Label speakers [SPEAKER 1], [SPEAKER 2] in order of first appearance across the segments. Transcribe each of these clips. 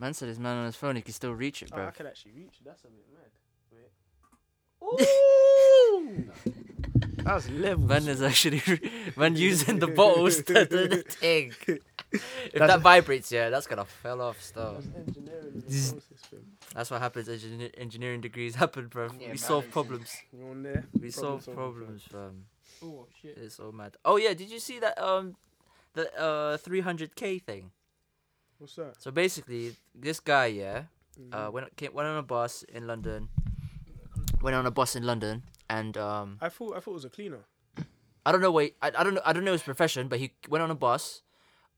[SPEAKER 1] answer this man on his phone. He can still reach it,
[SPEAKER 2] Oh, I
[SPEAKER 1] bro.
[SPEAKER 2] can actually reach. That's a bit mad.
[SPEAKER 3] Oh,
[SPEAKER 2] Wait. Ooh! that was level.
[SPEAKER 1] Van is actually Van using the bottles to do the thing. If
[SPEAKER 2] That's-
[SPEAKER 1] that vibrates, yeah, that's gonna fell off stuff.
[SPEAKER 2] engineering Zzz.
[SPEAKER 1] That's what happens. Engineer, engineering degrees happen, bro.
[SPEAKER 3] Yeah,
[SPEAKER 1] we
[SPEAKER 3] man.
[SPEAKER 1] solve problems.
[SPEAKER 2] You on there?
[SPEAKER 1] We
[SPEAKER 2] Problem
[SPEAKER 1] solve
[SPEAKER 2] solving,
[SPEAKER 1] problems, fam.
[SPEAKER 3] Oh shit.
[SPEAKER 1] It's so mad. Oh yeah, did you see that um, the uh 300k thing?
[SPEAKER 2] What's that?
[SPEAKER 1] So basically, this guy yeah,
[SPEAKER 2] Mhm.
[SPEAKER 3] Mm-hmm.
[SPEAKER 1] uh went came, went on a bus in London. Went on a bus in London, and um,
[SPEAKER 2] I thought I thought it was a cleaner.
[SPEAKER 1] I don't know what he- I, I don't know I don't know his profession, but he went on a bus,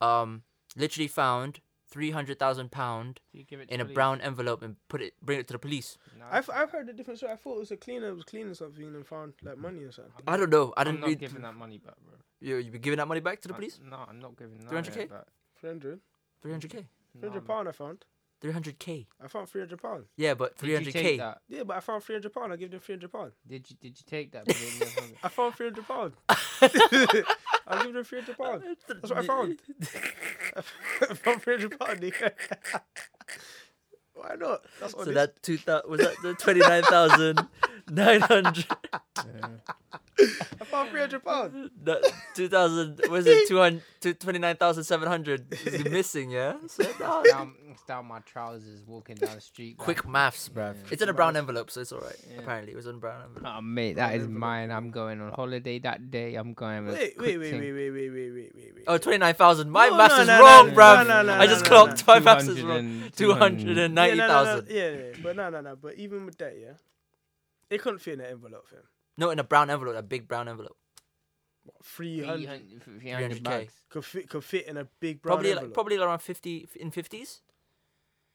[SPEAKER 1] um, literally found three hundred thousand pound
[SPEAKER 3] You give it to
[SPEAKER 1] in a
[SPEAKER 3] police.
[SPEAKER 1] brown envelope and put it bring it to the police.
[SPEAKER 3] No,
[SPEAKER 2] I've I've heard a different story. I thought it was a cleaner. It was cleaning something and found like money or something.
[SPEAKER 1] I don't know. I
[SPEAKER 3] I'm
[SPEAKER 1] didn't
[SPEAKER 3] not
[SPEAKER 1] read.
[SPEAKER 3] giving that money back, bro.
[SPEAKER 1] You you be giving that money back to the
[SPEAKER 3] I-
[SPEAKER 1] police?
[SPEAKER 3] No, I'm not giving that.
[SPEAKER 1] 300K?
[SPEAKER 3] back.
[SPEAKER 2] Three hundred.
[SPEAKER 1] Three hundred k.
[SPEAKER 2] Three hundred
[SPEAKER 3] No,
[SPEAKER 2] pound. I found.
[SPEAKER 1] Three hundred k.
[SPEAKER 2] I found three hundred pound.
[SPEAKER 1] Yeah, but
[SPEAKER 3] man.
[SPEAKER 1] three
[SPEAKER 3] Did
[SPEAKER 1] hundred
[SPEAKER 3] you take
[SPEAKER 1] k.
[SPEAKER 3] that?
[SPEAKER 2] Yeah, but I found three hundred pound. I give them three hundred pound.
[SPEAKER 3] Did you did you take that? but you didn't give it?
[SPEAKER 2] I found three hundred pound. I give them three hundred pound. That's what I found. I found three hundred pound. nigga. Why not? That's
[SPEAKER 1] So
[SPEAKER 2] honest.
[SPEAKER 1] that two thousand was that the twenty nine thousand nine hundred
[SPEAKER 2] I found three hundred pound.
[SPEAKER 1] two thousand was it two hundred twenty nine thousand seven hundred is missing yeah. So, nah,
[SPEAKER 3] It's down, it's down my trousers walking down the street. bruv.
[SPEAKER 1] quick maths, bruv. It's in a brown envelope, so it's all right.
[SPEAKER 3] Yeah.
[SPEAKER 1] Apparently, it was in a brown envelope.
[SPEAKER 3] Oh, mate, that is
[SPEAKER 2] never got
[SPEAKER 3] mine. I'm going on holiday that day. I'm going. with
[SPEAKER 2] Wait, wait,
[SPEAKER 3] quick
[SPEAKER 2] wait,
[SPEAKER 3] thing.
[SPEAKER 2] wait, wait, wait, wait, wait, wait, wait.
[SPEAKER 1] Oh, 29,000. My
[SPEAKER 2] No,
[SPEAKER 1] maths
[SPEAKER 2] no,
[SPEAKER 1] is
[SPEAKER 2] no,
[SPEAKER 1] wrong,
[SPEAKER 2] no,
[SPEAKER 1] bruv.
[SPEAKER 2] no, no,
[SPEAKER 1] I just
[SPEAKER 2] no, no,
[SPEAKER 1] clocked. My maths is
[SPEAKER 3] 200
[SPEAKER 1] wrong.
[SPEAKER 3] and 200.
[SPEAKER 1] 290,000.
[SPEAKER 2] yeah, no, no, no, yeah, yeah, but no, no, no. But even with that, yeah, it couldn't fit in an envelope, fam.
[SPEAKER 1] No, in a brown envelope, a big brown envelope.
[SPEAKER 2] What, three hundred
[SPEAKER 3] 300
[SPEAKER 1] 300K.
[SPEAKER 3] bucks.
[SPEAKER 2] could fit could fit in a big brown
[SPEAKER 1] Probably like,
[SPEAKER 2] envelope.
[SPEAKER 1] probably around 50 in 50s.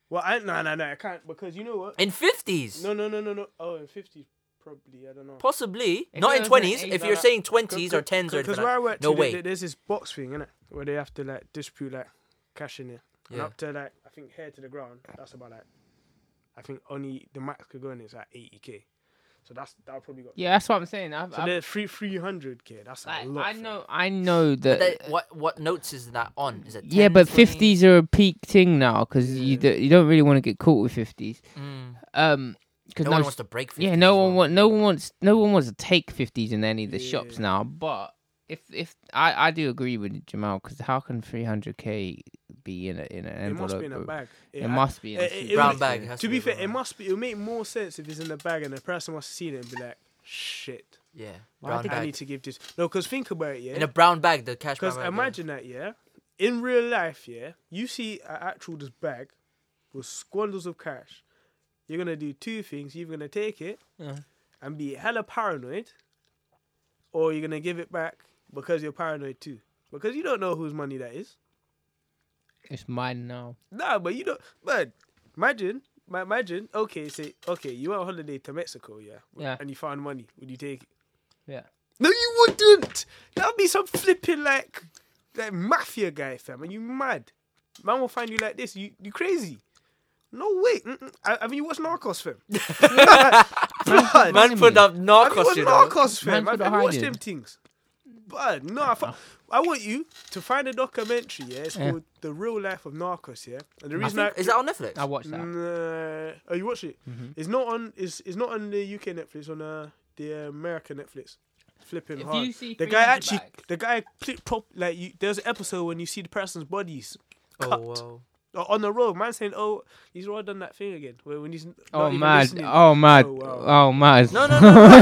[SPEAKER 2] well, I no, no, no, I can't because you know what?
[SPEAKER 1] In 50s.
[SPEAKER 2] No, no, no, no, no. Oh, in fifties, probably. I don't know.
[SPEAKER 1] Possibly.
[SPEAKER 3] If
[SPEAKER 1] Not
[SPEAKER 3] it
[SPEAKER 1] in
[SPEAKER 3] was an
[SPEAKER 1] 20s.
[SPEAKER 3] eight
[SPEAKER 1] If
[SPEAKER 3] dollar-
[SPEAKER 1] you're saying 20s or 10s or
[SPEAKER 2] Because
[SPEAKER 1] anything.
[SPEAKER 2] where I
[SPEAKER 1] like-
[SPEAKER 2] work,
[SPEAKER 1] No
[SPEAKER 2] today,
[SPEAKER 1] way.
[SPEAKER 2] there- there's this box thing, innit, where they have to like distribute like cash in it, and
[SPEAKER 1] Yeah.
[SPEAKER 2] up to like I think hair to the ground. That's about like, I think only the max could go in is like eighty k. So that's that probably got.
[SPEAKER 3] Yeah, that's what I'm saying. I've,
[SPEAKER 2] So
[SPEAKER 3] I've,
[SPEAKER 2] there's three three hundred k. That's
[SPEAKER 3] like,
[SPEAKER 2] a lot.
[SPEAKER 3] I
[SPEAKER 2] fam.
[SPEAKER 3] know. I know that.
[SPEAKER 1] That- what what notes is that on? Is it 10,
[SPEAKER 3] uh, yeah, but
[SPEAKER 1] 20?
[SPEAKER 3] 50s are a peak thing now because you
[SPEAKER 2] Yeah.
[SPEAKER 3] do, you don't really want to get caught with 50s.
[SPEAKER 1] Mm.
[SPEAKER 3] Um, because
[SPEAKER 1] No one wants to break 50s.
[SPEAKER 3] yeah, no
[SPEAKER 1] as
[SPEAKER 3] one
[SPEAKER 1] well.
[SPEAKER 3] want, no one wants, no one wants to take 50s in any of the shops
[SPEAKER 2] Yeah.
[SPEAKER 3] now. But if if I I do agree with Jamal because how can 300k be in a in an
[SPEAKER 2] It
[SPEAKER 3] envelope?
[SPEAKER 2] must be in a
[SPEAKER 3] bro?
[SPEAKER 2] bag.
[SPEAKER 3] uh, It
[SPEAKER 2] Yeah, I-
[SPEAKER 3] must be in a
[SPEAKER 2] it-
[SPEAKER 3] suit.
[SPEAKER 2] it
[SPEAKER 1] Brown
[SPEAKER 2] was-
[SPEAKER 1] bag. it has
[SPEAKER 2] To be
[SPEAKER 1] a
[SPEAKER 2] fair,
[SPEAKER 1] brown
[SPEAKER 2] it
[SPEAKER 1] bag.
[SPEAKER 2] must be. It'll make more sense if it's in the bag and the person must see it and be like, "Shit,
[SPEAKER 1] Yeah.
[SPEAKER 3] Why
[SPEAKER 1] Brown
[SPEAKER 3] did
[SPEAKER 2] I
[SPEAKER 1] bag.
[SPEAKER 2] need to give this." No, because think about it,
[SPEAKER 1] In a
[SPEAKER 2] yeah.
[SPEAKER 1] brown bag, the cash
[SPEAKER 2] Because
[SPEAKER 1] brown bag, yeah.
[SPEAKER 2] imagine that, yeah. In real life, yeah, you see an actual this bag with squanders of cash. You're gonna do two things. You're gonna take it
[SPEAKER 1] Yeah.
[SPEAKER 2] and be hella paranoid, or you're gonna give it back because you're paranoid too. Because you don't know whose money that is.
[SPEAKER 3] It's mine now.
[SPEAKER 2] Nah, but you don't. But imagine, ma- imagine. Okay, say okay, you went on holiday to Mexico, yeah,
[SPEAKER 3] Yeah.
[SPEAKER 2] and you found money. Would you take it?
[SPEAKER 3] Yeah.
[SPEAKER 2] No, you wouldn't. That'd be some flipping like, like mafia guy, fam. Are you mad? Man will find you like this. You you crazy? No way. Mm-mm. I, have you watched Narcos, fam? Blood.
[SPEAKER 1] Man put up
[SPEAKER 2] Have you
[SPEAKER 1] Narcos,
[SPEAKER 2] watched
[SPEAKER 1] you know.
[SPEAKER 2] Narcos, fam?
[SPEAKER 3] Man
[SPEAKER 2] Have
[SPEAKER 3] for the
[SPEAKER 2] you watched
[SPEAKER 3] hiding.
[SPEAKER 2] them things? But no, I, fo- I want you to find a documentary. Yeah, it's
[SPEAKER 3] Yeah.
[SPEAKER 2] called "The Real Life of Narcos." Yeah, and the
[SPEAKER 1] I
[SPEAKER 2] reason I,
[SPEAKER 1] think- Is that on Netflix?
[SPEAKER 3] I watched that.
[SPEAKER 2] Mm, Nah. Oh, you watch it?
[SPEAKER 3] Mhm.
[SPEAKER 2] It's not on. It's it's not on the UK Netflix. On uh, the American Netflix. Flipping
[SPEAKER 3] If
[SPEAKER 2] hard.
[SPEAKER 3] you see
[SPEAKER 2] the guy
[SPEAKER 3] 300
[SPEAKER 2] actually,
[SPEAKER 3] bags-
[SPEAKER 2] the guy pl- prop like you, there's an episode when you see the person's bodies
[SPEAKER 1] Oh,
[SPEAKER 2] cut.
[SPEAKER 1] wow.
[SPEAKER 2] uh, on the road. Man saying, "Oh, he's already done that thing again." Where when he's n- not
[SPEAKER 3] Oh
[SPEAKER 2] even
[SPEAKER 3] mad!
[SPEAKER 2] listening.
[SPEAKER 3] Oh mad!
[SPEAKER 2] Oh, wow.
[SPEAKER 3] Oh mad!
[SPEAKER 1] No, no, no, no, no,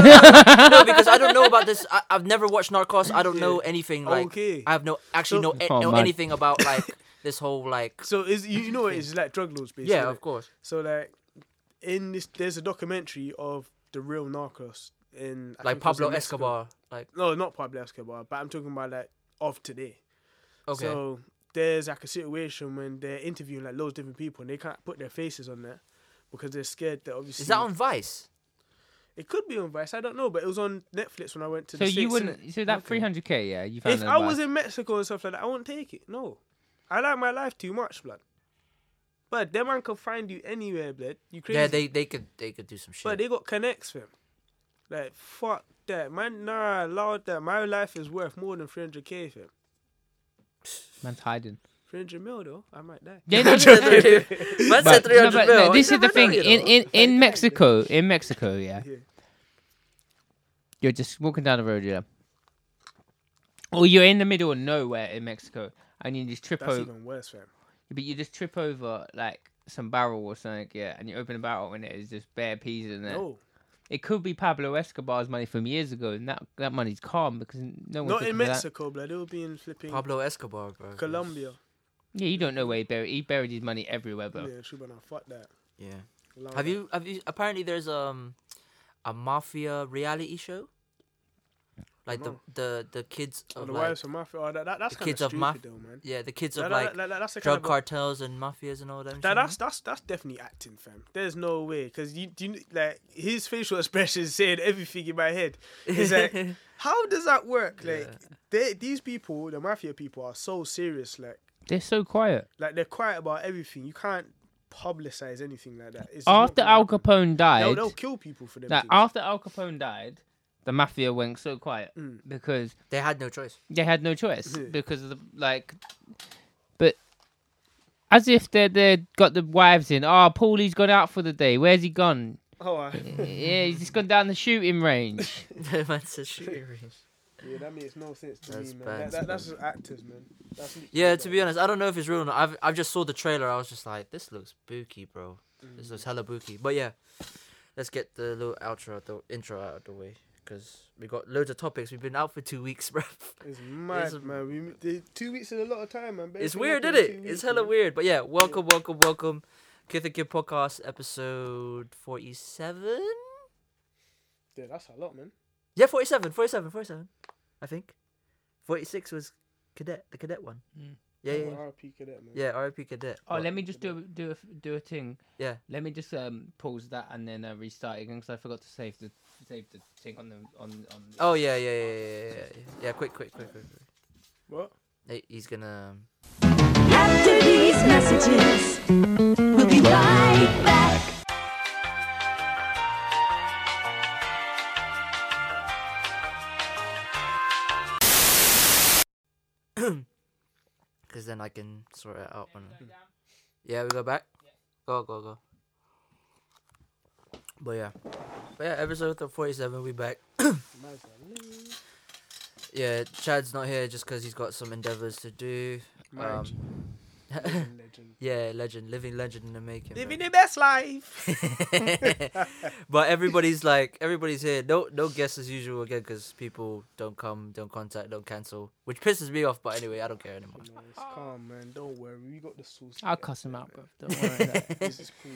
[SPEAKER 1] no, no, because I don't know about this. I, I've never watched Narcos. I don't know anything Oh, like.
[SPEAKER 2] Okay.
[SPEAKER 1] I have no actually
[SPEAKER 2] So-
[SPEAKER 1] no, eh,
[SPEAKER 3] Oh,
[SPEAKER 1] know
[SPEAKER 3] man.
[SPEAKER 1] anything about like this whole like.
[SPEAKER 2] So is you, you know what, it's like drug lords basically.
[SPEAKER 1] Yeah, of course.
[SPEAKER 2] So like in this, there's a documentary of the real Narcos in
[SPEAKER 1] Like
[SPEAKER 2] I think it was in
[SPEAKER 1] Pablo
[SPEAKER 2] Mexico.
[SPEAKER 1] Escobar. Like
[SPEAKER 2] No, not Pablo Escobar, but I'm talking about like of today.
[SPEAKER 1] okay,
[SPEAKER 2] So there's like a situation when they're interviewing like loads of different people and they can't put their faces on there because they're scared that obviously
[SPEAKER 1] is that on Vice?
[SPEAKER 2] it could be on Vice. I don't know, but it was on Netflix when I went to.
[SPEAKER 3] So
[SPEAKER 2] the
[SPEAKER 3] you
[SPEAKER 2] States,
[SPEAKER 3] wouldn't.
[SPEAKER 2] innit?
[SPEAKER 3] So that
[SPEAKER 2] Okay.
[SPEAKER 3] 300k, yeah, you found
[SPEAKER 2] If
[SPEAKER 3] it
[SPEAKER 2] I
[SPEAKER 3] bad.
[SPEAKER 2] was in Mexico and stuff like that, I wouldn't take it. No, I like my life too much, blood. But them man can find you anywhere, blood. You crazy?
[SPEAKER 1] Yeah, they they could they could do some shit.
[SPEAKER 2] But they got connects, fam. Like fuck that, man. Nah, loud that. My life is worth more than three hundred k, fam.
[SPEAKER 3] Man's hiding.
[SPEAKER 2] 300 mil though, I might die.
[SPEAKER 3] Yeah, no,
[SPEAKER 1] Man
[SPEAKER 3] no, no,
[SPEAKER 1] said
[SPEAKER 3] but-
[SPEAKER 1] 300
[SPEAKER 3] no, but
[SPEAKER 1] mil.
[SPEAKER 3] no, this
[SPEAKER 1] You
[SPEAKER 3] is the
[SPEAKER 1] never know,
[SPEAKER 3] thing.
[SPEAKER 1] you know.
[SPEAKER 3] In, in in Mexico, in Mexico, yeah,
[SPEAKER 2] Yeah.
[SPEAKER 3] you're just walking down the road, yeah, or you're in the middle of nowhere in Mexico, and you just trip
[SPEAKER 2] That's
[SPEAKER 3] over,
[SPEAKER 2] even worse, fam.
[SPEAKER 3] but you just trip over like some barrel or something, yeah, and you open a barrel and there's just bare peas in there.
[SPEAKER 2] No,
[SPEAKER 3] It could be Pablo Escobar's money from years ago, and that that money's calm because no one's
[SPEAKER 2] not in
[SPEAKER 3] looking for that.
[SPEAKER 2] Mexico, blood. It'll be in flipping
[SPEAKER 1] Pablo Escobar, bro.
[SPEAKER 2] Colombia.
[SPEAKER 3] Yeah, you don't know where he buried. He buried his money everywhere,
[SPEAKER 2] Yeah,
[SPEAKER 3] bro.
[SPEAKER 2] she better not fuck that.
[SPEAKER 1] Yeah.
[SPEAKER 2] Love
[SPEAKER 1] Have
[SPEAKER 2] that.
[SPEAKER 1] you have you apparently there's um a mafia reality show? Like the
[SPEAKER 2] No.
[SPEAKER 1] the the kids
[SPEAKER 2] Oh,
[SPEAKER 1] of
[SPEAKER 2] the
[SPEAKER 1] like,
[SPEAKER 2] wives of mafia. Oh, that, that, that's
[SPEAKER 1] the
[SPEAKER 2] kind of
[SPEAKER 1] kids of
[SPEAKER 2] stupid,
[SPEAKER 1] maf-
[SPEAKER 2] though, man.
[SPEAKER 1] yeah, the kids
[SPEAKER 2] That-
[SPEAKER 1] of
[SPEAKER 2] that-
[SPEAKER 1] like
[SPEAKER 2] that- that- that's the
[SPEAKER 1] drug
[SPEAKER 2] kind of-
[SPEAKER 1] cartels and mafias and all that.
[SPEAKER 2] That, that's that's that's definitely acting, fam. There's no way because you do you, kn- like his facial expression said everything in my head. It's like how does that work? Like they, these people, the mafia people, are so serious. Like
[SPEAKER 3] They're so quiet.
[SPEAKER 2] like they're quiet about everything. You can't publicize anything like that. It's just not
[SPEAKER 3] After
[SPEAKER 2] gonna
[SPEAKER 3] Al
[SPEAKER 2] happen.
[SPEAKER 3] Capone died,
[SPEAKER 2] they'll, they'll kill people for them.
[SPEAKER 3] Like
[SPEAKER 2] things.
[SPEAKER 3] after Al Capone died, the mafia went so quiet
[SPEAKER 2] Mm.
[SPEAKER 3] because
[SPEAKER 1] they had no choice.
[SPEAKER 3] they had no choice
[SPEAKER 2] Yeah.
[SPEAKER 3] because of the like. But as if they they got the wives in. Oh, Paulie's gone out for the day. Where's he gone?
[SPEAKER 2] oh, I,
[SPEAKER 3] yeah, he's just gone down the shooting range.
[SPEAKER 1] Man's a shooting range.
[SPEAKER 2] yeah, that makes no sense to
[SPEAKER 1] That's
[SPEAKER 2] me, man.
[SPEAKER 1] bad,
[SPEAKER 2] That,
[SPEAKER 1] man.
[SPEAKER 2] that, that's just actors, man. That's literally
[SPEAKER 1] Yeah,
[SPEAKER 2] bad.
[SPEAKER 1] to be honest, I don't know if it's real or not. I've I've just saw the trailer. I was just like, this looks booky, bro. This
[SPEAKER 2] Mm.
[SPEAKER 1] looks hella booky. But yeah, let's get the little outro, out the intro out of the way, because we got loads of topics. We've been out for two weeks, bro.
[SPEAKER 2] It's mad,
[SPEAKER 1] It's-
[SPEAKER 2] man. We, the- two weeks is a lot of time, man.
[SPEAKER 1] It's
[SPEAKER 2] Basically,
[SPEAKER 1] weird,
[SPEAKER 2] nothing
[SPEAKER 1] isn't
[SPEAKER 2] in
[SPEAKER 1] it?
[SPEAKER 2] two
[SPEAKER 1] It's
[SPEAKER 2] weeks,
[SPEAKER 1] hella
[SPEAKER 2] man.
[SPEAKER 1] weird. But yeah, welcome, welcome, welcome. Kith and Kid Podcast, episode 47?
[SPEAKER 2] Yeah, that's a lot, man.
[SPEAKER 1] Yeah, 47, 47, 47, I think. 46 was Cadet, the Cadet one.
[SPEAKER 3] Mm.
[SPEAKER 1] Yeah,
[SPEAKER 2] Oh,
[SPEAKER 1] yeah, yeah.
[SPEAKER 2] RP cadet, man.
[SPEAKER 1] Yeah, RIP Cadet.
[SPEAKER 3] Oh,
[SPEAKER 1] What?
[SPEAKER 3] let me just do a- do a, do a thing.
[SPEAKER 1] Yeah.
[SPEAKER 3] Let me just um pause that and then uh, restart again because I forgot to save the save the thing on the on on. the-
[SPEAKER 1] Oh, yeah, yeah, yeah, yeah, yeah, yeah, yeah. Yeah, quick, quick, quick, quick. quick.
[SPEAKER 2] What?
[SPEAKER 1] Hey, He's gonna. um,
[SPEAKER 4] After these messages, we'll be right back.
[SPEAKER 1] Because then I can sort it out. When... Yeah, we go back? Go, go, go. But yeah. But yeah, episode 47, we back.
[SPEAKER 2] Might as well leave.
[SPEAKER 1] Yeah, Chad's not here just because he's got some endeavors to do. Um,
[SPEAKER 2] Marriage. Legend, legend.
[SPEAKER 1] yeah, legend, living legend in the making.
[SPEAKER 2] Living
[SPEAKER 1] bro.
[SPEAKER 2] the best life.
[SPEAKER 1] but everybody's like, everybody's here. No, no guests as usual again because people don't come, don't contact, don't cancel, which pisses me off. But anyway, I don't care anymore.
[SPEAKER 2] No, it's calm, man. Don't worry. We got the sauce.
[SPEAKER 3] I'll
[SPEAKER 2] together,
[SPEAKER 3] cuss him out,
[SPEAKER 2] man.
[SPEAKER 3] bro. Don't worry. about it.
[SPEAKER 2] This is cool,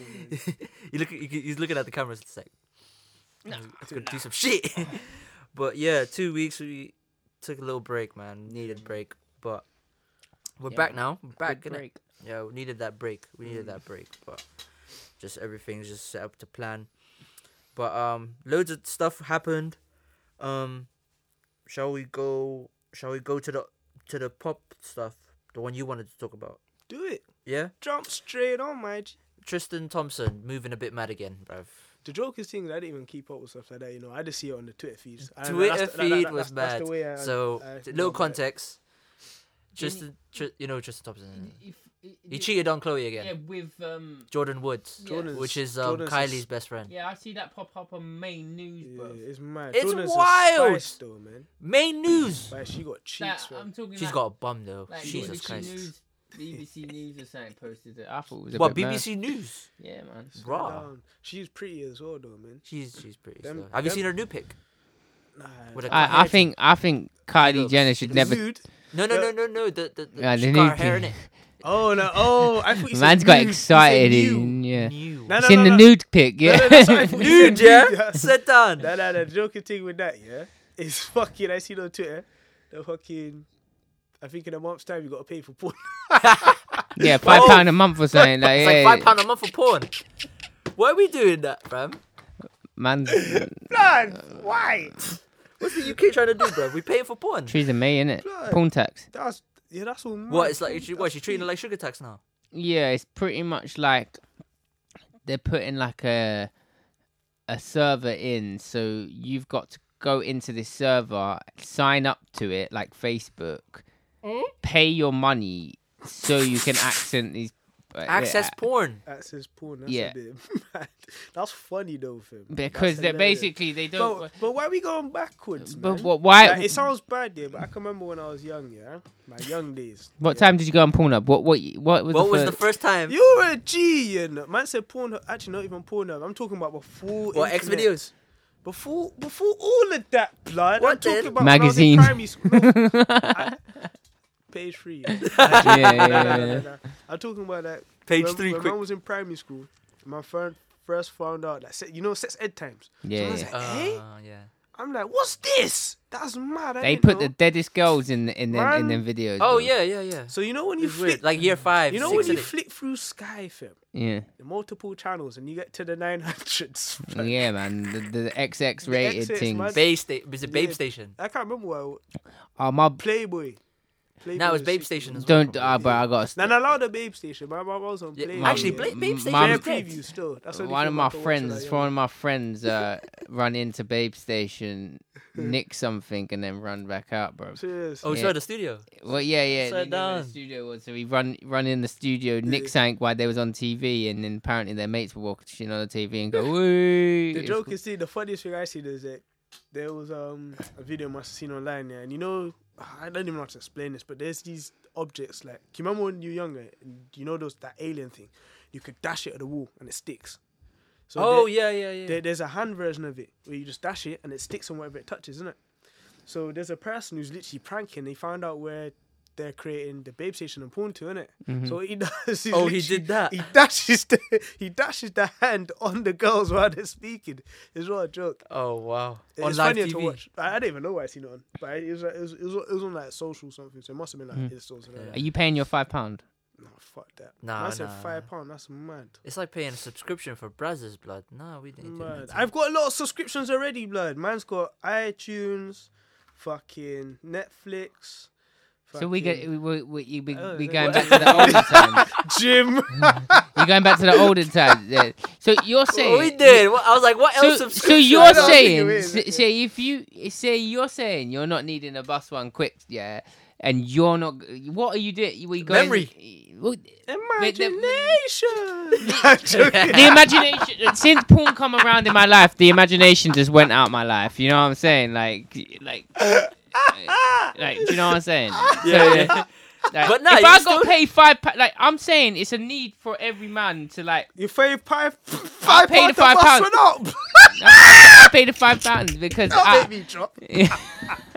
[SPEAKER 2] man.
[SPEAKER 1] you look, you, he's looking at the cameras. It's like, it's gonna do some shit. but yeah, two weeks we took a little break, man. Needed break, but we're
[SPEAKER 3] Yeah,
[SPEAKER 1] back
[SPEAKER 3] man.
[SPEAKER 1] now. We're back,
[SPEAKER 3] Big
[SPEAKER 1] innit?
[SPEAKER 3] break.
[SPEAKER 1] Yeah, we needed that break. We needed
[SPEAKER 2] Mm.
[SPEAKER 1] that break, but just everything's just set up to plan. But um, loads of stuff happened. Um, shall we go? Shall we go to the to the pop stuff? The one you wanted to talk about?
[SPEAKER 2] Do it.
[SPEAKER 1] Yeah,
[SPEAKER 2] Jump straight on, my G.
[SPEAKER 1] Tristan Thompson moving a bit mad again, bruv.
[SPEAKER 2] The joke is things I didn't even keep up with stuff like that. You know, I just see it on the Twitter feeds. I-
[SPEAKER 1] Twitter
[SPEAKER 2] Uh, that's the- that-
[SPEAKER 1] feed
[SPEAKER 2] that-
[SPEAKER 1] was
[SPEAKER 2] that's-
[SPEAKER 1] mad.
[SPEAKER 2] that's the way I-
[SPEAKER 1] so
[SPEAKER 2] I
[SPEAKER 1] t-
[SPEAKER 2] feel
[SPEAKER 1] little
[SPEAKER 2] about it.
[SPEAKER 1] context. Tristan, Tr- you know Tristan Thompson. innit?
[SPEAKER 3] If- i-
[SPEAKER 1] He
[SPEAKER 3] i-
[SPEAKER 1] cheated on Chloe again.
[SPEAKER 3] Mm-hmm. Yeah, with um.
[SPEAKER 1] Jordan Woods,
[SPEAKER 2] Jordan's-
[SPEAKER 1] which is um,
[SPEAKER 2] Jordan's a
[SPEAKER 1] Kylie's
[SPEAKER 2] s-
[SPEAKER 1] best friend.
[SPEAKER 3] Yeah, I see that pop up on main news,
[SPEAKER 2] Yeah,
[SPEAKER 3] bro.
[SPEAKER 2] it's mad.
[SPEAKER 1] It's
[SPEAKER 2] Jordan's a
[SPEAKER 1] wild.
[SPEAKER 2] Spice, though, man.
[SPEAKER 1] Main news.
[SPEAKER 2] Like, she got
[SPEAKER 3] That-
[SPEAKER 2] cheeks, man.
[SPEAKER 3] I'm talking.
[SPEAKER 1] She's
[SPEAKER 3] like,
[SPEAKER 1] got a bum though.
[SPEAKER 3] like,
[SPEAKER 1] Jesus
[SPEAKER 3] BBC
[SPEAKER 1] Christ.
[SPEAKER 3] News, BBC News or something posted it. I thought it was a
[SPEAKER 1] What
[SPEAKER 3] bit mad.
[SPEAKER 1] BBC News?
[SPEAKER 3] Yeah, man.
[SPEAKER 1] Raw.
[SPEAKER 2] Um, she's pretty as well, though, man.
[SPEAKER 1] She's she's pretty.
[SPEAKER 2] Them-
[SPEAKER 1] slow. Have you
[SPEAKER 2] them-
[SPEAKER 1] seen her new pic?
[SPEAKER 2] Nah,
[SPEAKER 1] With a
[SPEAKER 3] I, I think I think Kylie
[SPEAKER 1] looks-
[SPEAKER 3] Jenner
[SPEAKER 1] she
[SPEAKER 3] should
[SPEAKER 1] looks
[SPEAKER 3] never.
[SPEAKER 2] Nude?
[SPEAKER 1] No, no, no, no, no. The the, the
[SPEAKER 3] Yeah,
[SPEAKER 1] she's
[SPEAKER 3] they
[SPEAKER 1] got her
[SPEAKER 3] need
[SPEAKER 1] hair
[SPEAKER 3] to-
[SPEAKER 1] in it.
[SPEAKER 2] Oh no! Oh, I thought you said
[SPEAKER 3] Man's got
[SPEAKER 2] nude. You said
[SPEAKER 3] excited.
[SPEAKER 2] nude.
[SPEAKER 3] In, yeah.
[SPEAKER 1] New.
[SPEAKER 2] No, no,
[SPEAKER 3] it's in
[SPEAKER 2] no,
[SPEAKER 3] the
[SPEAKER 2] no.
[SPEAKER 3] nude pic. Yeah.
[SPEAKER 2] no, no, sorry, I thought you said
[SPEAKER 1] Nude, yeah.
[SPEAKER 2] nude.
[SPEAKER 1] Sit down.
[SPEAKER 2] Nah, nah, nah. The joking thing with that, yeah, is fucking. I seen on Twitter, the fucking. I think in a month's time you got to pay for porn.
[SPEAKER 3] yeah, five
[SPEAKER 1] Oh,
[SPEAKER 3] pound a month or something. Like,
[SPEAKER 1] It's
[SPEAKER 3] yeah,
[SPEAKER 1] like five pound a month for porn. Why are we doing that, fam?
[SPEAKER 3] Man,
[SPEAKER 2] Blood, why?
[SPEAKER 1] What's the UK trying to do, bro? We pay for porn.
[SPEAKER 3] Theresa May, innit?
[SPEAKER 2] Blood.
[SPEAKER 3] Porn tax.
[SPEAKER 2] That's yeah. That's all. mad.
[SPEAKER 1] What? It's like she, what?
[SPEAKER 2] That's
[SPEAKER 1] She treating it
[SPEAKER 2] peak.
[SPEAKER 1] like sugar tax now.
[SPEAKER 3] Yeah, it's pretty much like they're putting like a a server in, so you've got to go into this server, sign up to it like Facebook, pay your money so you can accent these. uh,
[SPEAKER 1] Access
[SPEAKER 3] yeah.
[SPEAKER 1] porn.
[SPEAKER 2] That's his porn. That's
[SPEAKER 3] Yeah.
[SPEAKER 2] a bit mad. That's funny though, fam. That's
[SPEAKER 3] because they're
[SPEAKER 2] hilarious.
[SPEAKER 3] basically they don't.
[SPEAKER 2] But, but why are we going backwards, man?
[SPEAKER 3] But, but why?
[SPEAKER 2] Like, it sounds bad, yeah, but I can remember when I was young, yeah, my young days.
[SPEAKER 3] what time did you go on Pornhub? What what what was,
[SPEAKER 1] What
[SPEAKER 3] the,
[SPEAKER 1] was
[SPEAKER 3] first?
[SPEAKER 1] the first time?
[SPEAKER 2] You were a G, you know. Man said porn. Actually, not even porn. I'm talking about before.
[SPEAKER 1] What, X
[SPEAKER 2] internet.
[SPEAKER 1] videos?
[SPEAKER 2] Before, before all of that, blood. I'm
[SPEAKER 1] What
[SPEAKER 2] talking
[SPEAKER 1] then?
[SPEAKER 2] about when I was in
[SPEAKER 3] Magazine.
[SPEAKER 2] primary school. No, I- page three.
[SPEAKER 3] yeah, yeah,
[SPEAKER 2] Nah, nah,
[SPEAKER 3] yeah,
[SPEAKER 2] nah,
[SPEAKER 3] yeah.
[SPEAKER 2] nah. I'm talking about that.
[SPEAKER 1] Page
[SPEAKER 2] when,
[SPEAKER 1] three,
[SPEAKER 2] When
[SPEAKER 1] quick.
[SPEAKER 2] I was in primary school, my friend first found out that se- you know sex ed times.
[SPEAKER 3] Yeah,
[SPEAKER 2] I was
[SPEAKER 3] yeah.
[SPEAKER 2] like, eh?
[SPEAKER 1] Uh, yeah.
[SPEAKER 2] I'm like, what's this? That's mad. I
[SPEAKER 3] They
[SPEAKER 2] didn't
[SPEAKER 3] put
[SPEAKER 2] know.
[SPEAKER 3] the deadest girls in the, in them in
[SPEAKER 2] Man.
[SPEAKER 3] them videos.
[SPEAKER 1] Oh
[SPEAKER 3] bro.
[SPEAKER 1] yeah, yeah, yeah.
[SPEAKER 2] So you know when you
[SPEAKER 1] It's
[SPEAKER 2] flick,
[SPEAKER 1] weird. Like year five.
[SPEAKER 2] you know
[SPEAKER 1] six,
[SPEAKER 2] when you
[SPEAKER 1] innit?
[SPEAKER 2] flick through Sky film,
[SPEAKER 3] yeah,
[SPEAKER 2] the multiple channels, and you get to the 900s. blood.
[SPEAKER 3] yeah, man. The, the XX rated
[SPEAKER 2] XX,
[SPEAKER 3] things.
[SPEAKER 2] man.
[SPEAKER 1] Babe sta- is it Babe
[SPEAKER 2] Yeah.
[SPEAKER 1] Station?
[SPEAKER 2] I can't remember what
[SPEAKER 3] Oh my, b-
[SPEAKER 2] Playboy. Playboy
[SPEAKER 1] Now it's
[SPEAKER 2] was
[SPEAKER 1] Babe
[SPEAKER 2] sick.
[SPEAKER 1] Station as well.
[SPEAKER 3] don't. Ah, but I got.
[SPEAKER 2] Nah, nah, allow the Babe Station. My mom was on
[SPEAKER 1] Yeah,
[SPEAKER 2] Playboy.
[SPEAKER 1] Actually,
[SPEAKER 2] yeah.
[SPEAKER 1] Play- Babe Station
[SPEAKER 3] Mum-
[SPEAKER 2] Fair
[SPEAKER 1] is dead.
[SPEAKER 2] preview still. That's the only
[SPEAKER 3] one of
[SPEAKER 2] film
[SPEAKER 3] my
[SPEAKER 2] I can watch
[SPEAKER 3] friends,
[SPEAKER 2] that,
[SPEAKER 3] one of my friends, uh, run into Babe Station, nick something, and then run back out, bro.
[SPEAKER 2] yeah. Serious.
[SPEAKER 1] Oh,
[SPEAKER 3] Yeah.
[SPEAKER 1] so the studio.
[SPEAKER 3] Well, yeah, yeah.
[SPEAKER 1] Upside
[SPEAKER 3] they knew where
[SPEAKER 1] down.
[SPEAKER 3] The studio was so he run run in the studio. Nick sank while they was on TV, and then apparently their mates were watching on the TV and go, "Woo!"
[SPEAKER 2] The joke is, see, the funniest thing I see is that there was um a video I must have seen online, yeah, and you know, I don't even know how to explain this, but there's these objects like, do you remember when you were younger? and You know those that alien thing, you could dash it at the wall and it sticks. So
[SPEAKER 1] oh
[SPEAKER 2] there-
[SPEAKER 1] yeah, yeah, yeah.
[SPEAKER 2] there- there's a hand version of it where you just dash it and it sticks on whatever it touches, isn't it? So there's a person who's literally pranking. They found out where they're creating the babe station and porn to, innit? So what he does is
[SPEAKER 1] Mm-hmm. Oh, he
[SPEAKER 2] literally-
[SPEAKER 1] did that?
[SPEAKER 2] He dashes the he dashes the hand on the girls while they're speaking. It's not a joke.
[SPEAKER 1] Oh wow.
[SPEAKER 2] It's
[SPEAKER 1] on live
[SPEAKER 2] funnier
[SPEAKER 1] TV.
[SPEAKER 2] to watch. I, I didn't even know why I seen it on, but it was, like- it was it was it was on like social something. So it must have been like
[SPEAKER 1] Mm.
[SPEAKER 2] it's social.
[SPEAKER 3] Are you paying your five pound?
[SPEAKER 2] No, fuck that.
[SPEAKER 1] Nah,
[SPEAKER 2] that's a
[SPEAKER 1] nah.
[SPEAKER 2] five pound. That's mad.
[SPEAKER 1] It's like paying a subscription for Brazzers blood. No, we didn't. do that.
[SPEAKER 2] Mad. I've got a lot of subscriptions already, blood. Man's got iTunes, fucking Netflix.
[SPEAKER 3] So we get
[SPEAKER 2] fucking
[SPEAKER 3] we we we, we,
[SPEAKER 2] Oh,
[SPEAKER 3] we
[SPEAKER 2] they-
[SPEAKER 3] going
[SPEAKER 2] what?
[SPEAKER 3] back to the olden times.
[SPEAKER 2] Jim.
[SPEAKER 3] You're going back to the olden times. yeah. So you're saying
[SPEAKER 1] What Oh, we did. What- I was like, what else?
[SPEAKER 3] So, so
[SPEAKER 1] subscription?
[SPEAKER 3] you're
[SPEAKER 2] don't think
[SPEAKER 3] saying,
[SPEAKER 2] it
[SPEAKER 3] s-
[SPEAKER 2] is, okay.
[SPEAKER 3] say if you say you're saying you're not needing a bus one quick, yeah, and you're not. g- What are you doing? We going What-
[SPEAKER 2] Imagination. I'm joking.
[SPEAKER 3] the imagination since porn come around in my life, the imagination just went out my life. You know what I'm saying? Like, like, like. Do you know what I'm saying?
[SPEAKER 1] Yeah,
[SPEAKER 3] So,
[SPEAKER 1] yeah.
[SPEAKER 3] like,
[SPEAKER 1] But no,
[SPEAKER 3] if
[SPEAKER 1] you
[SPEAKER 3] I
[SPEAKER 1] still-
[SPEAKER 3] got paid five, pa- like I'm saying, it's a need for every man to like.
[SPEAKER 2] You paid five, five
[SPEAKER 3] paid
[SPEAKER 2] pounds.
[SPEAKER 3] five
[SPEAKER 2] Five
[SPEAKER 3] pounds.
[SPEAKER 2] pounds. Up.
[SPEAKER 3] I pay the five pounds because I,
[SPEAKER 2] Don't make me drop.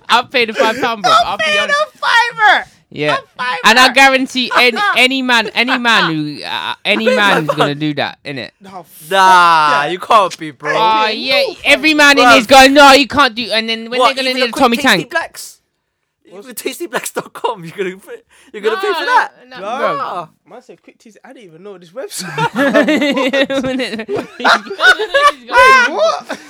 [SPEAKER 3] I'll pay the five pound, bro. Ah. I'll be honest.
[SPEAKER 2] Fiverr.
[SPEAKER 3] Yeah, and I guarantee any, any man, any man who, uh, any man's gonna do that, innit?
[SPEAKER 2] No,
[SPEAKER 1] Nah, you can't be, bro.
[SPEAKER 3] Oh
[SPEAKER 2] pay
[SPEAKER 3] yeah,
[SPEAKER 2] no
[SPEAKER 3] every man in
[SPEAKER 1] Bruv.
[SPEAKER 3] he's going, no, you can't do. And then when
[SPEAKER 1] what,
[SPEAKER 3] they're gonna
[SPEAKER 1] even a
[SPEAKER 3] need a
[SPEAKER 1] quick
[SPEAKER 3] Tommy
[SPEAKER 1] Tasty
[SPEAKER 3] Tank,
[SPEAKER 1] Blacks. Even tastyblacks.com, you're gonna pay, you're gonna
[SPEAKER 3] No,
[SPEAKER 1] pay for
[SPEAKER 3] no,
[SPEAKER 1] that. Ah.
[SPEAKER 3] no,
[SPEAKER 1] Nah.
[SPEAKER 2] man said quick tease. I didn't even know this website.
[SPEAKER 3] the
[SPEAKER 2] what?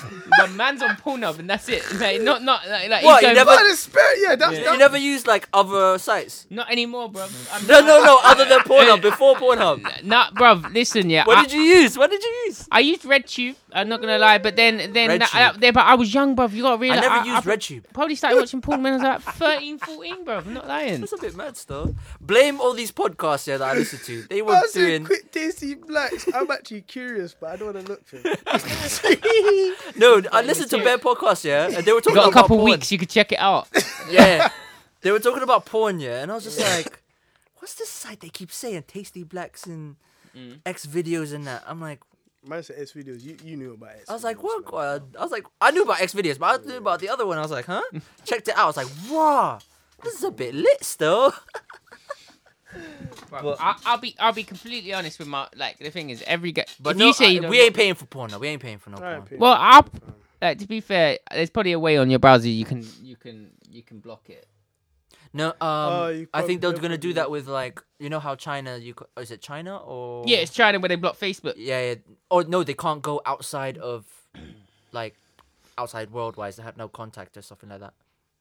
[SPEAKER 3] man's on Pornhub and that's it. Like not not like, like
[SPEAKER 1] What,
[SPEAKER 3] he's
[SPEAKER 1] you
[SPEAKER 3] going,
[SPEAKER 1] never-
[SPEAKER 2] What is spirit? Yeah, that's
[SPEAKER 1] You
[SPEAKER 2] that.
[SPEAKER 1] never use like other sites.
[SPEAKER 3] not anymore, bro. I'm
[SPEAKER 1] No, no, no. Other than Pornhub, before Pornhub.
[SPEAKER 3] Nah, bro. Listen, yeah.
[SPEAKER 1] What
[SPEAKER 3] I-
[SPEAKER 1] did you use? What did you use?
[SPEAKER 3] I used RedTube. I'm not gonna lie, but then then that,
[SPEAKER 1] RedTube.
[SPEAKER 3] that- there, but I was young, bruv. You gotta
[SPEAKER 1] I
[SPEAKER 3] realize
[SPEAKER 1] never
[SPEAKER 3] I,
[SPEAKER 1] used
[SPEAKER 3] I
[SPEAKER 1] RedTube.
[SPEAKER 3] Probably started watching porn when I was like 13, 14, bruv. I'm not lying.
[SPEAKER 1] That's a bit mad stuff. Blame all these podcasts yeah, that I listen to. They were
[SPEAKER 2] Man said
[SPEAKER 1] doing
[SPEAKER 2] quick tasty blacks. I'm actually curious, but I don't want to look for it.
[SPEAKER 1] no. I listened to bare podcasts yeah, and they were
[SPEAKER 3] You
[SPEAKER 1] talking
[SPEAKER 3] got a
[SPEAKER 1] about
[SPEAKER 3] couple
[SPEAKER 1] porn.
[SPEAKER 3] weeks, you could check it out.
[SPEAKER 1] Yeah, they were talking about porn yeah, and I was just like, what's this site they keep saying Tasty Blacks and X videos and that? I'm like,
[SPEAKER 2] Man said X videos. You, you knew about it.
[SPEAKER 1] I was like, what? God? I was like, I knew about X videos, but I knew about the other one. I was like, huh? Checked it out. I was like, wow, this is a bit lit still.
[SPEAKER 3] Bruv, I, I'll be I'll be completely honest with my like the thing is every guy.
[SPEAKER 1] But
[SPEAKER 3] if
[SPEAKER 1] no,
[SPEAKER 3] you say
[SPEAKER 1] I-
[SPEAKER 3] you don't
[SPEAKER 1] we
[SPEAKER 3] want-
[SPEAKER 1] ain't paying for porn. No, we ain't paying for no porn.
[SPEAKER 3] Well, I'll, like to be fair, there's probably a way on your browser you can you can you can block it.
[SPEAKER 1] No, um,
[SPEAKER 2] Oh, you
[SPEAKER 1] I think they're
[SPEAKER 2] probably-
[SPEAKER 1] gonna do
[SPEAKER 2] definitely.
[SPEAKER 1] that with like you know how China you c- is it China or
[SPEAKER 3] Yeah, it's China where they block Facebook.
[SPEAKER 1] yeah, yeah or no they can't go outside of like outside world wise they have no contact or something like that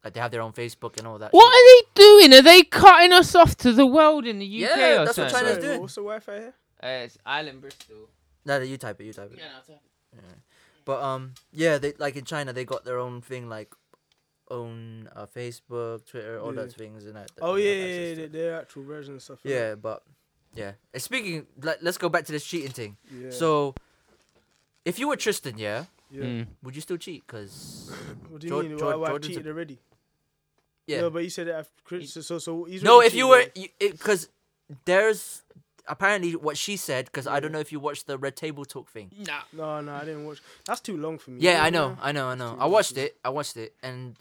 [SPEAKER 1] like they have their own Facebook and all that.
[SPEAKER 3] What
[SPEAKER 1] shit.
[SPEAKER 3] are they doing? Are they cutting us off to the world in the UK
[SPEAKER 1] Yeah,
[SPEAKER 3] or
[SPEAKER 1] that's what
[SPEAKER 3] something?
[SPEAKER 1] China's
[SPEAKER 2] Sorry,
[SPEAKER 1] doing.
[SPEAKER 2] What's the Wi-Fi here?
[SPEAKER 3] Uh, it's Island Bristol.
[SPEAKER 1] No, no, you type it, you type it.
[SPEAKER 3] Yeah, no, it's-
[SPEAKER 1] But um, yeah, they like in China they got their own thing like own uh, Facebook, Twitter, all
[SPEAKER 2] Yeah.
[SPEAKER 1] those things, and that. that
[SPEAKER 2] Oh
[SPEAKER 1] we
[SPEAKER 2] yeah,
[SPEAKER 1] have
[SPEAKER 2] yeah,
[SPEAKER 1] access
[SPEAKER 2] yeah,
[SPEAKER 1] to.
[SPEAKER 2] they- they're actual versions and stuff.
[SPEAKER 1] Yeah, but yeah. And speaking, let, let's go back to this cheating thing.
[SPEAKER 2] innit? Yeah.
[SPEAKER 1] So, if you were Tristan, yeah,
[SPEAKER 2] yeah.
[SPEAKER 3] Mm.
[SPEAKER 1] would you still cheat? Cause
[SPEAKER 2] What do you
[SPEAKER 1] Jor-
[SPEAKER 2] mean?
[SPEAKER 1] Jor-
[SPEAKER 2] Why- why I
[SPEAKER 1] Jordan's a-
[SPEAKER 2] cheated already?
[SPEAKER 1] yeah.
[SPEAKER 2] No, but you said that I've crit- so so, so he's
[SPEAKER 1] no,
[SPEAKER 2] already
[SPEAKER 1] if you were,
[SPEAKER 2] cheated
[SPEAKER 1] because there's apparently what she said. Because I don't
[SPEAKER 2] Yeah.
[SPEAKER 1] know if you watched the Red Table Talk thing.
[SPEAKER 3] Nah.
[SPEAKER 2] already. No, no, I didn't watch. That's too long for me.
[SPEAKER 1] Yeah, I know, I know, I know.
[SPEAKER 2] Dude,
[SPEAKER 1] I watched
[SPEAKER 2] this is-
[SPEAKER 1] it. I watched it, and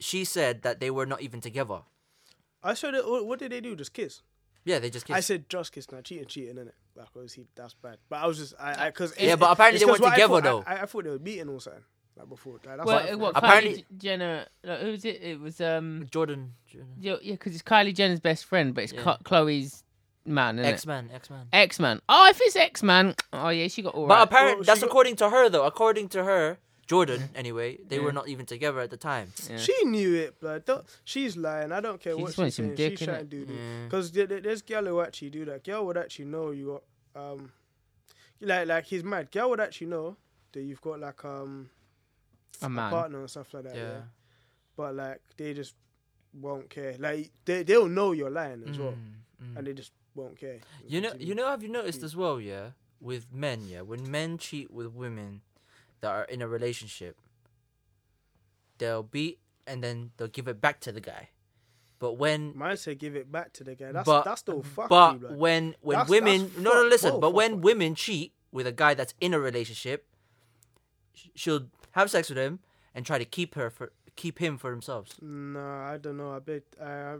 [SPEAKER 1] she said that they were not even together.
[SPEAKER 2] I said that. What what did they do? Just kiss.
[SPEAKER 1] Yeah, they just
[SPEAKER 2] I
[SPEAKER 1] kissed.
[SPEAKER 2] said just kiss, not cheating, cheating, innit? Like obviously that's bad. But I was just I because
[SPEAKER 1] Yeah, but apparently they weren't together, though.
[SPEAKER 2] I, I thought they were meeting or something like before. Like, that's
[SPEAKER 3] Well, what,
[SPEAKER 1] Apparently-
[SPEAKER 3] Kylie Jenner. No, who was it? It was um.
[SPEAKER 1] Jordan, Jordan.
[SPEAKER 3] Yeah, because it's Kylie Jenner's best friend, but it's
[SPEAKER 1] Yeah.
[SPEAKER 3] Ka- Chloe's man, is
[SPEAKER 1] X Man, X Man.
[SPEAKER 3] X Man. Oh, if it's X Man, oh yeah, she got all
[SPEAKER 1] But
[SPEAKER 3] right.
[SPEAKER 1] apparently,
[SPEAKER 2] Well, she
[SPEAKER 1] that's
[SPEAKER 2] got-
[SPEAKER 1] according to her, though. According to her, Jordan, anyway, they
[SPEAKER 3] Yeah.
[SPEAKER 1] were not even together at the time.
[SPEAKER 3] Yeah.
[SPEAKER 2] She knew it, blood. Don't, she's lying. I don't care
[SPEAKER 3] She
[SPEAKER 2] what
[SPEAKER 3] just wanted
[SPEAKER 2] she's saying.
[SPEAKER 3] some dick,
[SPEAKER 2] she's trying
[SPEAKER 3] innit?
[SPEAKER 2] to do
[SPEAKER 1] Yeah.
[SPEAKER 2] because this girl will actually do that. Girl would actually know you got um, like like he's mad. Girl would actually know that you've got like um
[SPEAKER 3] a
[SPEAKER 2] a
[SPEAKER 3] man.
[SPEAKER 2] partner and stuff like that. Yeah.
[SPEAKER 1] Yeah.
[SPEAKER 2] But like they just won't care. Like they they'll know you're lying as well,
[SPEAKER 1] Mm, mm.
[SPEAKER 2] and they just won't care.
[SPEAKER 1] You know, you know, have you noticed as well? Yeah, with men, yeah, when men cheat with women that are in a relationship, they'll beat and then they'll give it back to the guy. But when,
[SPEAKER 2] Mine said give it back to the guy. That's
[SPEAKER 1] but
[SPEAKER 2] that's the fuck.
[SPEAKER 1] but
[SPEAKER 2] you, blood.
[SPEAKER 1] when when
[SPEAKER 2] That's-
[SPEAKER 1] women,
[SPEAKER 2] that's
[SPEAKER 1] no, no,
[SPEAKER 2] fuck-
[SPEAKER 1] listen,
[SPEAKER 2] whoa,
[SPEAKER 1] but
[SPEAKER 2] fuck,
[SPEAKER 1] when
[SPEAKER 2] fuck.
[SPEAKER 1] women cheat with a guy that's in a relationship, sh- she'll have sex with him and try to keep her for keep him for themselves.
[SPEAKER 2] Nah, I don't know. I bet I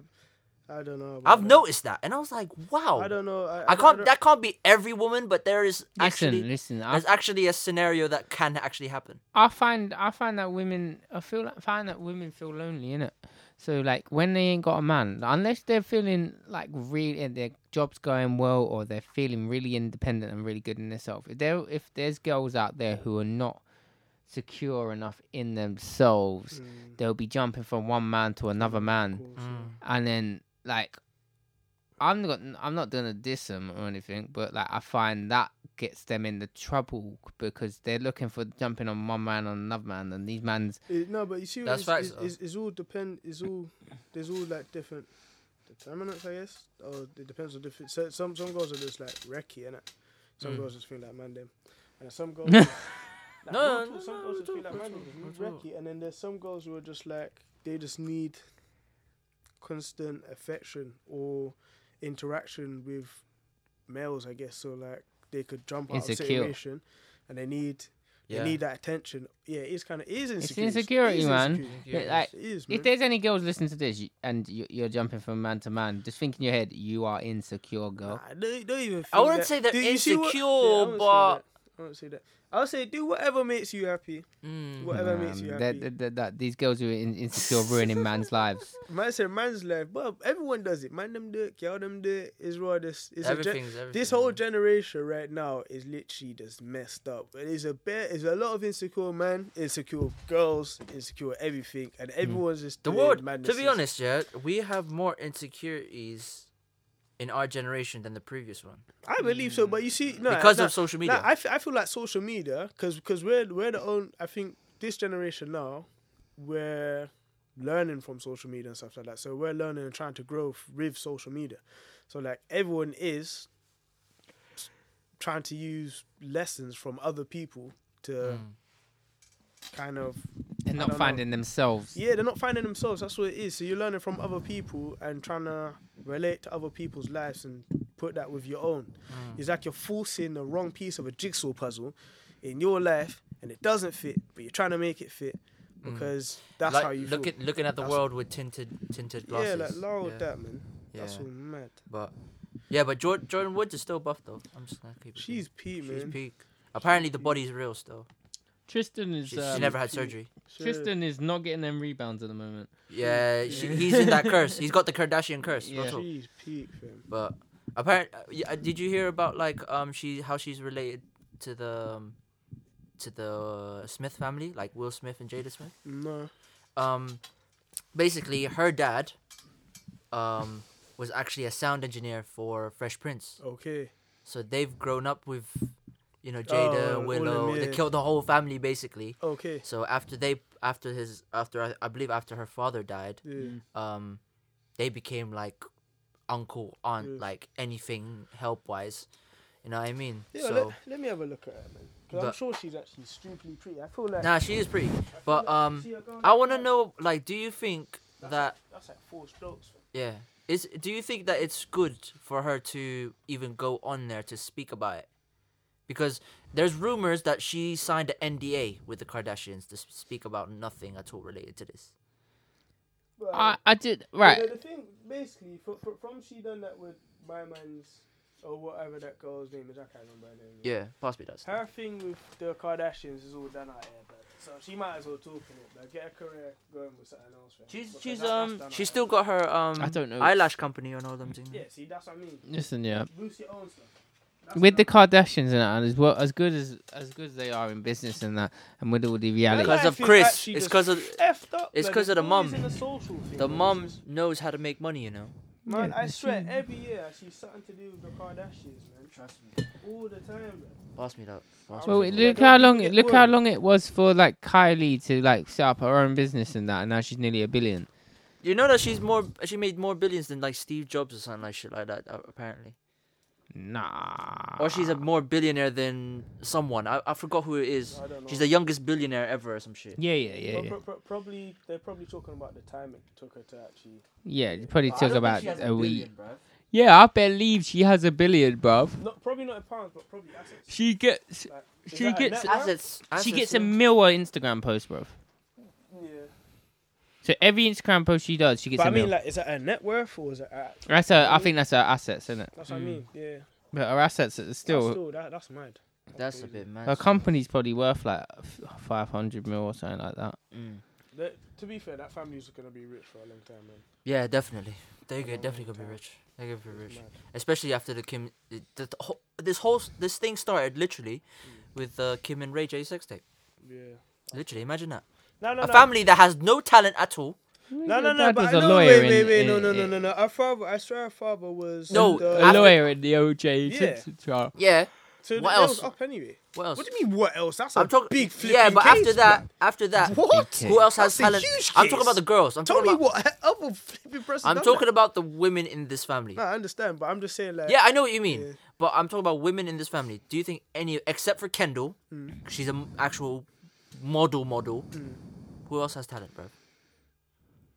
[SPEAKER 2] I don't know. about
[SPEAKER 1] I've
[SPEAKER 2] that.
[SPEAKER 1] noticed that, and I was like, wow.
[SPEAKER 2] I don't know. I,
[SPEAKER 1] I
[SPEAKER 2] don't-
[SPEAKER 1] can't.
[SPEAKER 2] don't-
[SPEAKER 1] that can't be every woman, but there is
[SPEAKER 3] Listen,
[SPEAKER 1] actually
[SPEAKER 3] listen. I,
[SPEAKER 1] there's actually a scenario that can actually happen.
[SPEAKER 3] I find I find that women I feel like find that women feel lonely in it. So like when they ain't got a man, unless they're feeling like really and their job's going well or they're feeling really independent and really good in themselves. If there if there's girls out there who are not secure enough in themselves,
[SPEAKER 2] Mm,
[SPEAKER 3] they'll be jumping from one man to another man,
[SPEAKER 2] cool,
[SPEAKER 1] Mm.
[SPEAKER 3] and then like I'm not I'm not gonna diss them or anything, but like I find that gets them into trouble because they're looking for jumping on one man on another man, and these man's
[SPEAKER 2] so- It- no, but you see,
[SPEAKER 1] That's
[SPEAKER 2] it's,
[SPEAKER 1] facts,
[SPEAKER 2] it's,
[SPEAKER 1] though.
[SPEAKER 2] it's, it's all depend. It's all there's all like different determinants, I guess. Or it depends on different. So some some girls are just like wrecky, innit? Some
[SPEAKER 1] Mm.
[SPEAKER 2] girls just feel like man them, and some girls. like,
[SPEAKER 1] No,
[SPEAKER 2] some-
[SPEAKER 1] no,
[SPEAKER 2] some
[SPEAKER 1] no,
[SPEAKER 2] girls
[SPEAKER 1] no,
[SPEAKER 2] just feel
[SPEAKER 1] no,
[SPEAKER 2] like man
[SPEAKER 1] no,
[SPEAKER 2] them,
[SPEAKER 1] no,
[SPEAKER 2] just
[SPEAKER 1] no.
[SPEAKER 2] wrecky, and then there's some girls who are just like they just need constant affection or interaction with males, I guess. So like they could jump out of
[SPEAKER 3] Insecure.
[SPEAKER 2] situation, and they need
[SPEAKER 1] Yeah.
[SPEAKER 2] They need that attention. Yeah, it's kind of it is
[SPEAKER 3] it's
[SPEAKER 2] insecurity.
[SPEAKER 3] insecurity,
[SPEAKER 2] It is
[SPEAKER 3] man.
[SPEAKER 2] insecurity.
[SPEAKER 1] Insecurities.
[SPEAKER 3] Like
[SPEAKER 2] It is, man.
[SPEAKER 3] if there's any girls listening to this you- and you, you're jumping from man to man, just think in your head you are insecure,
[SPEAKER 2] Nah,
[SPEAKER 3] girl.
[SPEAKER 2] don't, don't even.
[SPEAKER 1] I
[SPEAKER 2] feel
[SPEAKER 1] wouldn't say they're
[SPEAKER 2] Do you see what-
[SPEAKER 1] insecure,
[SPEAKER 2] Yeah,
[SPEAKER 1] but-
[SPEAKER 2] I wouldn't say that. I would say do whatever makes you happy.
[SPEAKER 1] Mm.
[SPEAKER 2] Whatever makes you
[SPEAKER 3] Um,
[SPEAKER 2] happy.
[SPEAKER 3] that- that- that- that- these girls who are in, insecure ruining man's lives.
[SPEAKER 2] Man said man's life, but everyone does it. Man them do it. Girl them do it. It's raw. This it's a gen-
[SPEAKER 1] Everything's everything.
[SPEAKER 2] this whole
[SPEAKER 1] man.
[SPEAKER 2] generation right now is literally just messed up. It is a bit. It's a lot of insecure man, insecure girls, insecure everything, and everyone's just
[SPEAKER 1] Mm. the
[SPEAKER 2] doing
[SPEAKER 1] world. To
[SPEAKER 2] madnesses.
[SPEAKER 1] be honest, yeah, we have more insecurities in our generation than the previous one
[SPEAKER 2] I believe so. But you see, no,
[SPEAKER 1] because
[SPEAKER 2] no,
[SPEAKER 1] of social
[SPEAKER 2] Nah,
[SPEAKER 1] media.
[SPEAKER 2] I, f- I feel like social media because we're we're the own. I think this generation now we're learning from social media and stuff like that. So we're learning and trying to grow f- with social media. So like everyone is trying to use lessons from other people to
[SPEAKER 1] Mm.
[SPEAKER 2] kind of
[SPEAKER 3] They're
[SPEAKER 2] don't
[SPEAKER 3] not
[SPEAKER 2] know.
[SPEAKER 3] finding themselves.
[SPEAKER 2] yeah they're not finding themselves. That's what it is. So you're learning from other people and trying to relate to other people's lives and put that with your own.
[SPEAKER 1] Mm.
[SPEAKER 2] It's like you're forcing the wrong piece of a jigsaw puzzle in your life, and it doesn't fit, but you're trying to make it fit because that's
[SPEAKER 1] Mm. like,
[SPEAKER 2] how you
[SPEAKER 1] look
[SPEAKER 2] feel.
[SPEAKER 1] at looking at the
[SPEAKER 2] That's-
[SPEAKER 1] world with tinted tinted glasses.
[SPEAKER 2] yeah, like loud
[SPEAKER 1] yeah.
[SPEAKER 2] that man. That's
[SPEAKER 1] Yeah.
[SPEAKER 2] all mad.
[SPEAKER 1] But yeah, but Jordan, Jordan Woods is still buff though. I'm just gonna keep. it
[SPEAKER 2] She's P,
[SPEAKER 1] real.
[SPEAKER 2] man.
[SPEAKER 1] she's peak. Apparently the body's real still.
[SPEAKER 3] Tristan is
[SPEAKER 1] She's, she
[SPEAKER 3] um,
[SPEAKER 1] never had
[SPEAKER 2] peak.
[SPEAKER 1] surgery.
[SPEAKER 2] Sure.
[SPEAKER 3] Tristan is not getting them rebounds at the moment.
[SPEAKER 1] Yeah, she,
[SPEAKER 3] Yeah.
[SPEAKER 1] he's in that curse. He's got the Kardashian curse. no
[SPEAKER 3] Yeah.
[SPEAKER 1] talk.
[SPEAKER 2] She's peak, fam.
[SPEAKER 1] But apparently, uh, did you hear about like um she how she's related to the um, to the Smith family, like Will Smith and Jada Smith?
[SPEAKER 2] No.
[SPEAKER 1] Um, basically, her dad um was actually a sound engineer for Fresh Prince,
[SPEAKER 2] Okay.
[SPEAKER 1] so they've grown up with you know Jada,
[SPEAKER 2] all of
[SPEAKER 1] Willow.
[SPEAKER 2] them,
[SPEAKER 1] They
[SPEAKER 2] yeah.
[SPEAKER 1] killed the whole family basically.
[SPEAKER 2] Okay.
[SPEAKER 1] So after they, after his, after I, I believe after her father died,
[SPEAKER 2] Yeah.
[SPEAKER 1] um, they became like uncle, aunt,
[SPEAKER 2] Yeah.
[SPEAKER 1] like anything help wise. You know what I mean?
[SPEAKER 2] Yeah,
[SPEAKER 1] so
[SPEAKER 2] let, let me have a look at her, man. Because I'm
[SPEAKER 1] But-
[SPEAKER 2] sure she's actually stupidly pretty. I feel like.
[SPEAKER 1] nah, she is pretty. But um,
[SPEAKER 2] See her going
[SPEAKER 1] I want to
[SPEAKER 2] outside,
[SPEAKER 1] know, like, do you think that
[SPEAKER 2] That's like four strokes.
[SPEAKER 1] yeah is do you think that it's good for her to even go on there to speak about it? Because there's rumors that she signed an NDA with the Kardashians to s- speak about nothing at all related to this.
[SPEAKER 2] But,
[SPEAKER 3] I, I did
[SPEAKER 2] but
[SPEAKER 3] Uh, right.
[SPEAKER 2] The, the thing, basically, from, from she done that with my man's, or whatever that girl's name is, I can't remember her name.
[SPEAKER 1] Yeah, pass me that. stuff.
[SPEAKER 2] Her thing with the Kardashians is all done out here, but so she might as well talk in it, but get a career going with something else. fam,
[SPEAKER 1] She's
[SPEAKER 2] because
[SPEAKER 1] she's
[SPEAKER 2] that's- that's
[SPEAKER 1] um
[SPEAKER 2] done out
[SPEAKER 1] she's
[SPEAKER 2] here.
[SPEAKER 1] still got her um
[SPEAKER 3] I don't know.
[SPEAKER 1] eyelash company and all them things.
[SPEAKER 2] Yeah, see, that's what I mean.
[SPEAKER 3] Listen, yeah.
[SPEAKER 2] Boost your own stuff. That's
[SPEAKER 3] With the
[SPEAKER 2] done.
[SPEAKER 3] Kardashians and that, as well as good as as good as they are in business and that, and with all the reality,
[SPEAKER 1] Because of
[SPEAKER 2] Life is
[SPEAKER 1] Chris,
[SPEAKER 2] actually
[SPEAKER 1] it's
[SPEAKER 2] just
[SPEAKER 1] because of
[SPEAKER 2] effed up.
[SPEAKER 1] it's
[SPEAKER 2] blood.
[SPEAKER 1] 'cause of the
[SPEAKER 2] always
[SPEAKER 1] mum.
[SPEAKER 2] in The, social thing,
[SPEAKER 1] the
[SPEAKER 2] man.
[SPEAKER 1] mom knows how to make money, you know.
[SPEAKER 2] Man,
[SPEAKER 3] Yeah,
[SPEAKER 2] I
[SPEAKER 3] that's
[SPEAKER 2] swear,
[SPEAKER 3] true.
[SPEAKER 2] every year she's something to do with the Kardashians, man. Trust me. All the time, man.
[SPEAKER 1] Pass me that. Pass
[SPEAKER 3] Well,
[SPEAKER 1] me that.
[SPEAKER 3] look
[SPEAKER 2] don't
[SPEAKER 3] how
[SPEAKER 2] think
[SPEAKER 3] long
[SPEAKER 2] it
[SPEAKER 3] it look how
[SPEAKER 2] would.
[SPEAKER 3] long it was for like Kylie to like set up her own business and that, and now she's nearly a billion.
[SPEAKER 1] You know that she's more she made more billions than like Steve Jobs or something like shit like that uh, apparently.
[SPEAKER 3] Nah.
[SPEAKER 1] Or she's a more billionaire than someone. I, I forgot who it is.
[SPEAKER 2] I don't know.
[SPEAKER 1] She's the youngest billionaire ever or some shit.
[SPEAKER 3] Yeah, yeah, yeah,
[SPEAKER 2] Pro-
[SPEAKER 3] yeah.
[SPEAKER 2] pro- pro- probably they're probably talking about the time it took her to actually.
[SPEAKER 3] Yeah, it probably
[SPEAKER 1] I
[SPEAKER 3] took
[SPEAKER 1] don't think
[SPEAKER 3] about
[SPEAKER 1] she has
[SPEAKER 3] a, week.
[SPEAKER 1] billion, bruv.
[SPEAKER 3] Yeah, I believe she has a billion, bruv.
[SPEAKER 2] Not probably not in pounds, but probably assets.
[SPEAKER 3] She gets
[SPEAKER 2] Like, is
[SPEAKER 3] She
[SPEAKER 2] that a
[SPEAKER 3] gets-
[SPEAKER 2] net worth?
[SPEAKER 1] Assets,
[SPEAKER 3] she
[SPEAKER 1] assets,
[SPEAKER 3] gets
[SPEAKER 1] yeah.
[SPEAKER 3] a mil a Instagram post, bruv.
[SPEAKER 2] Yeah.
[SPEAKER 3] So every Instagram post she does, she gets
[SPEAKER 2] But I
[SPEAKER 3] a mil.
[SPEAKER 2] mean, like, is that a net worth or is it? A,
[SPEAKER 3] that's her. I think that's her assets, isn't it?
[SPEAKER 2] that's what I mean. Yeah.
[SPEAKER 3] But her assets are
[SPEAKER 2] Still,
[SPEAKER 3] still.
[SPEAKER 2] still that, that's mad.
[SPEAKER 1] That's a
[SPEAKER 2] crazy.
[SPEAKER 1] bit mad.
[SPEAKER 3] her company's probably worth like f- 500 mil or something like that.
[SPEAKER 1] Mm.
[SPEAKER 2] That- to be fair, that family's gonna be rich for a long time, man.
[SPEAKER 1] Yeah, definitely. They
[SPEAKER 2] Yeah,
[SPEAKER 1] could definitely could be
[SPEAKER 2] yeah.
[SPEAKER 1] rich. They could be
[SPEAKER 2] It's
[SPEAKER 1] rich,
[SPEAKER 2] mad.
[SPEAKER 1] especially after the Kim. The, the, whole- this whole s- this thing started literally with uh, Kim and Ray J sex tape.
[SPEAKER 2] Yeah.
[SPEAKER 1] Literally, imagine that.
[SPEAKER 2] No, no,
[SPEAKER 1] a
[SPEAKER 2] no.
[SPEAKER 1] family that has no talent at all.
[SPEAKER 2] No, no,
[SPEAKER 3] Your
[SPEAKER 2] no.
[SPEAKER 3] dad
[SPEAKER 2] But
[SPEAKER 3] was
[SPEAKER 2] I
[SPEAKER 3] a
[SPEAKER 2] know,
[SPEAKER 3] lawyer
[SPEAKER 2] wait, wait,
[SPEAKER 3] in-
[SPEAKER 2] wait.
[SPEAKER 3] in-
[SPEAKER 2] No, no, no,
[SPEAKER 3] in-
[SPEAKER 2] no, no. Our father, I swear, our father was
[SPEAKER 1] No,
[SPEAKER 3] A
[SPEAKER 1] after-
[SPEAKER 2] The,
[SPEAKER 3] lawyer in the OJ
[SPEAKER 2] Yeah.
[SPEAKER 3] Simpson trial.
[SPEAKER 1] Yeah.
[SPEAKER 2] so
[SPEAKER 1] what
[SPEAKER 2] that
[SPEAKER 1] else?
[SPEAKER 2] was up anyway.
[SPEAKER 1] What else?
[SPEAKER 2] What do you mean? What else? That's a
[SPEAKER 1] I'm talking
[SPEAKER 2] big flipping
[SPEAKER 1] Yeah, but after
[SPEAKER 2] case,
[SPEAKER 1] that, after that,
[SPEAKER 2] What?
[SPEAKER 1] Who else has
[SPEAKER 2] That's a
[SPEAKER 1] talent?
[SPEAKER 2] huge
[SPEAKER 1] I'm talking about
[SPEAKER 2] case.
[SPEAKER 1] the girls. I'm
[SPEAKER 2] Tell
[SPEAKER 1] talking
[SPEAKER 2] me
[SPEAKER 1] about,
[SPEAKER 2] what other flipping person.
[SPEAKER 1] I'm
[SPEAKER 2] done
[SPEAKER 1] talking
[SPEAKER 2] that?
[SPEAKER 1] about the women in this family.
[SPEAKER 2] No, I understand, but I'm just saying like.
[SPEAKER 1] Yeah, I know what you mean.
[SPEAKER 2] Yeah.
[SPEAKER 1] But I'm talking about women in this family. Do you think any, except for Kendall,
[SPEAKER 2] Hmm.
[SPEAKER 1] she's an actual model model. Who else has talent, bro?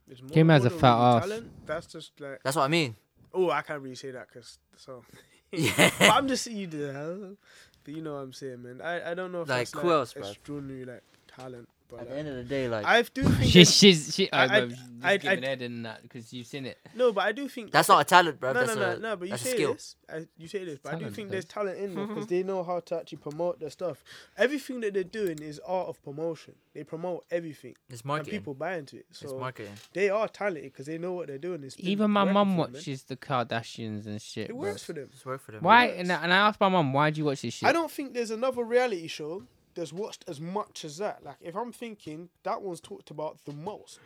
[SPEAKER 2] it's more
[SPEAKER 3] Kim has a
[SPEAKER 2] than
[SPEAKER 3] fat
[SPEAKER 2] really
[SPEAKER 3] ass.
[SPEAKER 2] talent. That's just like.
[SPEAKER 1] That's what I mean.
[SPEAKER 2] Oh, I can't really say that because so.
[SPEAKER 1] Yeah.
[SPEAKER 2] but I'm just you do that. But you know what I'm saying, man. I, I don't know if
[SPEAKER 1] Like,
[SPEAKER 2] that's
[SPEAKER 1] who else, bruv?
[SPEAKER 2] extraordinary like talent, but
[SPEAKER 1] At
[SPEAKER 2] like,
[SPEAKER 1] the end of the day, like
[SPEAKER 2] I do think
[SPEAKER 3] She's
[SPEAKER 2] that-
[SPEAKER 3] she's she.
[SPEAKER 2] I-
[SPEAKER 3] I,
[SPEAKER 2] I-
[SPEAKER 3] I, she's
[SPEAKER 2] I- I-
[SPEAKER 3] giving head in that because you've seen it.
[SPEAKER 2] no, but I do think
[SPEAKER 1] that's not a talent, bro.
[SPEAKER 2] No,
[SPEAKER 1] that's
[SPEAKER 2] no, no,
[SPEAKER 1] a,
[SPEAKER 2] no. But you
[SPEAKER 1] that's a
[SPEAKER 2] say
[SPEAKER 1] skill.
[SPEAKER 2] this, I, you say this, but I do
[SPEAKER 3] Talent,
[SPEAKER 2] think
[SPEAKER 3] though.
[SPEAKER 2] there's talent in there because they know how to actually promote their stuff. Everything that they're doing is art of promotion. They promote everything,
[SPEAKER 1] It's
[SPEAKER 2] and
[SPEAKER 1] marketing.
[SPEAKER 2] people buy into it.
[SPEAKER 1] It's
[SPEAKER 2] So
[SPEAKER 1] marketing.
[SPEAKER 2] they are talented because they know what they're doing. It's been
[SPEAKER 3] Even my
[SPEAKER 2] working
[SPEAKER 3] mum
[SPEAKER 2] for them, man.
[SPEAKER 3] watches the Kardashians and shit.
[SPEAKER 2] It
[SPEAKER 3] bruv.
[SPEAKER 2] works for them.
[SPEAKER 1] It's work for them.
[SPEAKER 3] Why?
[SPEAKER 2] works.
[SPEAKER 3] And, I- and I asked my mum, why do you watch this shit?
[SPEAKER 2] I don't think there's another reality show that's watched as much as that. Like, if I'm thinking, that one's talked about the most.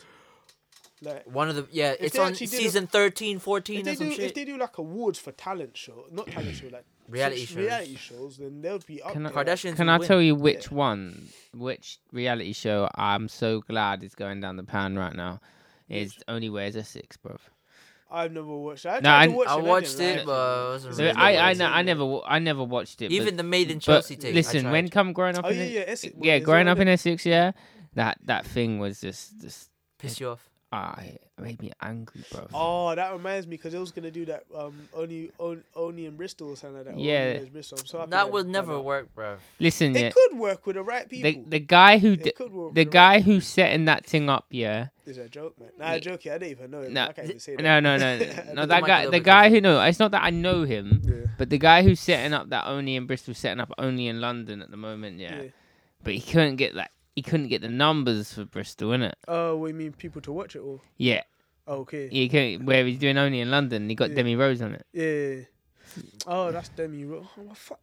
[SPEAKER 2] Like,
[SPEAKER 1] One of the yeah, it's
[SPEAKER 2] they
[SPEAKER 1] on
[SPEAKER 2] actually did a-
[SPEAKER 1] season 13, 14
[SPEAKER 2] if
[SPEAKER 1] or
[SPEAKER 2] they,
[SPEAKER 1] some
[SPEAKER 2] do, if
[SPEAKER 1] shit.
[SPEAKER 2] they do like awards for talent show, not talent show, like
[SPEAKER 1] Reality
[SPEAKER 2] such
[SPEAKER 1] shows.
[SPEAKER 2] reality shows, then they'll be up
[SPEAKER 3] Can I-
[SPEAKER 2] there.
[SPEAKER 1] Kardashians.
[SPEAKER 3] Can
[SPEAKER 1] will
[SPEAKER 3] I
[SPEAKER 1] win.
[SPEAKER 3] tell you which one, which reality show I'm so glad is going down the pan right now? Is Only Wears Essex, bruv.
[SPEAKER 2] I've never watched. I,
[SPEAKER 3] No,
[SPEAKER 2] tried
[SPEAKER 3] I-
[SPEAKER 2] to watch
[SPEAKER 1] I
[SPEAKER 2] it,
[SPEAKER 1] watched
[SPEAKER 2] didn't
[SPEAKER 1] it,
[SPEAKER 2] like
[SPEAKER 1] but I wasn't
[SPEAKER 3] So
[SPEAKER 1] really
[SPEAKER 3] I, I,
[SPEAKER 1] into
[SPEAKER 3] no,
[SPEAKER 1] it.
[SPEAKER 3] I never, wa- I never watched it.
[SPEAKER 1] even
[SPEAKER 3] but,
[SPEAKER 1] the Made in
[SPEAKER 3] but
[SPEAKER 1] Chelsea thing. I
[SPEAKER 3] Listen, when
[SPEAKER 1] tried.
[SPEAKER 3] come growing up
[SPEAKER 2] Oh,
[SPEAKER 3] in
[SPEAKER 2] yeah,
[SPEAKER 3] it-
[SPEAKER 2] yeah, Essex-
[SPEAKER 3] yeah,
[SPEAKER 2] is it
[SPEAKER 3] growing
[SPEAKER 2] on
[SPEAKER 3] up in
[SPEAKER 2] it?
[SPEAKER 3] Essex, yeah, that that thing was just, just
[SPEAKER 1] piss you off.
[SPEAKER 3] ah, it made me angry, bruv.
[SPEAKER 2] Oh, that reminds me because I was gonna do that. Um, only, on, only in Bristol or something like that. or
[SPEAKER 3] Yeah.
[SPEAKER 2] Only in Bristol. I'm so happy
[SPEAKER 1] That
[SPEAKER 2] they
[SPEAKER 1] will
[SPEAKER 2] done
[SPEAKER 1] never
[SPEAKER 2] that.
[SPEAKER 1] work, bro.
[SPEAKER 3] Listen,
[SPEAKER 2] They
[SPEAKER 3] yeah,
[SPEAKER 2] could work with the right
[SPEAKER 3] the
[SPEAKER 2] people.
[SPEAKER 3] the guy who
[SPEAKER 2] They
[SPEAKER 3] di-
[SPEAKER 2] could work
[SPEAKER 3] the
[SPEAKER 2] with right-
[SPEAKER 3] guy who's setting that thing up, yeah.
[SPEAKER 2] Is that a joke, man? Nah,
[SPEAKER 3] Yeah.
[SPEAKER 2] joke. Yeah, I don't even know him.
[SPEAKER 3] No,
[SPEAKER 2] I can't even say that.
[SPEAKER 3] no, no, no, no, no. That
[SPEAKER 1] mic a
[SPEAKER 3] guy,
[SPEAKER 1] little
[SPEAKER 3] the
[SPEAKER 1] bit
[SPEAKER 3] guy
[SPEAKER 1] closer.
[SPEAKER 3] who no, it's not that I know him,
[SPEAKER 2] Yeah.
[SPEAKER 3] but the guy who's setting up that only in Bristol, setting up only in London at the moment, yeah.
[SPEAKER 2] Yeah.
[SPEAKER 3] But he couldn't get like he couldn't get the numbers for Bristol, innit?
[SPEAKER 2] Oh, we mean people to watch it all?
[SPEAKER 3] Yeah,
[SPEAKER 2] Okay.
[SPEAKER 3] he couldn't. Where he's doing only in London, he got
[SPEAKER 2] Yeah.
[SPEAKER 3] Demi Rose on it.
[SPEAKER 2] Yeah. Oh, that's Demi Rose. Oh, my fuck.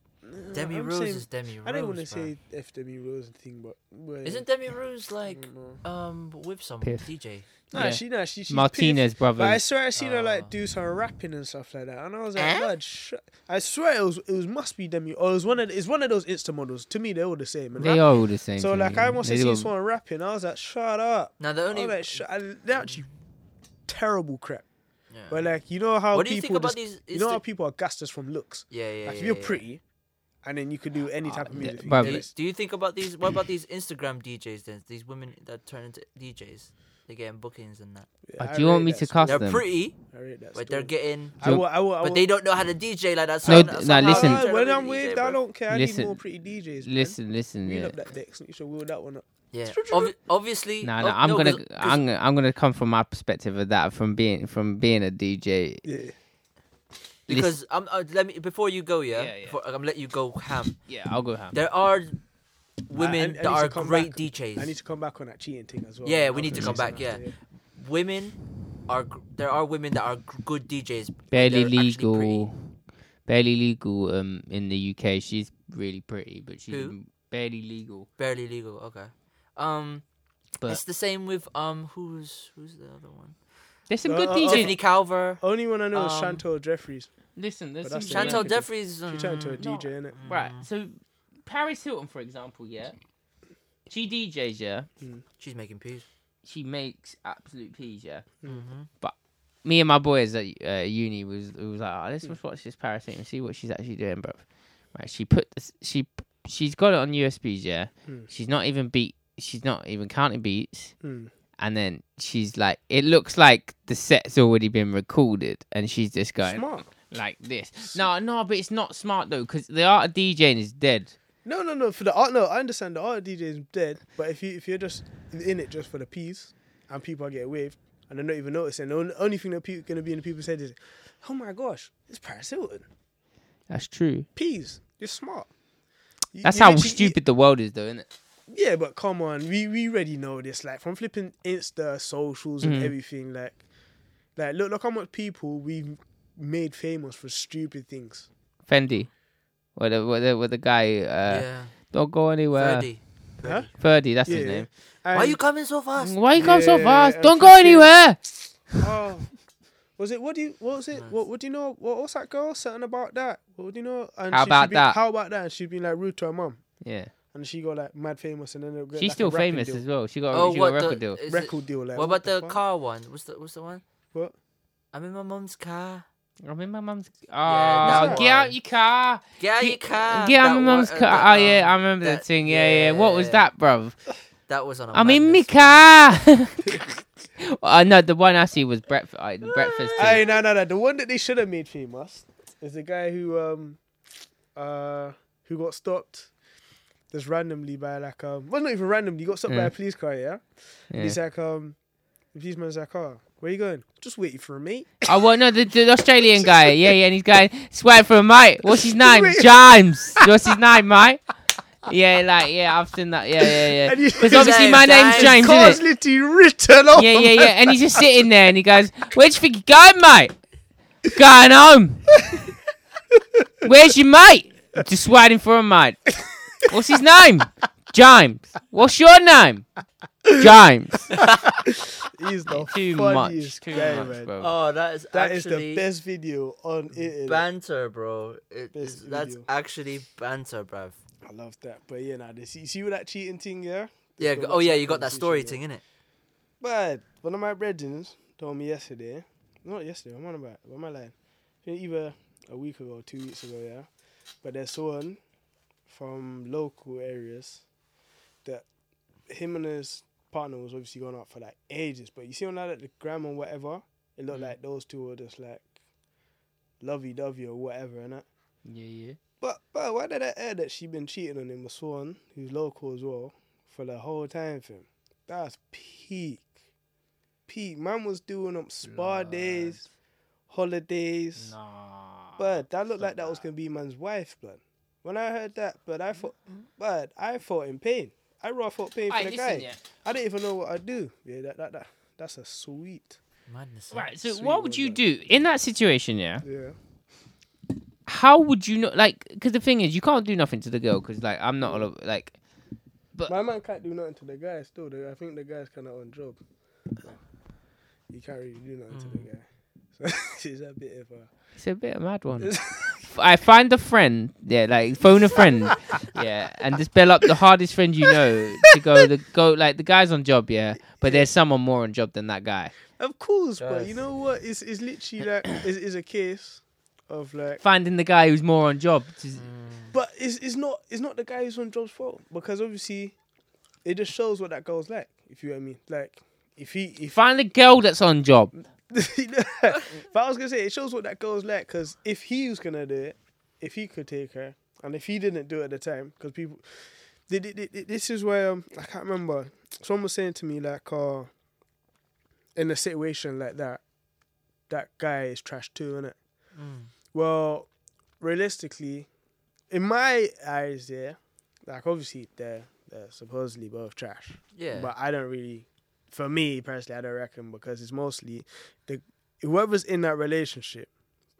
[SPEAKER 1] Demi
[SPEAKER 2] I'm
[SPEAKER 1] Rose
[SPEAKER 2] saying-
[SPEAKER 1] is Demi Rose.
[SPEAKER 2] I don't want
[SPEAKER 1] man.
[SPEAKER 2] to say F Demi Rose thing, but well,
[SPEAKER 1] Isn't Demi Rose like
[SPEAKER 2] know.
[SPEAKER 1] um with some
[SPEAKER 3] Piff.
[SPEAKER 1] DJ?
[SPEAKER 2] Nah,
[SPEAKER 3] Yeah.
[SPEAKER 2] she nah, she she's piff.
[SPEAKER 3] Martinez brothers.
[SPEAKER 2] But I swear I seen her
[SPEAKER 1] Oh.
[SPEAKER 2] like do some rapping and stuff like that, and I was like,
[SPEAKER 3] Eh?
[SPEAKER 2] "Blood, sh-. I swear it was it was must be Demi. Or it was one of it's one of those Insta models. To me, they're all the same. And
[SPEAKER 3] They
[SPEAKER 2] rap-
[SPEAKER 3] are all the same.
[SPEAKER 2] So
[SPEAKER 3] to
[SPEAKER 2] like
[SPEAKER 3] me.
[SPEAKER 2] I must
[SPEAKER 3] They
[SPEAKER 2] have seen
[SPEAKER 3] all-
[SPEAKER 2] someone rapping. I was like, "Shut up!"
[SPEAKER 1] Now the
[SPEAKER 2] I was
[SPEAKER 1] only.
[SPEAKER 2] like, Shut, I, they're actually terrible crap.
[SPEAKER 1] yeah.
[SPEAKER 2] But like you know how
[SPEAKER 1] What do
[SPEAKER 2] people
[SPEAKER 1] you think about
[SPEAKER 2] just-
[SPEAKER 1] these?
[SPEAKER 2] you know
[SPEAKER 1] Insta-
[SPEAKER 2] how people are gassed us from looks.
[SPEAKER 1] yeah, yeah.
[SPEAKER 2] Like
[SPEAKER 1] yeah,
[SPEAKER 2] if you're
[SPEAKER 1] yeah.
[SPEAKER 2] pretty, and then you could do any type of
[SPEAKER 3] yeah,
[SPEAKER 2] music.
[SPEAKER 3] bruv.
[SPEAKER 1] Do you,
[SPEAKER 2] Yes.
[SPEAKER 1] do you think about these? What about these Instagram DJs? Then these women that turn into DJs, they're getting bookings and that.
[SPEAKER 2] Yeah,
[SPEAKER 3] Uh,
[SPEAKER 2] I
[SPEAKER 3] do you want
[SPEAKER 2] rate
[SPEAKER 3] me
[SPEAKER 2] that
[SPEAKER 3] to
[SPEAKER 2] story.
[SPEAKER 3] cast
[SPEAKER 1] They're
[SPEAKER 3] them?
[SPEAKER 1] pretty,
[SPEAKER 2] I rate that
[SPEAKER 1] but they're
[SPEAKER 2] story.
[SPEAKER 1] getting.
[SPEAKER 2] I will, I will, I will,
[SPEAKER 1] But they don't know how to DJ like that.
[SPEAKER 3] No,
[SPEAKER 1] somehow-
[SPEAKER 3] nah,
[SPEAKER 1] somehow
[SPEAKER 3] listen.
[SPEAKER 1] they turn
[SPEAKER 2] when
[SPEAKER 1] into
[SPEAKER 2] I'm
[SPEAKER 1] DJ,
[SPEAKER 2] with,
[SPEAKER 1] bro.
[SPEAKER 2] I don't care. I
[SPEAKER 3] Listen.
[SPEAKER 2] need more pretty DJs. Man.
[SPEAKER 3] Listen, listen.
[SPEAKER 2] Wheel
[SPEAKER 3] Yeah.
[SPEAKER 2] up that Dex. You should wheel that one up.
[SPEAKER 1] Yeah. Obvi- obviously.
[SPEAKER 3] Nah,
[SPEAKER 1] ob-
[SPEAKER 3] nah, I'm
[SPEAKER 1] Oh, no,
[SPEAKER 3] gonna,
[SPEAKER 1] 'cause- 'cause-
[SPEAKER 3] I'm gonna, I'm gonna come from my perspective of that, from being, from being a DJ.
[SPEAKER 2] Yeah.
[SPEAKER 1] because I'm. Uh, let me before you go. Yeah.
[SPEAKER 3] Yeah, yeah.
[SPEAKER 1] Before, I'm let you go ham.
[SPEAKER 3] Yeah, I'll go ham.
[SPEAKER 1] There are
[SPEAKER 2] I- I
[SPEAKER 1] women
[SPEAKER 2] need
[SPEAKER 1] that
[SPEAKER 2] to
[SPEAKER 1] are
[SPEAKER 2] come
[SPEAKER 1] great
[SPEAKER 2] back.
[SPEAKER 1] DJs.
[SPEAKER 2] I need to come back on that cheating thing as well.
[SPEAKER 1] Yeah, we need
[SPEAKER 3] to
[SPEAKER 2] I'll
[SPEAKER 3] come
[SPEAKER 2] finish
[SPEAKER 1] back,
[SPEAKER 2] this one after,
[SPEAKER 1] Women are. gr- There are women that are g- good DJs. but
[SPEAKER 3] Barely
[SPEAKER 1] they're actually pretty.
[SPEAKER 3] legal, barely legal. Um, in the UK, she's really pretty, but she's
[SPEAKER 1] Who?
[SPEAKER 3] barely legal.
[SPEAKER 1] Barely legal. Okay. Um.
[SPEAKER 3] But-
[SPEAKER 1] it's the same with um. Who's who's the other one?
[SPEAKER 3] There's some
[SPEAKER 2] Uh,
[SPEAKER 3] good
[SPEAKER 2] uh,
[SPEAKER 3] DJs.
[SPEAKER 1] Tiffany Calver.
[SPEAKER 2] Only one I know is
[SPEAKER 1] Um,
[SPEAKER 2] Chantel Jeffries.
[SPEAKER 3] Listen, there's some
[SPEAKER 2] But
[SPEAKER 3] good
[SPEAKER 2] that's
[SPEAKER 1] Chantel
[SPEAKER 2] Yeah.
[SPEAKER 1] Jeffries.
[SPEAKER 2] She turned to a
[SPEAKER 1] mm,
[SPEAKER 2] DJ, innit?
[SPEAKER 3] Right. So Paris Hilton, for example, yeah. She DJs, yeah.
[SPEAKER 1] She's making peas.
[SPEAKER 3] She makes absolute peas, yeah.
[SPEAKER 1] Mm-hmm.
[SPEAKER 3] Me and my boys at uh, uni was was like, oh, let's just watch this Paris Hilton and see what she's actually doing, bro. Right. She put this. She she's got it on USBs, yeah.
[SPEAKER 2] Hmm.
[SPEAKER 3] She's not even beat. She's not even counting beats.
[SPEAKER 2] Hmm.
[SPEAKER 3] And then she's like, it looks like the set's already been recorded, and she's just going
[SPEAKER 2] Smart.
[SPEAKER 3] like this. No, no, but it's not smart though, because the art of DJing is dead.
[SPEAKER 2] No, no, no. For the art, no. I understand the art of DJ is dead, but if you if you're just in it just for the peas, and people are getting waved, and they're not even noticing, the only, only thing that people gonna be in the people's head is, oh my gosh, it's Paris Hilton.
[SPEAKER 3] That's true.
[SPEAKER 2] Peas. You're smart. You-
[SPEAKER 3] That's
[SPEAKER 2] you
[SPEAKER 3] how
[SPEAKER 2] literally-
[SPEAKER 3] stupid the world is, though, isn't it?
[SPEAKER 2] Yeah, but come on, we we already know this. Like from flipping Insta, socials, and
[SPEAKER 3] Mhm.
[SPEAKER 2] everything. Like, like look, look how much people we've made famous for stupid things.
[SPEAKER 3] Fendi, what the what the, what the guy? Uh,
[SPEAKER 1] Yeah.
[SPEAKER 3] Don't go anywhere. Ferdy,
[SPEAKER 1] Ferdy.
[SPEAKER 2] Huh?
[SPEAKER 3] that's his
[SPEAKER 2] Yeah.
[SPEAKER 3] name.
[SPEAKER 1] Why are
[SPEAKER 2] And-
[SPEAKER 1] you coming so fast?
[SPEAKER 3] Why you come so
[SPEAKER 2] Yeah,
[SPEAKER 3] fast?
[SPEAKER 2] and
[SPEAKER 3] Don't go
[SPEAKER 2] fucking-
[SPEAKER 3] anywhere.
[SPEAKER 2] Oh, was it? What do you? What was it? What? What do you know? What was that girl? Something about that? What do you know? And
[SPEAKER 3] How
[SPEAKER 2] she- she
[SPEAKER 3] about
[SPEAKER 2] been-
[SPEAKER 3] that?
[SPEAKER 2] How about that? And she been like rude to her mum,
[SPEAKER 3] Yeah,
[SPEAKER 2] and she got like mad famous, and ended up getting,
[SPEAKER 3] she's
[SPEAKER 2] like, a
[SPEAKER 3] still
[SPEAKER 2] rapping
[SPEAKER 3] famous
[SPEAKER 2] deal.
[SPEAKER 3] as well. She got,
[SPEAKER 1] Oh,
[SPEAKER 3] she got
[SPEAKER 1] what
[SPEAKER 3] a record
[SPEAKER 1] the,
[SPEAKER 3] deal.
[SPEAKER 1] is it-
[SPEAKER 2] Record deal. Like,
[SPEAKER 1] what about the,
[SPEAKER 2] fuck?
[SPEAKER 1] car one? What's the what's the one?
[SPEAKER 2] What?
[SPEAKER 1] I'm in my mum's car.
[SPEAKER 3] I'm in my mum's. Oh,
[SPEAKER 1] Yeah, that
[SPEAKER 3] get out
[SPEAKER 1] one.
[SPEAKER 3] your car.
[SPEAKER 1] Get out
[SPEAKER 3] Get-
[SPEAKER 1] your car.
[SPEAKER 3] Get out
[SPEAKER 1] That
[SPEAKER 3] my mum's
[SPEAKER 1] one-
[SPEAKER 3] car.
[SPEAKER 1] that,
[SPEAKER 3] oh yeah,
[SPEAKER 1] um,
[SPEAKER 3] I remember that,
[SPEAKER 1] that-
[SPEAKER 3] thing. Yeah, yeah, What was
[SPEAKER 1] yeah.
[SPEAKER 3] that, bruv?
[SPEAKER 1] That was on. a
[SPEAKER 3] I'm in my
[SPEAKER 1] madness.
[SPEAKER 3] car. I know the one I see was breakfast. Uh, breakfast. Tea.
[SPEAKER 2] Hey, no, no, no. The one that they should have made famous is the guy who um uh who got stopped just randomly by like um well not even randomly, he got stopped by
[SPEAKER 3] Yeah.
[SPEAKER 2] a police car, yeah? And
[SPEAKER 3] Yeah.
[SPEAKER 2] he's like um the policeman's like, Oh, where you going? Just waiting for me.
[SPEAKER 3] Oh well, no, the, the Australian guy. Yeah, yeah, and he's going swipe for a mate. What's his name?
[SPEAKER 2] Wait.
[SPEAKER 3] James. What's his name, mate? Yeah, like yeah, I've seen that. Yeah, yeah,
[SPEAKER 2] And
[SPEAKER 3] yeah.
[SPEAKER 2] you-
[SPEAKER 3] Because obviously
[SPEAKER 1] James,
[SPEAKER 3] my name's
[SPEAKER 1] James.
[SPEAKER 3] James,
[SPEAKER 2] Cars
[SPEAKER 3] isn't it?
[SPEAKER 2] literally written off.
[SPEAKER 3] Yeah, yeah, yeah. And he's just sitting there and he goes, "Where'd you think you're going, mate? Going home. Where's your mate? Just waiting for a mate. What's his name? James. What's your name? James.
[SPEAKER 2] He's the
[SPEAKER 3] Too much.
[SPEAKER 2] funniest
[SPEAKER 3] Too
[SPEAKER 2] guy,
[SPEAKER 3] much,
[SPEAKER 2] man.
[SPEAKER 3] bro.
[SPEAKER 1] Oh, that is
[SPEAKER 2] That is
[SPEAKER 1] actually
[SPEAKER 2] the best video on it.
[SPEAKER 1] banter, bro. It,
[SPEAKER 2] Best
[SPEAKER 1] that's
[SPEAKER 2] video.
[SPEAKER 1] actually banter, bruv.
[SPEAKER 2] I love that. But yeah, nah, this, you see all that cheating thing, yeah?
[SPEAKER 1] Yeah.
[SPEAKER 2] go
[SPEAKER 1] Oh
[SPEAKER 2] back to
[SPEAKER 1] yeah,
[SPEAKER 2] our
[SPEAKER 1] you got that story thing
[SPEAKER 2] conversation,
[SPEAKER 1] in it.
[SPEAKER 2] But one of my brethren told me yesterday, not yesterday, I'm on about, what am I lying? I think Either a week ago or two weeks ago, yeah. But there's someone from local areas that him and his partner was obviously going out for like ages. But you see on that, like, the gram and whatever, it looked
[SPEAKER 3] Mm.
[SPEAKER 2] like those two were just like lovey dovey or whatever, and
[SPEAKER 3] Yeah, yeah.
[SPEAKER 2] but but why did I add that she been cheating on him with Swan, who's local as well, for the whole time fam? That's peak. Peak. Man was doing up spa days, holidays.
[SPEAKER 3] Nah.
[SPEAKER 2] But that looked like that was gonna be man's wife, blood. When I heard that, but I thought but I felt in pain. I rather felt pain for
[SPEAKER 3] Aye,
[SPEAKER 2] the
[SPEAKER 3] Mm-hmm. listen,
[SPEAKER 2] guy.
[SPEAKER 3] yeah.
[SPEAKER 2] I didn't even know what I'd do. Yeah, that that, that that's a sweet
[SPEAKER 1] Madness.
[SPEAKER 3] Right. So
[SPEAKER 2] Sweet
[SPEAKER 3] what would
[SPEAKER 2] one,
[SPEAKER 3] you
[SPEAKER 2] man.
[SPEAKER 3] do in that situation? Yeah.
[SPEAKER 2] Yeah.
[SPEAKER 3] how would you know? Like, because the thing is, you can't do nothing to the girl because, like, I'm not a lo- like.
[SPEAKER 2] My man can't do nothing to the guy still. Though. I think the guy's kind of on job. You can't really do nothing to the guy. So it's a bit of a.
[SPEAKER 3] It's a bit of a mad one. F- I find a friend, yeah, like phone a friend, yeah, and just bell up the hardest friend you know to go the go like the guy's on job, yeah, but there's someone more on job than that guy.
[SPEAKER 2] Of course, but
[SPEAKER 1] Guys.
[SPEAKER 2] you know what? It's it's literally like it's, it's a case of like,
[SPEAKER 3] Finding the guy who's more on job, just-
[SPEAKER 2] but it's it's not it's not the guy who's on job's fault because obviously, it just shows what that girl's like. If you know what I mean, like if he if
[SPEAKER 3] find the girl that's on job.
[SPEAKER 2] if I was gonna say, it shows what that girl's like. Because if he was gonna do it, if he could take her, and if he didn't do it at the time, because people, they, they, they- this is where um, I can't remember. Someone was saying to me like, "Oh, in a situation like that, that guy is trash too, isn't it?" Well, realistically, in my eyes, yeah, like obviously they're they're supposedly both trash.
[SPEAKER 1] Yeah.
[SPEAKER 2] But I don't really, for me personally, I don't reckon because it's mostly the whoever's in that relationship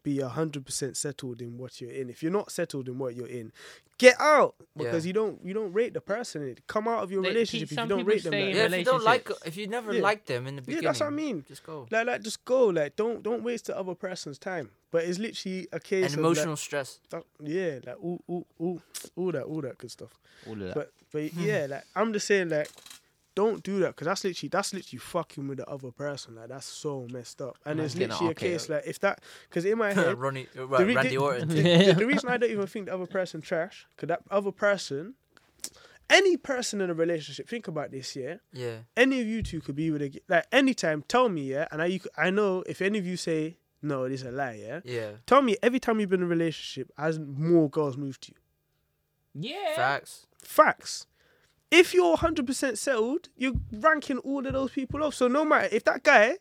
[SPEAKER 2] be hundred percent settled in what you're in. If you're not settled in what you're in, get out because
[SPEAKER 1] Yeah.
[SPEAKER 2] you don't you don't rate the person. Come out of your
[SPEAKER 3] They-
[SPEAKER 2] relationship if
[SPEAKER 3] some
[SPEAKER 2] you don't
[SPEAKER 3] people
[SPEAKER 2] rate them.
[SPEAKER 3] stay
[SPEAKER 2] Like,
[SPEAKER 3] in
[SPEAKER 1] yeah, if you don't like,
[SPEAKER 3] relationships.
[SPEAKER 1] if you never
[SPEAKER 2] Yeah.
[SPEAKER 1] liked them in the
[SPEAKER 2] Yeah,
[SPEAKER 1] beginning,
[SPEAKER 2] that's what I mean.
[SPEAKER 1] Just go.
[SPEAKER 2] like like just go. Like don't don't waste the other person's time. But it's literally a case
[SPEAKER 1] and
[SPEAKER 2] of like,
[SPEAKER 1] emotional stress.
[SPEAKER 2] that- yeah, like all all all all that all that good stuff.
[SPEAKER 3] All of that.
[SPEAKER 2] But but yeah, like I'm just saying, like don't do that because that's literally that's literally fucking with the other person. Like that's so messed up. And it's
[SPEAKER 3] Man's getting
[SPEAKER 2] literally a
[SPEAKER 3] arcade.
[SPEAKER 2] case like if that because in my head,
[SPEAKER 1] Ronnie, uh, right,
[SPEAKER 2] re-
[SPEAKER 1] Randy
[SPEAKER 2] the-
[SPEAKER 1] Orton.
[SPEAKER 2] the, the- the reason I don't even think the other person trash because that other person, any person in a relationship, think about this, yeah.
[SPEAKER 1] yeah,
[SPEAKER 2] Any of you two could be with a g- like anytime. Tell me, yeah, and I you, c- I know if any of you say no, it is a lie, yeah.
[SPEAKER 1] yeah,
[SPEAKER 2] Tell me every time you've been in a relationship, has more girls moved to you?
[SPEAKER 3] Yeah.
[SPEAKER 1] facts.
[SPEAKER 2] Facts. If you're 100% settled, you're ranking all of those people off. So no matter if that guy,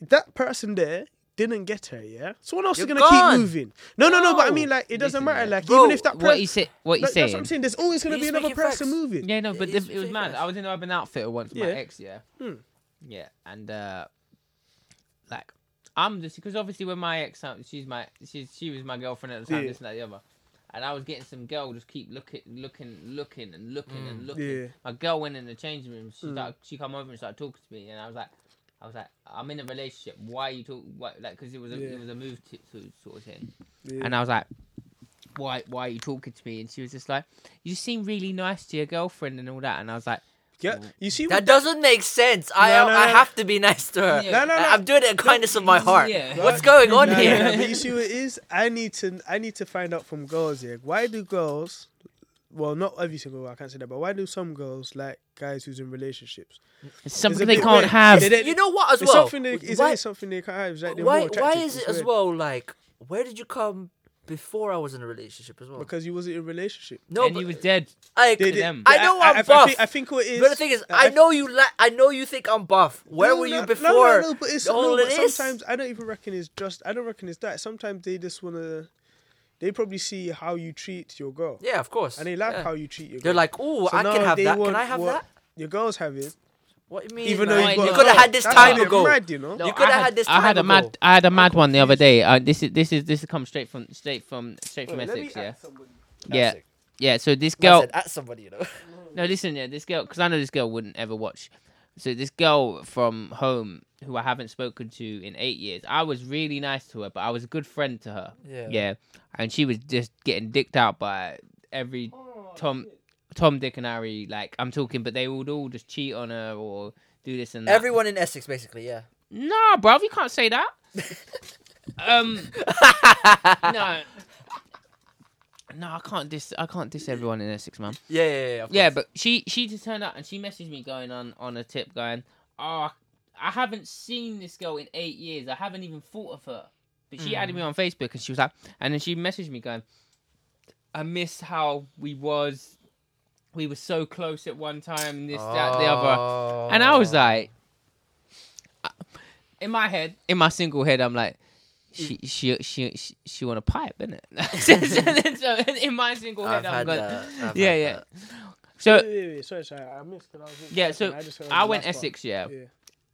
[SPEAKER 2] that person there didn't get her, yeah, someone else
[SPEAKER 1] You're
[SPEAKER 2] is gonna
[SPEAKER 1] gone.
[SPEAKER 2] keep moving. No, no, no. But I
[SPEAKER 1] No.
[SPEAKER 2] mean, like, it doesn't
[SPEAKER 3] Listen,
[SPEAKER 2] matter.
[SPEAKER 3] yeah.
[SPEAKER 2] Like,
[SPEAKER 1] Bro,
[SPEAKER 2] even if that
[SPEAKER 3] What
[SPEAKER 2] person,
[SPEAKER 3] you say? What you
[SPEAKER 2] that's what
[SPEAKER 3] saying?
[SPEAKER 2] I'm saying. There's always gonna
[SPEAKER 1] He's
[SPEAKER 2] be another
[SPEAKER 1] making
[SPEAKER 2] person
[SPEAKER 1] facts.
[SPEAKER 2] moving.
[SPEAKER 3] Yeah, no,
[SPEAKER 1] Yeah,
[SPEAKER 3] but
[SPEAKER 1] it's-
[SPEAKER 3] the, it was
[SPEAKER 1] it's
[SPEAKER 3] mad.
[SPEAKER 1] nice.
[SPEAKER 3] I was in Urban Outfitter once, my
[SPEAKER 2] Yeah.
[SPEAKER 3] ex, yeah.
[SPEAKER 2] Hmm.
[SPEAKER 3] Yeah, and uh like I'm just because obviously when my ex, uh, she's my she she was my girlfriend at the time,
[SPEAKER 2] Yeah.
[SPEAKER 3] this and that, the other, and I was getting some girl just keep looking, looking, looking, and looking and looking.
[SPEAKER 2] Hmm. Yeah. Hmm.
[SPEAKER 3] My girl went in the changing room. She started, she come over and started talking to me, and I was like. I was like, I'm in a relationship. Why you talk? Why, like, because it was a
[SPEAKER 2] Yeah.
[SPEAKER 3] it was a move to, to sort of thing.
[SPEAKER 2] Yeah.
[SPEAKER 3] And I was like, why, why are you talking to me? And she was just like, you seem really nice to your girlfriend and all that. And I was like,
[SPEAKER 2] Yeah, you see
[SPEAKER 1] That
[SPEAKER 2] what?
[SPEAKER 1] doesn't make sense. I
[SPEAKER 2] No,
[SPEAKER 1] am,
[SPEAKER 2] no,
[SPEAKER 1] I
[SPEAKER 2] no.
[SPEAKER 1] have to be nice to her.
[SPEAKER 3] Yeah. No,
[SPEAKER 2] no,
[SPEAKER 1] I-
[SPEAKER 2] no.
[SPEAKER 1] I'm doing it in kindness of my heart.
[SPEAKER 3] yeah.
[SPEAKER 1] What's going on
[SPEAKER 2] Nah,
[SPEAKER 1] here?
[SPEAKER 2] nah, but you see what it is? I need to I need to find out from girls here. Why do girls well not every single girl, I can't say that, but why do some girls like guys who's in relationships?
[SPEAKER 3] it's
[SPEAKER 2] It's
[SPEAKER 3] something
[SPEAKER 2] a
[SPEAKER 3] they
[SPEAKER 2] bit
[SPEAKER 3] can't
[SPEAKER 2] weird.
[SPEAKER 3] have.
[SPEAKER 2] They don't-
[SPEAKER 1] You know what? As
[SPEAKER 2] It's
[SPEAKER 1] well,
[SPEAKER 2] something they, it's
[SPEAKER 1] why,
[SPEAKER 2] only something they can't have. It's like they're
[SPEAKER 1] why,
[SPEAKER 2] more
[SPEAKER 1] why
[SPEAKER 2] attractive,
[SPEAKER 1] is it
[SPEAKER 2] it's
[SPEAKER 1] as
[SPEAKER 2] weird.
[SPEAKER 1] well? Like, where did you come before I was in a relationship as well?
[SPEAKER 2] Because you wasn't in a relationship.
[SPEAKER 1] no,
[SPEAKER 3] and
[SPEAKER 1] but
[SPEAKER 3] he was dead.
[SPEAKER 1] like,
[SPEAKER 3] they-
[SPEAKER 2] They- they-
[SPEAKER 3] them.
[SPEAKER 1] I know
[SPEAKER 2] I,
[SPEAKER 1] I'm
[SPEAKER 2] I, I,
[SPEAKER 1] buff.
[SPEAKER 2] think, I think what it is.
[SPEAKER 1] but the thing is, I, know you. La- I know you think I'm buff. Where
[SPEAKER 2] No,
[SPEAKER 1] were you
[SPEAKER 2] no, no,
[SPEAKER 1] before?
[SPEAKER 2] No, no, but it's
[SPEAKER 1] the whole
[SPEAKER 2] no, but
[SPEAKER 1] of this?
[SPEAKER 2] sometimes I don't even reckon it's just. I don't reckon it's that. Sometimes they just wanna. They probably see how you treat your girl,
[SPEAKER 1] Yeah, of course.
[SPEAKER 2] and they like
[SPEAKER 1] yeah.
[SPEAKER 2] how you treat your.
[SPEAKER 1] They're
[SPEAKER 2] girl.
[SPEAKER 1] like, "Oh,
[SPEAKER 2] So
[SPEAKER 1] I
[SPEAKER 2] now
[SPEAKER 1] can have
[SPEAKER 2] they
[SPEAKER 1] that. Can
[SPEAKER 2] want
[SPEAKER 1] I have
[SPEAKER 2] what
[SPEAKER 1] that?"
[SPEAKER 2] Your girls have it,
[SPEAKER 1] What do you mean? man?
[SPEAKER 2] even though
[SPEAKER 3] I
[SPEAKER 2] you've got.
[SPEAKER 3] know.
[SPEAKER 1] you could have had this
[SPEAKER 2] That's
[SPEAKER 1] time
[SPEAKER 2] a bit
[SPEAKER 1] ago.
[SPEAKER 2] Mad, you know.
[SPEAKER 1] No, You coulda
[SPEAKER 3] I
[SPEAKER 1] had this
[SPEAKER 3] I had a
[SPEAKER 1] time ago.
[SPEAKER 3] mad, I had a mad one the other day. Uh, this is this is this has come straight from straight from straight from Essex. Yeah, yeah, yeah. So this
[SPEAKER 1] Man
[SPEAKER 3] girl,
[SPEAKER 1] said, at somebody, you know.
[SPEAKER 3] No, listen, yeah, this girl, because I know this girl wouldn't ever watch. So this girl from home, who I haven't spoken to in eight years, I was really nice to her, but I was a good friend to her.
[SPEAKER 1] Yeah.
[SPEAKER 3] Yeah, and she was just getting dicked out by every Tom, Tom, Dick, and Harry. Like I'm talking, but they would all just cheat on her or do this and that.
[SPEAKER 1] Everyone in Essex, basically, yeah.
[SPEAKER 3] Nah, bruv, you can't say that. um, no. No, I can't diss. I can't diss everyone in Essex, man.
[SPEAKER 1] Yeah, yeah, yeah.
[SPEAKER 3] Yeah, but she she just turned up and she messaged me going on on a tip going, oh, I haven't seen this girl in eight years. I haven't even thought of her. But she added me
[SPEAKER 1] Mm.
[SPEAKER 3] on Facebook and she was like, and then she messaged me going, I miss how we was, we were so close at one time. This that the other.
[SPEAKER 1] Oh,
[SPEAKER 3] And I was like, in my head, in my single head, I'm like, she she she she, she want a pipe, isn't it? so in my single
[SPEAKER 1] I've
[SPEAKER 3] head, I'm
[SPEAKER 1] had
[SPEAKER 3] going,
[SPEAKER 1] that. I've
[SPEAKER 3] yeah,
[SPEAKER 1] had
[SPEAKER 3] yeah.
[SPEAKER 1] that.
[SPEAKER 3] So
[SPEAKER 2] Wait, wait, wait, sorry, sorry, I missed. 'cause I was
[SPEAKER 3] yeah, so
[SPEAKER 2] I, just heard
[SPEAKER 3] I
[SPEAKER 2] the
[SPEAKER 3] went
[SPEAKER 2] last part.
[SPEAKER 3] Essex, yeah.
[SPEAKER 2] Yeah.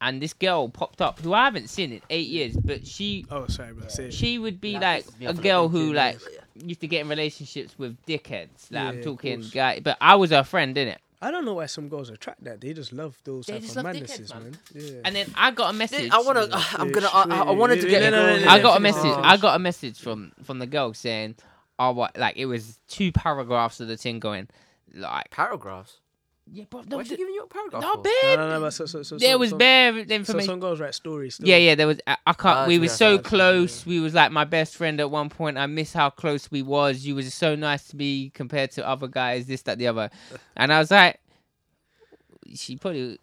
[SPEAKER 3] and this girl popped up who I haven't seen in eight years, but she
[SPEAKER 2] Oh, sorry, bro. Say it.
[SPEAKER 3] she would be
[SPEAKER 5] Yeah,
[SPEAKER 3] like
[SPEAKER 5] this is me
[SPEAKER 3] a
[SPEAKER 5] after
[SPEAKER 3] girl
[SPEAKER 5] like
[SPEAKER 3] who
[SPEAKER 5] 18
[SPEAKER 3] like
[SPEAKER 5] years.
[SPEAKER 3] used to get in relationships with dickheads. Like I'm
[SPEAKER 2] Yeah, of
[SPEAKER 3] talking
[SPEAKER 2] course.
[SPEAKER 3] guy, but I was her friend, didn't it?
[SPEAKER 2] I don't know why some girls attract that. They just love those
[SPEAKER 3] They
[SPEAKER 2] type
[SPEAKER 3] just
[SPEAKER 2] of
[SPEAKER 3] love dickheads,
[SPEAKER 2] madnesses,
[SPEAKER 3] man.
[SPEAKER 2] man. Yeah.
[SPEAKER 3] And then I got a message.
[SPEAKER 1] I wanna. I'm gonna. I, I- I wanted to
[SPEAKER 2] Yeah,
[SPEAKER 1] get.
[SPEAKER 2] no, no, no, no,
[SPEAKER 3] I got a
[SPEAKER 2] finish,
[SPEAKER 3] message.
[SPEAKER 2] finish,
[SPEAKER 3] I got a message from from the girl saying, "Oh, what?" Like it was two paragraphs of the thing going, like,
[SPEAKER 1] paragraphs.
[SPEAKER 3] "Yeah, but
[SPEAKER 1] Why
[SPEAKER 3] no,
[SPEAKER 1] is she
[SPEAKER 3] no,
[SPEAKER 1] giving you a paragraph? for?
[SPEAKER 2] no,
[SPEAKER 3] babe."
[SPEAKER 2] no, no, but so, so, so,
[SPEAKER 3] There
[SPEAKER 2] some,
[SPEAKER 3] was
[SPEAKER 2] some,
[SPEAKER 3] bare
[SPEAKER 2] so
[SPEAKER 3] information.
[SPEAKER 2] some girls write stories. Still.
[SPEAKER 3] yeah, yeah, there was. I, I can't.
[SPEAKER 1] Ah,
[SPEAKER 3] we
[SPEAKER 1] yeah,
[SPEAKER 3] were
[SPEAKER 1] that's
[SPEAKER 3] so
[SPEAKER 1] right, that's right, yeah.
[SPEAKER 3] close. We was like my best friend at one point. I miss how close we was. You was so nice to me compared to other guys. This, that, the other. And I was like, she probably.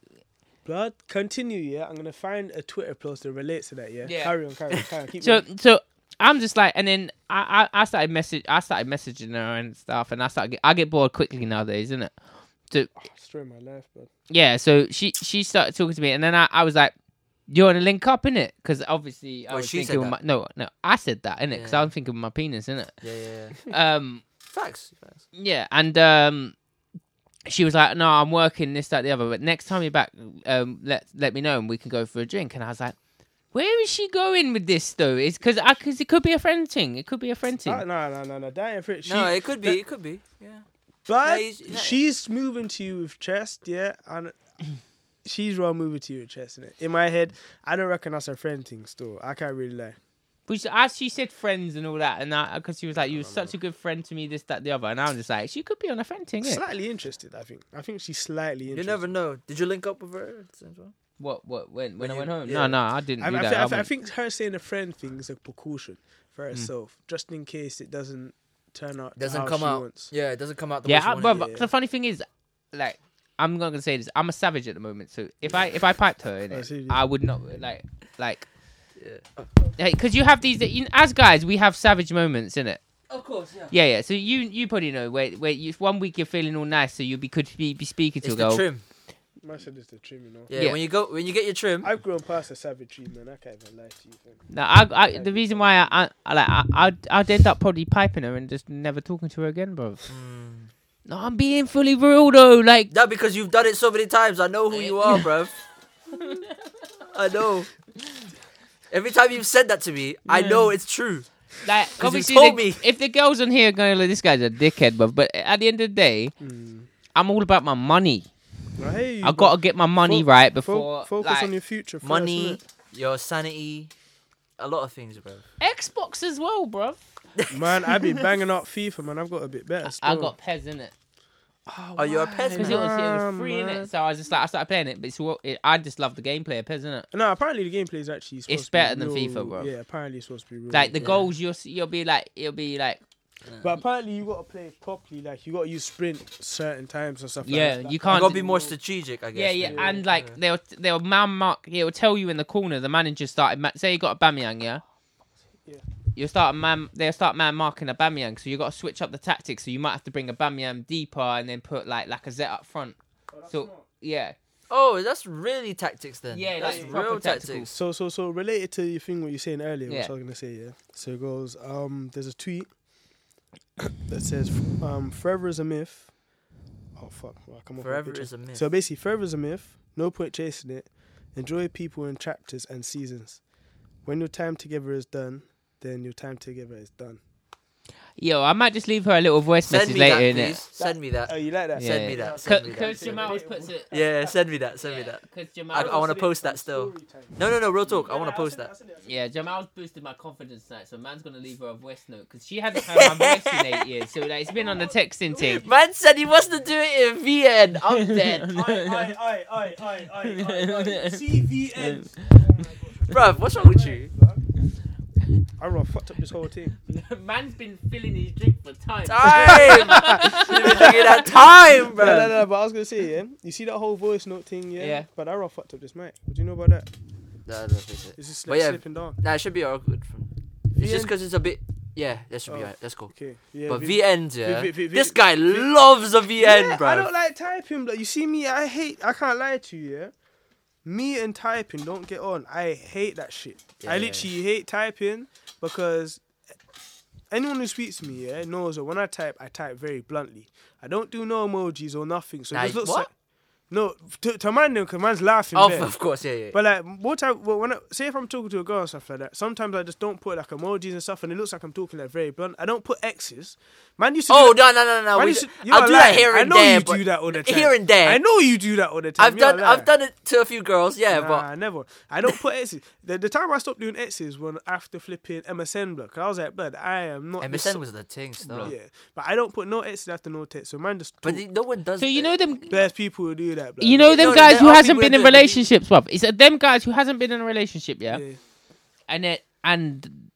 [SPEAKER 2] Blood. Continue. Yeah, I'm gonna find a Twitter post that relates to that. Yeah.
[SPEAKER 3] Yeah.
[SPEAKER 2] Carry on. Carry on. Carry on. Keep
[SPEAKER 3] So,
[SPEAKER 2] going.
[SPEAKER 3] so I'm just like, and then I, I, I started message. I started messaging her and stuff, and I started. Get, I get bored quickly nowadays, isn't it?
[SPEAKER 2] Story of my life, bro.
[SPEAKER 3] Yeah. So she, she started talking to me, and then I, I was like. You want to link up in it? Because obviously I
[SPEAKER 1] Well,
[SPEAKER 3] was
[SPEAKER 1] she said
[SPEAKER 3] thinking with my
[SPEAKER 1] that.
[SPEAKER 3] no, no, I said that in it because
[SPEAKER 1] Yeah.
[SPEAKER 3] I was thinking with my penis in it.
[SPEAKER 1] Yeah, yeah, yeah.
[SPEAKER 3] Um,
[SPEAKER 1] Facts. Facts.
[SPEAKER 3] Yeah, and um, she was like, "No, I'm working this, that, the other. But next time you're back, um, let let me know and we can go for a drink." And I was like, "Where is she going with this though? It's because because it could be a friend thing. It could be a friend
[SPEAKER 2] Ah,
[SPEAKER 3] thing.
[SPEAKER 2] No, no, no, no. That ain't for it. She,
[SPEAKER 1] no, it could be. It could be. Yeah.
[SPEAKER 2] But
[SPEAKER 1] No, he's- no.
[SPEAKER 2] she's moving to you with chest, yeah, and she's wrong moving to you with chest. Innit? In my head, I don't recognize her friend thing still. I can't really lie.
[SPEAKER 3] Which as she said, friends and all that, and because she was like, "You were such a good friend to me, this, that, the other." And I was just like, "She could be on a friend thing. Yeah.
[SPEAKER 2] Slightly interested, I think. I think she's slightly
[SPEAKER 1] You
[SPEAKER 2] interested.
[SPEAKER 1] never know. Did you link up with her at the same time?
[SPEAKER 3] What? What? When? When I
[SPEAKER 1] you-
[SPEAKER 3] went home?
[SPEAKER 1] yeah.
[SPEAKER 3] No, no, I didn't
[SPEAKER 2] I, I,
[SPEAKER 3] do
[SPEAKER 2] thi-
[SPEAKER 3] that.
[SPEAKER 2] I,
[SPEAKER 3] I
[SPEAKER 2] thi- I
[SPEAKER 3] wouldn't.
[SPEAKER 2] think her saying a friend thing is a precaution
[SPEAKER 3] Mm.
[SPEAKER 2] for herself, just in case it doesn't turn out. to
[SPEAKER 1] Doesn't
[SPEAKER 2] how
[SPEAKER 1] come
[SPEAKER 2] Oh, she
[SPEAKER 1] out.
[SPEAKER 2] Wants.
[SPEAKER 1] Yeah, it doesn't come out. The
[SPEAKER 3] yeah, I,
[SPEAKER 1] way she
[SPEAKER 3] but,
[SPEAKER 1] wanted it.
[SPEAKER 3] the funny thing is, like, I'm not gonna say this. I'm a savage at the moment, so if I if I piped her in
[SPEAKER 2] I
[SPEAKER 3] it,
[SPEAKER 2] see you.
[SPEAKER 3] I would not like like
[SPEAKER 1] Yeah.
[SPEAKER 3] because you have these you, as guys we have savage moments in it.
[SPEAKER 5] Of course, yeah.
[SPEAKER 3] Yeah, yeah. So you you probably know where where you, one week you're feeling all nice, so you be could be, be speaking to
[SPEAKER 1] It's
[SPEAKER 3] a
[SPEAKER 1] the
[SPEAKER 3] girl.
[SPEAKER 1] trim.
[SPEAKER 2] Man said it's the trim, you know.
[SPEAKER 1] Yeah,
[SPEAKER 3] Yeah.
[SPEAKER 1] When you go, when you get your trim,
[SPEAKER 2] I've grown past the savagery, man. I can't even lie to you. Fam.
[SPEAKER 3] No, I, I the reason why I, I, I like I I'd, I'd end up probably piping her and just never talking to her again, bro.
[SPEAKER 1] Mm.
[SPEAKER 3] No, I'm being fully real though. Like
[SPEAKER 1] that because you've done it so many times. I know who you are, bruv. I know. Every time you've said that to me, I know it's true.
[SPEAKER 3] Like
[SPEAKER 1] you
[SPEAKER 3] obviously,
[SPEAKER 1] told
[SPEAKER 3] the-
[SPEAKER 1] me.
[SPEAKER 3] if the girls on here are going like this guy's a dickhead, but but at the end of the day,
[SPEAKER 2] Mm.
[SPEAKER 3] I'm all about my money.
[SPEAKER 2] Well, hey,
[SPEAKER 3] I gotta get my money right before
[SPEAKER 2] focus
[SPEAKER 3] like,
[SPEAKER 2] on your future. First,
[SPEAKER 1] Money,
[SPEAKER 2] innit?
[SPEAKER 1] your sanity, a lot of things, bro.
[SPEAKER 3] Xbox as well, bruv.
[SPEAKER 2] man. I've been banging out FIFA, man. I've got a bit better. Still.
[SPEAKER 3] I got Pez in it
[SPEAKER 1] Oh, you're a pet.
[SPEAKER 3] because it was, it was free in it, so I was just like I started playing it. But it's what it, I just love the gameplay of Pez in it.
[SPEAKER 2] No, apparently the gameplay is actually supposed
[SPEAKER 3] It's
[SPEAKER 2] to be
[SPEAKER 3] better than
[SPEAKER 2] real-
[SPEAKER 3] FIFA, bro.
[SPEAKER 2] Yeah, apparently it's supposed to be real.
[SPEAKER 3] Like the goals, you'll see- you'll be like you'll be like
[SPEAKER 2] but apparently you gotta play it properly. Like you gotta use sprint certain times and stuff.
[SPEAKER 3] yeah,
[SPEAKER 2] like that.
[SPEAKER 3] you
[SPEAKER 1] I
[SPEAKER 3] can't.
[SPEAKER 1] gotta be more strategic, I
[SPEAKER 3] yeah,
[SPEAKER 1] guess.
[SPEAKER 3] yeah,
[SPEAKER 1] maybe.
[SPEAKER 3] and like they'll they'll man mark. It'll tell you in the corner. The manager started. Ma- say you got a Bamiyang, yeah.
[SPEAKER 2] Yeah.
[SPEAKER 3] You'll start a man. They'll start man marking a Bamiyang, so you got to switch up the tactics. So you might have to bring a Bamiyang deeper and then put like Lacazette up front. so yeah,
[SPEAKER 1] Oh, that's really tactics then.
[SPEAKER 3] Yeah,
[SPEAKER 1] that's
[SPEAKER 3] like proper
[SPEAKER 1] real
[SPEAKER 3] tactical.
[SPEAKER 1] tactics.
[SPEAKER 2] So so so related to your thing what you're saying earlier,
[SPEAKER 3] Yeah.
[SPEAKER 2] which I was gonna say, yeah. So it goes, um, there's a tweet that says um forever is a myth. Oh fuck, well, I come off my
[SPEAKER 1] Forever
[SPEAKER 2] picture.
[SPEAKER 1] is a myth.
[SPEAKER 2] So basically forever is a myth, no point chasing it. Enjoy people in chapters and seasons. When your time together is done, then your time together is done.
[SPEAKER 3] yo, I might just leave her a little voice
[SPEAKER 1] Send
[SPEAKER 3] message
[SPEAKER 1] me
[SPEAKER 3] later
[SPEAKER 1] that,
[SPEAKER 3] in
[SPEAKER 1] please.
[SPEAKER 3] it.
[SPEAKER 1] Send me that.
[SPEAKER 2] Oh, you like that?
[SPEAKER 3] Yeah.
[SPEAKER 1] Send me that. Send me that.
[SPEAKER 3] Because Jamal always puts it.
[SPEAKER 1] Yeah, send me that. Send me that.
[SPEAKER 3] Because
[SPEAKER 1] I, I want to post that still. No, no, no, real talk. I want to post that.
[SPEAKER 3] Yeah, Jamal's boosted my confidence tonight, so man's gonna leave her a voice note because she hasn't heard my voice in eight years. So like, it's been on the texting thing.
[SPEAKER 1] Man said he wants to do it in VN. I'm dead.
[SPEAKER 2] Aye, aye, aye, aye, aye, aye, aye. CVN.
[SPEAKER 1] Bruv, what's wrong with you?
[SPEAKER 2] I run fucked up this whole team.
[SPEAKER 3] Man's been filling his drink for time.
[SPEAKER 2] Ah.
[SPEAKER 1] Time! You've been drinking that time,
[SPEAKER 2] No, no,
[SPEAKER 1] bruv.
[SPEAKER 2] no, but I was gonna say, yeah, you see that whole voice note thing, yeah?
[SPEAKER 3] Yeah.
[SPEAKER 2] But I run fucked up this mic. What do you know about that?
[SPEAKER 1] No, no, fix it.
[SPEAKER 2] It's just
[SPEAKER 1] But
[SPEAKER 2] like
[SPEAKER 1] yeah.
[SPEAKER 2] slipping down.
[SPEAKER 1] Nah, it should be awkward. It's just
[SPEAKER 2] VN.
[SPEAKER 1] because it's a bit. Yeah, that should be
[SPEAKER 2] Oh.
[SPEAKER 1] alright. That's cool.
[SPEAKER 2] Okay. Yeah.
[SPEAKER 1] But
[SPEAKER 2] V-
[SPEAKER 1] VNs, yeah.
[SPEAKER 2] V- V- V-
[SPEAKER 1] This guy loves a VN,
[SPEAKER 2] yeah, I
[SPEAKER 1] bruv.
[SPEAKER 2] don't like typing, but you see me, I hate. I can't lie to you, yeah. Me and typing don't get on. I hate that shit.
[SPEAKER 1] Yeah,
[SPEAKER 2] I
[SPEAKER 1] yeah.
[SPEAKER 2] literally hate typing because anyone who speaks to me, yeah, knows that when I type, I type very bluntly. I don't do no emojis or nothing. So it
[SPEAKER 1] Nah,
[SPEAKER 2] just looks
[SPEAKER 1] what?
[SPEAKER 2] like No, to, to man, because man's laughing.
[SPEAKER 1] Oh,
[SPEAKER 2] there.
[SPEAKER 1] of course, yeah, yeah.
[SPEAKER 2] But like, what I well, when I, say if I'm talking to a girl and stuff like that, sometimes I just don't put like emojis and stuff, and it looks like I'm talking like very blunt. I don't put X's. Man used to.
[SPEAKER 1] oh
[SPEAKER 2] do that-
[SPEAKER 1] no, no, no, no.
[SPEAKER 2] man
[SPEAKER 1] we
[SPEAKER 2] used
[SPEAKER 1] d-
[SPEAKER 2] to- you
[SPEAKER 1] I'll
[SPEAKER 2] are
[SPEAKER 1] do that
[SPEAKER 2] lying.
[SPEAKER 1] here and
[SPEAKER 2] I know
[SPEAKER 1] there.
[SPEAKER 2] you
[SPEAKER 1] but
[SPEAKER 2] do that all the time.
[SPEAKER 1] Here and there.
[SPEAKER 2] I know you do that all the time.
[SPEAKER 1] I've
[SPEAKER 2] you are
[SPEAKER 1] done. I've
[SPEAKER 2] lying.
[SPEAKER 1] done it to a few girls. Yeah,
[SPEAKER 2] Nah, never. I don't put X's. The, the time I stopped doing X's was after flipping MSN block. I was like, bud, I am not.
[SPEAKER 1] but
[SPEAKER 2] this
[SPEAKER 1] MSN
[SPEAKER 2] so-
[SPEAKER 1] was the thing, stuff.
[SPEAKER 2] Yeah, but I don't put no X's after no text. So man, just.
[SPEAKER 1] But
[SPEAKER 2] talk.
[SPEAKER 1] the- no one does.
[SPEAKER 3] So you
[SPEAKER 1] that.
[SPEAKER 3] know them.
[SPEAKER 2] There's people who do that. blood.
[SPEAKER 3] You know
[SPEAKER 1] No,
[SPEAKER 3] them
[SPEAKER 1] no,
[SPEAKER 3] guys who
[SPEAKER 1] there are
[SPEAKER 3] hasn't
[SPEAKER 1] people
[SPEAKER 3] been
[SPEAKER 1] that
[SPEAKER 3] in
[SPEAKER 1] do it.
[SPEAKER 3] relationships, bruv. It's uh, them guys who hasn't been in a relationship, yeah,
[SPEAKER 2] Yeah.
[SPEAKER 3] and it and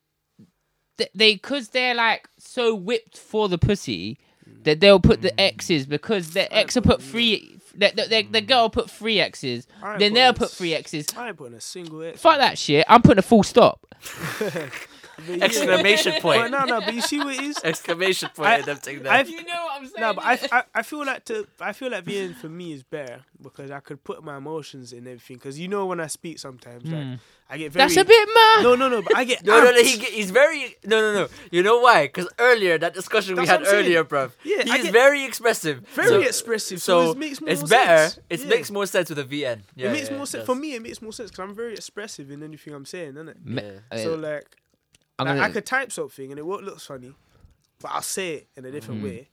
[SPEAKER 3] th- they because they're like so whipped for the pussy that they'll put
[SPEAKER 2] Mm.
[SPEAKER 3] the X's because the ex will put three. The, the, the, the girl put three X's,
[SPEAKER 2] I
[SPEAKER 3] then
[SPEAKER 2] put
[SPEAKER 3] they'll
[SPEAKER 2] this.
[SPEAKER 3] put three X's.
[SPEAKER 2] I ain't putting a single X.
[SPEAKER 3] Fuck that shit. I'm putting a full stop.
[SPEAKER 2] But yeah.
[SPEAKER 1] Exclamation
[SPEAKER 2] But
[SPEAKER 1] point!
[SPEAKER 2] no, no. But you see what it is.
[SPEAKER 1] Exclamation point!
[SPEAKER 2] I-
[SPEAKER 1] and them taking that.
[SPEAKER 2] I've-
[SPEAKER 3] You know what I'm saying?
[SPEAKER 2] No, but I, I, I feel like to I feel like being for me is better because I could put my emotions in everything. Because you know when I speak sometimes, like, I get very.
[SPEAKER 3] That's a bit mad.
[SPEAKER 2] No, no, no. But I get.
[SPEAKER 1] No, no, no,
[SPEAKER 2] amped.
[SPEAKER 1] he, ge- he's very. No, no, no. You know why? Because earlier, that discussion we
[SPEAKER 2] That's
[SPEAKER 1] had
[SPEAKER 2] what I'm saying.
[SPEAKER 1] earlier, bruv.
[SPEAKER 2] Yeah, I
[SPEAKER 1] he's
[SPEAKER 2] get-
[SPEAKER 1] very expressive.
[SPEAKER 2] Very expressive, so it makes more
[SPEAKER 1] it's better.
[SPEAKER 2] sense.
[SPEAKER 1] It
[SPEAKER 2] Yeah.
[SPEAKER 1] makes more sense with a VN. Yeah,
[SPEAKER 2] it makes
[SPEAKER 1] yeah,
[SPEAKER 2] more
[SPEAKER 1] it
[SPEAKER 2] sense
[SPEAKER 1] does.
[SPEAKER 2] for me. It makes more sense because I'm very expressive in anything I'm saying, isn't it?
[SPEAKER 3] Me-
[SPEAKER 1] Yeah.
[SPEAKER 3] uh,
[SPEAKER 2] So like,
[SPEAKER 3] I'm
[SPEAKER 2] like,
[SPEAKER 3] gonna,
[SPEAKER 2] I could type something and it won't look funny, but I'll say it in a different way,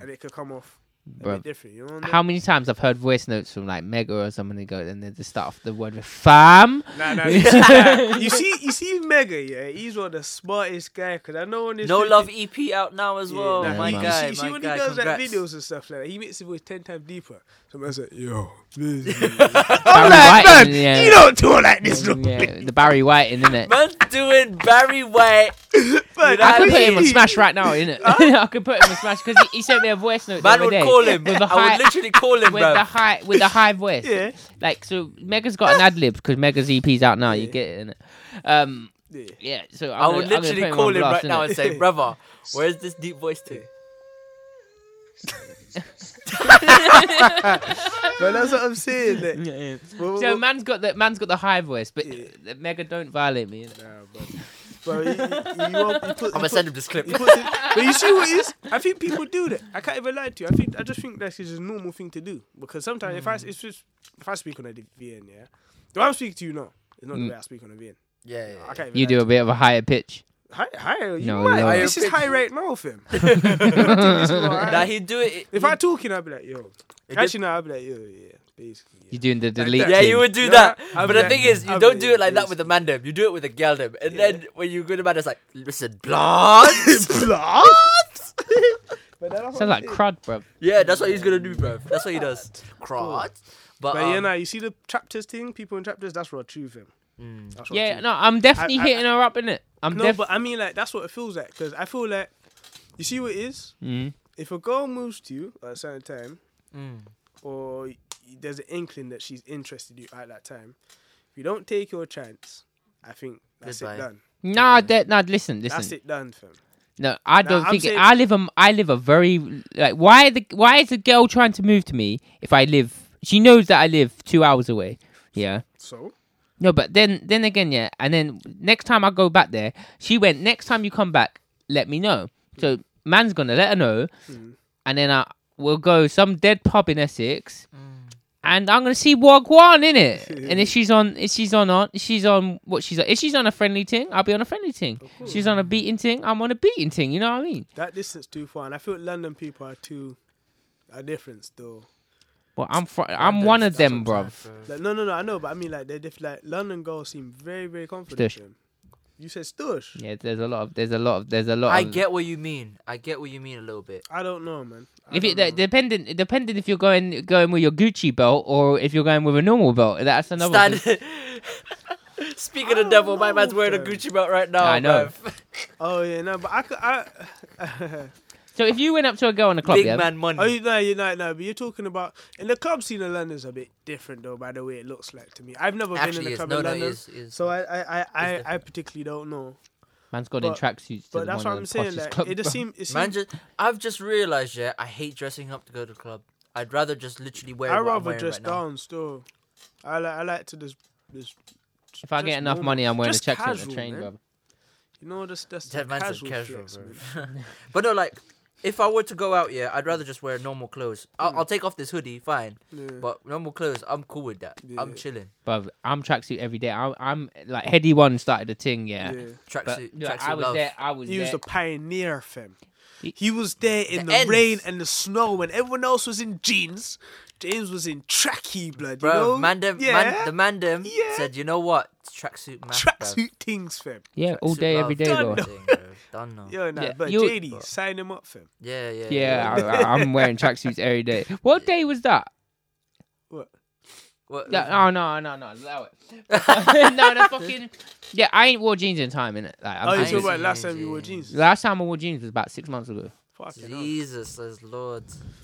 [SPEAKER 2] and it could come off a
[SPEAKER 3] Bruv.
[SPEAKER 2] bit different. You know what I mean?
[SPEAKER 3] how many times I've heard voice notes from like Mega or someone who go and they just start off the word with fam.
[SPEAKER 2] Nah, nah, you, see, nah. you see, you see, Mega, yeah, he's one of the smartest guy. Cause I know on this
[SPEAKER 1] No
[SPEAKER 2] video-
[SPEAKER 1] Love EP out now as
[SPEAKER 2] Yeah,
[SPEAKER 1] well.
[SPEAKER 2] nah,
[SPEAKER 1] my
[SPEAKER 2] you, you
[SPEAKER 1] guy,
[SPEAKER 2] see, you see
[SPEAKER 1] my
[SPEAKER 2] when
[SPEAKER 1] guy.
[SPEAKER 2] he does
[SPEAKER 1] congrats.
[SPEAKER 2] like videos and stuff like that, he makes it voice ten times deeper. So man's like, yo, this is-
[SPEAKER 3] Barry
[SPEAKER 2] I'm like,
[SPEAKER 3] White,
[SPEAKER 2] man,
[SPEAKER 3] yeah.
[SPEAKER 2] you don't do all like this, look.
[SPEAKER 3] Yeah, the Barry White in it.
[SPEAKER 1] Man's doing Barry White.
[SPEAKER 2] Man,
[SPEAKER 1] I
[SPEAKER 3] I could put
[SPEAKER 1] mean-
[SPEAKER 3] him on Smash right now, innit? I could put him on Smash because he, he sent me a voice note.
[SPEAKER 1] Man
[SPEAKER 3] the other
[SPEAKER 1] would
[SPEAKER 3] day
[SPEAKER 1] call him.
[SPEAKER 3] with a
[SPEAKER 1] I
[SPEAKER 3] high,
[SPEAKER 1] would literally call him,
[SPEAKER 3] with the
[SPEAKER 1] bruv.
[SPEAKER 3] high, with the high voice.
[SPEAKER 2] Yeah.
[SPEAKER 3] Like so, Mega's got an ad lib because Mega's EP's out now. You get it, innit? Um,
[SPEAKER 2] Yeah.
[SPEAKER 3] yeah. So I'm
[SPEAKER 1] I would
[SPEAKER 3] gonna- I'm gonna put
[SPEAKER 1] literally
[SPEAKER 3] him
[SPEAKER 1] call
[SPEAKER 3] on
[SPEAKER 1] him
[SPEAKER 3] blast,
[SPEAKER 1] right now
[SPEAKER 3] innit?
[SPEAKER 1] and say, brother, where's this deep voice to?
[SPEAKER 2] But that's what I'm saying. Like,
[SPEAKER 3] Yeah, yeah.
[SPEAKER 2] well,
[SPEAKER 3] So
[SPEAKER 2] well,
[SPEAKER 3] man's got the man's got the high voice, but
[SPEAKER 2] Yeah.
[SPEAKER 3] the Mega don't violate me. innit?
[SPEAKER 2] nah, bro. Bro, you, you, you, won't- you put,
[SPEAKER 1] I'm
[SPEAKER 2] you
[SPEAKER 1] gonna
[SPEAKER 2] put,
[SPEAKER 1] send him this clip.
[SPEAKER 2] you put the- but you see what it is? I think people do that. I can't even lie to you. I think I just think that's just a normal thing to do because sometimes if I
[SPEAKER 3] Mm.
[SPEAKER 2] it's just, if I speak on a VN, yeah, the way I'm speaking to you now is not the way I speak on a VN.
[SPEAKER 1] Yeah, yeah,
[SPEAKER 2] I
[SPEAKER 1] yeah.
[SPEAKER 2] can't even
[SPEAKER 3] Mm. You
[SPEAKER 2] lie
[SPEAKER 3] do a bit of a higher pitch.
[SPEAKER 2] Hi, hi, you
[SPEAKER 3] No,
[SPEAKER 2] might.
[SPEAKER 3] no.
[SPEAKER 2] This is high rate now, fam. You don't think this is alright?
[SPEAKER 1] Nah, he'd do it.
[SPEAKER 2] if I talking, I'd be like, yo.
[SPEAKER 1] It
[SPEAKER 2] Actually, no, I'd be like, yo, yeah, basically. Yeah.
[SPEAKER 3] You're doing the
[SPEAKER 2] that.
[SPEAKER 3] delete.
[SPEAKER 1] Yeah,
[SPEAKER 3] thing.
[SPEAKER 1] you would do
[SPEAKER 2] No,
[SPEAKER 1] that. but
[SPEAKER 2] I'll be
[SPEAKER 1] the
[SPEAKER 2] like-
[SPEAKER 1] thing is, you
[SPEAKER 2] I'll
[SPEAKER 1] don't
[SPEAKER 2] be
[SPEAKER 1] do it like
[SPEAKER 2] like
[SPEAKER 1] that with a mandem. You do it with a geldem. And then when you go to mandem's like, listen,
[SPEAKER 2] It's
[SPEAKER 1] blondes.
[SPEAKER 2] blood. but that's
[SPEAKER 3] Sounds like crud, bruv.
[SPEAKER 1] yeah, that's what he's gonna do, bro. That's what he does. Crot. But,
[SPEAKER 2] But
[SPEAKER 1] um,
[SPEAKER 2] yeah, nah, you see the chapters thing, people in chapters. That's raw truth, fam. That's raw
[SPEAKER 3] Yeah,
[SPEAKER 2] truth.
[SPEAKER 3] no, I'm definitely
[SPEAKER 2] I- I-
[SPEAKER 3] hitting her up in it. I'm
[SPEAKER 2] No,
[SPEAKER 3] def-
[SPEAKER 2] but I mean, like, that's what it feels like. Because I feel like, you see what it is?
[SPEAKER 3] Mm.
[SPEAKER 2] If a girl moves to you at a certain time,
[SPEAKER 1] mm,
[SPEAKER 2] or y- there's an inkling that she's interested in you at that time, if you don't take your chance, I think that's
[SPEAKER 1] Goodbye.
[SPEAKER 2] it done.
[SPEAKER 3] Nah, that nah. Listen, listen.
[SPEAKER 2] That's it done, fam.
[SPEAKER 3] No, I
[SPEAKER 2] Nah,
[SPEAKER 3] don't
[SPEAKER 2] I'm
[SPEAKER 3] think it,
[SPEAKER 2] saying-
[SPEAKER 3] I live a I live a very like why the why is a girl trying to move to me if I live she knows that I live two hours away. Yeah.
[SPEAKER 2] So
[SPEAKER 3] No, but then then again, yeah, and then next time I go back there, she went, next time you come back, let me know. So man's gonna let her know and then I we'll go some dead pub in Essex and I'm gonna see Wagwan in it. and if she's on if she's on on she's on what she's on if she's on a friendly thing, I'll be on a friendly thing. She's on a beating thing, I'm on a beating thing, you know what I mean?
[SPEAKER 2] that distance too far, and I feel London people are too are different though.
[SPEAKER 3] Well, I'm fr- I'm one of them,
[SPEAKER 1] sometimes,
[SPEAKER 3] bruv.
[SPEAKER 2] Like, no, no, no, I know, but I mean like they're diff- like London girls seem very, very confident.
[SPEAKER 3] Stush.
[SPEAKER 2] fam. You said stush.
[SPEAKER 3] Yeah, there's a lot of there's a lot of there's a lot.
[SPEAKER 1] I
[SPEAKER 3] of,
[SPEAKER 1] get what you mean. I get what you mean a little bit.
[SPEAKER 2] I don't know, man. I
[SPEAKER 3] if
[SPEAKER 2] don't
[SPEAKER 3] it
[SPEAKER 2] know,
[SPEAKER 3] that- dependent dependent if you're going going with your Gucci belt or if you're going with a normal belt. That's another.
[SPEAKER 1] Stand.
[SPEAKER 3] thing.
[SPEAKER 1] Speaking
[SPEAKER 2] I
[SPEAKER 1] of
[SPEAKER 2] don't
[SPEAKER 1] devil, my
[SPEAKER 2] know,
[SPEAKER 1] man's wearing a
[SPEAKER 2] fam.
[SPEAKER 1] Gucci belt right now.
[SPEAKER 3] I know.
[SPEAKER 1] bruv.
[SPEAKER 2] Oh yeah, no, but I could. I,
[SPEAKER 3] So if you went up to a girl in a club,
[SPEAKER 1] Big
[SPEAKER 3] yeah,
[SPEAKER 1] man money.
[SPEAKER 2] oh, you know, you know, no, but you're talking about in the club scene in London's a bit different though. By the way, it looks like to me. I've never been in
[SPEAKER 1] Actually,
[SPEAKER 2] a
[SPEAKER 1] is.
[SPEAKER 2] club
[SPEAKER 1] No,
[SPEAKER 2] in
[SPEAKER 1] no, it
[SPEAKER 2] London,
[SPEAKER 1] is. it is.
[SPEAKER 2] so I, I, I, I, I
[SPEAKER 1] different.
[SPEAKER 2] particularly don't know.
[SPEAKER 3] man's got in
[SPEAKER 2] but-
[SPEAKER 3] tracksuits. to
[SPEAKER 2] But
[SPEAKER 3] the
[SPEAKER 2] that's
[SPEAKER 3] one
[SPEAKER 2] what
[SPEAKER 3] of
[SPEAKER 2] I'm
[SPEAKER 3] the
[SPEAKER 2] saying.
[SPEAKER 3] poshest
[SPEAKER 2] Like,
[SPEAKER 3] clubs,
[SPEAKER 2] it just
[SPEAKER 3] bruv.
[SPEAKER 2] seems. It seems
[SPEAKER 1] Man, just, I've just realized, yeah, I hate dressing up to go to the club. I'd rather just literally wear.
[SPEAKER 2] I
[SPEAKER 1] what I'm
[SPEAKER 2] rather
[SPEAKER 1] wearing
[SPEAKER 2] dress
[SPEAKER 1] right now.
[SPEAKER 2] down still. I like, I like to just, just.
[SPEAKER 3] If I get
[SPEAKER 2] just
[SPEAKER 3] enough
[SPEAKER 2] normal.
[SPEAKER 3] money, I'm wearing
[SPEAKER 2] Just
[SPEAKER 3] a tracksuit on
[SPEAKER 2] casual,
[SPEAKER 3] the train,
[SPEAKER 2] man.
[SPEAKER 3] bruv.
[SPEAKER 2] You know, just that's
[SPEAKER 1] That man said
[SPEAKER 2] casual.
[SPEAKER 1] casual,
[SPEAKER 2] flex,
[SPEAKER 1] bro.
[SPEAKER 2] man.
[SPEAKER 1] but no, like if I were to go out, yeah, I'd rather just wear normal clothes.
[SPEAKER 2] Hmm.
[SPEAKER 1] I'll, I'll take off this hoodie, fine. But normal clothes, I'm cool with that. I'm chilling.
[SPEAKER 3] But I'm tracksuit every day. I, I'm like heady one started a thing. Yeah.
[SPEAKER 2] Yeah.
[SPEAKER 3] But
[SPEAKER 1] Tracksuit,
[SPEAKER 3] yeah,
[SPEAKER 1] tracksuit
[SPEAKER 3] I was
[SPEAKER 1] love.
[SPEAKER 3] there. I was
[SPEAKER 2] He was
[SPEAKER 3] there.
[SPEAKER 2] a pioneer, fam.
[SPEAKER 3] He-
[SPEAKER 2] He was there in
[SPEAKER 1] The
[SPEAKER 2] the,
[SPEAKER 1] ends.
[SPEAKER 2] rain and the snow when everyone else was in jeans. James was in tracky blood, you
[SPEAKER 1] Bro,
[SPEAKER 2] know?
[SPEAKER 1] man dem,
[SPEAKER 2] yeah.
[SPEAKER 1] man, the man dem
[SPEAKER 2] Yeah.
[SPEAKER 1] said, you know what? Tracksuit math. bruv.
[SPEAKER 2] tracksuit things, fam.
[SPEAKER 3] yeah, all
[SPEAKER 1] Tracksuit
[SPEAKER 3] day,
[SPEAKER 1] love.
[SPEAKER 3] every day,
[SPEAKER 1] Done,
[SPEAKER 3] though.
[SPEAKER 1] bro. Done now.
[SPEAKER 2] Yo, nah,
[SPEAKER 3] Yeah,
[SPEAKER 2] but
[SPEAKER 3] you-
[SPEAKER 2] JD, sign him up, fam.
[SPEAKER 1] Yeah, yeah.
[SPEAKER 3] Yeah, I, I'm wearing tracksuits every day. What day was that?
[SPEAKER 2] What?
[SPEAKER 1] What-
[SPEAKER 3] No, oh, no, no, no, allow it. no, the fucking yeah. I ain't wore jeans in time, innit? Like, I'm
[SPEAKER 2] Oh, you
[SPEAKER 1] ain't
[SPEAKER 2] talking
[SPEAKER 3] serious.
[SPEAKER 1] seen
[SPEAKER 2] about last
[SPEAKER 1] any
[SPEAKER 2] time you wore
[SPEAKER 1] jeans.
[SPEAKER 2] jeans?
[SPEAKER 3] last time I wore jeans was about six months ago.
[SPEAKER 2] Fucking hell.
[SPEAKER 1] Jesus says Lord.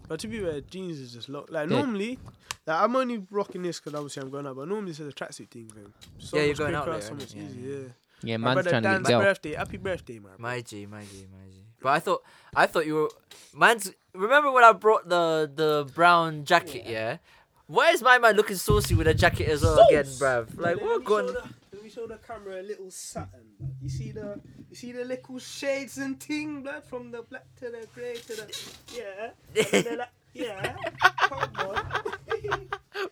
[SPEAKER 2] But to be fair, jeans is just locked. Like
[SPEAKER 3] Yeah.
[SPEAKER 2] normally, like, I'm only rocking this because obviously I'm going out. But normally it's a tracksuit thing, man. So
[SPEAKER 1] Yeah, you're
[SPEAKER 2] much
[SPEAKER 1] going out
[SPEAKER 2] quicker,
[SPEAKER 1] there,
[SPEAKER 2] So
[SPEAKER 1] innit?
[SPEAKER 2] much
[SPEAKER 1] Yeah,
[SPEAKER 2] easier.
[SPEAKER 1] yeah.
[SPEAKER 2] Yeah.
[SPEAKER 3] Yeah,
[SPEAKER 2] My
[SPEAKER 3] man's
[SPEAKER 2] brother
[SPEAKER 3] trying to
[SPEAKER 2] Dan's
[SPEAKER 3] get girl.
[SPEAKER 2] birthday. Happy birthday, man.
[SPEAKER 1] My G, my G, my G. But I thought, I thought you were. Man's. Remember when I brought the the brown jacket? Yeah. Why is my man looking saucy with a jacket as well again, bruv? Like
[SPEAKER 2] Let
[SPEAKER 1] what
[SPEAKER 2] me
[SPEAKER 1] going?
[SPEAKER 2] show the- Let me show the camera a little satin. Blood. You see the, you see the little shades and thing, blood, from the black to the grey to the, yeah, and then like, yeah. Come on.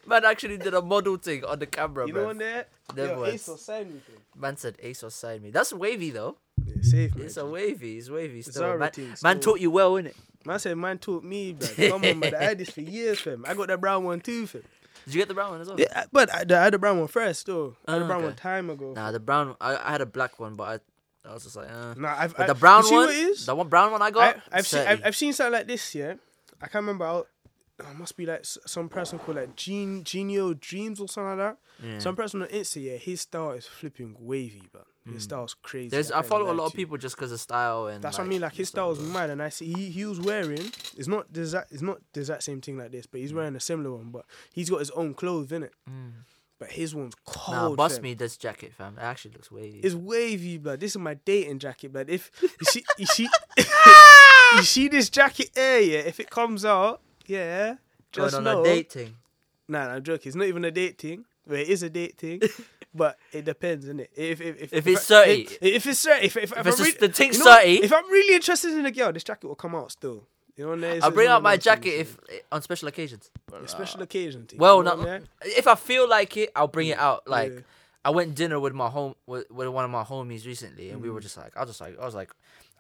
[SPEAKER 1] Man actually did a model thing on the camera,
[SPEAKER 2] You
[SPEAKER 1] bruv.
[SPEAKER 2] know on there?
[SPEAKER 1] There
[SPEAKER 2] Yo,
[SPEAKER 1] was.
[SPEAKER 2] Ace will sign me, fam.
[SPEAKER 1] Man said Ace will sign me. That's wavy though.
[SPEAKER 2] Yeah, safe, man.
[SPEAKER 1] It's a wavy. It's wavy still.
[SPEAKER 2] Zara
[SPEAKER 1] man,
[SPEAKER 2] thing
[SPEAKER 1] man
[SPEAKER 2] still.
[SPEAKER 1] taught you well, innit?
[SPEAKER 2] Man said man taught me, bro. Come on, but I had this for years, fam. I got that brown one too, fam.
[SPEAKER 1] Did you get the brown one as well?
[SPEAKER 2] Yeah, I- but I, I had a brown one first, though. I had
[SPEAKER 1] Oh,
[SPEAKER 2] a brown
[SPEAKER 1] okay.
[SPEAKER 2] one time ago.
[SPEAKER 1] Nah, the brown. I, I had a black one, but I, I was just like, uh.
[SPEAKER 2] Nah, I've,
[SPEAKER 1] But
[SPEAKER 2] Mm, I-
[SPEAKER 1] the brown
[SPEAKER 2] you see
[SPEAKER 1] one,
[SPEAKER 2] What it is?
[SPEAKER 1] the one brown one I got.
[SPEAKER 2] I, I've seen
[SPEAKER 1] dirty.
[SPEAKER 2] I've, I've seen something like this. Yeah, I can't remember. How, it must be like s- some person called like Gene Genio Dreams or something like that.
[SPEAKER 1] Yeah.
[SPEAKER 2] Some person on Insta. Yeah, his style is flipping wavy, but his style's crazy.
[SPEAKER 1] Hmm. There's, I
[SPEAKER 2] can't
[SPEAKER 1] follow a
[SPEAKER 2] lie
[SPEAKER 1] lot of
[SPEAKER 2] to you.
[SPEAKER 1] people just because of style and.
[SPEAKER 2] That's what I mean. Like his
[SPEAKER 1] stuff,
[SPEAKER 2] style was
[SPEAKER 1] bro.
[SPEAKER 2] mad, and I see he, he was wearing. It's not the exact. It's not the exact same thing like this, but he's
[SPEAKER 1] Mm.
[SPEAKER 2] wearing a similar one. But he's got his own clothes in it. But his one's cold.
[SPEAKER 1] Nah, bust
[SPEAKER 2] fam.
[SPEAKER 1] me this jacket, fam. It actually looks wavy.
[SPEAKER 2] Oh, It's wavy, blood. This is my dating jacket, blood. If you see, you see, you see this jacket here, yeah. If it comes out, yeah,
[SPEAKER 1] going
[SPEAKER 2] just
[SPEAKER 1] on
[SPEAKER 2] know.
[SPEAKER 1] a date thing.
[SPEAKER 2] Nah, nah, I'm joking. It's not even a date thing. Well, it is a date thing, but it depends, innit? If if if,
[SPEAKER 1] If
[SPEAKER 2] I-
[SPEAKER 1] it's 30.
[SPEAKER 2] if, if it's thirty, if, if, if,
[SPEAKER 1] it's
[SPEAKER 2] I'm
[SPEAKER 1] just
[SPEAKER 2] really-
[SPEAKER 1] the thing's
[SPEAKER 2] you know what?
[SPEAKER 1] 30.
[SPEAKER 2] if I'm really interested in a girl, this jacket will come out still. You know what I mean?
[SPEAKER 1] I'll bring out my jacket if on special occasions.
[SPEAKER 2] special occasion. Thing,
[SPEAKER 1] Well,
[SPEAKER 2] you know
[SPEAKER 1] not
[SPEAKER 2] what I mean?
[SPEAKER 1] if I feel like it, I'll bring it out. Like
[SPEAKER 2] Yeah.
[SPEAKER 1] I went dinner with my home with, with one of my homies recently, and we were just like, I was just like, I was like,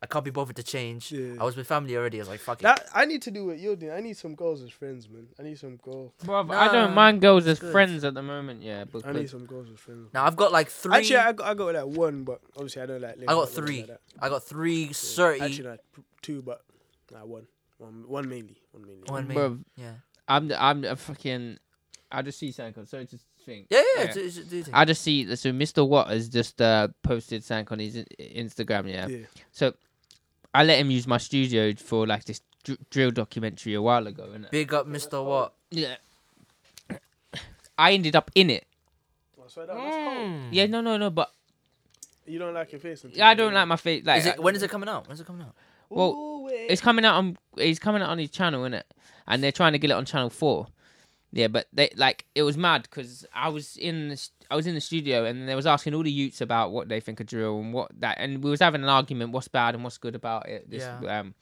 [SPEAKER 1] I can't be bothered to change.
[SPEAKER 2] Mm. Yeah.
[SPEAKER 1] I was with family already. I was like, fuck it.
[SPEAKER 2] That I need to do what you're doing. I need some girls as friends, man. I need some girl.
[SPEAKER 3] Bruv, I
[SPEAKER 1] Nah,
[SPEAKER 3] don't mind girls as
[SPEAKER 1] good.
[SPEAKER 3] friends at the moment. Yeah,
[SPEAKER 2] I need
[SPEAKER 3] because
[SPEAKER 2] some girls as friends.
[SPEAKER 1] Now I've got like three.
[SPEAKER 2] Actually, I got, I got like one, but obviously I don't like.
[SPEAKER 1] I got three. I got three
[SPEAKER 2] Actually,
[SPEAKER 1] certain.
[SPEAKER 2] not two, but nah, one. one. One mainly. One mainly.
[SPEAKER 1] One main-
[SPEAKER 3] Bruv.
[SPEAKER 1] Yeah.
[SPEAKER 3] I'm I'm a fucking. I just see something. So just think.
[SPEAKER 1] Yeah, yeah, yeah. Do, do, do thing.
[SPEAKER 3] I just see so Mr. Watt has just uh, posted something on his in- Instagram. Yeah?
[SPEAKER 2] Yeah.
[SPEAKER 3] So I let him use my studio for like this dr- drill documentary a while ago, and
[SPEAKER 1] Big up, Mister Watt.
[SPEAKER 3] yeah, I ended up in it.
[SPEAKER 2] Oh, so that, that's cold.
[SPEAKER 1] Hmm.
[SPEAKER 3] Yeah, no, no, no, but
[SPEAKER 2] You don't like your face. until
[SPEAKER 3] Mm. I
[SPEAKER 2] you
[SPEAKER 3] don't
[SPEAKER 2] do
[SPEAKER 3] like my face. Like,
[SPEAKER 1] Is it? When is it coming out? When's it coming out?
[SPEAKER 3] well,
[SPEAKER 2] Ooh, wait.
[SPEAKER 3] it's coming out on he's coming out on his channel, innit? And they're trying to get it on channel four. Yeah, but they like it was mad because I was in the, st- I was in the studio and they was asking all the youths about what they think of drill and what that and we was having an argument what's bad and what's good about it. This,
[SPEAKER 1] Yeah.
[SPEAKER 3] um,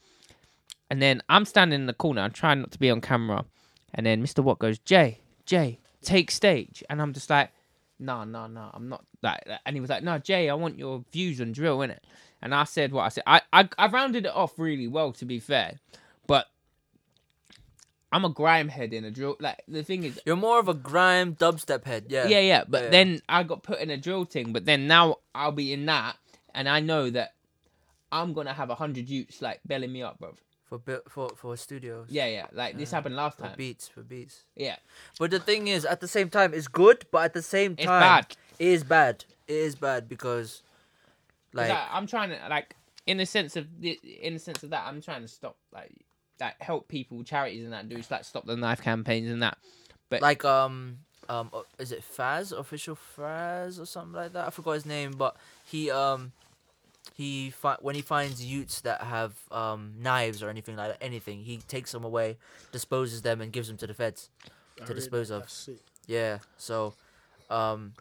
[SPEAKER 3] and then I'm standing in the corner, I'm trying not to be on camera, and then Mr. Watt goes, Jay, Jay, take stage, and I'm just like, no, no, no, I'm not like that. And he was like, no, Jay, I want your views on drill, innit? And I said what I said. I, I, I rounded it off really well, to be fair. But I'm a grime head in a drill. Like, the thing is,
[SPEAKER 1] You're more of a grime dubstep head. Yeah.
[SPEAKER 3] yeah, yeah. But
[SPEAKER 1] Yeah.
[SPEAKER 3] then I got put in a drill thing, but then now I'll be in that, and I know that I'm going to have a 100 youths, like, belling me up, bro.
[SPEAKER 1] For bu- for for studios.
[SPEAKER 3] Yeah, yeah. Like,
[SPEAKER 1] Mm.
[SPEAKER 3] this happened last
[SPEAKER 1] For
[SPEAKER 3] time.
[SPEAKER 1] beats, for beats.
[SPEAKER 3] Yeah.
[SPEAKER 1] But the thing is, at the same time, it's good, but at the same time,
[SPEAKER 3] It's bad.
[SPEAKER 1] It is bad. It is bad because, like,
[SPEAKER 3] 'Cause I, I'm trying to like, in the sense of the, in the sense of that, I'm trying to stop like like help people, charities and that do like stop the knife campaigns and that. But
[SPEAKER 1] like um um uh, is it Faz official Faz or something like that? I forgot his name, but he um he fi- when he finds youths that have um knives or anything like that, anything, he takes them away, disposes them, and gives them to the feds
[SPEAKER 2] I
[SPEAKER 1] to
[SPEAKER 2] read
[SPEAKER 1] dispose
[SPEAKER 2] that.
[SPEAKER 1] of.
[SPEAKER 2] That's sick.
[SPEAKER 1] Yeah. So, um,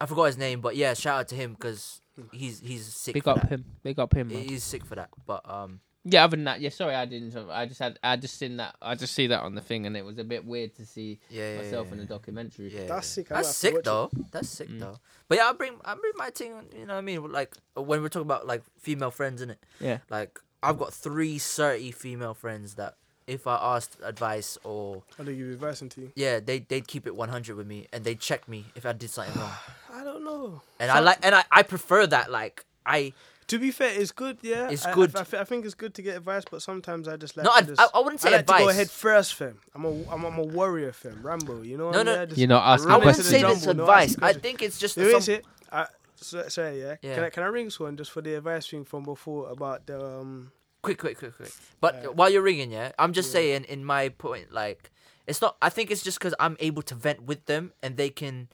[SPEAKER 1] I forgot his name, but yeah, shout out to him because he's he's sick.
[SPEAKER 3] big
[SPEAKER 1] for
[SPEAKER 3] up
[SPEAKER 1] that.
[SPEAKER 3] him, big up him. bro.
[SPEAKER 1] He's sick for that, but um,
[SPEAKER 3] Yeah, other than that, yeah. Sorry, I didn't. I just had. I just seen that. I just see that on the thing, and it was a bit weird to see
[SPEAKER 1] Yeah, yeah,
[SPEAKER 3] myself Mm.
[SPEAKER 1] yeah,
[SPEAKER 3] in a
[SPEAKER 1] yeah.
[SPEAKER 3] documentary.
[SPEAKER 1] Yeah.
[SPEAKER 2] That's sick. I'll have
[SPEAKER 1] That's
[SPEAKER 2] to
[SPEAKER 1] sick
[SPEAKER 2] watch it.
[SPEAKER 1] though. That's sick though. But yeah, I will bring I bring my thing. You know what I mean? Like when we're talking about like female friends, in it.
[SPEAKER 3] Yeah.
[SPEAKER 1] Like I've got three certain female friends that if I asked advice or
[SPEAKER 2] I know you're advising to you.
[SPEAKER 1] yeah, they they'd keep it one hundred with me and they'd check me if I did something wrong.
[SPEAKER 2] I don't know.
[SPEAKER 1] And I like and I, I prefer that. Like I
[SPEAKER 2] To be fair, it's good. Yeah,
[SPEAKER 1] It's
[SPEAKER 2] I- I-
[SPEAKER 1] good.
[SPEAKER 2] I, thi- I think it's good to get advice, but sometimes I just like.
[SPEAKER 1] no,
[SPEAKER 2] to
[SPEAKER 1] I,
[SPEAKER 2] just,
[SPEAKER 1] I, I wouldn't say
[SPEAKER 2] like to
[SPEAKER 1] advice.
[SPEAKER 2] go ahead first, fam. I'm a, I'm, I'm a warrior, fam. Rambo, you know. what
[SPEAKER 1] No, no.
[SPEAKER 2] I mean? I just
[SPEAKER 3] You're not asking
[SPEAKER 2] run
[SPEAKER 1] I
[SPEAKER 2] into
[SPEAKER 1] wouldn't
[SPEAKER 2] the
[SPEAKER 1] say
[SPEAKER 2] jungle,
[SPEAKER 1] this
[SPEAKER 2] no
[SPEAKER 1] advice.
[SPEAKER 2] asking
[SPEAKER 1] I
[SPEAKER 2] questions.
[SPEAKER 1] think it's just
[SPEAKER 2] There
[SPEAKER 1] some-
[SPEAKER 2] is it. I, so, sorry, yeah.
[SPEAKER 1] Yeah.
[SPEAKER 2] Can I can I ring this one just for the advice thing from before about the um?
[SPEAKER 1] quick, quick, quick, quick. But while you're ringing, yeah, I'm just saying in my point, like it's not. I think it's just because I'm able to vent with them and they can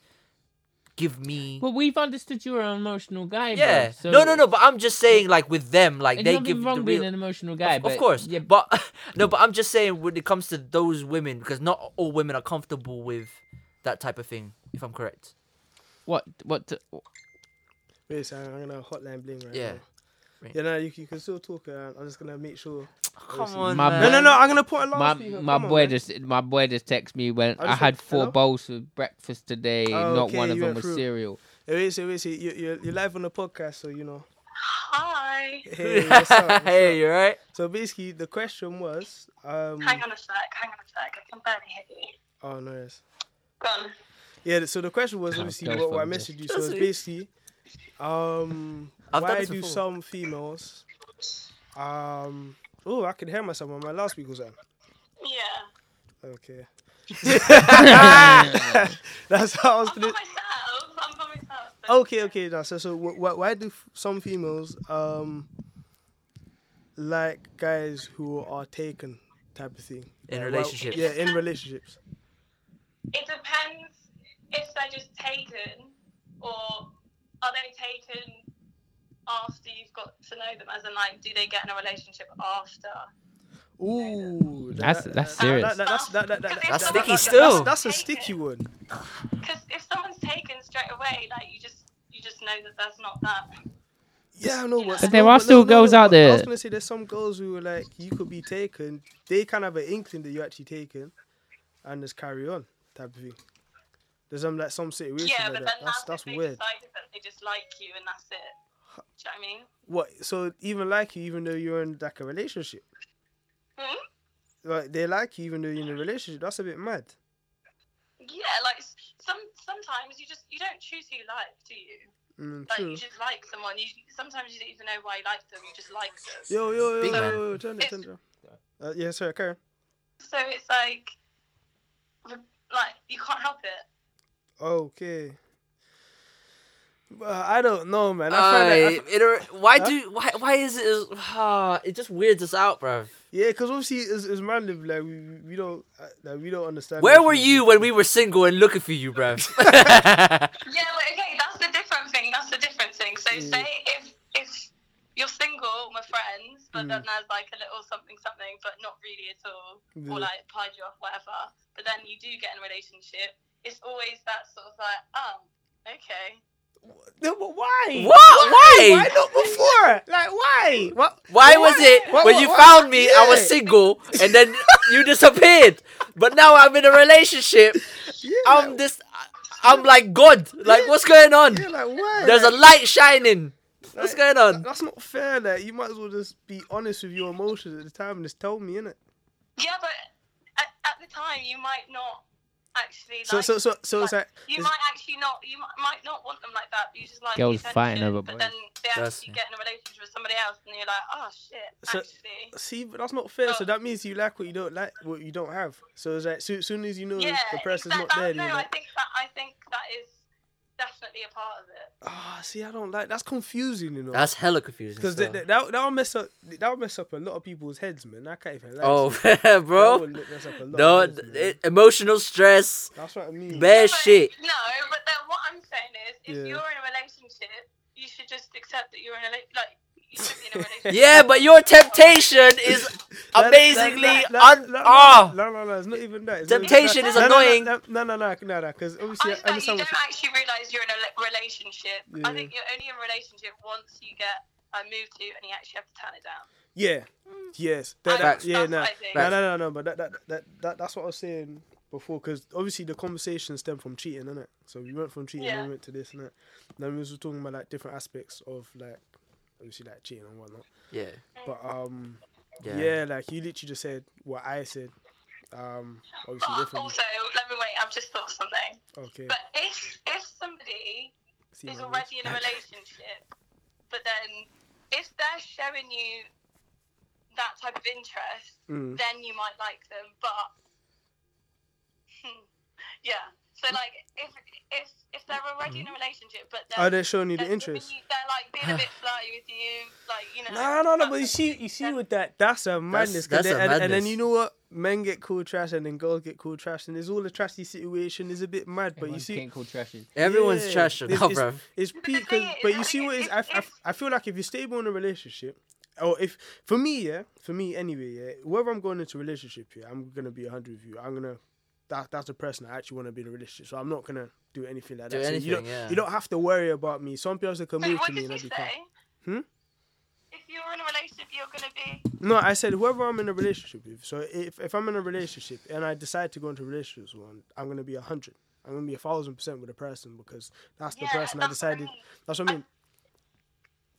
[SPEAKER 1] give me.
[SPEAKER 3] Well, we've understood you're an emotional guy. bro,
[SPEAKER 1] yeah.
[SPEAKER 3] so
[SPEAKER 1] no, no, no. But I'm just saying, like with them, like
[SPEAKER 3] It's
[SPEAKER 1] they
[SPEAKER 3] nothing
[SPEAKER 1] give
[SPEAKER 3] wrong
[SPEAKER 1] the
[SPEAKER 3] being
[SPEAKER 1] real.
[SPEAKER 3] an emotional guy.
[SPEAKER 1] of
[SPEAKER 3] but
[SPEAKER 1] course,
[SPEAKER 3] Yeah.
[SPEAKER 1] but no, but I'm just saying when it comes to those women, because not all women are comfortable with that type of thing. If I'm correct,
[SPEAKER 3] What? What? the-
[SPEAKER 2] Wait, a second, uh, I'm gonna hotline bling right
[SPEAKER 1] Yeah.
[SPEAKER 2] now.
[SPEAKER 1] Right.
[SPEAKER 2] Yeah, no, you, you can still talk. Uh, I'm just gonna make sure. Um,
[SPEAKER 1] come on,
[SPEAKER 3] My
[SPEAKER 1] man.
[SPEAKER 2] No, no, no. I'm gonna put a
[SPEAKER 3] my
[SPEAKER 2] last.
[SPEAKER 3] my boy just my boy just texted me when
[SPEAKER 2] I
[SPEAKER 3] I,
[SPEAKER 2] just
[SPEAKER 3] had
[SPEAKER 2] said,
[SPEAKER 3] four
[SPEAKER 2] hello?
[SPEAKER 3] bowls for breakfast today.
[SPEAKER 2] Oh,
[SPEAKER 3] not
[SPEAKER 2] okay,
[SPEAKER 3] one of
[SPEAKER 2] you
[SPEAKER 3] them
[SPEAKER 2] went
[SPEAKER 3] was
[SPEAKER 2] through.
[SPEAKER 3] cereal.
[SPEAKER 2] Wait, wait, wait. wait, You, you're, you're live on the podcast, so you know.
[SPEAKER 5] Hi.
[SPEAKER 2] Hey, what's up? What's
[SPEAKER 1] hey,
[SPEAKER 2] up?
[SPEAKER 1] you're right.
[SPEAKER 2] So basically, the question was. Um,
[SPEAKER 5] Hang on a sec. Hang on a sec. I can barely hear you.
[SPEAKER 2] oh no. Yes.
[SPEAKER 5] Gone.
[SPEAKER 2] Yeah. So the question was
[SPEAKER 3] Oh,
[SPEAKER 2] obviously
[SPEAKER 3] girl
[SPEAKER 2] what, what I
[SPEAKER 3] phones,
[SPEAKER 2] messaged you. So it's
[SPEAKER 1] That's it.
[SPEAKER 2] basically, um,
[SPEAKER 1] I've done
[SPEAKER 2] why
[SPEAKER 1] this
[SPEAKER 2] do
[SPEAKER 1] before.
[SPEAKER 2] some females, um, oh, I can hear myself on my last week was on.
[SPEAKER 5] Yeah.
[SPEAKER 2] Okay. That's how I was
[SPEAKER 5] I'm by
[SPEAKER 2] gonna.
[SPEAKER 5] myself. I'm by myself.
[SPEAKER 2] Okay, okay. Now, so so wh- wh- why do f- some females um like guys who are taken type of thing
[SPEAKER 1] In
[SPEAKER 2] Like, why-
[SPEAKER 1] relationships.
[SPEAKER 2] yeah, in relationships.
[SPEAKER 5] It depends if they're just taken or are they taken after you've got to know them, as in, like, do they get in a relationship after?
[SPEAKER 2] Ooh, that-
[SPEAKER 3] That's-
[SPEAKER 2] that-
[SPEAKER 3] that's
[SPEAKER 2] that-
[SPEAKER 3] serious.
[SPEAKER 2] that- that- that's that- that- that-
[SPEAKER 5] Because if
[SPEAKER 2] that-
[SPEAKER 1] That's
[SPEAKER 5] someone's
[SPEAKER 1] sticky
[SPEAKER 5] like-
[SPEAKER 1] still.
[SPEAKER 2] That's a
[SPEAKER 5] taken-
[SPEAKER 2] sticky one.
[SPEAKER 5] Because if someone's taken straight away, like, you just you just know that that's not that.
[SPEAKER 2] Yeah, I know, but,
[SPEAKER 5] But
[SPEAKER 3] there
[SPEAKER 2] no,
[SPEAKER 3] are
[SPEAKER 2] no, no,
[SPEAKER 3] still girls
[SPEAKER 2] no,
[SPEAKER 3] out
[SPEAKER 2] but I was
[SPEAKER 3] there.
[SPEAKER 2] gonna say there's some girls who are like you could be taken. They kind of have an inkling that you're actually taken, and just carry on type of thing. There's some like some situations
[SPEAKER 5] Yeah,
[SPEAKER 2] like
[SPEAKER 5] but
[SPEAKER 2] that.
[SPEAKER 5] then
[SPEAKER 2] That's
[SPEAKER 5] that's,
[SPEAKER 2] that's
[SPEAKER 5] if they
[SPEAKER 2] weird.
[SPEAKER 5] decided that they just like you and that's it. Do you know what I mean?
[SPEAKER 2] What? So even like you, even though you're in like a relationship,
[SPEAKER 5] Hmm?
[SPEAKER 2] like they like you, even though you're in a relationship. That's a bit mad.
[SPEAKER 5] Yeah, like s- some sometimes you just you don't choose who you like, do you?
[SPEAKER 2] Mm,
[SPEAKER 5] Like
[SPEAKER 2] true.
[SPEAKER 5] you just like someone. You sometimes you don't even know why you like them. You just like them.
[SPEAKER 2] Yo, yo, yo,
[SPEAKER 1] Big
[SPEAKER 2] yo,
[SPEAKER 1] man.
[SPEAKER 2] yo, turn it, turn it. down. Uh, yeah, sorry, Karen.
[SPEAKER 5] So it's like, re- like you can't help it.
[SPEAKER 2] Okay. But I don't know, man. I find that, I
[SPEAKER 1] I, it, are- why
[SPEAKER 2] Huh?
[SPEAKER 1] do why why is it? Is, it just weirds us out, bro.
[SPEAKER 2] Yeah, because obviously it's, it's man live like we we- we don't uh, like we don't understand.
[SPEAKER 1] Where
[SPEAKER 2] this
[SPEAKER 1] were
[SPEAKER 2] shit.
[SPEAKER 1] you when we were single and looking for you, bruv?
[SPEAKER 5] Yeah, well, okay, that's the different thing. That's the different thing. So
[SPEAKER 2] Mm.
[SPEAKER 5] say if if you're single, we're friends, but
[SPEAKER 2] Mm.
[SPEAKER 5] then there's like a little something something, but not really at all, or
[SPEAKER 2] Yeah.
[SPEAKER 5] like pied you off, whatever. But then you do get in a relationship. It's always that sort of like, oh, okay.
[SPEAKER 2] No, but why?
[SPEAKER 1] what? Why?
[SPEAKER 2] Why not before? Like why? What?
[SPEAKER 1] Why was it
[SPEAKER 2] Why-
[SPEAKER 1] when
[SPEAKER 2] why-
[SPEAKER 1] you
[SPEAKER 2] why-
[SPEAKER 1] found me? I was
[SPEAKER 2] Yeah.
[SPEAKER 1] single, and then you disappeared. But now I'm in a relationship.
[SPEAKER 2] Yeah,
[SPEAKER 1] I'm
[SPEAKER 2] like,
[SPEAKER 1] this. I'm like God. Like what's going on?
[SPEAKER 2] yeah, like why?
[SPEAKER 1] There's a
[SPEAKER 2] Like,
[SPEAKER 1] light shining. What's
[SPEAKER 2] like,
[SPEAKER 1] going on?
[SPEAKER 2] That's not fair. Like you might as well just be honest with your emotions at the time and just tell me, innit?
[SPEAKER 5] Yeah, but at, at the time you might not actually like.
[SPEAKER 2] So so so so it's like
[SPEAKER 5] you
[SPEAKER 2] it's-
[SPEAKER 5] might actually not. You mi- might not want them like that. But you just like the
[SPEAKER 3] Girls fighting
[SPEAKER 5] attention,
[SPEAKER 3] over
[SPEAKER 5] But
[SPEAKER 3] boys.
[SPEAKER 5] then they
[SPEAKER 1] That's
[SPEAKER 5] actually get in a relationship with somebody else, and you're like, oh shit,
[SPEAKER 2] So-
[SPEAKER 5] actually.
[SPEAKER 2] see, but that's not fair.
[SPEAKER 5] Oh.
[SPEAKER 2] So that means you like what you don't like, what you don't have. So it's like soon, soon as you know
[SPEAKER 5] Yeah,
[SPEAKER 2] the person's
[SPEAKER 5] exact-
[SPEAKER 2] not there,
[SPEAKER 5] that-
[SPEAKER 2] you're
[SPEAKER 5] No, I
[SPEAKER 2] like,
[SPEAKER 5] think that I think that is definitely a part of it.
[SPEAKER 2] ah, see, I don't like. That's confusing, you know.
[SPEAKER 1] That's hella confusing.
[SPEAKER 2] Because
[SPEAKER 1] still.
[SPEAKER 2] that that that'll mess up that'll mess up a lot of people's heads, man. I can't even. Lie to
[SPEAKER 1] oh,
[SPEAKER 2] you. That
[SPEAKER 1] bro.
[SPEAKER 2] will mess up a lot
[SPEAKER 1] No,
[SPEAKER 2] of heads, man.
[SPEAKER 1] it, emotional stress,
[SPEAKER 2] that's what I mean.
[SPEAKER 1] bad
[SPEAKER 5] But-
[SPEAKER 1] shit.
[SPEAKER 5] No, but then what I'm saying is, if
[SPEAKER 2] Yeah.
[SPEAKER 5] you're in a relationship, you should just accept that you're in a rela- like you should be in a relationship.
[SPEAKER 1] Yeah, but your temptation is amazingly un- ah.
[SPEAKER 2] No, no, no, it's not even that. It's
[SPEAKER 1] Temptation
[SPEAKER 2] not,
[SPEAKER 5] is
[SPEAKER 2] no, no,
[SPEAKER 1] annoying.
[SPEAKER 2] No, no, no, no, no, because obviously I
[SPEAKER 5] I think that you
[SPEAKER 2] understand.
[SPEAKER 5] don't
[SPEAKER 2] What you-
[SPEAKER 5] actually realise you're in a le- relationship.
[SPEAKER 2] Yeah.
[SPEAKER 5] I think you're only in a relationship once you get uh, moved to and you actually have to turn it down.
[SPEAKER 2] Yeah. Yes.
[SPEAKER 5] I
[SPEAKER 2] That,
[SPEAKER 5] don't-
[SPEAKER 2] that, yeah,
[SPEAKER 5] that's
[SPEAKER 2] no.
[SPEAKER 5] what I think.
[SPEAKER 2] no, no, no, no. But that, that, that, that, that's what I was saying before, because obviously the conversation stemmed from cheating, innit? So we went from cheating,
[SPEAKER 5] Yeah.
[SPEAKER 2] and we went to this and that. Then we was talking about like different aspects of like obviously like cheating and whatnot.
[SPEAKER 1] Yeah.
[SPEAKER 2] But um,
[SPEAKER 1] Yeah.
[SPEAKER 2] yeah, like you literally just said what I said. Um, obviously
[SPEAKER 5] But
[SPEAKER 2] different.
[SPEAKER 5] also, let me wait. I've just thought of something.
[SPEAKER 2] Okay.
[SPEAKER 5] But if if somebody
[SPEAKER 2] See
[SPEAKER 5] is
[SPEAKER 2] my
[SPEAKER 5] already in a relationship, but then if they're showing you that type of interest,
[SPEAKER 2] Mm.
[SPEAKER 5] then you might like them. But hmm, yeah, so like if if if they're already
[SPEAKER 2] Hmm.
[SPEAKER 5] in a relationship, but
[SPEAKER 2] Are
[SPEAKER 5] they're,
[SPEAKER 2] they Oh, showing you the
[SPEAKER 5] they're
[SPEAKER 2] interest?
[SPEAKER 5] giving you- they're like being a bit flirty with you, like you know.
[SPEAKER 2] No, no, no. But you
[SPEAKER 5] that's-
[SPEAKER 2] see, you see
[SPEAKER 5] that's-
[SPEAKER 2] with that, that's a madness. 'cause
[SPEAKER 1] that's
[SPEAKER 2] then-
[SPEAKER 1] a
[SPEAKER 2] and, and then
[SPEAKER 1] madness.
[SPEAKER 2] you know what? Men get called trash, and then girls get called trash, and there's all the trashy situation. Is a bit mad, but you
[SPEAKER 3] Everyone's
[SPEAKER 2] see,
[SPEAKER 3] getting called trashy.
[SPEAKER 1] Everyone's
[SPEAKER 2] yeah,
[SPEAKER 1] trash now,
[SPEAKER 2] it's- it's-
[SPEAKER 1] bruv.
[SPEAKER 2] It's
[SPEAKER 5] the
[SPEAKER 2] peak,
[SPEAKER 5] thing
[SPEAKER 2] 'cause-
[SPEAKER 5] is,
[SPEAKER 2] but you
[SPEAKER 5] I
[SPEAKER 2] see
[SPEAKER 5] think
[SPEAKER 2] what is.
[SPEAKER 5] if-
[SPEAKER 2] I, I,
[SPEAKER 5] if-
[SPEAKER 2] I feel like if you're stable in a relationship, or if for me, yeah, for me anyway, yeah, whether I'm going into a relationship, yeah, I'm gonna be hundred with you. I'm gonna. That, that's the person I actually want to be in a relationship, so I'm not gonna do anything like
[SPEAKER 1] Do
[SPEAKER 2] that. So
[SPEAKER 1] anything,
[SPEAKER 2] you don't,
[SPEAKER 1] yeah.
[SPEAKER 2] you don't have to worry about me. Some people can
[SPEAKER 5] Wait,
[SPEAKER 2] move to
[SPEAKER 5] what
[SPEAKER 2] me
[SPEAKER 5] did
[SPEAKER 2] and
[SPEAKER 5] you
[SPEAKER 2] I'll be calm.
[SPEAKER 5] say?
[SPEAKER 2] Hmm?
[SPEAKER 5] If you're in a relationship, you're gonna be.
[SPEAKER 2] No, I said whoever I'm in a relationship with. So if, if I'm in a relationship and I decide to go into a relationship with one, I'm gonna be a hundred. I'm gonna be a thousand percent with a person because that's the
[SPEAKER 5] Yeah,
[SPEAKER 2] person I
[SPEAKER 5] that's what I
[SPEAKER 2] decided.
[SPEAKER 5] mean.
[SPEAKER 2] That's what I mean.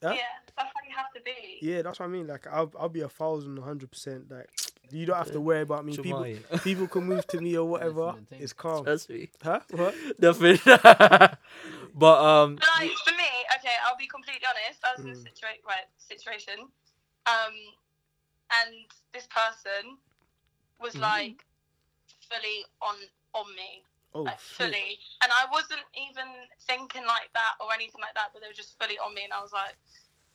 [SPEAKER 2] Huh?
[SPEAKER 5] Yeah, that's how you have to be.
[SPEAKER 2] Yeah, that's what I mean. Like I'll I'll be a thousand, a hundred percent. Like you don't have to worry about me. People
[SPEAKER 1] Jemai.
[SPEAKER 2] people can move to me or whatever.
[SPEAKER 3] Listen, I think-
[SPEAKER 2] It's calm.
[SPEAKER 1] That's me.
[SPEAKER 2] Huh? What?
[SPEAKER 1] Nothing. but um,
[SPEAKER 5] Like for me, okay, I'll be completely honest. I was
[SPEAKER 2] Hmm.
[SPEAKER 5] in a situa- right, situation, um, and this person was
[SPEAKER 2] Mm-hmm.
[SPEAKER 5] like fully on on me,
[SPEAKER 2] Oh,
[SPEAKER 5] like
[SPEAKER 2] shit.
[SPEAKER 5] fully, and I wasn't even thinking like that or anything like that. But they were just fully on me, and I was like,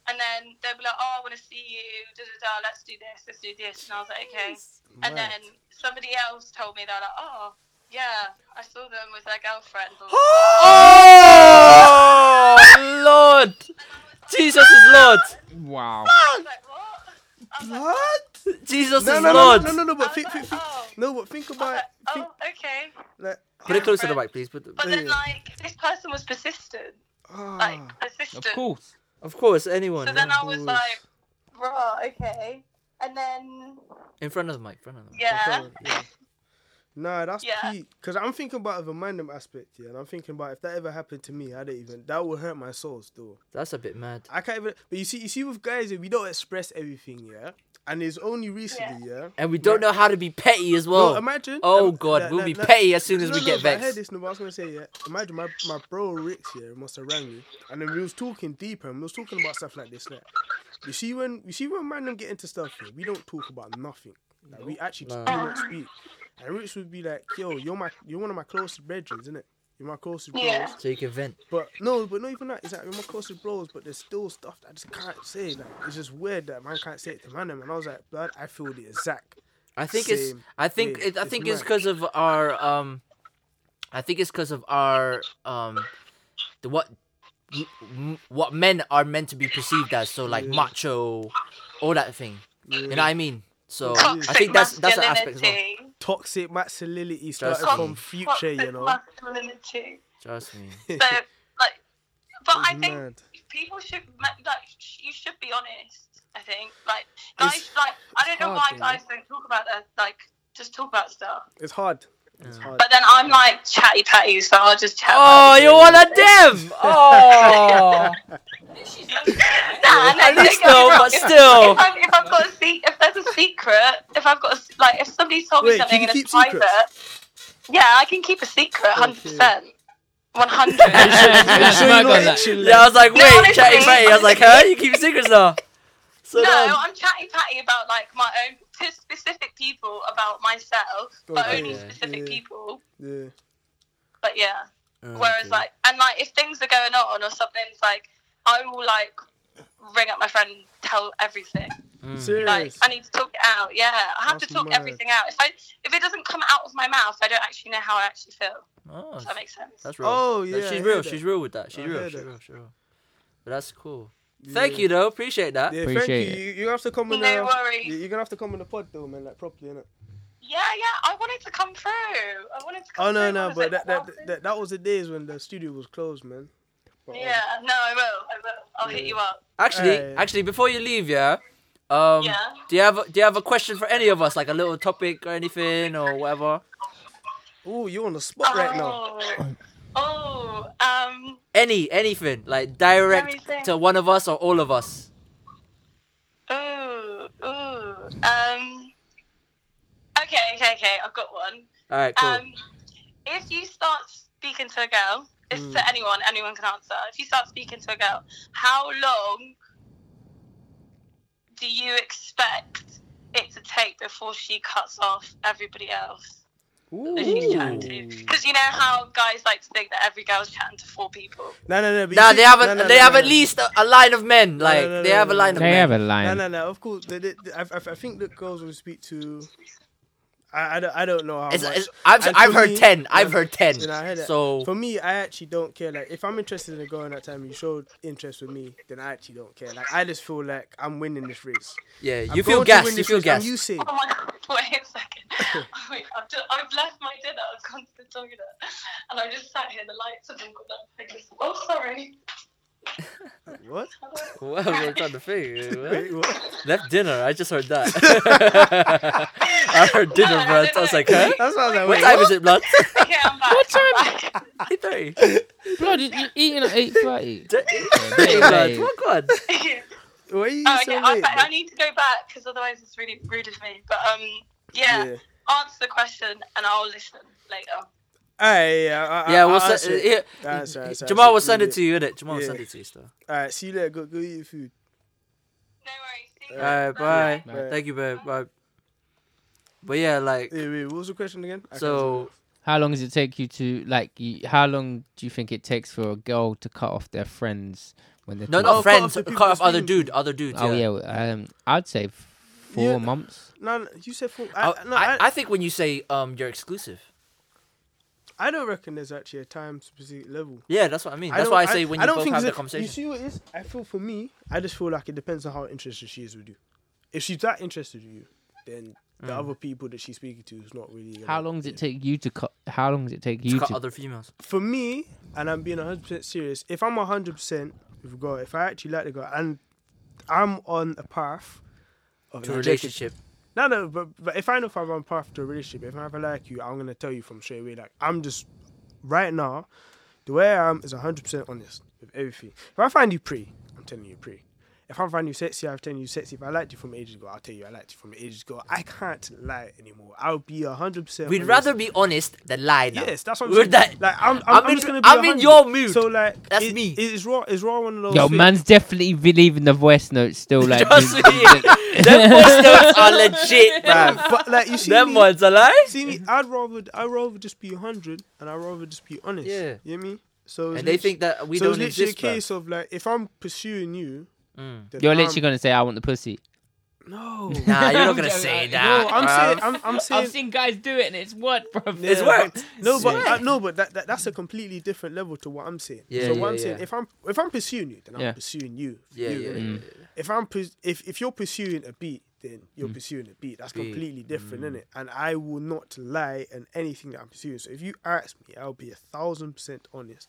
[SPEAKER 5] and then they'd be like, "Oh, I want to see you. Da da da. Let's do this. Let's do this." And I was like, "Okay." And
[SPEAKER 2] Mad.
[SPEAKER 5] then somebody else told me they're like, "Oh, yeah, I saw them with their girlfriend." Or,
[SPEAKER 1] oh Lord, Jesus is Lord.
[SPEAKER 3] Wow.
[SPEAKER 5] I was like, what? I was like,
[SPEAKER 2] What?
[SPEAKER 1] Jesus
[SPEAKER 2] No,
[SPEAKER 1] is
[SPEAKER 2] no, no,
[SPEAKER 1] Lord.
[SPEAKER 2] no, no, no. But
[SPEAKER 5] I
[SPEAKER 2] think,
[SPEAKER 5] was
[SPEAKER 2] think,
[SPEAKER 5] like,
[SPEAKER 2] think,
[SPEAKER 5] oh.
[SPEAKER 2] no, but think
[SPEAKER 5] I was
[SPEAKER 2] about.
[SPEAKER 5] like,
[SPEAKER 2] Think,
[SPEAKER 5] oh, okay.
[SPEAKER 2] like,
[SPEAKER 1] Put it close to the mic, please. Put the,
[SPEAKER 5] But then,
[SPEAKER 2] Yeah.
[SPEAKER 5] like, this person was persistent. Like,
[SPEAKER 2] ah,
[SPEAKER 5] persistent.
[SPEAKER 3] Of course.
[SPEAKER 1] of course, anyone
[SPEAKER 5] So then
[SPEAKER 1] yeah.
[SPEAKER 5] I was
[SPEAKER 2] course.
[SPEAKER 5] like, right, okay. And then,
[SPEAKER 1] in front of the mic. In front of the mic.
[SPEAKER 5] yeah.
[SPEAKER 2] Okay, yeah. Nah, that's
[SPEAKER 5] Yeah.
[SPEAKER 2] peak. Because I'm thinking about the random aspect, yeah. And I'm thinking about if that ever happened to me, I don't even. That would hurt my soul still.
[SPEAKER 1] That's a bit mad.
[SPEAKER 2] I can't even. But you see, you see, with guys, we don't express everything, yeah. And it's only recently, yeah.
[SPEAKER 1] And we don't know how to be petty as well.
[SPEAKER 2] No, imagine.
[SPEAKER 1] Oh
[SPEAKER 2] um,
[SPEAKER 1] God,
[SPEAKER 2] that-
[SPEAKER 1] we'll
[SPEAKER 2] that-
[SPEAKER 1] be
[SPEAKER 2] that-
[SPEAKER 1] petty as soon as
[SPEAKER 2] No,
[SPEAKER 1] we
[SPEAKER 2] no,
[SPEAKER 1] get
[SPEAKER 2] but I heard
[SPEAKER 1] vexed.
[SPEAKER 2] this, no, but I was gonna say, yeah. Imagine my, my bro Ricks here must have rang me, and then we was talking deeper, and we was talking about stuff like this. Like, you see when you see when man them get into stuff here, we don't talk about nothing. Like we actually just do
[SPEAKER 1] No.
[SPEAKER 2] not speak. And Ricks would be like, "Yo, you're my, you're one of my closest brethren, isn't it? You're my closest bros."
[SPEAKER 5] Yeah.
[SPEAKER 1] So you can vent.
[SPEAKER 2] But no, but not even that. It's like you're my closest bros, but there's still stuff that I just can't say. Like it's just weird that man can't say it to man. them. And I was like, blood, I feel the exact.
[SPEAKER 1] I think it's.
[SPEAKER 2] Same.
[SPEAKER 1] I think.
[SPEAKER 2] Yeah,
[SPEAKER 1] It, I
[SPEAKER 2] it's
[SPEAKER 1] think it's
[SPEAKER 2] mad.
[SPEAKER 1] because of our. Um, I think it's because of our. Um, the what, m- what men are meant to be perceived as. So like
[SPEAKER 2] Yeah.
[SPEAKER 1] macho, all that thing. You know what I mean? So
[SPEAKER 5] Toxic
[SPEAKER 1] I think that's that's an aspect as well.
[SPEAKER 5] masculinity.
[SPEAKER 2] toxic masculinity started
[SPEAKER 1] Just-
[SPEAKER 2] from future,
[SPEAKER 5] Toxic
[SPEAKER 2] you know.
[SPEAKER 5] masculinity.
[SPEAKER 1] Trust me.
[SPEAKER 5] So, like, but I
[SPEAKER 2] It's
[SPEAKER 5] think
[SPEAKER 2] mad.
[SPEAKER 5] people should ma- like sh- you should be honest. I think like guys
[SPEAKER 2] It's-
[SPEAKER 5] like I don't know
[SPEAKER 3] hard,
[SPEAKER 5] why
[SPEAKER 3] isn't
[SPEAKER 5] guys don't talk about that like just talk about stuff.
[SPEAKER 2] It's hard. It's hard.
[SPEAKER 5] But then I'm like chatty patty, so I'll just chat.
[SPEAKER 1] Oh, you're one of them. Oh,
[SPEAKER 5] nah, no,
[SPEAKER 1] at
[SPEAKER 5] don't
[SPEAKER 1] least
[SPEAKER 5] get me
[SPEAKER 1] though,
[SPEAKER 5] wrong.
[SPEAKER 1] but
[SPEAKER 5] If-
[SPEAKER 1] still.
[SPEAKER 5] If, I'm, if I've got a se- if there's a secret, if I've got a, se- like, if somebody told me
[SPEAKER 2] Wait,
[SPEAKER 5] something
[SPEAKER 2] can
[SPEAKER 5] and
[SPEAKER 2] you
[SPEAKER 5] it's
[SPEAKER 2] keep
[SPEAKER 5] private,
[SPEAKER 2] secrets?
[SPEAKER 5] yeah, I can keep a secret, hundred percent, one hundred.
[SPEAKER 3] Yeah,
[SPEAKER 2] sure you're
[SPEAKER 3] smack
[SPEAKER 2] not
[SPEAKER 3] on that.
[SPEAKER 2] itching,
[SPEAKER 1] Yeah, I was like,
[SPEAKER 5] No,
[SPEAKER 1] wait,
[SPEAKER 5] honestly.
[SPEAKER 1] chatty patty. I was like, huh? You keep secrets now. So
[SPEAKER 5] No,
[SPEAKER 1] then,
[SPEAKER 2] um,
[SPEAKER 5] I'm chatty patty about like my own to specific people about myself, but
[SPEAKER 2] Okay,
[SPEAKER 5] only
[SPEAKER 1] yeah,
[SPEAKER 5] specific
[SPEAKER 2] yeah.
[SPEAKER 5] people.
[SPEAKER 2] Yeah.
[SPEAKER 5] But yeah.
[SPEAKER 1] Oh,
[SPEAKER 5] Whereas
[SPEAKER 1] okay.
[SPEAKER 5] like and like if things are going on or something's like I will like ring up my friend and tell everything.
[SPEAKER 1] Hmm.
[SPEAKER 5] Like
[SPEAKER 2] Serious.
[SPEAKER 5] I need to talk it out. Yeah. I have
[SPEAKER 2] That's
[SPEAKER 5] to talk
[SPEAKER 2] mad.
[SPEAKER 5] everything out. If I if it doesn't come out of my mouth, I don't actually know how I actually feel.
[SPEAKER 1] Oh,
[SPEAKER 5] If that makes sense.
[SPEAKER 1] that's real.
[SPEAKER 2] Oh,
[SPEAKER 1] That-
[SPEAKER 2] yeah, I
[SPEAKER 1] she's
[SPEAKER 2] heard
[SPEAKER 1] real.
[SPEAKER 2] that.
[SPEAKER 1] She's real with that. She's
[SPEAKER 2] I
[SPEAKER 1] real.
[SPEAKER 2] heard
[SPEAKER 1] She's
[SPEAKER 2] that.
[SPEAKER 1] real. She's real. But that's cool. Thank
[SPEAKER 2] Yeah.
[SPEAKER 1] you though. Appreciate that.
[SPEAKER 2] Yeah,
[SPEAKER 3] Appreciate
[SPEAKER 2] thank you. you. You have to come in.
[SPEAKER 5] No
[SPEAKER 2] uh,
[SPEAKER 5] worries.
[SPEAKER 2] you- You're gonna have to come in the pod though, man. Like properly, innit?
[SPEAKER 5] Yeah, yeah. I wanted to come through. I wanted to come
[SPEAKER 2] Oh no,
[SPEAKER 5] through. I
[SPEAKER 2] no,
[SPEAKER 5] was
[SPEAKER 2] but
[SPEAKER 5] like,
[SPEAKER 2] that that,
[SPEAKER 5] "What?"
[SPEAKER 2] that that was the days when the studio was closed, man. But, um,
[SPEAKER 5] Yeah, no, I will. I will. I'll hit you up.
[SPEAKER 1] Actually,
[SPEAKER 2] Hey.
[SPEAKER 1] actually, before you leave, yeah, Um,
[SPEAKER 5] Yeah.
[SPEAKER 1] Do you have Do you have a question for any of us, like a little topic or anything or whatever?
[SPEAKER 2] Oh, you're on the spot right now.
[SPEAKER 5] Oh, um,
[SPEAKER 1] Any anything like
[SPEAKER 5] me
[SPEAKER 1] direct
[SPEAKER 5] think.
[SPEAKER 1] to one of us or all of us?
[SPEAKER 5] ooh, ooh, oh, um. Okay, okay, okay. I've got one.
[SPEAKER 1] All right, cool.
[SPEAKER 5] Um, if you start speaking to a girl, this is to anyone, anyone can answer. If you start speaking to a girl, how long do you expect it to take before she cuts off everybody else? That she's chatting to, because you know how guys like to think that every girl's chatting to four people.
[SPEAKER 2] No, no, no. but you
[SPEAKER 1] now
[SPEAKER 2] see-
[SPEAKER 1] they have a,
[SPEAKER 2] no, no,
[SPEAKER 1] they
[SPEAKER 2] no,
[SPEAKER 1] have
[SPEAKER 2] no,
[SPEAKER 1] at
[SPEAKER 2] no.
[SPEAKER 1] least a, a line of men. Like
[SPEAKER 2] no,
[SPEAKER 1] they
[SPEAKER 2] no,
[SPEAKER 1] have
[SPEAKER 2] no,
[SPEAKER 1] a line
[SPEAKER 2] no.
[SPEAKER 1] of
[SPEAKER 3] They
[SPEAKER 1] men.
[SPEAKER 3] have a
[SPEAKER 2] No,
[SPEAKER 3] line.
[SPEAKER 2] no, no. Of course, they, they, they- I, I, I think that girls will speak to. I, I, don't, I don't know how
[SPEAKER 1] It's,
[SPEAKER 2] much.
[SPEAKER 1] it's, I've
[SPEAKER 2] And
[SPEAKER 1] I've
[SPEAKER 2] for
[SPEAKER 1] heard
[SPEAKER 2] me-
[SPEAKER 1] ten. I've
[SPEAKER 2] yeah,
[SPEAKER 1] heard ten.
[SPEAKER 2] you know, I heard that.
[SPEAKER 1] so
[SPEAKER 2] for me, I actually don't care. Like, if I'm interested in a girl in that time, you showed interest with me, then I actually don't care. Like, I just feel like I'm winning this race.
[SPEAKER 1] yeah,
[SPEAKER 2] I'm
[SPEAKER 1] you feel
[SPEAKER 2] going to win
[SPEAKER 1] gassed. You
[SPEAKER 2] this
[SPEAKER 1] feel
[SPEAKER 2] race. I'm
[SPEAKER 1] gassed.
[SPEAKER 2] Usain.
[SPEAKER 5] Oh my god! Wait a second. Wait, I've, just, I've left my dinner. I've gone to the toilet, and I just sat here. The lights have all gone up. Oh, sorry.
[SPEAKER 2] What?
[SPEAKER 1] Well, we're trying to figure. well,
[SPEAKER 2] Wait, what?
[SPEAKER 1] Left dinner. I just heard that. I heard dinner,
[SPEAKER 5] No, no,
[SPEAKER 1] bro.
[SPEAKER 5] no,
[SPEAKER 1] I was
[SPEAKER 5] no.
[SPEAKER 1] like, huh?
[SPEAKER 2] That's what I was
[SPEAKER 1] What
[SPEAKER 2] like. Wait,
[SPEAKER 1] time is it, blood?
[SPEAKER 5] Okay, I'm back.
[SPEAKER 3] What
[SPEAKER 5] I'm
[SPEAKER 3] time?
[SPEAKER 5] back.
[SPEAKER 1] Eight thirty.
[SPEAKER 3] Blood, you eating at eight thirty.
[SPEAKER 1] Hey, blood.
[SPEAKER 3] Hey.
[SPEAKER 1] What God?
[SPEAKER 2] Why are you
[SPEAKER 5] oh,
[SPEAKER 2] so
[SPEAKER 5] okay. I,
[SPEAKER 2] late?
[SPEAKER 5] I I need to go back because otherwise it's really rude of me. But um, yeah,
[SPEAKER 2] Yeah.
[SPEAKER 5] Answer the question, and I'll listen later.
[SPEAKER 2] Alright, yeah, I- I-
[SPEAKER 1] Yeah,
[SPEAKER 2] I'll
[SPEAKER 1] we'll send.
[SPEAKER 2] answer it.
[SPEAKER 1] yeah,
[SPEAKER 2] Uh, That's right, that's right,
[SPEAKER 1] Jamal
[SPEAKER 2] that's
[SPEAKER 1] will
[SPEAKER 2] right.
[SPEAKER 1] send
[SPEAKER 2] Yeah.
[SPEAKER 1] it to you, innit? Jamal will
[SPEAKER 2] Yeah.
[SPEAKER 1] send it to you, still.
[SPEAKER 2] Alright, see you later. Go, go eat your food.
[SPEAKER 5] No worries. See you.
[SPEAKER 1] Alright, bye.
[SPEAKER 5] Bye.
[SPEAKER 2] Bye.
[SPEAKER 1] Thank you, babe. Bye. But yeah, like,
[SPEAKER 2] Hey, wait, what was the question again? I can't
[SPEAKER 1] so
[SPEAKER 3] How long does it take you to like? You, how long do you think it takes for a girl to cut off their friends when they're
[SPEAKER 1] no,
[SPEAKER 3] talking-
[SPEAKER 1] not
[SPEAKER 2] Oh, cut off the
[SPEAKER 1] friends.
[SPEAKER 2] people
[SPEAKER 1] Cut off other
[SPEAKER 2] speaking to
[SPEAKER 1] dude, other dudes.
[SPEAKER 3] Oh
[SPEAKER 1] yeah.
[SPEAKER 3] yeah, well, um, I'd say f- four
[SPEAKER 2] Yeah.
[SPEAKER 3] months.
[SPEAKER 2] remember. No, no, you said four. I,
[SPEAKER 1] I,
[SPEAKER 2] no,
[SPEAKER 1] Oh, I,
[SPEAKER 2] I,
[SPEAKER 1] I think when you say um you're exclusive,
[SPEAKER 2] I don't reckon there's actually a time specific level.
[SPEAKER 1] yeah, that's what I mean. That's
[SPEAKER 2] don't-
[SPEAKER 1] why I say when you
[SPEAKER 2] don't
[SPEAKER 1] both
[SPEAKER 2] think
[SPEAKER 1] have
[SPEAKER 2] it's
[SPEAKER 1] the
[SPEAKER 2] a- You
[SPEAKER 1] conversation.
[SPEAKER 2] see what it is? I feel for me, I just feel like it depends on how interested she is with you. If she's that interested in you, then the
[SPEAKER 1] Mm.
[SPEAKER 2] other people that she's speaking to is not really. gonna-
[SPEAKER 3] How long does it take you to cut? How long does it take you
[SPEAKER 1] Cut
[SPEAKER 3] to?
[SPEAKER 1] other females.
[SPEAKER 2] For me, and I'm being 100% serious, if I'm 100% with a girl, if I actually like the girl, and I'm on a path of
[SPEAKER 1] To
[SPEAKER 2] like,
[SPEAKER 1] relationship.
[SPEAKER 2] No, no, but, but if I know if I'm on path to a relationship, if I ever like you, I'm gonna tell you from straight away. Like I'm just right now, the way I am is 100 percent honest with everything. If I find you pretty, I'm telling you pretty. If I find you sexy, I'm telling you sexy. If I liked you from ages ago, I'll tell you I liked you from ages ago. I can't lie anymore. I'll be 100. percent
[SPEAKER 1] We'd rather be honest than lie. Now.
[SPEAKER 2] Yes, that's what I'm
[SPEAKER 1] We're
[SPEAKER 2] saying.
[SPEAKER 1] that.
[SPEAKER 2] Like I'm, I'm,
[SPEAKER 1] I'm
[SPEAKER 2] I'm
[SPEAKER 1] in-
[SPEAKER 2] just gonna be.
[SPEAKER 1] I'm in
[SPEAKER 2] 100.
[SPEAKER 1] your mood.
[SPEAKER 2] So like,
[SPEAKER 1] That's
[SPEAKER 2] it-
[SPEAKER 1] me.
[SPEAKER 2] It is raw. It's raw one of those.
[SPEAKER 3] Yo,
[SPEAKER 2] things-
[SPEAKER 3] man's definitely believing the voice notes still. Like,
[SPEAKER 1] Trust
[SPEAKER 3] you-
[SPEAKER 1] me, them voice notes are legit, bruv.
[SPEAKER 2] But like you see,
[SPEAKER 1] Them
[SPEAKER 2] me-
[SPEAKER 1] ones are lies.
[SPEAKER 2] See me, I'd rather I'd rather just be hundred and I'd rather just be honest.
[SPEAKER 1] Yeah.
[SPEAKER 2] You know what I mean? So it's
[SPEAKER 1] And they
[SPEAKER 2] lit-
[SPEAKER 1] think that we
[SPEAKER 2] so
[SPEAKER 1] don't
[SPEAKER 2] it's literally
[SPEAKER 1] exist.
[SPEAKER 2] a
[SPEAKER 1] bruv.
[SPEAKER 2] case of like if I'm pursuing you
[SPEAKER 1] Mm.
[SPEAKER 2] then
[SPEAKER 3] You're
[SPEAKER 2] I'm-
[SPEAKER 3] literally gonna say, "I want the pussy."
[SPEAKER 2] No.
[SPEAKER 1] Nah, you're not gonna
[SPEAKER 3] I'm
[SPEAKER 1] say
[SPEAKER 3] joking.
[SPEAKER 1] that.
[SPEAKER 2] No, I'm saying
[SPEAKER 1] bruv.
[SPEAKER 2] I'm, I'm saying
[SPEAKER 3] seen guys do it, and it's worked, bro.
[SPEAKER 2] Yeah,
[SPEAKER 1] It's worked.
[SPEAKER 2] No, but
[SPEAKER 1] Swear.
[SPEAKER 2] uh, no, but that, that that's a completely different level to what I'm saying.
[SPEAKER 1] Yeah,
[SPEAKER 2] so what
[SPEAKER 1] yeah,
[SPEAKER 2] I'm saying,
[SPEAKER 1] yeah.
[SPEAKER 2] if I'm if I'm pursuing you, then I'm
[SPEAKER 3] Yeah.
[SPEAKER 2] pursuing you. for
[SPEAKER 1] Yeah,
[SPEAKER 2] you,
[SPEAKER 1] yeah,
[SPEAKER 2] innit?
[SPEAKER 1] yeah.
[SPEAKER 2] If I'm pus- if if you're pursuing a beat, then
[SPEAKER 3] Mm.
[SPEAKER 2] you're pursuing a beat. That's
[SPEAKER 1] Beat.
[SPEAKER 2] completely different, innit? And I will not lie on anything that I'm pursuing. So if you ask me, I'll be a thousand percent honest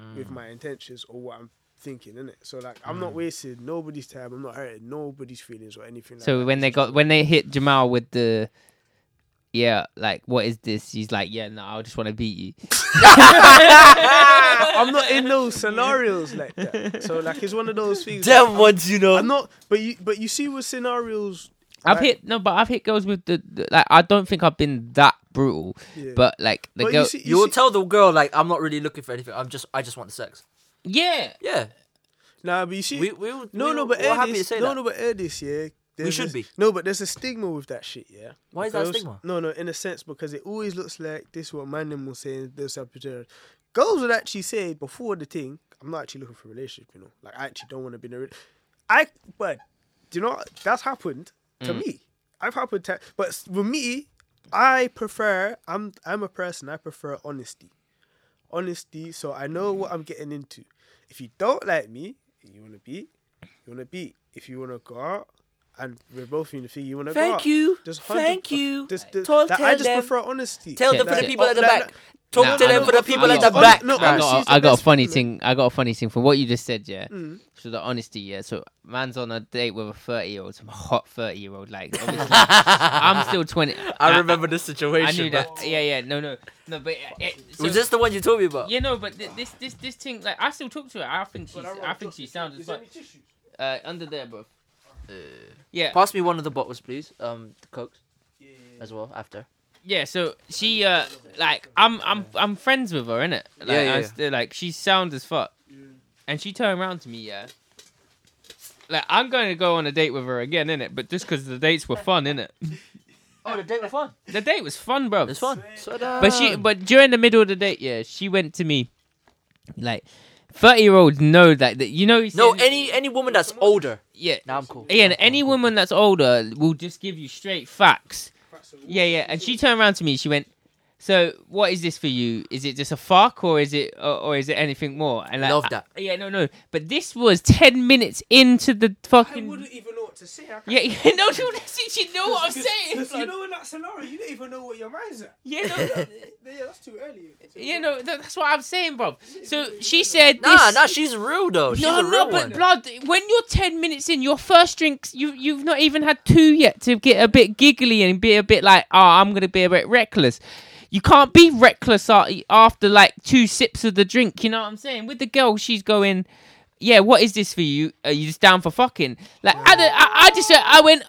[SPEAKER 3] Mm.
[SPEAKER 2] with my intentions or what I'm thinking, innit? So like, I'm not wasting nobody's time. I'm not hurting nobody's feelings or anything.
[SPEAKER 3] So
[SPEAKER 2] like
[SPEAKER 3] when they got when they hit Jamal with the, yeah, like what is this? He's like, yeah, no, I just want to beat you.
[SPEAKER 2] that. I'm not in those scenarios like that. So like, it's one of those things. like,
[SPEAKER 1] Them
[SPEAKER 2] I'm-
[SPEAKER 1] ones, you know.
[SPEAKER 2] I'm not, but you, but you see, with scenarios,
[SPEAKER 3] I've
[SPEAKER 2] like-
[SPEAKER 3] hit no, but I've hit girls with the, the like. I don't think I've been that brutal,
[SPEAKER 2] Yeah.
[SPEAKER 3] but like the
[SPEAKER 2] But
[SPEAKER 3] girl,
[SPEAKER 2] you see, you
[SPEAKER 1] You'll
[SPEAKER 2] see-
[SPEAKER 1] tell the girl like I'm not really looking for anything. I'm just I just want the sex.
[SPEAKER 3] yeah,
[SPEAKER 1] Yeah,
[SPEAKER 2] nah, but you see,
[SPEAKER 1] we we will-
[SPEAKER 2] no,
[SPEAKER 1] we,
[SPEAKER 2] no, but
[SPEAKER 1] we're
[SPEAKER 2] Ed
[SPEAKER 1] happy to
[SPEAKER 2] is,
[SPEAKER 1] say
[SPEAKER 2] no,
[SPEAKER 1] that.
[SPEAKER 2] no, but Ed is, yeah. there's
[SPEAKER 1] should
[SPEAKER 2] a-
[SPEAKER 1] be.
[SPEAKER 2] No, but there's a stigma with that shit, yeah.
[SPEAKER 1] Why is that a
[SPEAKER 2] Because-
[SPEAKER 1] stigma?
[SPEAKER 2] No, no, in a sense because it always looks like this is what man them will say and this is what they- Girls would actually say before the thing, I'm not actually looking for a relationship, you know. Like I actually don't want to be in a re- I but do you know what? that's happened to
[SPEAKER 1] Mm.
[SPEAKER 2] me. I've happened to but s- with me, I prefer I'm I'm a person, I prefer honesty. Honesty, so I know what I'm getting into. If you don't like me, you wanna be, you wanna be. If you wanna go out and we're both in the thing you wanna go out.
[SPEAKER 1] Thank you.
[SPEAKER 2] Just
[SPEAKER 1] Thank you.
[SPEAKER 2] Just, just,
[SPEAKER 1] Tell-
[SPEAKER 2] that I
[SPEAKER 1] tell
[SPEAKER 2] just
[SPEAKER 1] them.
[SPEAKER 2] prefer honesty.
[SPEAKER 1] Tell them
[SPEAKER 3] Yeah,
[SPEAKER 1] for the
[SPEAKER 3] yeah.
[SPEAKER 1] people at the
[SPEAKER 2] Like, oh,
[SPEAKER 1] back. Talk
[SPEAKER 3] Nah,
[SPEAKER 1] to
[SPEAKER 3] I
[SPEAKER 1] them
[SPEAKER 3] don't-
[SPEAKER 1] for the
[SPEAKER 2] I
[SPEAKER 1] people at the
[SPEAKER 3] don't-
[SPEAKER 1] back.
[SPEAKER 2] no,
[SPEAKER 1] man.
[SPEAKER 3] I
[SPEAKER 2] Honestly, it's
[SPEAKER 3] got,
[SPEAKER 2] the
[SPEAKER 3] I got a
[SPEAKER 2] best
[SPEAKER 3] funny
[SPEAKER 2] feeling.
[SPEAKER 3] thing. I got a funny thing from what you just said. Yeah.
[SPEAKER 2] Mm.
[SPEAKER 3] So the honesty. Yeah. So man's on a date with a thirty-year-old, some hot thirty-year-old. Like, obviously, I'm still twenty.
[SPEAKER 1] I remember this
[SPEAKER 3] I
[SPEAKER 1] situation.
[SPEAKER 3] knew
[SPEAKER 1] man.
[SPEAKER 3] that. Yeah. Yeah. No. No. No. But uh, it, so-
[SPEAKER 1] Was this the one you told me about?
[SPEAKER 3] Yeah, no, but thi- this this this thing like I still talk to her. I think she's I think she sounds as fuck. Uh, under there, bro.
[SPEAKER 1] Uh,
[SPEAKER 3] Yeah,
[SPEAKER 1] Pass me one of the bottles, please. Um, the cokes as well after.
[SPEAKER 3] yeah. So she uh like I'm I'm I'm friends with her, innit? Like,
[SPEAKER 1] Yeah, yeah,
[SPEAKER 3] I'm
[SPEAKER 1] yeah.
[SPEAKER 3] still, like she's sound as fuck. And she turned around to me, yeah. Like I'm going to go on a date with her again, innit? But just because the dates were fun, innit?
[SPEAKER 1] Oh, the date was fun.
[SPEAKER 3] The date was fun, bro.
[SPEAKER 1] It's fun. So
[SPEAKER 3] But
[SPEAKER 1] Oh.
[SPEAKER 3] she, but during the middle of the date, yeah, she went to me, like, thirty year olds know that, that you know. he
[SPEAKER 1] no,
[SPEAKER 3] says-
[SPEAKER 1] any any woman that's older.
[SPEAKER 3] yeah,
[SPEAKER 1] Now I'm cool.
[SPEAKER 3] Again, any woman that's older will just give you straight facts. Yeah, yeah. And she turned around to me. She went, "So, what is this for you? Is it just a fuck, or is it, or, or is it anything more?" And like,
[SPEAKER 1] Love
[SPEAKER 3] I-
[SPEAKER 1] that.
[SPEAKER 3] yeah, no, no. But this was ten minutes into the
[SPEAKER 2] I
[SPEAKER 3] fucking.
[SPEAKER 2] wouldn't even know what to say. I can't-
[SPEAKER 3] Yeah, yeah, no, no. She, she know what I'm saying.
[SPEAKER 2] you know, in that scenario, you don't even know what your mind's at.
[SPEAKER 3] yeah, no, no,
[SPEAKER 2] Yeah, that's too early.
[SPEAKER 3] yeah, no. that- That's what I'm saying, bro. So she said,
[SPEAKER 1] Nah,
[SPEAKER 3] this,
[SPEAKER 1] nah, she's real though. She's
[SPEAKER 3] no,
[SPEAKER 1] a real
[SPEAKER 3] no,
[SPEAKER 1] one.
[SPEAKER 3] but blood. When you're ten minutes in, your first drinks, you you've not even had two yet to get a bit giggly and be a bit like, oh, I'm gonna be a bit reckless. You can't be reckless a- after like two sips of the drink. You know what I'm saying? With the girl, she's going, yeah. What is this for you? Are you just down for fucking? Like I, don't- I, I just I went.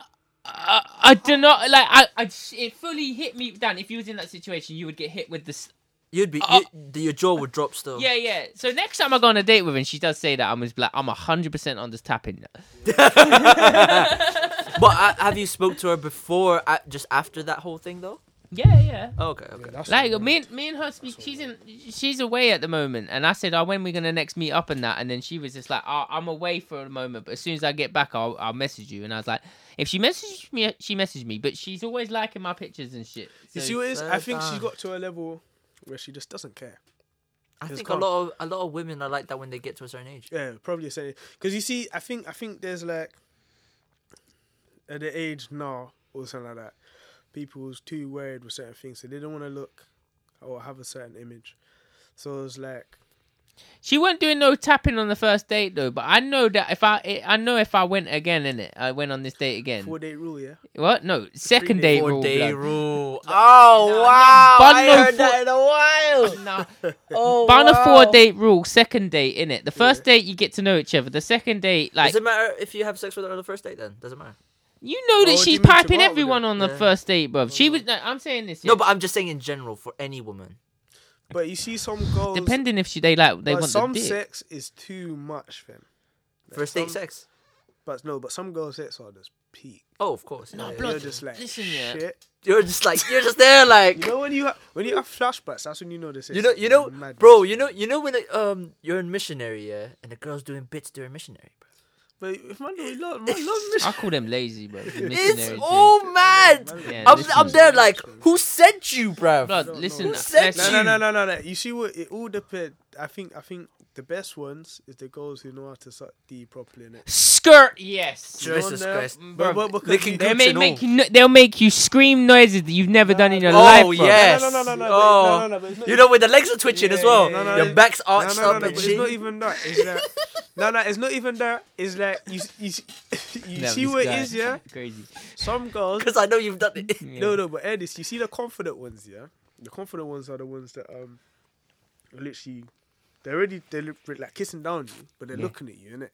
[SPEAKER 3] I, I do not like. I, I, it fully hit me, Dan. If you was in that situation, you would get hit with this
[SPEAKER 1] You'd be
[SPEAKER 3] Uh,
[SPEAKER 1] you, your jaw would drop still.
[SPEAKER 3] yeah, yeah. So next time I go on a date with her, and she does say that, I'm just like, I'm hundred percent on this tapping.
[SPEAKER 1] But uh, have you spoke to her before? Uh, just after that whole thing though.
[SPEAKER 3] Yeah, yeah.
[SPEAKER 1] Oh, okay, okay.
[SPEAKER 3] Like me, and, me and her speak. She's in, she's away at the moment, and I said, "Oh, when we gonna next meet up and that?" And then she was just like, oh, "I'm away for a moment, but as soon as I get back, I'll, I'll message you." And I was like, "If she messaged me, she messaged me, but she's always liking my pictures and shit."
[SPEAKER 2] You
[SPEAKER 3] So-
[SPEAKER 2] see what it is? I think she's
[SPEAKER 1] Sometimes.
[SPEAKER 2] got to a level where she just doesn't care.
[SPEAKER 1] I
[SPEAKER 2] It's
[SPEAKER 1] think
[SPEAKER 2] gone.
[SPEAKER 1] a lot of a lot of women are like that when they get to a certain age.
[SPEAKER 2] Yeah, probably saying because you see, I think I think there's like at the age now or something like that, people's too worried with certain things, so they don't want to look or have a certain image. So it's like
[SPEAKER 3] She wasn't doing no tapping on the first date though, but I know that if I, I know if I went again in it, I went on this date again.
[SPEAKER 2] four day rule, yeah.
[SPEAKER 3] What? No, second date
[SPEAKER 1] Four
[SPEAKER 3] rule.
[SPEAKER 1] day
[SPEAKER 3] blood.
[SPEAKER 1] rule. Oh wow!
[SPEAKER 3] but
[SPEAKER 1] I
[SPEAKER 3] no
[SPEAKER 1] heard
[SPEAKER 3] four-
[SPEAKER 1] that in a while.
[SPEAKER 3] Nah.
[SPEAKER 1] Oh,
[SPEAKER 3] Ban a
[SPEAKER 1] wow.
[SPEAKER 3] four date rule, second date, in it. The first date you get to know each other. The second date, like
[SPEAKER 1] Does it matter if you have sex with her on the first date? Then doesn't matter.
[SPEAKER 3] you know
[SPEAKER 2] Oh,
[SPEAKER 3] that
[SPEAKER 2] do
[SPEAKER 3] she's
[SPEAKER 2] you mean to
[SPEAKER 3] piping
[SPEAKER 2] what with
[SPEAKER 3] everyone
[SPEAKER 2] it?
[SPEAKER 3] on the
[SPEAKER 1] Yeah.
[SPEAKER 3] first date, bro. She was. No, I'm saying this.
[SPEAKER 1] No,
[SPEAKER 3] yeah.
[SPEAKER 1] but I'm just saying in general for any woman.
[SPEAKER 2] But you see, some girls
[SPEAKER 3] depending if she they like they
[SPEAKER 2] but
[SPEAKER 3] want
[SPEAKER 2] some
[SPEAKER 3] the dick.
[SPEAKER 2] sex is too much, fam.
[SPEAKER 1] First date
[SPEAKER 2] some-
[SPEAKER 1] sex.
[SPEAKER 2] But no, but some girls' sex are just peak.
[SPEAKER 1] Oh, of course. yeah, yeah.
[SPEAKER 3] blood.
[SPEAKER 2] You're just like
[SPEAKER 3] listen, yeah.
[SPEAKER 2] shit.
[SPEAKER 1] You're just like you're just there like
[SPEAKER 2] You know when you ha- when you have flashbacks, that's when you know this.
[SPEAKER 1] You know, you know, bro. You know, you know when uh, um you're in missionary, yeah, and the girl's doing bits during missionary. Bro.
[SPEAKER 2] But if man, we love, man, love this.
[SPEAKER 3] I call them lazy, bro.
[SPEAKER 1] It's all mad.
[SPEAKER 3] Yeah,
[SPEAKER 1] I'm,
[SPEAKER 3] listen.
[SPEAKER 1] I'm there like, who sent you, bruv?
[SPEAKER 3] Blood, listen.
[SPEAKER 1] Who
[SPEAKER 3] let's-
[SPEAKER 1] sent
[SPEAKER 2] No, no, no, no, no, no. You see what? It all depends. I think, I think the best ones is the girls who know how to suck D properly in it.
[SPEAKER 3] Skirt, yes.
[SPEAKER 2] You know
[SPEAKER 1] Jesus
[SPEAKER 2] them?
[SPEAKER 1] Christ.
[SPEAKER 2] But, but because
[SPEAKER 1] Licking
[SPEAKER 2] you-
[SPEAKER 1] gooch
[SPEAKER 3] They may
[SPEAKER 1] and
[SPEAKER 3] make
[SPEAKER 1] all.
[SPEAKER 3] you. No, they'll make you scream noises that you've never done in your
[SPEAKER 1] Oh
[SPEAKER 3] life. bro.
[SPEAKER 1] yes.
[SPEAKER 2] No, no, no, no, no, but-
[SPEAKER 1] Oh.
[SPEAKER 2] no, no, no, but it's not
[SPEAKER 1] you know when the legs are twitching as
[SPEAKER 2] Yeah,
[SPEAKER 1] well.
[SPEAKER 2] yeah, yeah,
[SPEAKER 1] Your
[SPEAKER 2] yeah.
[SPEAKER 1] back's
[SPEAKER 2] no,
[SPEAKER 1] arched
[SPEAKER 2] no, no,
[SPEAKER 1] up
[SPEAKER 2] no,
[SPEAKER 1] and
[SPEAKER 2] but it's not
[SPEAKER 1] shit.
[SPEAKER 2] even that. It's that. No, no, it's not even that. It's like you, s- you, s- you
[SPEAKER 3] Damn,
[SPEAKER 2] see
[SPEAKER 3] this
[SPEAKER 2] what
[SPEAKER 3] guy.
[SPEAKER 2] it is, yeah.
[SPEAKER 3] Crazy.
[SPEAKER 2] Some girls,
[SPEAKER 1] Because I know you've done it.
[SPEAKER 3] Yeah.
[SPEAKER 2] no, no, but Ed, this you see the confident ones, yeah. The confident ones are the ones that um, are literally, they're already they're li- like kissing down you, but they're looking at you, innit?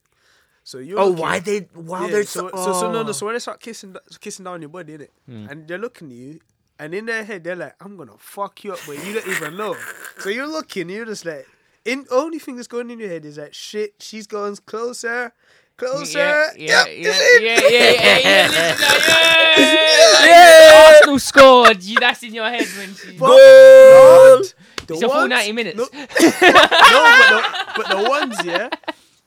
[SPEAKER 2] So you.
[SPEAKER 1] Oh, why they? Wow,
[SPEAKER 2] Yeah,
[SPEAKER 1] they're
[SPEAKER 2] so,
[SPEAKER 1] so.
[SPEAKER 2] so, so no,
[SPEAKER 1] oh.
[SPEAKER 2] no, so when they start kissing, kissing down your body, innit?
[SPEAKER 3] Hmm.
[SPEAKER 2] And they're looking at you, and in their head they're like, "I'm gonna fuck you up," but you don't even know. So you're looking, you're just like, in only thing that's going in your head is that shit. She's going closer, closer.
[SPEAKER 3] Yeah,
[SPEAKER 2] Yep,
[SPEAKER 3] yeah, yeah, yeah,
[SPEAKER 2] it's in.
[SPEAKER 3] yeah, yeah, yeah, listen, like, yeah.
[SPEAKER 1] Yeah.
[SPEAKER 3] Arsenal scored. You, that's in your head when she.
[SPEAKER 2] But
[SPEAKER 1] Gold.
[SPEAKER 2] the
[SPEAKER 3] It's a full
[SPEAKER 2] ones-
[SPEAKER 3] 90 minutes.
[SPEAKER 2] No, no but, the, but the ones, yeah,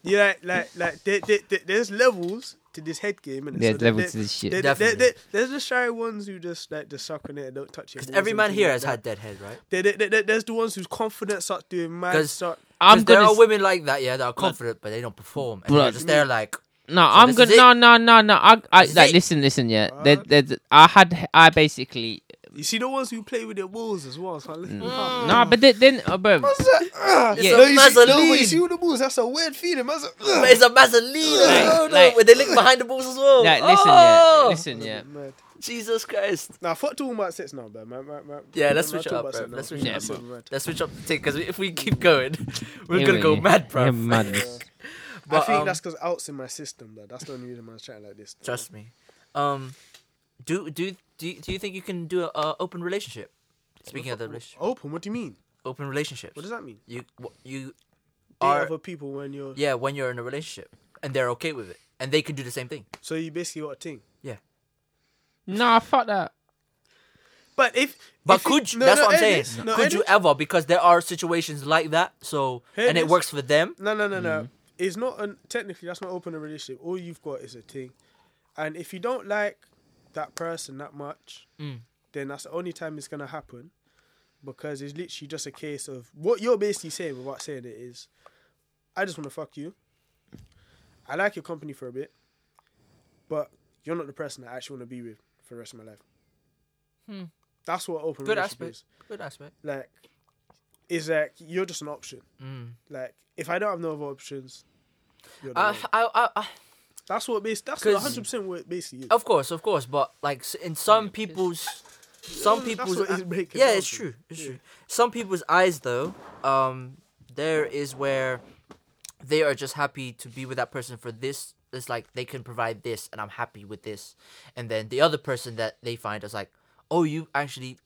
[SPEAKER 2] yeah, like, like, like there- there- there- there's levels to this head game, and
[SPEAKER 3] There's levels to this shit.
[SPEAKER 1] Definitely.
[SPEAKER 2] there's the shy ones who just like just suck on it and don't touch it.
[SPEAKER 1] Every man here has had dead head, right?
[SPEAKER 2] There, there, there- there's the ones whose confidence starts doing mad
[SPEAKER 1] 'Cause-
[SPEAKER 2] start.
[SPEAKER 3] I'm
[SPEAKER 1] 'Cause there
[SPEAKER 3] gonna
[SPEAKER 1] are
[SPEAKER 3] s-
[SPEAKER 1] women like that, yeah, that are confident but they don't perform, and
[SPEAKER 3] Bruh.
[SPEAKER 1] they're just there like.
[SPEAKER 3] No, I'm
[SPEAKER 1] this
[SPEAKER 3] good.
[SPEAKER 1] is
[SPEAKER 3] No, no, no, no. I, I
[SPEAKER 1] is
[SPEAKER 3] like
[SPEAKER 1] it.
[SPEAKER 3] listen, listen. Yeah, there, there's- I had, I basically
[SPEAKER 2] You see the ones who play with their balls as well. So I listen.
[SPEAKER 3] Mm.
[SPEAKER 2] Oh.
[SPEAKER 3] Nah, but then, then uh, bro, Yeah.
[SPEAKER 2] No, you, see,
[SPEAKER 1] Mazzaline.
[SPEAKER 2] no, but you see with the balls, that's a weird feeling. Man's like, ugh.
[SPEAKER 1] But it's a Mazzaline. oh, no,
[SPEAKER 3] like-
[SPEAKER 1] where they lick behind the balls as well.
[SPEAKER 3] like, listen,
[SPEAKER 1] oh,
[SPEAKER 3] yeah, listen, yeah.
[SPEAKER 2] Mad.
[SPEAKER 1] Jesus Christ.
[SPEAKER 2] Nah, fuck talking about sex now, man. Man, man, man.
[SPEAKER 1] Yeah, let's
[SPEAKER 2] Man,
[SPEAKER 1] switch it
[SPEAKER 2] talk
[SPEAKER 1] up,
[SPEAKER 2] about
[SPEAKER 1] bro.
[SPEAKER 2] sex now.
[SPEAKER 1] Let's switch it
[SPEAKER 3] Yeah,
[SPEAKER 1] up.
[SPEAKER 3] bro.
[SPEAKER 2] Mad.
[SPEAKER 1] Let's switch up the thing because if we keep going, we're
[SPEAKER 3] Yeah,
[SPEAKER 1] gonna go
[SPEAKER 3] yeah.
[SPEAKER 1] mad, bro.
[SPEAKER 3] Yeah, madness.
[SPEAKER 2] I
[SPEAKER 1] But,
[SPEAKER 2] think
[SPEAKER 1] um,
[SPEAKER 2] that's because out's in my system, though. That's the only reason man's chatting like this.
[SPEAKER 1] Trust me. Um, do do do you, do you think you can do a uh, open relationship? Speaking of the relationship,
[SPEAKER 2] Open, what do you mean?
[SPEAKER 1] open relationships.
[SPEAKER 2] What does that mean?
[SPEAKER 1] You wh- you
[SPEAKER 2] Date
[SPEAKER 1] are
[SPEAKER 2] other people when you're.
[SPEAKER 1] yeah when you're in a relationship and they're okay with it and they can do the same thing.
[SPEAKER 2] So you basically got a thing.
[SPEAKER 3] Nah, fuck that.
[SPEAKER 2] But if.
[SPEAKER 1] But
[SPEAKER 2] if
[SPEAKER 1] could you,
[SPEAKER 2] no,
[SPEAKER 1] that's
[SPEAKER 2] no,
[SPEAKER 1] what I'm
[SPEAKER 2] end
[SPEAKER 1] saying.
[SPEAKER 2] this. No,
[SPEAKER 1] could
[SPEAKER 2] end
[SPEAKER 1] you
[SPEAKER 2] this.
[SPEAKER 1] ever? Because there are situations like that. So
[SPEAKER 2] Hey,
[SPEAKER 1] and it
[SPEAKER 2] this-
[SPEAKER 1] works for them.
[SPEAKER 2] No, no, no,
[SPEAKER 1] Mm-hmm.
[SPEAKER 2] no. It's not an, technically that's not open a relationship. All you've got is a thing, and if you don't like that person that much,
[SPEAKER 1] Mm.
[SPEAKER 2] then that's the only time it's gonna happen, because it's literally just a case of what you're basically saying without saying it is, I just want to fuck you. I like your company for a bit, but you're not the person I actually want to be with for the rest of my life. That's what open
[SPEAKER 1] Hmm. Good
[SPEAKER 2] relationship
[SPEAKER 1] aspect.
[SPEAKER 2] is.
[SPEAKER 1] Good aspect.
[SPEAKER 2] Like, is like you're just an option.
[SPEAKER 1] Mm.
[SPEAKER 2] Like, if I don't have no other options, you're the
[SPEAKER 1] I,
[SPEAKER 2] one.
[SPEAKER 1] I, I, I,
[SPEAKER 2] that's what base. That's
[SPEAKER 1] Uh, 'cause- Oh,
[SPEAKER 2] one hundred percent what it basically is.
[SPEAKER 1] of course, of course, but like s- in some people's, some
[SPEAKER 2] That's
[SPEAKER 1] people's,
[SPEAKER 2] what it's
[SPEAKER 1] uh,
[SPEAKER 2] breaking
[SPEAKER 1] yeah,
[SPEAKER 2] down
[SPEAKER 1] it's
[SPEAKER 2] to.
[SPEAKER 1] true, it's
[SPEAKER 2] Yeah.
[SPEAKER 1] true. Some people's eyes, though, um, there is where they are just happy to be with that person for this. It's like they can provide this, and I'm happy with this. And then the other person that they find is like, oh, you actually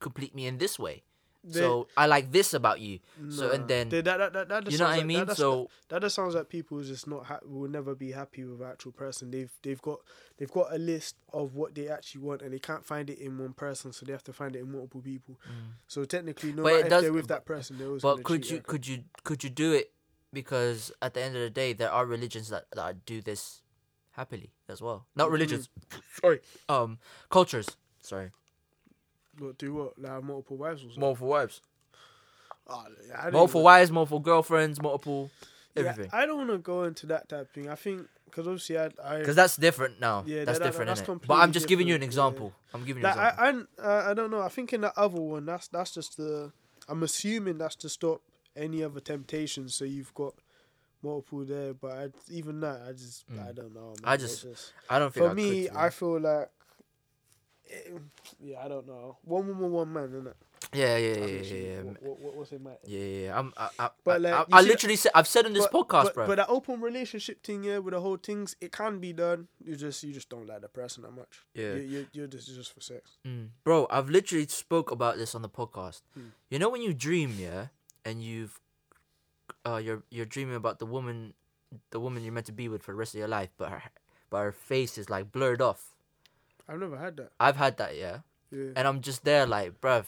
[SPEAKER 1] complete me in this way. so I like this about you. so and then
[SPEAKER 2] That- that- that- that just
[SPEAKER 1] You know what I
[SPEAKER 2] sounds like- that
[SPEAKER 1] mean?
[SPEAKER 2] just-
[SPEAKER 1] So-
[SPEAKER 2] that just sounds like people just not ha- will never be happy with actual person. They've they've got they've got a list of what they actually want, and they can't find it in one person, so they have to find it in multiple people. So technically, no
[SPEAKER 1] Mm. But it
[SPEAKER 2] matter if
[SPEAKER 1] does-
[SPEAKER 2] they're with that person, they're always.
[SPEAKER 1] But
[SPEAKER 2] gonna
[SPEAKER 1] could
[SPEAKER 2] cheat,
[SPEAKER 1] you
[SPEAKER 2] like,
[SPEAKER 1] could you could you do it? Because at the end of the day, there are religions that, that do this happily as well. Not religions,
[SPEAKER 2] Mm-hmm. sorry,
[SPEAKER 1] um, cultures. Sorry,
[SPEAKER 2] but do what? Like have multiple wives or something?
[SPEAKER 1] multiple wives,
[SPEAKER 2] Ah, I don't
[SPEAKER 1] multiple
[SPEAKER 2] even-
[SPEAKER 1] wives, multiple girlfriends, multiple everything.
[SPEAKER 2] Yeah, I don't want to go into that type of thing. I think because obviously I, I
[SPEAKER 1] Because that's different now.
[SPEAKER 2] Yeah,
[SPEAKER 1] that's
[SPEAKER 2] that- that-
[SPEAKER 1] different,
[SPEAKER 2] that's
[SPEAKER 1] innit? But I'm
[SPEAKER 2] completely
[SPEAKER 1] just giving you an
[SPEAKER 2] different,
[SPEAKER 1] example. I'm giving you an
[SPEAKER 2] Like,
[SPEAKER 1] example.
[SPEAKER 2] I, I I don't know. I think in the other one, that's that's just the. I'm assuming that's to stop any other temptations. So you've got multiple there, but I, even that, I just I don't know. man.
[SPEAKER 1] Mm. I
[SPEAKER 2] It's
[SPEAKER 1] just- I, don't think
[SPEAKER 2] for
[SPEAKER 1] I
[SPEAKER 2] me,
[SPEAKER 1] could, to be
[SPEAKER 2] I
[SPEAKER 1] honest.
[SPEAKER 2] feel like. eh, yeah, I don't know. One woman, one man, isn't it?
[SPEAKER 1] yeah, yeah, yeah, yeah, yeah, yeah.
[SPEAKER 2] What, what, what's in my?
[SPEAKER 1] yeah, yeah. I'm, I, I,
[SPEAKER 2] But,
[SPEAKER 1] I,
[SPEAKER 2] like,
[SPEAKER 1] I, I
[SPEAKER 2] you see that-
[SPEAKER 1] literally said, I've said in this
[SPEAKER 2] but,
[SPEAKER 1] podcast,
[SPEAKER 2] but,
[SPEAKER 1] bro.
[SPEAKER 2] But that open relationship thing, yeah, with the whole things, it can be done. You just you just don't like the person that much.
[SPEAKER 1] Yeah.
[SPEAKER 2] you, you, you're just just for sex.
[SPEAKER 1] Mm. Bro, I've literally spoke about this on the podcast.
[SPEAKER 2] Hmm.
[SPEAKER 1] You know when you dream, yeah, and you've uh you're you're dreaming about the woman the woman you're meant to be with for the rest of your life, but her but her face is like blurred off.
[SPEAKER 2] I've never had that.
[SPEAKER 1] I've had that, yeah.
[SPEAKER 2] Yeah.
[SPEAKER 1] And I'm just there like, bruv,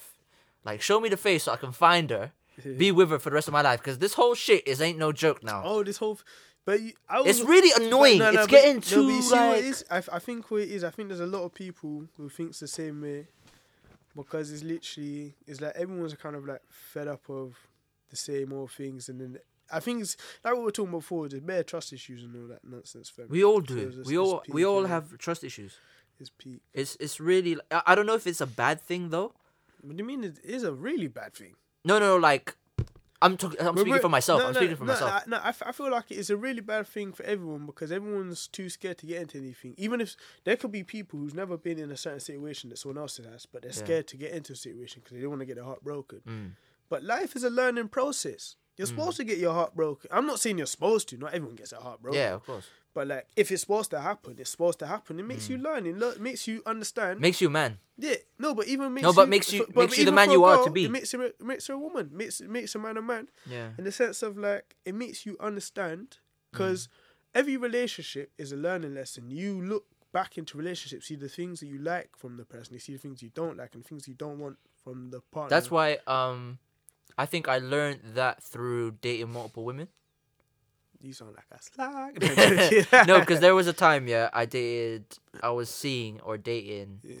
[SPEAKER 1] like show me the face so I can find her, be with her for the rest of my life cuz this whole shit is ain't no joke now.
[SPEAKER 2] Oh, this whole. F- but you, I
[SPEAKER 1] It's
[SPEAKER 2] was-
[SPEAKER 1] really
[SPEAKER 2] but
[SPEAKER 1] annoying.
[SPEAKER 2] no, no,
[SPEAKER 1] it's
[SPEAKER 2] but-
[SPEAKER 1] getting
[SPEAKER 2] no,
[SPEAKER 1] too
[SPEAKER 2] but you see what
[SPEAKER 1] like
[SPEAKER 2] it is? I, f- I think what it is. I think there's a lot of people who thinks the same way, because it's literally it's like everyone's kind of like fed up of the same old things, and then I think it's like what we were talking about before. There's bare trust issues and all that nonsense. Fam.
[SPEAKER 1] we all do
[SPEAKER 2] So
[SPEAKER 1] it.
[SPEAKER 2] it's-
[SPEAKER 1] We
[SPEAKER 2] it's
[SPEAKER 1] all we
[SPEAKER 2] peak,
[SPEAKER 1] all
[SPEAKER 2] innit?
[SPEAKER 1] have trust issues.
[SPEAKER 2] It's peak.
[SPEAKER 1] It's it's really I I don't know if it's a bad thing though.
[SPEAKER 2] What do you mean? It is a really bad thing.
[SPEAKER 1] No, no, no, like I'm talking. I'm
[SPEAKER 2] But
[SPEAKER 1] speaking
[SPEAKER 2] we're-
[SPEAKER 1] for myself.
[SPEAKER 2] no,
[SPEAKER 1] I'm
[SPEAKER 2] no,
[SPEAKER 1] speaking for
[SPEAKER 2] no,
[SPEAKER 1] myself.
[SPEAKER 2] I, no, I, f- I feel like it's a really bad thing for everyone because everyone's too scared to get into anything. Even if there could be people who's never been in a certain situation that someone else has, but they're scared to get into a situation because they don't want to get their heart broken.
[SPEAKER 1] Mm.
[SPEAKER 2] But life is a learning process. You're supposed to get your heart broken. I'm not saying you're supposed to. Not everyone gets their heart broken.
[SPEAKER 1] yeah, of course.
[SPEAKER 2] But like, if it's supposed to happen, it's supposed to happen. It makes you
[SPEAKER 1] Mm.
[SPEAKER 2] learn. It lo- makes you understand.
[SPEAKER 1] Makes you a man.
[SPEAKER 2] Yeah, no, but even makes
[SPEAKER 1] No, but makes you-
[SPEAKER 2] so-
[SPEAKER 1] makes you the
[SPEAKER 2] even
[SPEAKER 1] man
[SPEAKER 2] for a
[SPEAKER 1] you are to
[SPEAKER 2] girl,
[SPEAKER 1] be.
[SPEAKER 2] It makes her, it makes her a woman. Makes makes a man a man.
[SPEAKER 1] Yeah.
[SPEAKER 2] In the sense of like, it makes you understand because every relationship is a learning lesson. You look back into relationships, see the things that you like from the person, you see the things you don't like, and things you don't want from the partner.
[SPEAKER 1] That's why. Um, I think I learned that through dating multiple women.
[SPEAKER 2] you sound like a
[SPEAKER 1] no,
[SPEAKER 2] slag.
[SPEAKER 1] because there was a time. Yeah, I dated. I was seeing or dating
[SPEAKER 2] Yeah.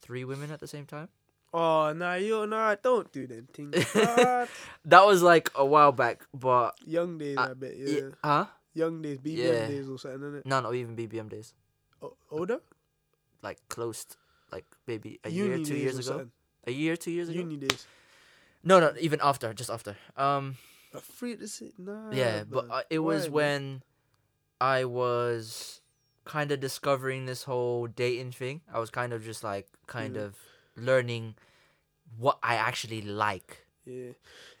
[SPEAKER 1] three women at the same time.
[SPEAKER 2] oh no, you no, don't do them things. Ah,
[SPEAKER 1] That was like a while back, but
[SPEAKER 2] young days, I bet. Yeah,
[SPEAKER 1] Uh, yeah. huh?
[SPEAKER 2] young days, BBM
[SPEAKER 1] Yeah.
[SPEAKER 2] days or something, is
[SPEAKER 1] No, not even BBM days.
[SPEAKER 2] it? Older.
[SPEAKER 1] Like close. like maybe a
[SPEAKER 2] Uni
[SPEAKER 1] year, two
[SPEAKER 2] days
[SPEAKER 1] years
[SPEAKER 2] or
[SPEAKER 1] ago.
[SPEAKER 2] something.
[SPEAKER 1] A year, two years ago.
[SPEAKER 2] Uni days.
[SPEAKER 1] No, no, even after, just after. Um,
[SPEAKER 2] A free is it? Nah.
[SPEAKER 1] yeah, but
[SPEAKER 2] bruh.
[SPEAKER 1] uh, it was
[SPEAKER 2] Why, bruh?
[SPEAKER 1] when I was kind of discovering this whole dating thing. I was kind of just like kind
[SPEAKER 2] Mm-hmm.
[SPEAKER 1] of learning what I actually like.
[SPEAKER 2] Yeah.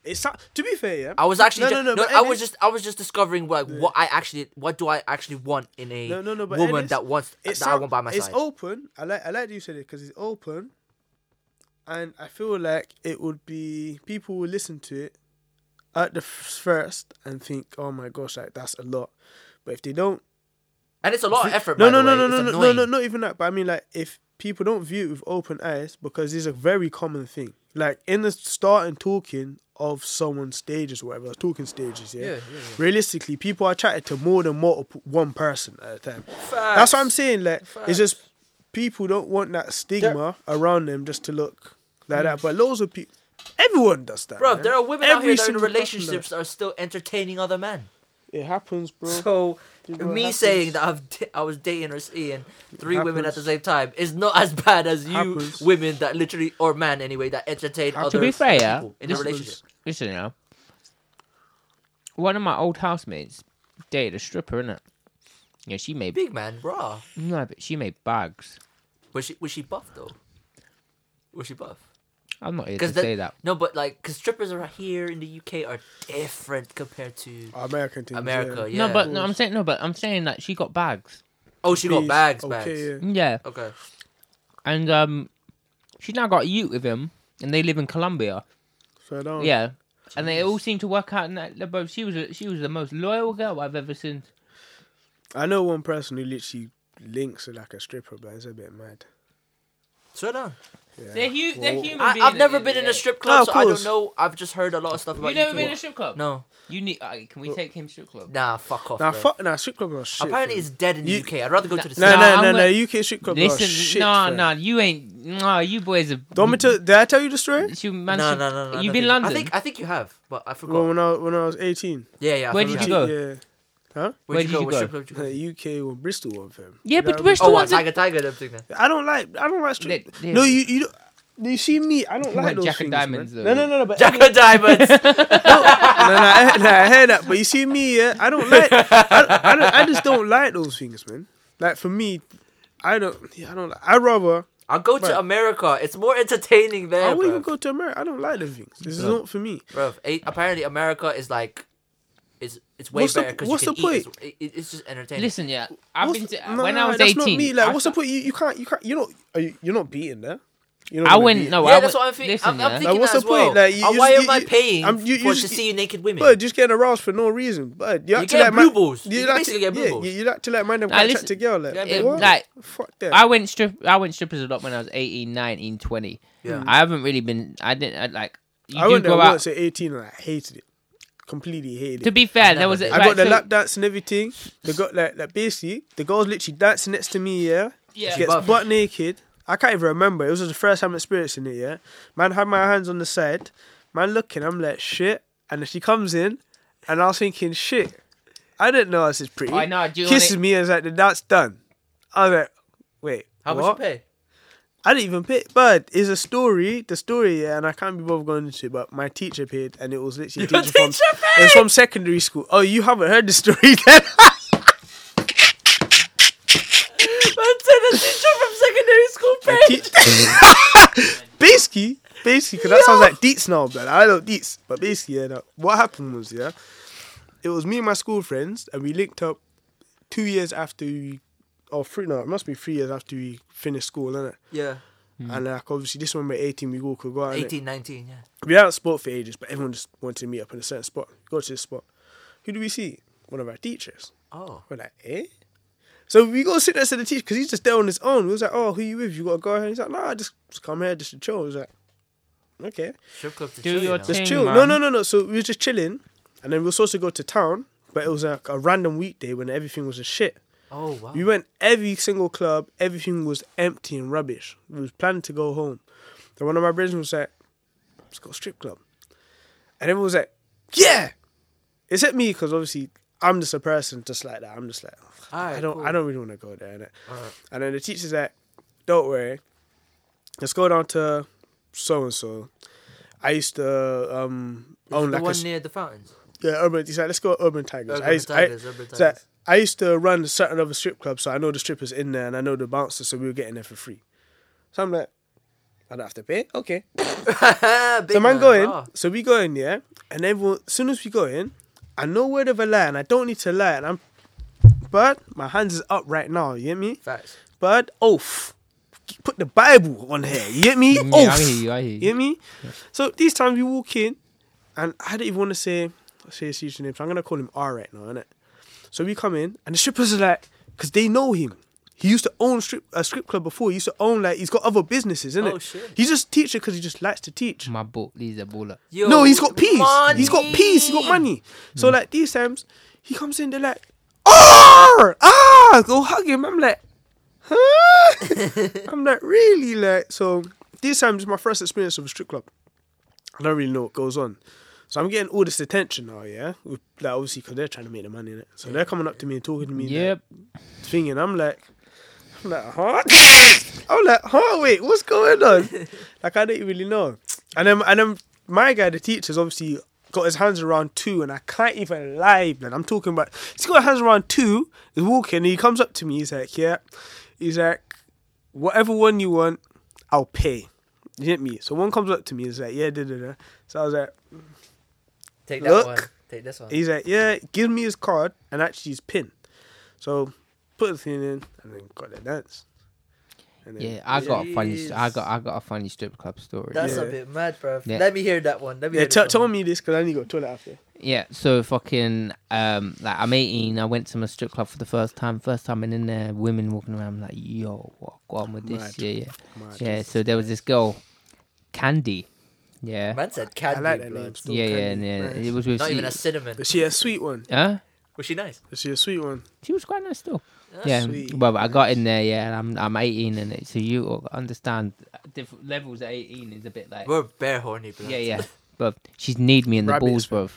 [SPEAKER 2] It's to be fair, yeah.
[SPEAKER 1] I was actually
[SPEAKER 2] No,
[SPEAKER 1] ju-
[SPEAKER 2] no,
[SPEAKER 1] no,
[SPEAKER 2] no, but
[SPEAKER 1] I
[SPEAKER 2] Ed
[SPEAKER 1] was
[SPEAKER 2] is-
[SPEAKER 1] just I was just discovering like what I actually what do I actually want in a
[SPEAKER 2] No, no, no, but Ed
[SPEAKER 1] woman
[SPEAKER 2] is-
[SPEAKER 1] that wants that
[SPEAKER 2] It's
[SPEAKER 1] I want by my
[SPEAKER 2] It's
[SPEAKER 1] side.
[SPEAKER 2] open. I like I like that you said it because it's open, and I feel like it would be people will listen to it at the f- first and think, oh my gosh, like that's a lot. But if they don't,
[SPEAKER 1] and it's a lot of effort.
[SPEAKER 2] no,
[SPEAKER 1] by the
[SPEAKER 2] no, no,
[SPEAKER 1] way.
[SPEAKER 2] no,
[SPEAKER 1] It's
[SPEAKER 2] no, no, no,
[SPEAKER 1] annoying.
[SPEAKER 2] no, not even that. But I mean, like if people don't view it with open eyes because it's a very common thing. Like in the starting talking of someone's stages or whatever, talking stages, yeah.
[SPEAKER 1] Yeah, yeah, yeah.
[SPEAKER 2] Realistically, people are attracted to more than multiple one person at a time. That's what I'm saying. Like, it's just people don't want that stigma around them just to look like that. But loads of people, everyone does that.
[SPEAKER 1] Bro,
[SPEAKER 2] man.
[SPEAKER 1] Mm. there are women out here that are in
[SPEAKER 2] single person does
[SPEAKER 1] relationships that are still entertaining other men.
[SPEAKER 2] that. It happens, bro.
[SPEAKER 1] So
[SPEAKER 2] know what
[SPEAKER 1] me
[SPEAKER 2] happens.
[SPEAKER 1] saying that I've d- I was dating or seeing three women at the
[SPEAKER 2] happens.
[SPEAKER 1] same time is not as bad as you
[SPEAKER 2] Happens.
[SPEAKER 1] women that literally or man anyway that entertain
[SPEAKER 2] Happens.
[SPEAKER 1] other
[SPEAKER 3] To be fair, yeah,
[SPEAKER 1] Oh, people in a
[SPEAKER 3] this was-
[SPEAKER 1] relationship.
[SPEAKER 3] Listen, you know, one of my old housemates dated a stripper, innit? Yeah, she made
[SPEAKER 1] Big man, raw.
[SPEAKER 3] no, but she made bags.
[SPEAKER 1] Was she was she buff though? Was she buff?
[SPEAKER 3] I'm not here to
[SPEAKER 1] Because they
[SPEAKER 3] say that.
[SPEAKER 1] No, but like, because strippers are here in the UK are different compared to
[SPEAKER 2] American things.
[SPEAKER 1] America.
[SPEAKER 2] yeah.
[SPEAKER 1] Yeah.
[SPEAKER 3] Oh, No, but no, I'm saying no, but I'm saying that she got bags.
[SPEAKER 1] oh, she got
[SPEAKER 2] Please.
[SPEAKER 1] bags,
[SPEAKER 2] Okay,
[SPEAKER 1] bags. Okay,
[SPEAKER 2] yeah.
[SPEAKER 3] Yeah, and um, she now got a ute with him, and they live in Colombia.
[SPEAKER 2] Fair down.
[SPEAKER 3] Yeah, and they all seem to work out. And that, they're both, she was a, she was the most loyal girl I've ever seen.
[SPEAKER 2] I know one person who literally links with like a stripper, but it's a bit mad.
[SPEAKER 1] Slow down.
[SPEAKER 3] They're, hu- they're
[SPEAKER 2] Well-
[SPEAKER 3] human.
[SPEAKER 1] I,
[SPEAKER 3] beings
[SPEAKER 1] I've
[SPEAKER 3] at
[SPEAKER 1] never
[SPEAKER 3] the end
[SPEAKER 1] been
[SPEAKER 3] of
[SPEAKER 1] in
[SPEAKER 3] the
[SPEAKER 1] a
[SPEAKER 3] day.
[SPEAKER 1] strip
[SPEAKER 2] No,
[SPEAKER 1] club,
[SPEAKER 2] of
[SPEAKER 1] so I don't
[SPEAKER 2] course.
[SPEAKER 1] know. I've just heard a lot of stuff about
[SPEAKER 3] You never
[SPEAKER 1] UK.
[SPEAKER 3] been in a strip club?
[SPEAKER 1] No,
[SPEAKER 3] You need. Uh, can we take him strip club?
[SPEAKER 1] nah, fuck off.
[SPEAKER 2] Nah,
[SPEAKER 1] bro.
[SPEAKER 2] fuck, nah, strip club are shit.
[SPEAKER 1] Apparently,
[SPEAKER 2] fam.
[SPEAKER 1] it's dead in the
[SPEAKER 2] You-
[SPEAKER 1] UK. I'd rather go to the
[SPEAKER 2] No,
[SPEAKER 1] city.
[SPEAKER 3] Nah, I'm
[SPEAKER 2] no, no, no.
[SPEAKER 3] gonna-
[SPEAKER 2] UK strip club are
[SPEAKER 3] Listen,
[SPEAKER 2] shit.
[SPEAKER 3] no,
[SPEAKER 2] fam.
[SPEAKER 3] no, you ain't. No, you boys are.
[SPEAKER 2] Don't me tell. Did I tell you the story?
[SPEAKER 3] You
[SPEAKER 1] No,
[SPEAKER 3] man,
[SPEAKER 1] no, no, no. no,
[SPEAKER 3] You've
[SPEAKER 1] no,
[SPEAKER 3] been
[SPEAKER 1] dude.
[SPEAKER 3] London.
[SPEAKER 1] I think I think you have, but I forgot.
[SPEAKER 2] Well, when I when I was eighteen.
[SPEAKER 1] yeah, yeah. I
[SPEAKER 3] Where
[SPEAKER 1] forgot.
[SPEAKER 3] did
[SPEAKER 2] Yeah.
[SPEAKER 3] you go?
[SPEAKER 2] Yeah.
[SPEAKER 1] Where did you go? What strip club did you go?
[SPEAKER 2] The UK or Bristol one, fam.
[SPEAKER 3] yeah,
[SPEAKER 2] You know
[SPEAKER 3] but
[SPEAKER 2] what I mean?
[SPEAKER 3] Bristol
[SPEAKER 1] Oh, what,
[SPEAKER 3] was
[SPEAKER 1] Tiger, Tiger, them thing then.
[SPEAKER 2] I don't like. I don't like strip.
[SPEAKER 3] Let- yeah.
[SPEAKER 2] No, you you. Don't, you see me? I don't
[SPEAKER 3] You
[SPEAKER 2] like
[SPEAKER 3] want
[SPEAKER 2] those
[SPEAKER 3] Jack and
[SPEAKER 2] things.
[SPEAKER 3] Diamonds,
[SPEAKER 2] man.
[SPEAKER 3] though.
[SPEAKER 2] No, no, no, no. But
[SPEAKER 1] Jack of Diamonds.
[SPEAKER 2] no, no, I, no, I hear that. But you see me? Yeah, I don't like. I, I, don't, I just don't like those things, man. Like for me, I don't. Yeah, I don't. Like, I rather.
[SPEAKER 1] I'll go to
[SPEAKER 2] Right.
[SPEAKER 1] America. It's more entertaining there.
[SPEAKER 2] I won't
[SPEAKER 1] bruv.
[SPEAKER 2] even go to America. I don't like them things. This is not for me.
[SPEAKER 1] Bro, apparently America is like, it's it's way
[SPEAKER 2] What's the-
[SPEAKER 1] better because
[SPEAKER 2] what's
[SPEAKER 1] you can
[SPEAKER 2] the
[SPEAKER 1] eat. It's, it, it's just entertaining.
[SPEAKER 3] Listen, yeah, I've
[SPEAKER 2] What's
[SPEAKER 3] been
[SPEAKER 2] the-
[SPEAKER 3] to, uh,
[SPEAKER 2] no,
[SPEAKER 3] when
[SPEAKER 2] no,
[SPEAKER 3] I was
[SPEAKER 2] that's
[SPEAKER 3] eighteen.
[SPEAKER 2] not me. Like,
[SPEAKER 3] I,
[SPEAKER 2] what's the point? You, you can't. You can't. You're not. Are you, you're not beating there. You're
[SPEAKER 3] I
[SPEAKER 2] gonna
[SPEAKER 3] wouldn't.
[SPEAKER 2] beat
[SPEAKER 3] No,
[SPEAKER 2] it.
[SPEAKER 1] yeah,
[SPEAKER 3] I
[SPEAKER 1] that's
[SPEAKER 3] would-
[SPEAKER 1] what I'm thinking.
[SPEAKER 3] Listen,
[SPEAKER 1] I'm, I'm
[SPEAKER 3] yeah.
[SPEAKER 1] thinking
[SPEAKER 2] Like, what's
[SPEAKER 1] that
[SPEAKER 2] the
[SPEAKER 1] as well.
[SPEAKER 2] point? Like, you-
[SPEAKER 1] Uh,
[SPEAKER 2] you
[SPEAKER 1] why
[SPEAKER 2] just-
[SPEAKER 1] am I
[SPEAKER 2] you-
[SPEAKER 1] paying
[SPEAKER 2] I'm- you- you
[SPEAKER 1] for
[SPEAKER 2] just-
[SPEAKER 1] to see you naked women?
[SPEAKER 2] But just getting aroused for no reason. But you, like to
[SPEAKER 1] get
[SPEAKER 2] let
[SPEAKER 1] blue
[SPEAKER 2] man-
[SPEAKER 1] balls. You
[SPEAKER 2] like
[SPEAKER 1] basically
[SPEAKER 2] to,
[SPEAKER 1] get blue
[SPEAKER 2] yeah,
[SPEAKER 1] balls.
[SPEAKER 2] You, you like to let man them
[SPEAKER 3] Nah,
[SPEAKER 2] catch
[SPEAKER 3] listen-
[SPEAKER 2] up together. Like,
[SPEAKER 1] Yeah,
[SPEAKER 2] what?
[SPEAKER 3] like,
[SPEAKER 2] fuck that.
[SPEAKER 3] I went strip. I went strippers a lot when I was 18, 19, 20.
[SPEAKER 1] Yeah.
[SPEAKER 3] I haven't really been. I didn't I, like. You
[SPEAKER 2] I
[SPEAKER 3] do
[SPEAKER 2] went there
[SPEAKER 3] go out.
[SPEAKER 2] once at 18 and I hated it. Completely hated
[SPEAKER 3] To
[SPEAKER 2] it.
[SPEAKER 3] be fair, there
[SPEAKER 1] never
[SPEAKER 3] was. A,
[SPEAKER 1] did.
[SPEAKER 2] I
[SPEAKER 3] right,
[SPEAKER 2] got the
[SPEAKER 3] so-
[SPEAKER 2] lap dance and everything. They got like, like basically the girls literally dancing next to me. Yeah,
[SPEAKER 3] Yeah.
[SPEAKER 2] she gets
[SPEAKER 1] Above.
[SPEAKER 2] butt naked. I can't even remember. It was the first time experiencing it. Yeah, man had my hands on the side. Man looking, I'm like shit. And then she comes in, and I was thinking shit. I didn't know this is pretty.
[SPEAKER 3] I know, do you
[SPEAKER 2] Kisses
[SPEAKER 3] wanna-
[SPEAKER 2] me and is like the dance done. I was like, wait,
[SPEAKER 1] How much
[SPEAKER 2] what?
[SPEAKER 1] you pay?
[SPEAKER 2] I didn't even pay, but it's a story. The story, yeah, and I can't be bothered going into it. But my teacher paid, and it was literally
[SPEAKER 1] Your
[SPEAKER 2] teacher from,
[SPEAKER 1] teacher
[SPEAKER 2] it was from secondary school. Oh, you haven't heard the story then?
[SPEAKER 1] a teacher from secondary school paid.
[SPEAKER 2] basically, basically, because that sounds like deets now, but I don't deets. But basically, yeah, that, what happened was, yeah, it was me and my school friends, and we linked up two years after we, or three, no, it must be three years after we finished school, innit?
[SPEAKER 1] Yeah,
[SPEAKER 2] And uh, like, obviously, this one we're 18, we all could go out. innit?
[SPEAKER 1] 18, 19, yeah.
[SPEAKER 2] we haven't spoke for ages, but everyone just wanted to meet up in a certain spot. Go to this spot. Who do we see? One of our teachers.
[SPEAKER 1] Oh,
[SPEAKER 2] We're like, eh? So we go sit next to the teacher because he's just there on his own. We was like, oh, who you with? You got a girl? here? He's like, nah, just, just come here, just to chill. I was like, okay,
[SPEAKER 1] strip club to
[SPEAKER 3] Do
[SPEAKER 1] chill, you
[SPEAKER 3] your
[SPEAKER 1] know.
[SPEAKER 3] thing.
[SPEAKER 2] just chill.
[SPEAKER 3] man.
[SPEAKER 2] No, no, no, no. So we were just chilling, and then we were supposed to go to town, but it was like a random weekday when everything was a shit.
[SPEAKER 1] Oh wow.
[SPEAKER 2] We went every single club. Everything was empty and rubbish. We was planning to go home. Then one of my brothers was like, "Let's go strip club," and everyone was like, "Yeah." Except me, because obviously I'm just a person just like that. I'm just like,
[SPEAKER 1] Alright,
[SPEAKER 2] I don't,
[SPEAKER 1] cool.
[SPEAKER 2] I don't really want to go there. Innit?
[SPEAKER 1] Alright.
[SPEAKER 2] And then the teacher's like, "Don't worry, Let's go down to so and so. I used to um, own
[SPEAKER 1] the
[SPEAKER 2] like a
[SPEAKER 1] one
[SPEAKER 2] s-
[SPEAKER 1] near the fountains.
[SPEAKER 2] yeah urban. He's like, let's go urban tigers.
[SPEAKER 1] Urban
[SPEAKER 2] I used, I-
[SPEAKER 1] Tigers, Urban
[SPEAKER 2] so
[SPEAKER 1] Tigers.
[SPEAKER 2] I used to run a certain other strip club, so I know the strippers in there and I know the bouncers, so we were getting there for free. So I'm like, I don't have to pay. Okay.
[SPEAKER 1] the
[SPEAKER 2] So man go in. So we go in, yeah. And everyone, as soon as we go in, I know where they've lie, and I don't need to lie. And I'm, but my hands is up right now. You hear me?
[SPEAKER 1] Facts.
[SPEAKER 2] But oath, put the Bible on here. You hear me?
[SPEAKER 3] Yeah, I
[SPEAKER 2] Oath.
[SPEAKER 3] hear you. I hear
[SPEAKER 2] You
[SPEAKER 3] you.
[SPEAKER 2] hear me? So these times we walk in, and I don't even want to say say his usual name, so I'm gonna call him R right now, innit? So we come in, and the strippers are like, because they know him. He used to own strip a strip club before. He used to own like he's got other businesses, innit?
[SPEAKER 1] Oh, shit.
[SPEAKER 2] He's just teacher because he just likes to teach.
[SPEAKER 3] My book. These are bullet.
[SPEAKER 1] Yo,
[SPEAKER 2] no, he's got peace.
[SPEAKER 1] money.
[SPEAKER 2] He's got peace. He's got money. So like these times, he comes in, they're like, ah, ah, go hug him. I'm like, huh? I'm like, really? Like, so these times is my first experience of a strip club. I don't really know what goes on. So I'm getting all this attention now, yeah? With, like, obviously, because they're trying to make the money in it. So they're coming up to me and talking to me. like,
[SPEAKER 3] Yep.
[SPEAKER 2] thing, and I'm like, I'm like, huh? I'm like, huh? Wait, what's going on? Like, I don't really know. And then, and then my guy, the teacher's obviously got his hands around two, and I can't even lie, man. I'm talking about he's got his hands around two. He's walking, and he comes up to me. He's like, yeah, he's like, whatever one you want, I'll pay. You hit me. So one comes up to me. He's like, yeah, da da da. So I was like.
[SPEAKER 1] Take that
[SPEAKER 2] Look.
[SPEAKER 1] one. Take this one.
[SPEAKER 2] He's like, yeah, give me his card and actually his pin. So put the thing in and then got the dance. And then,
[SPEAKER 3] Yeah, I got a funny. st- I
[SPEAKER 1] Jeez.
[SPEAKER 3] got I got a funny strip club story.
[SPEAKER 1] That's a
[SPEAKER 2] Yeah.
[SPEAKER 1] bit mad, bruv.
[SPEAKER 3] Yeah.
[SPEAKER 1] Let me hear that one. Let me
[SPEAKER 2] yeah.
[SPEAKER 1] hear
[SPEAKER 2] Tell,
[SPEAKER 1] that
[SPEAKER 2] tell
[SPEAKER 1] one.
[SPEAKER 2] me this because I need to go to the toilet after.
[SPEAKER 3] Yeah, so fucking um like I'm 18, I went to my strip club for the first time. First time and in there, women walking around I'm like, yo, what going on with this?
[SPEAKER 2] Mad.
[SPEAKER 3] Yeah, yeah.
[SPEAKER 2] Mad.
[SPEAKER 3] Yeah, so there was this girl, Candy. Yeah.
[SPEAKER 1] Man said
[SPEAKER 2] I
[SPEAKER 1] candy,
[SPEAKER 2] like that
[SPEAKER 1] blood.
[SPEAKER 2] name. Still
[SPEAKER 3] yeah, yeah,
[SPEAKER 2] Candy.
[SPEAKER 3] yeah.
[SPEAKER 2] Nice.
[SPEAKER 3] It was with
[SPEAKER 1] Not
[SPEAKER 3] she,
[SPEAKER 1] even a cinnamon.
[SPEAKER 2] Is she a sweet one?
[SPEAKER 3] huh?
[SPEAKER 1] Was she nice?
[SPEAKER 2] Is she a sweet one?
[SPEAKER 3] She was quite nice still. yeah,
[SPEAKER 2] sweet.
[SPEAKER 3] well, I got in there, yeah, and I'm I'm 18 and it, so you understand uh, different levels at 18 is a bit like
[SPEAKER 1] We're bare horny, blood.
[SPEAKER 3] Yeah, yeah. But she's need me in the
[SPEAKER 2] Rabbits,
[SPEAKER 3] balls,
[SPEAKER 2] man.
[SPEAKER 3] bruv.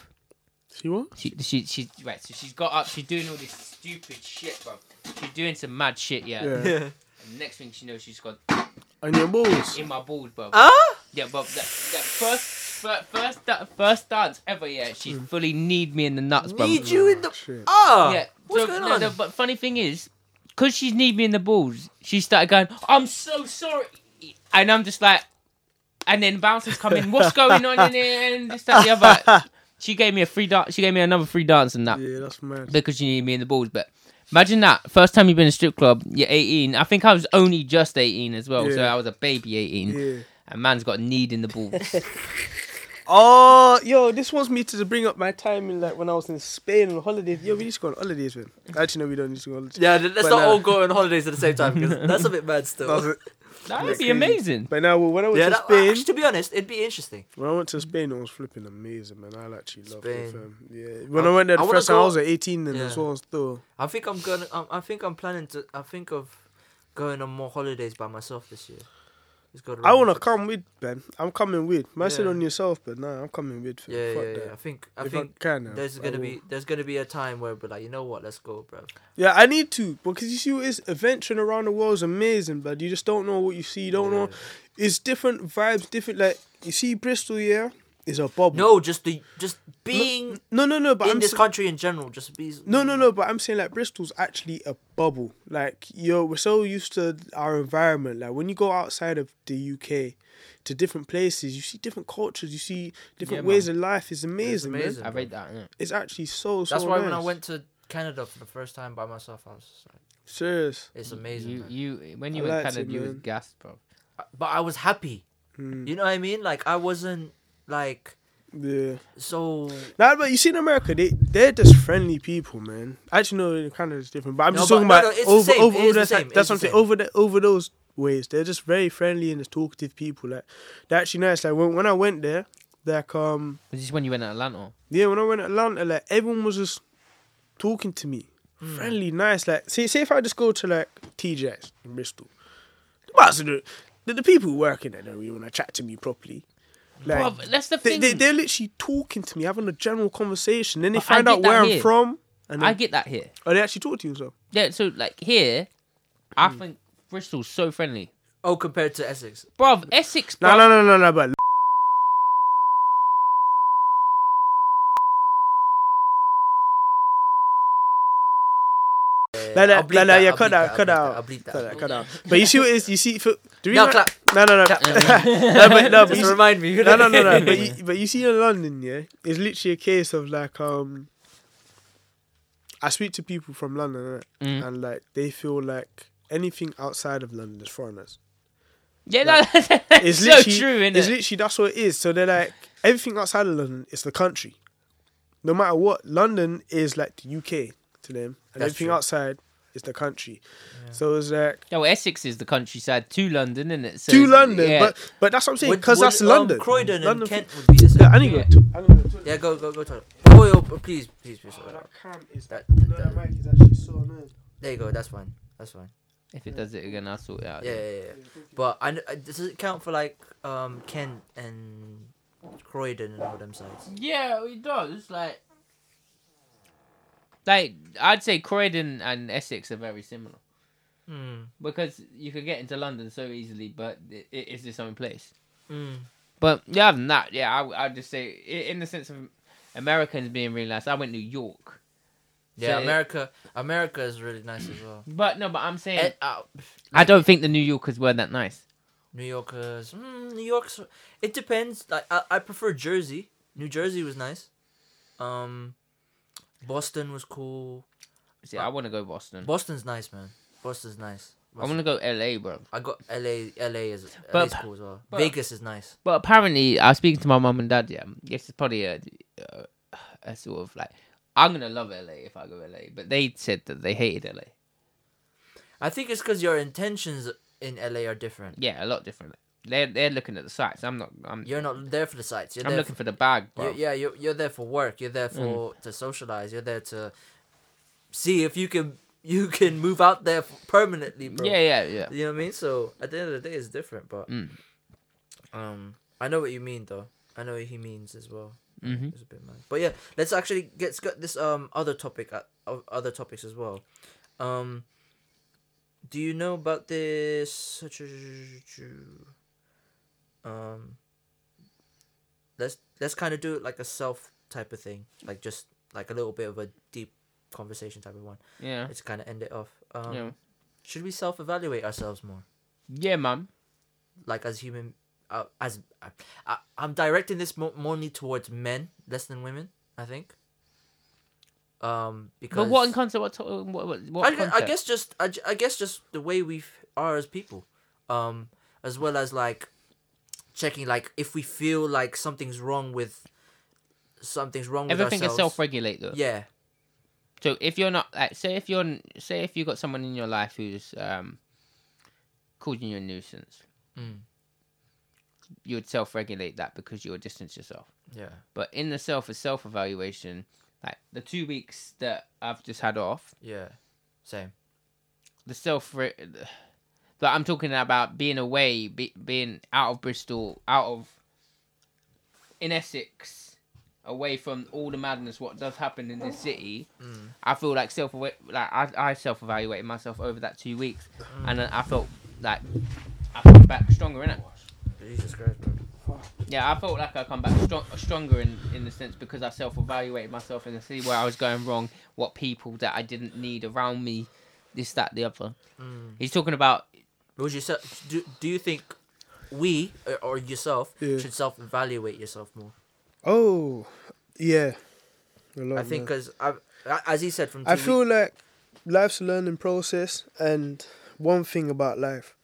[SPEAKER 2] She what?
[SPEAKER 3] She, she, she, right, so she's got up, she's doing all this stupid shit, bro. She's doing some mad shit, yeah.
[SPEAKER 2] Yeah.
[SPEAKER 1] Yeah.
[SPEAKER 3] And next thing she knows, she's got
[SPEAKER 2] And your balls.
[SPEAKER 3] in my balls, bro.
[SPEAKER 1] Huh?
[SPEAKER 3] yeah, bro, that, that first, fir- first, da- first dance ever, yeah, she's fully need me in the nuts, bro.
[SPEAKER 1] Need you in the
[SPEAKER 2] Shit.
[SPEAKER 1] ah.
[SPEAKER 3] Yeah.
[SPEAKER 1] What's
[SPEAKER 3] so-
[SPEAKER 1] going
[SPEAKER 3] no,
[SPEAKER 1] on?
[SPEAKER 3] no, but funny thing is, because she's need me in the balls, she started going, I'm so sorry. And I'm just like, and then bouncers come in, what's going on in here? And this, that, the other. She gave me a free dance. She gave me another free dance and that
[SPEAKER 2] Yeah, that's mad.
[SPEAKER 3] because you need me in the balls. But imagine that first time you've been in a strip club, you're 18. I think I was only just 18 as well, so
[SPEAKER 2] Yeah.
[SPEAKER 3] I was a baby 18.
[SPEAKER 2] Yeah.
[SPEAKER 3] And man's got a need in the balls.
[SPEAKER 2] Oh, yo, this wants me to bring up my time in like when I was in Spain on holidays. Yo, we need to go on holidays, man. Actually, no, we don't need to go on holidays.
[SPEAKER 1] yeah, let's
[SPEAKER 2] But
[SPEAKER 1] not
[SPEAKER 2] no.
[SPEAKER 1] all go on holidays at the same time because that's a bit mad still.
[SPEAKER 3] that
[SPEAKER 2] That's
[SPEAKER 3] would be
[SPEAKER 2] crazy.
[SPEAKER 3] amazing.
[SPEAKER 2] But now, when I went
[SPEAKER 1] yeah,
[SPEAKER 2] to
[SPEAKER 1] that,
[SPEAKER 2] Spain,
[SPEAKER 1] actually, to be honest, it'd be interesting.
[SPEAKER 2] When I went to Spain, it was flipping amazing, man. I actually loved
[SPEAKER 1] Spain.
[SPEAKER 2] it, fam. Yeah. When
[SPEAKER 1] I-
[SPEAKER 2] I, went there
[SPEAKER 1] I
[SPEAKER 2] the
[SPEAKER 1] wanna
[SPEAKER 2] first time, I
[SPEAKER 1] go-
[SPEAKER 2] was at 18 then
[SPEAKER 1] Yeah.
[SPEAKER 2] as well, still.
[SPEAKER 1] I think I'm gonna. I'm, I think I'm planning to. I think of going on more holidays by myself this year. It's got
[SPEAKER 2] I want to come with, man. I'm coming with. Man, said
[SPEAKER 1] Yeah.
[SPEAKER 2] on yourself, but nah, I'm coming with, fam.
[SPEAKER 1] Yeah, yeah,
[SPEAKER 2] Fuck
[SPEAKER 1] yeah.
[SPEAKER 2] that.
[SPEAKER 1] I think. I
[SPEAKER 2] If I
[SPEAKER 1] think.
[SPEAKER 2] can, I-
[SPEAKER 1] there's
[SPEAKER 2] I
[SPEAKER 1] gonna
[SPEAKER 2] will.
[SPEAKER 1] be there's gonna be a time where we're like, you know what, let's go, bro.
[SPEAKER 2] Yeah, I need to because you see, what it is adventuring around the world is amazing, but you just don't know what you see. You don't know. It's different vibes, different. Like you see, Bristol, yeah, is a bubble.
[SPEAKER 1] No, just the just being
[SPEAKER 2] no, no, no. But
[SPEAKER 1] in
[SPEAKER 2] I'm
[SPEAKER 1] this
[SPEAKER 2] sa-
[SPEAKER 1] country in general, just be
[SPEAKER 2] No, no, no. But I'm saying like Bristol's actually a bubble. Like yo, we're so used to our environment. Like when you go outside of the UK to different places, you see different cultures. You see different
[SPEAKER 3] Yeah,
[SPEAKER 2] ways of life. It's amazing. man.
[SPEAKER 1] amazing.
[SPEAKER 3] I read that. Yeah.
[SPEAKER 2] It's actually so. so
[SPEAKER 1] That's why when I
[SPEAKER 2] nice.
[SPEAKER 1] went to Canada for the first time by myself, I was just like,
[SPEAKER 2] serious.
[SPEAKER 1] it's amazing.
[SPEAKER 3] You,
[SPEAKER 1] man. Uh,
[SPEAKER 3] you, when
[SPEAKER 2] I
[SPEAKER 3] you went
[SPEAKER 2] liked
[SPEAKER 3] Canada,
[SPEAKER 2] it,
[SPEAKER 3] you was
[SPEAKER 2] man.
[SPEAKER 3] gassed, bro.
[SPEAKER 1] but I was happy.
[SPEAKER 2] Hmm.
[SPEAKER 1] You know what I mean? Like I wasn't like
[SPEAKER 2] Yeah.
[SPEAKER 1] so.
[SPEAKER 2] Nah, but you see in America, they they're just friendly people, man. Actually, no, in Canada it's different. But I'm
[SPEAKER 1] No,
[SPEAKER 2] just
[SPEAKER 1] but-
[SPEAKER 2] talking
[SPEAKER 1] no,
[SPEAKER 2] about
[SPEAKER 1] no, it's the
[SPEAKER 2] over
[SPEAKER 1] same,
[SPEAKER 2] over
[SPEAKER 1] it
[SPEAKER 2] over
[SPEAKER 1] is the
[SPEAKER 2] that,
[SPEAKER 1] same, it is
[SPEAKER 2] That's
[SPEAKER 1] the
[SPEAKER 2] what I'm saying.
[SPEAKER 1] same.
[SPEAKER 2] Over the, over those ways, they're just very friendly and just talkative people. Like they're actually nice. Like when when I went there, like um.
[SPEAKER 3] Was this when you went to Atlanta?
[SPEAKER 2] Yeah, when I went to Atlanta, like everyone was just talking to me,
[SPEAKER 1] Hmm.
[SPEAKER 2] friendly, nice. Like, see, see if I just go to like TJ's in Bristol, the parts of the, the, the people working there don't really want to E chat to me properly. Like,
[SPEAKER 3] Bruv, that's the
[SPEAKER 2] they,
[SPEAKER 3] thing.
[SPEAKER 2] they, they're literally talking to me, having a general conversation. Then they
[SPEAKER 3] But I
[SPEAKER 2] find
[SPEAKER 3] get
[SPEAKER 2] out
[SPEAKER 3] that
[SPEAKER 2] where I'm
[SPEAKER 3] here.
[SPEAKER 2] from, and
[SPEAKER 3] I
[SPEAKER 2] then,
[SPEAKER 3] get that here.
[SPEAKER 2] oh, they actually talk to you. So Hmm.
[SPEAKER 3] Yeah, so like here, I think Bristol's so friendly.
[SPEAKER 1] Oh, compared to Essex.
[SPEAKER 3] Bruv, Essex,
[SPEAKER 2] No,
[SPEAKER 3] bruv.
[SPEAKER 2] no, no, no, no, but No, no,
[SPEAKER 1] I'll
[SPEAKER 2] no,
[SPEAKER 1] bleep
[SPEAKER 2] no,
[SPEAKER 1] that,
[SPEAKER 2] yeah,
[SPEAKER 1] I'll
[SPEAKER 2] cut
[SPEAKER 1] bleep that,
[SPEAKER 2] out, cut
[SPEAKER 1] I'll
[SPEAKER 2] out,
[SPEAKER 1] bleep that,
[SPEAKER 2] cut
[SPEAKER 1] I'll
[SPEAKER 2] out,
[SPEAKER 1] bleep
[SPEAKER 2] cut out. But you see what is you see for do you
[SPEAKER 1] Now
[SPEAKER 2] know-
[SPEAKER 1] clap.
[SPEAKER 2] No, no, no, no, but no, but
[SPEAKER 1] Just
[SPEAKER 2] you see,
[SPEAKER 1] remind me.
[SPEAKER 2] no, no, no, no. But you, but you see in London, yeah, it's literally a case of like um. I speak to people from London, innit?
[SPEAKER 3] Mm.
[SPEAKER 2] and like they feel like anything outside of London is foreigners.
[SPEAKER 3] Yeah, no, that's,
[SPEAKER 2] It's
[SPEAKER 3] so
[SPEAKER 2] literally,
[SPEAKER 3] true, isn't
[SPEAKER 2] It's
[SPEAKER 3] it?
[SPEAKER 2] literally that's what it is. So they're like everything outside of London is the country. No matter what, London is like the UK to them, and
[SPEAKER 1] That's
[SPEAKER 2] everything
[SPEAKER 1] true.
[SPEAKER 2] outside is the country. So it's like
[SPEAKER 3] No, Essex is the countryside to London, isn't it? So
[SPEAKER 2] to
[SPEAKER 3] it's-
[SPEAKER 2] London,
[SPEAKER 3] yeah.
[SPEAKER 2] but but that's what I'm saying because that's
[SPEAKER 1] um,
[SPEAKER 2] London.
[SPEAKER 1] Croydon
[SPEAKER 2] London
[SPEAKER 1] and Kent would be the same.
[SPEAKER 2] Yeah, I need to go to. I need to go to-
[SPEAKER 1] Yeah, go, go, go, Tony. Oh, yo, p- please, please, please.
[SPEAKER 2] Oh, that cam is-
[SPEAKER 1] That-
[SPEAKER 2] no,
[SPEAKER 1] that-
[SPEAKER 2] that mic is actually so annoying.
[SPEAKER 1] There you go. That's fine. That's fine.
[SPEAKER 3] if it does it again, I'll sort it out.
[SPEAKER 1] Yeah, yeah, yeah. But I, kn- I- does it count for like um Kent and Croydon and all them sides?
[SPEAKER 3] Yeah, it does. Like, like I'd say Croydon and Essex are very similar
[SPEAKER 1] Mm.
[SPEAKER 3] because you could get into London so easily, but it, it is its own place.
[SPEAKER 1] Mm.
[SPEAKER 3] But yeah, other than that, yeah, I, I'd just say i- in the sense of Americans being really nice. I went to New York,
[SPEAKER 1] Yeah,
[SPEAKER 3] So it-
[SPEAKER 1] America. America is really nice as well.
[SPEAKER 3] but no, but I'm saying
[SPEAKER 1] And, uh,
[SPEAKER 3] I don't think the New Yorkers were that nice.
[SPEAKER 1] New Yorkers. Mm, New York's. It depends. Like I, I prefer Jersey. New Jersey was nice. Um, Boston was cool.
[SPEAKER 3] See, I want to go Boston.
[SPEAKER 1] Boston's nice, man. Boston's nice.
[SPEAKER 3] I want to go LA, bro.
[SPEAKER 1] I got LA. LA is
[SPEAKER 3] But-
[SPEAKER 1] LA's cool as well.
[SPEAKER 3] but-
[SPEAKER 1] Vegas is nice.
[SPEAKER 3] But apparently, I was speaking to my mum and dad. Yeah, this is probably a, a, a sort of like I'm gonna love LA if I go LA. But they said that they hated LA.
[SPEAKER 1] I think it's because your intentions in LA are different.
[SPEAKER 3] Yeah, a lot different. They're they're looking at the sites. I'm not. I'm.
[SPEAKER 1] You're not there for the sights. You're
[SPEAKER 3] I'm
[SPEAKER 1] there
[SPEAKER 3] looking for Mm. the bag,
[SPEAKER 1] for,
[SPEAKER 3] bro.
[SPEAKER 1] you're, yeah, you're, you're there for work. You're there for to socialize. You're there to see if you can you can move out there f- permanently, bro.
[SPEAKER 3] yeah, yeah, yeah.
[SPEAKER 1] You know what I mean? So at the end of the day, it's different. But
[SPEAKER 3] Mm.
[SPEAKER 1] um, I know what you mean, though. I know what he means as well.
[SPEAKER 3] Mhm.
[SPEAKER 1] It's a bit mad. But yeah, let's actually get get this um other topic uh, of other topics as well. Um, do you know about this? Um, let's let's kind of do it like a self type of thing, like just like a little bit of a deep conversation type of one.
[SPEAKER 3] Yeah,
[SPEAKER 1] Let's kind of end it off. Um,
[SPEAKER 3] yeah,
[SPEAKER 1] Should we self evaluate ourselves more?
[SPEAKER 3] yeah, mum.
[SPEAKER 1] like as human uh, as I, I, i'm directing this mo- mainly towards men less than women i think um because
[SPEAKER 3] But what in concept? What? to- What? What? what
[SPEAKER 1] I, gu- I
[SPEAKER 3] concept?
[SPEAKER 1] guess just I, ju- I guess just the way we f- are as people um as well as like checking like if we feel like something's wrong with something's wrong
[SPEAKER 3] everything
[SPEAKER 1] with
[SPEAKER 3] is
[SPEAKER 1] ourselves
[SPEAKER 3] self-regulate though.
[SPEAKER 1] yeah
[SPEAKER 3] So if you're not, like, say if you're, say if you got someone in your life who's um, causing you a nuisance,
[SPEAKER 1] Mm.
[SPEAKER 3] you would self-regulate that because you would distance yourself.
[SPEAKER 1] yeah
[SPEAKER 3] But in the self is self-evaluation. Like the two weeks that I've just had off,
[SPEAKER 1] yeah same
[SPEAKER 3] the self, re- that I'm talking about being away, be, being out of Bristol, out of in Essex, away from all the madness what does happen in this city.
[SPEAKER 1] Mm.
[SPEAKER 3] I feel like self like I, I self evaluated myself over that two weeks, and then I felt like I come back stronger in it.
[SPEAKER 1] jesus christ bro.
[SPEAKER 3] Yeah, I felt like I come back strong, stronger in in the sense because I self evaluated myself and I see where I was going wrong, what people that I didn't need around me, this that the other.
[SPEAKER 1] Mm.
[SPEAKER 3] He's talking about
[SPEAKER 1] would you se- do, do you think we or, or yourself
[SPEAKER 2] Yeah.
[SPEAKER 1] should self-evaluate yourself more
[SPEAKER 2] Oh, yeah. A lot,
[SPEAKER 1] I think
[SPEAKER 2] man.
[SPEAKER 1] because as he said from
[SPEAKER 2] I
[SPEAKER 1] TV
[SPEAKER 2] feel like life's a learning process, and one thing about life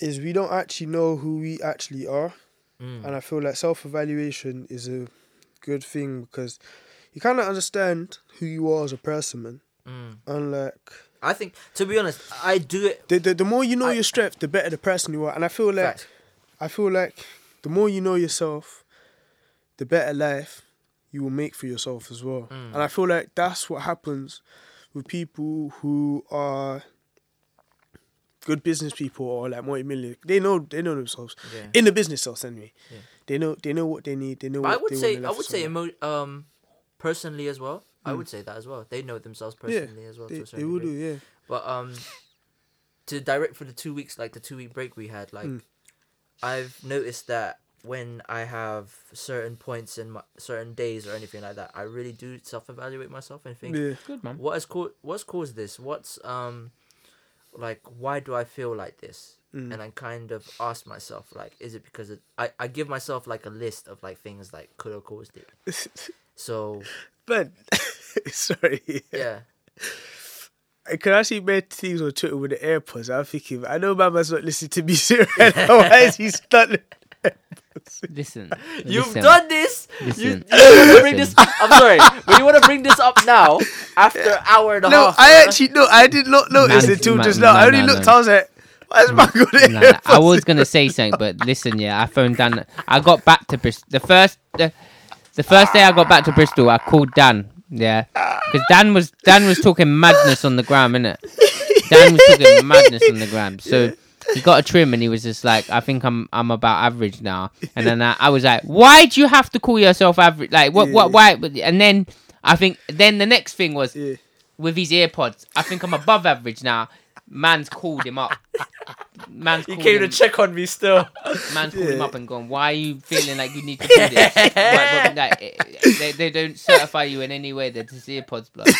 [SPEAKER 2] is we don't actually know who we actually are,
[SPEAKER 1] Mm.
[SPEAKER 2] and I feel like self-evaluation is a good thing because you kind of understand who you are as a person, man.
[SPEAKER 1] Mm.
[SPEAKER 2] And like
[SPEAKER 1] I think to be honest, I do it.
[SPEAKER 2] the the, the more you know
[SPEAKER 1] I-
[SPEAKER 2] your strength, the better the person you are. And I feel like
[SPEAKER 1] Fact.
[SPEAKER 2] I feel like the more you know yourself, the better life you will make for yourself as well.
[SPEAKER 1] Mm.
[SPEAKER 2] And I feel like that's what happens with people who are good business people or like multi million. They know they know themselves
[SPEAKER 1] Yeah.
[SPEAKER 2] in the business sense anyway.
[SPEAKER 1] Yeah.
[SPEAKER 2] They know they know what they need. They know.
[SPEAKER 1] But
[SPEAKER 2] What
[SPEAKER 1] I would
[SPEAKER 2] they
[SPEAKER 1] say
[SPEAKER 2] want
[SPEAKER 1] I would say
[SPEAKER 2] they,
[SPEAKER 1] emo- um personally as well. I
[SPEAKER 2] Mm.
[SPEAKER 1] would say that as well. They know themselves personally as well. to a
[SPEAKER 2] they
[SPEAKER 1] certain
[SPEAKER 2] will do.
[SPEAKER 1] degree.
[SPEAKER 2] Yeah.
[SPEAKER 1] But um, to direct for the two weeks, like the two week break we had, like
[SPEAKER 2] Mm.
[SPEAKER 1] I've noticed that when I have certain points in my certain days or anything like that, I really do self evaluate myself and think,
[SPEAKER 2] Yeah.
[SPEAKER 3] Good man.
[SPEAKER 1] what has caused what's caused this what's um like why do i feel like this
[SPEAKER 2] Mm.
[SPEAKER 1] and i kind of ask myself like is it because it, I, I give myself like a list of like things like could have caused it so
[SPEAKER 2] Ben, sorry.
[SPEAKER 1] yeah
[SPEAKER 2] I can actually make things on Twitter with the AirPods. I'm thinking, I know Mama's not listening to me, Sarah. Why is he stunned?
[SPEAKER 3] Listen.
[SPEAKER 1] you've
[SPEAKER 3] listen.
[SPEAKER 1] done this you,
[SPEAKER 3] Listen.
[SPEAKER 1] want to bring this
[SPEAKER 3] Listen.
[SPEAKER 1] i'm sorry but you want to bring this up now after an hour and a
[SPEAKER 2] No,
[SPEAKER 1] half
[SPEAKER 2] I
[SPEAKER 1] huh?
[SPEAKER 2] actually no, I did not notice
[SPEAKER 3] Man,
[SPEAKER 2] until
[SPEAKER 3] man,
[SPEAKER 2] just now. I
[SPEAKER 3] no,
[SPEAKER 2] only
[SPEAKER 3] no,
[SPEAKER 2] looked.
[SPEAKER 3] no.
[SPEAKER 2] I was like, why is man got the
[SPEAKER 3] No, no,
[SPEAKER 2] AirPods?
[SPEAKER 3] Mm. I was gonna say something, but listen, yeah, I phoned Dan. I got back to Bristol. The first, the, the first day I got back to Bristol, I called Dan. Yeah, because Dan was Dan was talking madness on the gram, innit? Dan was talking madness on the gram. So he got a trim, and he was just like, "I think I'm I'm about average now." And then I, I was like, "Why do you have to call yourself average? Like, what what why?" And then I think then the next thing was
[SPEAKER 2] Yeah.
[SPEAKER 3] with his earpods. I think I'm above average now. Man's called him up. Man's
[SPEAKER 1] you
[SPEAKER 3] called
[SPEAKER 1] came
[SPEAKER 3] him,
[SPEAKER 1] to check on me still
[SPEAKER 3] man's called him
[SPEAKER 2] Yeah.
[SPEAKER 3] up and gone, "Why are you feeling like you need to do this?" Like, but, like, eh, eh, they, they don't certify you in any way. They're just earpods, blood.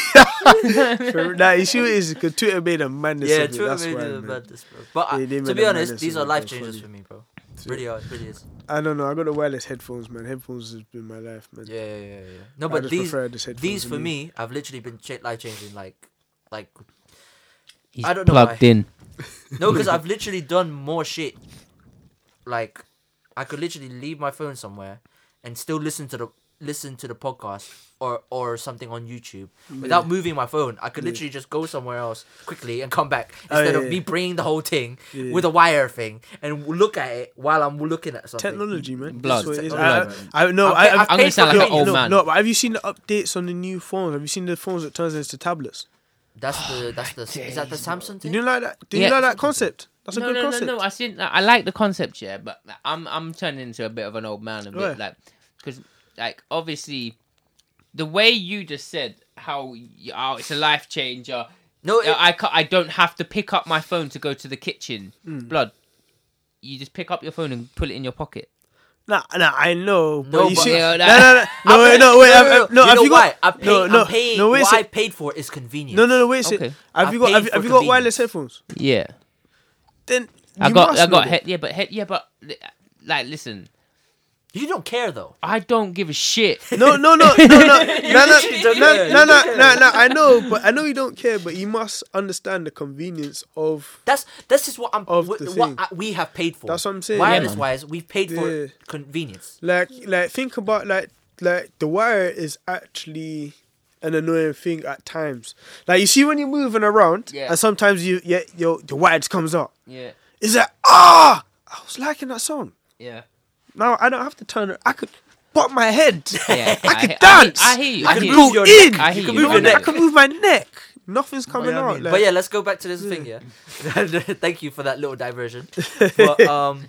[SPEAKER 2] For- nah, you see what it is because Twitter made a madness.
[SPEAKER 1] yeah
[SPEAKER 2] of it,
[SPEAKER 1] true
[SPEAKER 2] that's
[SPEAKER 1] made
[SPEAKER 2] why,
[SPEAKER 1] a
[SPEAKER 2] man.
[SPEAKER 1] madness, bro. but I,
[SPEAKER 2] Yeah, they
[SPEAKER 1] to
[SPEAKER 2] made
[SPEAKER 1] be
[SPEAKER 2] a
[SPEAKER 1] honest
[SPEAKER 2] madness
[SPEAKER 1] these
[SPEAKER 2] of
[SPEAKER 1] are
[SPEAKER 2] it,
[SPEAKER 1] life
[SPEAKER 2] that's
[SPEAKER 1] changers
[SPEAKER 2] funny.
[SPEAKER 1] for me bro really are it really is
[SPEAKER 2] I don't know. I got the wireless headphones, man. Headphones has been my life, man.
[SPEAKER 1] Yeah, yeah, yeah, yeah. No,
[SPEAKER 2] I
[SPEAKER 1] but
[SPEAKER 2] just
[SPEAKER 1] these
[SPEAKER 2] prefer this headphones
[SPEAKER 1] these
[SPEAKER 2] than
[SPEAKER 1] for
[SPEAKER 2] these.
[SPEAKER 1] me, I've literally been ch- life changing. Like, like
[SPEAKER 3] He's
[SPEAKER 1] I don't know
[SPEAKER 3] plugged
[SPEAKER 1] why.
[SPEAKER 3] in.
[SPEAKER 1] no, because I've literally done more shit. Like, I could literally leave my phone somewhere and still listen to the listen to the podcast or or something on YouTube without moving my phone. I could literally just go somewhere else quickly and come back
[SPEAKER 2] Oh,
[SPEAKER 1] instead
[SPEAKER 2] yeah,
[SPEAKER 1] of
[SPEAKER 2] yeah.
[SPEAKER 1] me bringing the whole thing
[SPEAKER 2] Yeah.
[SPEAKER 1] with a wire thing and look at it while I'm looking at something.
[SPEAKER 2] Technology, man. That's
[SPEAKER 3] Blood.
[SPEAKER 2] what it is.
[SPEAKER 1] Blood.
[SPEAKER 2] I, I, no,
[SPEAKER 1] I've-
[SPEAKER 2] I,
[SPEAKER 1] I've
[SPEAKER 2] have
[SPEAKER 3] I'm gonna
[SPEAKER 1] paid
[SPEAKER 3] sound
[SPEAKER 1] for
[SPEAKER 3] like an
[SPEAKER 1] it.
[SPEAKER 2] no,
[SPEAKER 3] old
[SPEAKER 2] no,
[SPEAKER 3] man.
[SPEAKER 2] no, but have you seen the updates on the new phones? Have you seen the phones that turns into tablets?
[SPEAKER 1] That's the that's the is that the Samsung
[SPEAKER 2] Do
[SPEAKER 1] thing?
[SPEAKER 2] Oh, you like that? Do
[SPEAKER 3] Yeah.
[SPEAKER 2] you like that concept? That's a
[SPEAKER 3] no,
[SPEAKER 2] good
[SPEAKER 3] no,
[SPEAKER 2] concept.
[SPEAKER 3] no, no. I see. I like the concept, yeah, but I'm I'm turning into a bit of an old man a bit,
[SPEAKER 2] Why?
[SPEAKER 3] like because like obviously the way you just said how y- oh it's a life changer.
[SPEAKER 1] No, it,
[SPEAKER 3] I ca- I don't have to pick up my phone to go to the kitchen.
[SPEAKER 2] Hmm.
[SPEAKER 3] Blood. You just pick up your phone and put it in your pocket.
[SPEAKER 2] Nah, nah, I know, but
[SPEAKER 1] No,
[SPEAKER 2] you
[SPEAKER 1] but-
[SPEAKER 2] see,
[SPEAKER 3] Yeah,
[SPEAKER 2] no, no,
[SPEAKER 3] nah.
[SPEAKER 2] no, no, wait, no, wait, I've- I've- no,
[SPEAKER 1] you
[SPEAKER 2] have
[SPEAKER 1] know
[SPEAKER 2] you
[SPEAKER 1] why?
[SPEAKER 2] got?
[SPEAKER 1] I pay,
[SPEAKER 2] no, no,
[SPEAKER 1] I'm paying.
[SPEAKER 2] no, wait a
[SPEAKER 1] what I
[SPEAKER 2] sec.
[SPEAKER 1] paid for is convenience.
[SPEAKER 2] No, no, no, wait a
[SPEAKER 3] Okay.
[SPEAKER 2] sec. Have
[SPEAKER 1] I
[SPEAKER 2] you got?
[SPEAKER 1] paid
[SPEAKER 2] Have, you-
[SPEAKER 1] for
[SPEAKER 2] have you got
[SPEAKER 1] convenience.
[SPEAKER 2] wireless headphones?
[SPEAKER 3] Yeah.
[SPEAKER 2] Then
[SPEAKER 3] I
[SPEAKER 2] you
[SPEAKER 3] got
[SPEAKER 2] must
[SPEAKER 3] I
[SPEAKER 2] know
[SPEAKER 3] got
[SPEAKER 2] that.
[SPEAKER 3] head yeah, but head yeah, but li- like listen,
[SPEAKER 1] You don't care though.
[SPEAKER 3] I don't give a shit.
[SPEAKER 2] No, no, no, no, no, no, no,
[SPEAKER 1] literally
[SPEAKER 2] no,
[SPEAKER 1] don't
[SPEAKER 2] no,
[SPEAKER 1] care.
[SPEAKER 2] no, no, no, no. I know, but I know you don't care, but you must understand the convenience of.
[SPEAKER 1] That's this is what I'm
[SPEAKER 2] Of
[SPEAKER 1] what,
[SPEAKER 2] the
[SPEAKER 1] what
[SPEAKER 2] thing.
[SPEAKER 1] I, we have paid for.
[SPEAKER 2] That's what I'm saying.
[SPEAKER 1] Wireless
[SPEAKER 3] Yeah.
[SPEAKER 1] wise, we've paid for
[SPEAKER 2] Yeah.
[SPEAKER 1] convenience.
[SPEAKER 2] Like, like think about like like the wire is actually an annoying thing at times. Like you see when you're moving around,
[SPEAKER 3] Yeah.
[SPEAKER 2] and sometimes you yeah your the wire just comes out.
[SPEAKER 3] Yeah.
[SPEAKER 2] It's like ah, I was liking that song.
[SPEAKER 3] Yeah.
[SPEAKER 2] Now I don't have to turn it. I could pop my head.
[SPEAKER 3] Yeah.
[SPEAKER 2] I
[SPEAKER 3] he-
[SPEAKER 2] could dance.
[SPEAKER 3] I, hear you. I
[SPEAKER 2] I
[SPEAKER 3] hear
[SPEAKER 2] could
[SPEAKER 3] you.
[SPEAKER 2] go in.
[SPEAKER 3] I hear
[SPEAKER 2] You
[SPEAKER 3] you.
[SPEAKER 2] can move
[SPEAKER 3] I hear
[SPEAKER 2] your
[SPEAKER 3] you.
[SPEAKER 2] neck. I could move my neck. Nothing's
[SPEAKER 1] You
[SPEAKER 2] coming
[SPEAKER 1] know what I
[SPEAKER 2] out.
[SPEAKER 1] mean?
[SPEAKER 2] like-
[SPEAKER 1] but yeah, let's go back to this thing. Yeah, thank you for that little diversion. But um,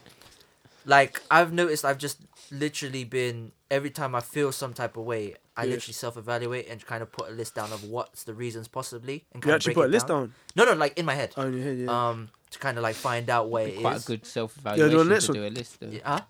[SPEAKER 1] like I've noticed, I've just literally been every time I feel some type of way, I
[SPEAKER 2] Yeah.
[SPEAKER 1] literally self-evaluate and kind of put a list down of what's the reasons possibly, and
[SPEAKER 2] you
[SPEAKER 1] kind
[SPEAKER 2] actually
[SPEAKER 1] of break
[SPEAKER 2] put a
[SPEAKER 1] it
[SPEAKER 2] list
[SPEAKER 1] down.
[SPEAKER 2] down.
[SPEAKER 1] No, no, like in my head.
[SPEAKER 2] Oh, in your head, yeah.
[SPEAKER 1] Um, to kind of like find out where it is.
[SPEAKER 3] Quite a good
[SPEAKER 2] Yeah, do
[SPEAKER 3] self-evaluation
[SPEAKER 2] on
[SPEAKER 3] to
[SPEAKER 2] this one.
[SPEAKER 3] do a list. Though.
[SPEAKER 1] Yeah, huh?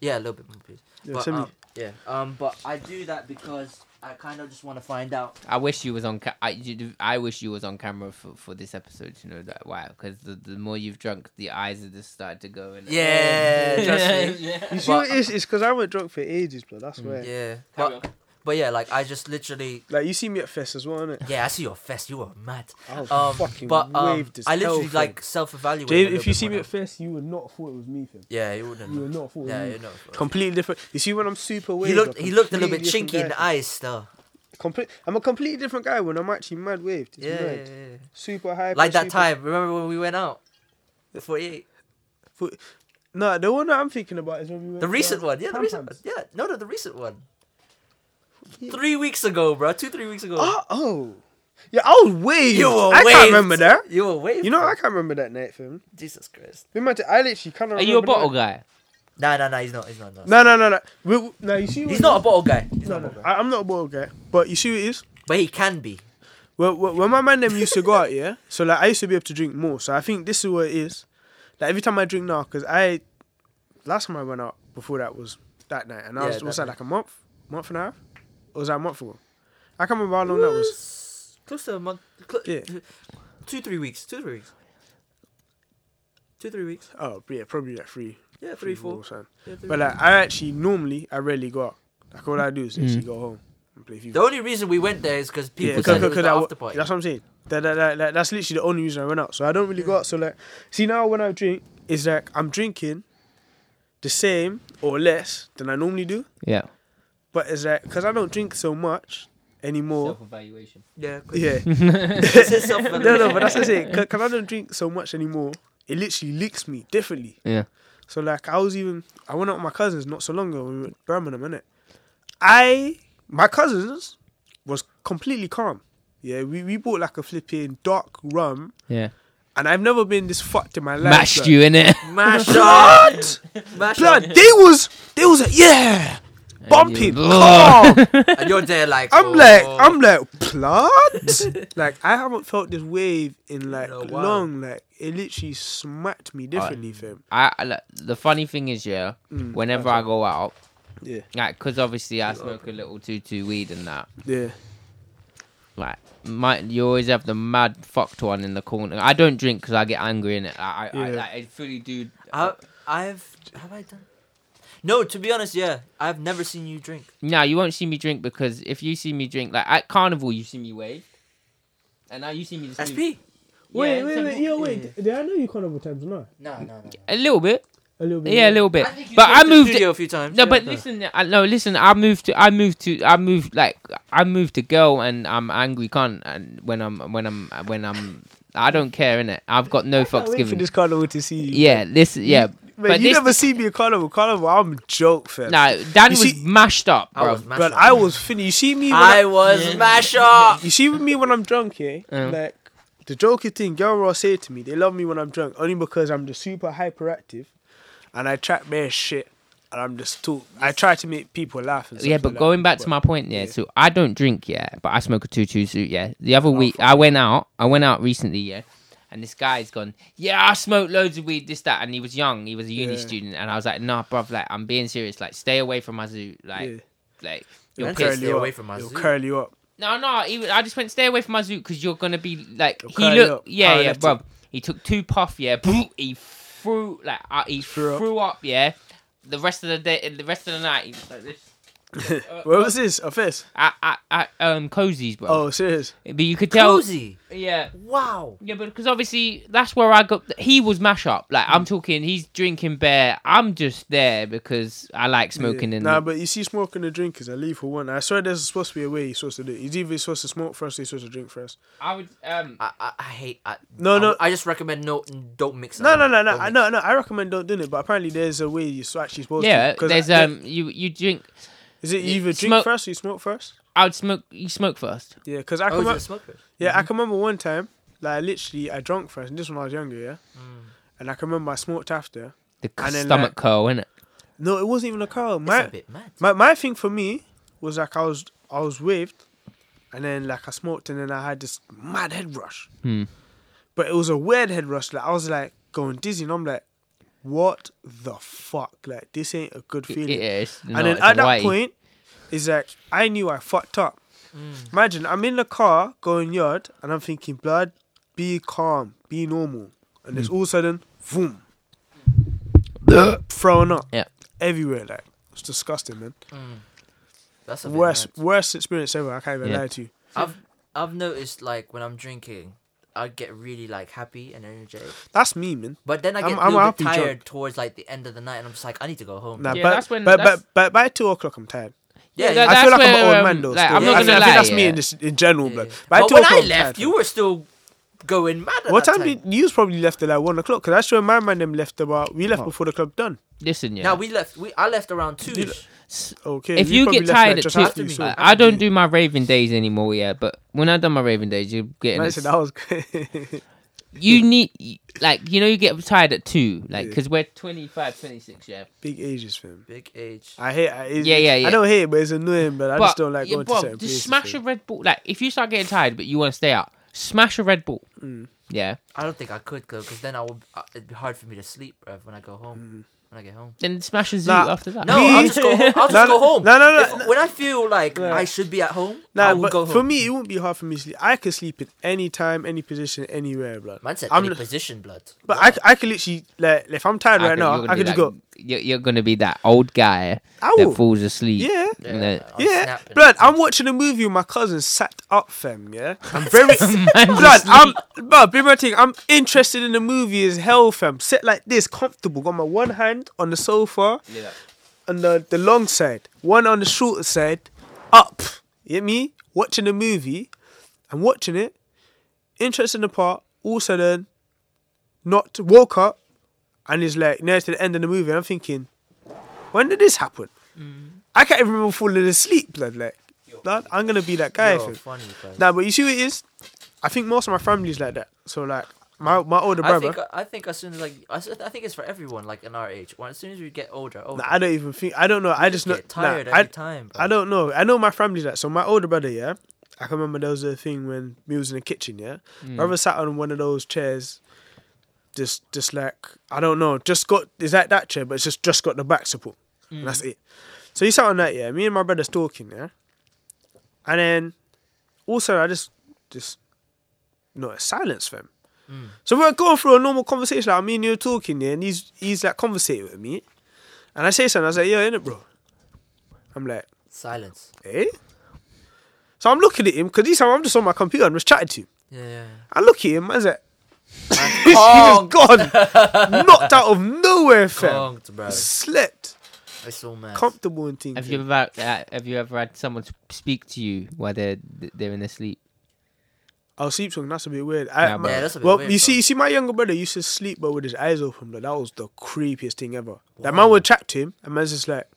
[SPEAKER 1] yeah, a little bit more, please.
[SPEAKER 2] Yeah,
[SPEAKER 1] but,
[SPEAKER 2] send me.
[SPEAKER 1] um, yeah, um, but I do that because I kind of just want to find out.
[SPEAKER 3] I wish you was on. Ca- I, you, do- I wish you was on camera for, for this episode. You know that wow, because the, the more you've drunk, the eyes have just started to go. And
[SPEAKER 1] Yeah, trust me.
[SPEAKER 3] yeah.
[SPEAKER 2] you see what it is? It's because I went drunk for ages, bro. That's why.
[SPEAKER 1] Mm, Yeah, but, but yeah, like I just literally.
[SPEAKER 2] Like you see me at fest as well, innit?
[SPEAKER 1] Yeah, I see your fest. You are mad.
[SPEAKER 2] I was
[SPEAKER 1] Um,
[SPEAKER 2] fucking
[SPEAKER 1] but um,
[SPEAKER 2] waved as
[SPEAKER 1] I
[SPEAKER 2] hell,
[SPEAKER 1] literally
[SPEAKER 2] fam.
[SPEAKER 1] like self-evaluate. a
[SPEAKER 2] Dave,
[SPEAKER 1] little
[SPEAKER 2] if you
[SPEAKER 1] bit
[SPEAKER 2] see
[SPEAKER 1] more
[SPEAKER 2] me
[SPEAKER 1] now.
[SPEAKER 2] at fest, you would not thought it was me, fam.
[SPEAKER 1] yeah, you wouldn't.
[SPEAKER 2] You would not thought.
[SPEAKER 1] yeah,
[SPEAKER 2] it
[SPEAKER 1] you
[SPEAKER 2] was me.
[SPEAKER 1] know.
[SPEAKER 2] Completely different. You see when I'm super
[SPEAKER 1] He
[SPEAKER 2] weird.
[SPEAKER 1] looked. He looked a little bit chinky in the eyes, still.
[SPEAKER 2] Complete. I'm a completely different guy when I'm actually mad waved. It's
[SPEAKER 1] Yeah, yeah,
[SPEAKER 2] mad.
[SPEAKER 1] yeah.
[SPEAKER 2] Super high.
[SPEAKER 1] like that time. Remember when we went out? The forty-eight.
[SPEAKER 2] No, the one that I'm thinking about is when we went.
[SPEAKER 1] The
[SPEAKER 2] to uh,
[SPEAKER 1] recent one, yeah, the recent one,
[SPEAKER 2] Tampons.
[SPEAKER 1] yeah. No, no, the recent one.
[SPEAKER 2] Yeah.
[SPEAKER 1] Three weeks ago, bro. Two, three weeks ago.
[SPEAKER 2] Oh, oh. yeah, I was waved.
[SPEAKER 1] you were
[SPEAKER 2] I
[SPEAKER 1] waved.
[SPEAKER 2] can't remember that.
[SPEAKER 1] You were waved.
[SPEAKER 2] You know,
[SPEAKER 1] bro.
[SPEAKER 2] I can't remember that night film.
[SPEAKER 1] Jesus Christ.
[SPEAKER 2] We might. I literally can't
[SPEAKER 3] Are
[SPEAKER 2] remember.
[SPEAKER 3] you a bottle
[SPEAKER 2] that.
[SPEAKER 3] guy?
[SPEAKER 1] Nah, nah, nah. He's not. He's not. No.
[SPEAKER 2] No, no, no, no. We, we, no, you see.
[SPEAKER 1] He's
[SPEAKER 2] what-
[SPEAKER 1] not a bottle guy. He's not
[SPEAKER 2] No,
[SPEAKER 1] a
[SPEAKER 2] no,
[SPEAKER 1] bottle guy.
[SPEAKER 2] I, I'm not a bottle guy. But you see, what it is.
[SPEAKER 1] But he can be.
[SPEAKER 2] Well, well, when my man them used to go out, yeah. So like I used to be able to drink more. So I think this is what it is. Like every time I drink now, because I last time I went out before that was that night, and I
[SPEAKER 1] Yeah,
[SPEAKER 2] was
[SPEAKER 1] that
[SPEAKER 2] was that
[SPEAKER 1] night.
[SPEAKER 2] like a month, month and a half, or was that a month ago? I can't remember how long
[SPEAKER 1] Mm,
[SPEAKER 2] that was.
[SPEAKER 1] was close to a month. Cl-
[SPEAKER 2] Yeah.
[SPEAKER 1] Two three weeks. Two three weeks. Two three weeks.
[SPEAKER 2] Oh yeah, probably like three,
[SPEAKER 1] Yeah, three
[SPEAKER 2] four
[SPEAKER 1] four.
[SPEAKER 2] or something.
[SPEAKER 1] Yeah, three,
[SPEAKER 2] But
[SPEAKER 1] four.
[SPEAKER 2] like I actually normally I rarely go out. Like all I do is actually go home and play FIFA.
[SPEAKER 1] the only reason we went there is because people
[SPEAKER 2] Yeah,
[SPEAKER 1] said
[SPEAKER 2] cause,
[SPEAKER 1] it was the
[SPEAKER 2] that,
[SPEAKER 1] after party.
[SPEAKER 2] that's what I'm saying. That, that, that, that- that's literally the only reason I went out. So I don't really go out. So like, see now when I drink, it's like I'm drinking the same or less than I normally do.
[SPEAKER 3] Yeah.
[SPEAKER 2] But it's like because I don't drink so much anymore.
[SPEAKER 3] evaluation.
[SPEAKER 1] yeah, 'cause
[SPEAKER 2] Yeah,
[SPEAKER 1] it's yourself and-
[SPEAKER 2] no, no, but that's what I'm Because I don't drink so much anymore, it literally licks me differently.
[SPEAKER 3] Yeah.
[SPEAKER 2] So like I was even I went out with my cousins not so long ago when we went to Birmingham, innit? I my cousins was completely calm. Yeah, we, we bought like a flipping dark rum
[SPEAKER 3] Yeah.
[SPEAKER 2] and I've never been this fucked in my life.
[SPEAKER 3] Mashed
[SPEAKER 2] blood.
[SPEAKER 3] you in it.
[SPEAKER 1] Mash up, mash
[SPEAKER 2] blood.
[SPEAKER 1] up,
[SPEAKER 2] They was they was like, yeah, bumping, calm.
[SPEAKER 1] and you're there like
[SPEAKER 2] I'm
[SPEAKER 1] oh,
[SPEAKER 2] like, I'm like, blood. like I haven't felt this wave in like
[SPEAKER 1] a while.
[SPEAKER 2] long. Like it literally smacked me differently, fam.
[SPEAKER 3] I, I like- the funny thing is, yeah, whenever I go out,
[SPEAKER 2] Yeah,
[SPEAKER 3] like, cause obviously I smoke a little too too weed and that.
[SPEAKER 2] yeah.
[SPEAKER 3] Like, my, you always have the mad fucked one in the corner. I don't drink because I get angry in it. I, I, I,
[SPEAKER 2] Yeah.
[SPEAKER 3] like, I fully do.
[SPEAKER 1] I, I've have I done? No, to be honest, yeah, I've never seen you drink.
[SPEAKER 3] No, you won't see me drink because if you see me drink, like at carnival, you see me wave, and now you see me just move-
[SPEAKER 1] SP.
[SPEAKER 3] Yeah, it's a-
[SPEAKER 2] wait. Did I know you carnival times now?
[SPEAKER 1] No, no, no.
[SPEAKER 3] a little bit,
[SPEAKER 2] A little bit.
[SPEAKER 3] yeah, a little bit. but I moved.
[SPEAKER 1] studio a few times.
[SPEAKER 3] No,
[SPEAKER 1] yeah.
[SPEAKER 3] but listen, I, no, listen. I moved to, I moved to, I moved like I moved to girl, and I'm angry cunt, and when I'm, when I'm, when I'm, I don't care in it. I've got no fucks
[SPEAKER 2] Wait for
[SPEAKER 3] given.
[SPEAKER 2] this carnival to see you.
[SPEAKER 3] Yeah, this, yeah,
[SPEAKER 2] Man,
[SPEAKER 3] but
[SPEAKER 2] you
[SPEAKER 3] this,
[SPEAKER 2] never see me at carnival. Carnival, I'm a joke, fam.
[SPEAKER 3] no, Dan
[SPEAKER 2] You
[SPEAKER 3] was
[SPEAKER 2] see-
[SPEAKER 3] mashed up,
[SPEAKER 1] I
[SPEAKER 3] bro.
[SPEAKER 1] was mash
[SPEAKER 2] but
[SPEAKER 1] up.
[SPEAKER 2] I was finished. You see me. When
[SPEAKER 1] I was mash up.
[SPEAKER 2] You see with me when I'm drunk, yeah?
[SPEAKER 3] Mm.
[SPEAKER 2] Like the joking thing, girl will say to me, they love me when I'm drunk, only because I'm just super hyperactive and I track bare shit and I'm just talk I try to make people laugh and stuff
[SPEAKER 3] yeah, but
[SPEAKER 2] like
[SPEAKER 3] going
[SPEAKER 2] that,
[SPEAKER 3] back to my point, yeah. So I don't drink, yeah, but I smoke a two-two suit, yeah. The other week I went out, I went out recently, yeah, and this guy's gone, yeah, I smoked loads of weed, this that, and he was young, he was a uni
[SPEAKER 2] Yeah.
[SPEAKER 3] student, and I was like, nah, bruv, like I'm being serious, like stay away from my zoo, like, like you're
[SPEAKER 1] That's
[SPEAKER 3] pissed.
[SPEAKER 1] Stay away from my
[SPEAKER 2] It'll
[SPEAKER 1] zoo.
[SPEAKER 2] curl you up.
[SPEAKER 3] No, no, he, was- I just went stay away from my zoo because you're gonna be like
[SPEAKER 2] You'll
[SPEAKER 3] he
[SPEAKER 2] curl
[SPEAKER 3] looked,
[SPEAKER 2] up,
[SPEAKER 3] yeah, yeah,
[SPEAKER 2] paralytic.
[SPEAKER 3] bruv. He took two puff, yeah, boom, he threw like uh, he
[SPEAKER 2] Threw
[SPEAKER 3] threw
[SPEAKER 2] up.
[SPEAKER 3] up. yeah. The rest of the day, the rest of the night, he was like this.
[SPEAKER 2] Where was this? Offense?
[SPEAKER 3] At, at, at um cozies, bro.
[SPEAKER 2] Oh, serious.
[SPEAKER 3] But you could tell.
[SPEAKER 1] Cozy.
[SPEAKER 3] Yeah.
[SPEAKER 1] Wow.
[SPEAKER 3] Yeah, but because obviously that's where I got. He was mash up. Like I'm talking, he's drinking beer. I'm just there because I like smoking.
[SPEAKER 2] Yeah.
[SPEAKER 3] And
[SPEAKER 2] Nah, but you see smoking and drink is a lethal one. I swear there's supposed to be a way you're supposed to do it. He's either supposed to smoke first or he's supposed to drink first.
[SPEAKER 3] I would. Um,
[SPEAKER 1] I, I, I hate. I,
[SPEAKER 2] No,
[SPEAKER 1] I,
[SPEAKER 2] no.
[SPEAKER 1] I just recommend no, don't mix.
[SPEAKER 2] No,
[SPEAKER 1] them.
[SPEAKER 2] no, no, no,
[SPEAKER 1] Don't
[SPEAKER 2] I
[SPEAKER 1] mix.
[SPEAKER 2] no, no. I recommend don't do it, but apparently there's a way you're actually supposed
[SPEAKER 3] yeah,
[SPEAKER 2] to. 'Cause
[SPEAKER 3] there's
[SPEAKER 2] I-
[SPEAKER 3] um, you you drink.
[SPEAKER 2] Is it you either drink
[SPEAKER 3] smoke-
[SPEAKER 2] first or you smoke first?
[SPEAKER 3] I would smoke. You smoke first.
[SPEAKER 2] Yeah, because I
[SPEAKER 1] Oh,
[SPEAKER 2] come
[SPEAKER 1] you're
[SPEAKER 2] up,
[SPEAKER 1] a smoker.
[SPEAKER 2] Yeah, I can remember one time, like literally, I drank first, and this when I was younger, yeah. And I can remember I smoked after.
[SPEAKER 3] The
[SPEAKER 2] And then,
[SPEAKER 3] stomach
[SPEAKER 2] like-
[SPEAKER 3] curl, innit?
[SPEAKER 2] No, it wasn't even a car.
[SPEAKER 1] It's
[SPEAKER 2] My,
[SPEAKER 1] a bit mad.
[SPEAKER 2] my my thing for me was like I was I was waved, and then like I smoked, and then I had this mad head rush.
[SPEAKER 3] Hmm.
[SPEAKER 2] But it was a weird head rush. Like I was like going dizzy, and I'm like, what the fuck? Like this ain't a good
[SPEAKER 3] It
[SPEAKER 2] feeling.
[SPEAKER 3] is.
[SPEAKER 2] and then at that point, it's like I knew I fucked up.
[SPEAKER 3] Mm.
[SPEAKER 2] Imagine I'm in the car going yard, and I'm thinking, blood, be calm, be normal, and
[SPEAKER 1] Mm.
[SPEAKER 2] it's all of a sudden, boom, thrown up
[SPEAKER 3] Yeah.
[SPEAKER 2] everywhere. Like it's disgusting, man.
[SPEAKER 1] That's a bit
[SPEAKER 2] Worst,
[SPEAKER 1] mad.
[SPEAKER 2] worst experience ever. I can't even
[SPEAKER 3] Yeah.
[SPEAKER 2] lie to you.
[SPEAKER 1] I've I've noticed like when I'm drinking, I get really like happy and energetic,
[SPEAKER 2] That's me, man.
[SPEAKER 1] but then I
[SPEAKER 2] I'm-
[SPEAKER 1] get
[SPEAKER 2] I'm
[SPEAKER 1] a little bit
[SPEAKER 2] happy drunk.
[SPEAKER 1] tired towards like the end of the night, and I'm just like, I need to go home.
[SPEAKER 2] Nah,
[SPEAKER 3] Yeah,
[SPEAKER 2] but,
[SPEAKER 3] that's when-
[SPEAKER 2] but,
[SPEAKER 3] that's-
[SPEAKER 2] but but by two o'clock, I'm tired.
[SPEAKER 1] yeah,
[SPEAKER 3] that-
[SPEAKER 1] yeah.
[SPEAKER 2] I feel like
[SPEAKER 3] that's
[SPEAKER 2] I'm an
[SPEAKER 3] where,
[SPEAKER 2] old man
[SPEAKER 3] um,
[SPEAKER 2] though.
[SPEAKER 3] like,
[SPEAKER 2] still.
[SPEAKER 3] I'm not
[SPEAKER 2] I,
[SPEAKER 3] gonna
[SPEAKER 2] think- I think
[SPEAKER 3] lie,
[SPEAKER 2] that's me
[SPEAKER 3] yeah.
[SPEAKER 2] in, this, in general, blood. By
[SPEAKER 1] But
[SPEAKER 2] two
[SPEAKER 1] when
[SPEAKER 2] o'clock,
[SPEAKER 1] I
[SPEAKER 2] I'm
[SPEAKER 1] left,
[SPEAKER 2] tired,
[SPEAKER 1] you were still going mad. At
[SPEAKER 2] What
[SPEAKER 1] that
[SPEAKER 2] time did you was probably left at like one o'clock? Because that's when my man them left about. We left before the club done.
[SPEAKER 3] Listen, yeah.
[SPEAKER 1] Now we left. We I left around two.
[SPEAKER 2] Okay.
[SPEAKER 3] if you
[SPEAKER 2] probably
[SPEAKER 3] get
[SPEAKER 2] left, like,
[SPEAKER 3] tired
[SPEAKER 2] just
[SPEAKER 3] at
[SPEAKER 2] after
[SPEAKER 3] two,
[SPEAKER 2] you
[SPEAKER 1] me.
[SPEAKER 2] saw.
[SPEAKER 1] Uh,
[SPEAKER 3] I- I don't do my raving days anymore. Yeah, but when I done my raving days, you're getting.
[SPEAKER 2] Man
[SPEAKER 3] a
[SPEAKER 2] said
[SPEAKER 3] s-
[SPEAKER 2] that was.
[SPEAKER 3] you need like you know you get tired at two like because we're 25 26 yeah
[SPEAKER 2] Big ages, fam.
[SPEAKER 1] Big age.
[SPEAKER 2] I hate. I, it's-
[SPEAKER 3] Yeah, yeah, yeah.
[SPEAKER 2] I don't hate it, but it's annoying. But I just don't like
[SPEAKER 3] yeah,
[SPEAKER 2] going
[SPEAKER 3] bro,
[SPEAKER 2] to certain
[SPEAKER 3] just
[SPEAKER 2] places.
[SPEAKER 3] smash a
[SPEAKER 2] fam.
[SPEAKER 3] red ball like if you start getting tired but you want to stay out smash a red ball
[SPEAKER 2] Mm.
[SPEAKER 3] yeah
[SPEAKER 1] I don't think I could go because then I would. uh, It'd be hard for me to sleep, bruv, when I go home. When I get home.
[SPEAKER 3] then smash a zoo
[SPEAKER 2] Nah.
[SPEAKER 3] after that
[SPEAKER 1] No,
[SPEAKER 2] Mm. Me-
[SPEAKER 1] I'll just go home. I'll just
[SPEAKER 2] No,
[SPEAKER 1] go
[SPEAKER 2] no,
[SPEAKER 1] home.
[SPEAKER 2] no, no, no,
[SPEAKER 1] If-
[SPEAKER 2] no.
[SPEAKER 1] When I feel like
[SPEAKER 2] Yeah.
[SPEAKER 1] I should be at home, I
[SPEAKER 2] Nah,
[SPEAKER 1] will
[SPEAKER 2] but
[SPEAKER 1] go home.
[SPEAKER 2] for me, it wouldn't be hard for me to sleep. I could sleep in any time, any position, anywhere, blood.
[SPEAKER 1] man said
[SPEAKER 2] I'm
[SPEAKER 1] any
[SPEAKER 2] li-
[SPEAKER 1] position, blood.
[SPEAKER 2] But I, c- I could literally like if I'm tired right
[SPEAKER 3] reckon
[SPEAKER 2] now,
[SPEAKER 3] you're gonna
[SPEAKER 2] I
[SPEAKER 3] be
[SPEAKER 2] could just
[SPEAKER 3] that-
[SPEAKER 2] go.
[SPEAKER 3] You're, you're gonna be that old guy
[SPEAKER 2] I
[SPEAKER 3] that
[SPEAKER 2] will.
[SPEAKER 3] falls asleep.
[SPEAKER 2] Yeah.
[SPEAKER 3] And then-
[SPEAKER 1] I'll
[SPEAKER 2] Yeah,
[SPEAKER 1] snap and-
[SPEAKER 2] blood. I'm watching a movie with my cousin sat up, fam. Yeah, I'm very blood.
[SPEAKER 3] just
[SPEAKER 2] I'm blood. Be my thing. I'm interested in the movie as hell, fam. Sit like this, comfortable. Got my one hand on the sofa,
[SPEAKER 3] Yeah.
[SPEAKER 2] on the the long side, one on the shorter side, up. You get me? Watching the movie, I'm watching it. Interested in the part. Also then, not woke up, and it's like near to the end of the movie. I'm thinking, when did this happen?
[SPEAKER 1] Mm.
[SPEAKER 2] I can't even remember falling asleep, blood. Like, blood, I'm gonna be that guy.
[SPEAKER 1] You're
[SPEAKER 2] fam.
[SPEAKER 1] funny, bruv.
[SPEAKER 2] Nah, but you see what it is? I think most of my family's like that. So like my my older
[SPEAKER 1] I
[SPEAKER 2] brother.
[SPEAKER 1] think uh, I think as soon as like I, s- I think it's for everyone like in our age. When as soon as we get older, older
[SPEAKER 2] nah, I don't even think I don't know. I
[SPEAKER 1] we
[SPEAKER 2] just know.
[SPEAKER 1] get tired every
[SPEAKER 2] nah, I,
[SPEAKER 1] time. bruv.
[SPEAKER 2] I don't know. I know my family's like so. My older brother, yeah. I can remember there was a thing when we was in the kitchen, yeah. Brother sat on one of those chairs, just just like I don't know, just got is that that chair, but it's just just got the back support. And that's it. So he sat on that, yeah. Me and my brother's talking, yeah. And then also I just just no it's silence fam. So we're going through a normal conversation, like me and you're talking, yeah, and he's he's like conversating with me. And I say something, I was like, yo, innit, bro? I'm like,
[SPEAKER 1] Silence.
[SPEAKER 2] eh? So I'm looking at him, because this time I'm just on my computer and was chatting to him.
[SPEAKER 1] Yeah, yeah. yeah.
[SPEAKER 2] I look at him, I was like, he's
[SPEAKER 1] Oh.
[SPEAKER 2] just gone. Knocked out of nowhere, fam.
[SPEAKER 1] Conked, bruv.
[SPEAKER 2] Slept.
[SPEAKER 1] It's so mad.
[SPEAKER 2] Comfortable and things.
[SPEAKER 3] Have you ever uh, have you ever had someone to speak to you while they're they're in their sleep?
[SPEAKER 2] I'll sleep talking. That's a bit weird. I,
[SPEAKER 3] Yeah,
[SPEAKER 2] my-
[SPEAKER 1] Yeah, that's a bit
[SPEAKER 2] well,
[SPEAKER 1] weird,
[SPEAKER 2] you
[SPEAKER 1] though.
[SPEAKER 2] see, you see, my younger brother used to sleep but with his eyes open. But that was the creepiest thing ever. That man would chat to him, and man's just like,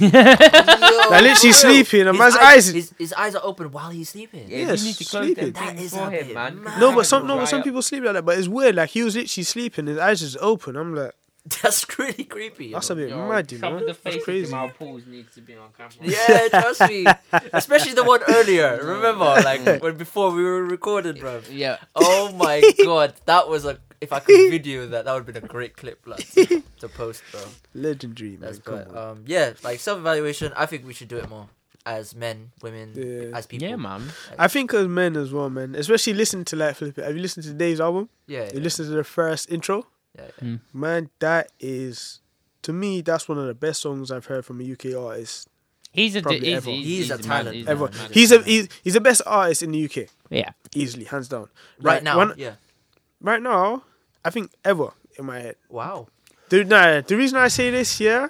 [SPEAKER 1] I
[SPEAKER 2] like literally sleeping, and man's eyes.
[SPEAKER 1] his, his eyes are open while he's sleeping.
[SPEAKER 2] Yeah, you need to close them sleeping.
[SPEAKER 1] That is a bit mad.
[SPEAKER 2] no,
[SPEAKER 1] eyes
[SPEAKER 2] but some no,
[SPEAKER 3] dry
[SPEAKER 2] but some
[SPEAKER 3] up.
[SPEAKER 2] people sleep like that. But it's weird. Like he was literally sleeping, his eyes just open. I'm like,
[SPEAKER 1] That's really creepy. you
[SPEAKER 2] that's
[SPEAKER 1] know?
[SPEAKER 2] a bit mad, you know. That's crazy.
[SPEAKER 3] pools needs to be on camera.
[SPEAKER 1] Yeah, trust me. Especially the one earlier. Remember, like when before we were recording, bro.
[SPEAKER 3] Yeah.
[SPEAKER 1] Oh my god, that was a. If I could video that, that would have been a great clip, like to, to post, bro.
[SPEAKER 2] Legendary, man.
[SPEAKER 1] That's
[SPEAKER 2] Come
[SPEAKER 1] good.
[SPEAKER 2] on.
[SPEAKER 1] Um, yeah, like self evaluation. I think we should do it more as men, women,
[SPEAKER 2] Yeah.
[SPEAKER 1] as people.
[SPEAKER 3] Yeah, man.
[SPEAKER 2] I think as men as well, man. Especially listening to like Flip. It. Have you listened to Dave's album?
[SPEAKER 1] Yeah,
[SPEAKER 2] You
[SPEAKER 1] yeah,
[SPEAKER 2] listen to the first intro.
[SPEAKER 1] yeah, yeah.
[SPEAKER 2] Man, that is to me. That's one of the best songs I've heard from a UK artist.
[SPEAKER 3] He's a
[SPEAKER 2] Probably
[SPEAKER 3] he's,
[SPEAKER 2] ever.
[SPEAKER 3] he's,
[SPEAKER 1] He's a
[SPEAKER 3] man,
[SPEAKER 1] talent.
[SPEAKER 3] he's
[SPEAKER 2] Everyone,
[SPEAKER 3] man.
[SPEAKER 2] he's a he's, he's the best artist in the UK.
[SPEAKER 3] yeah.
[SPEAKER 2] easily, hands down.
[SPEAKER 1] Right
[SPEAKER 2] Like,
[SPEAKER 1] now,
[SPEAKER 2] one-
[SPEAKER 1] yeah.
[SPEAKER 2] right now, I think ever in my head.
[SPEAKER 1] Wow.
[SPEAKER 2] The, nah, the reason I say this, yeah,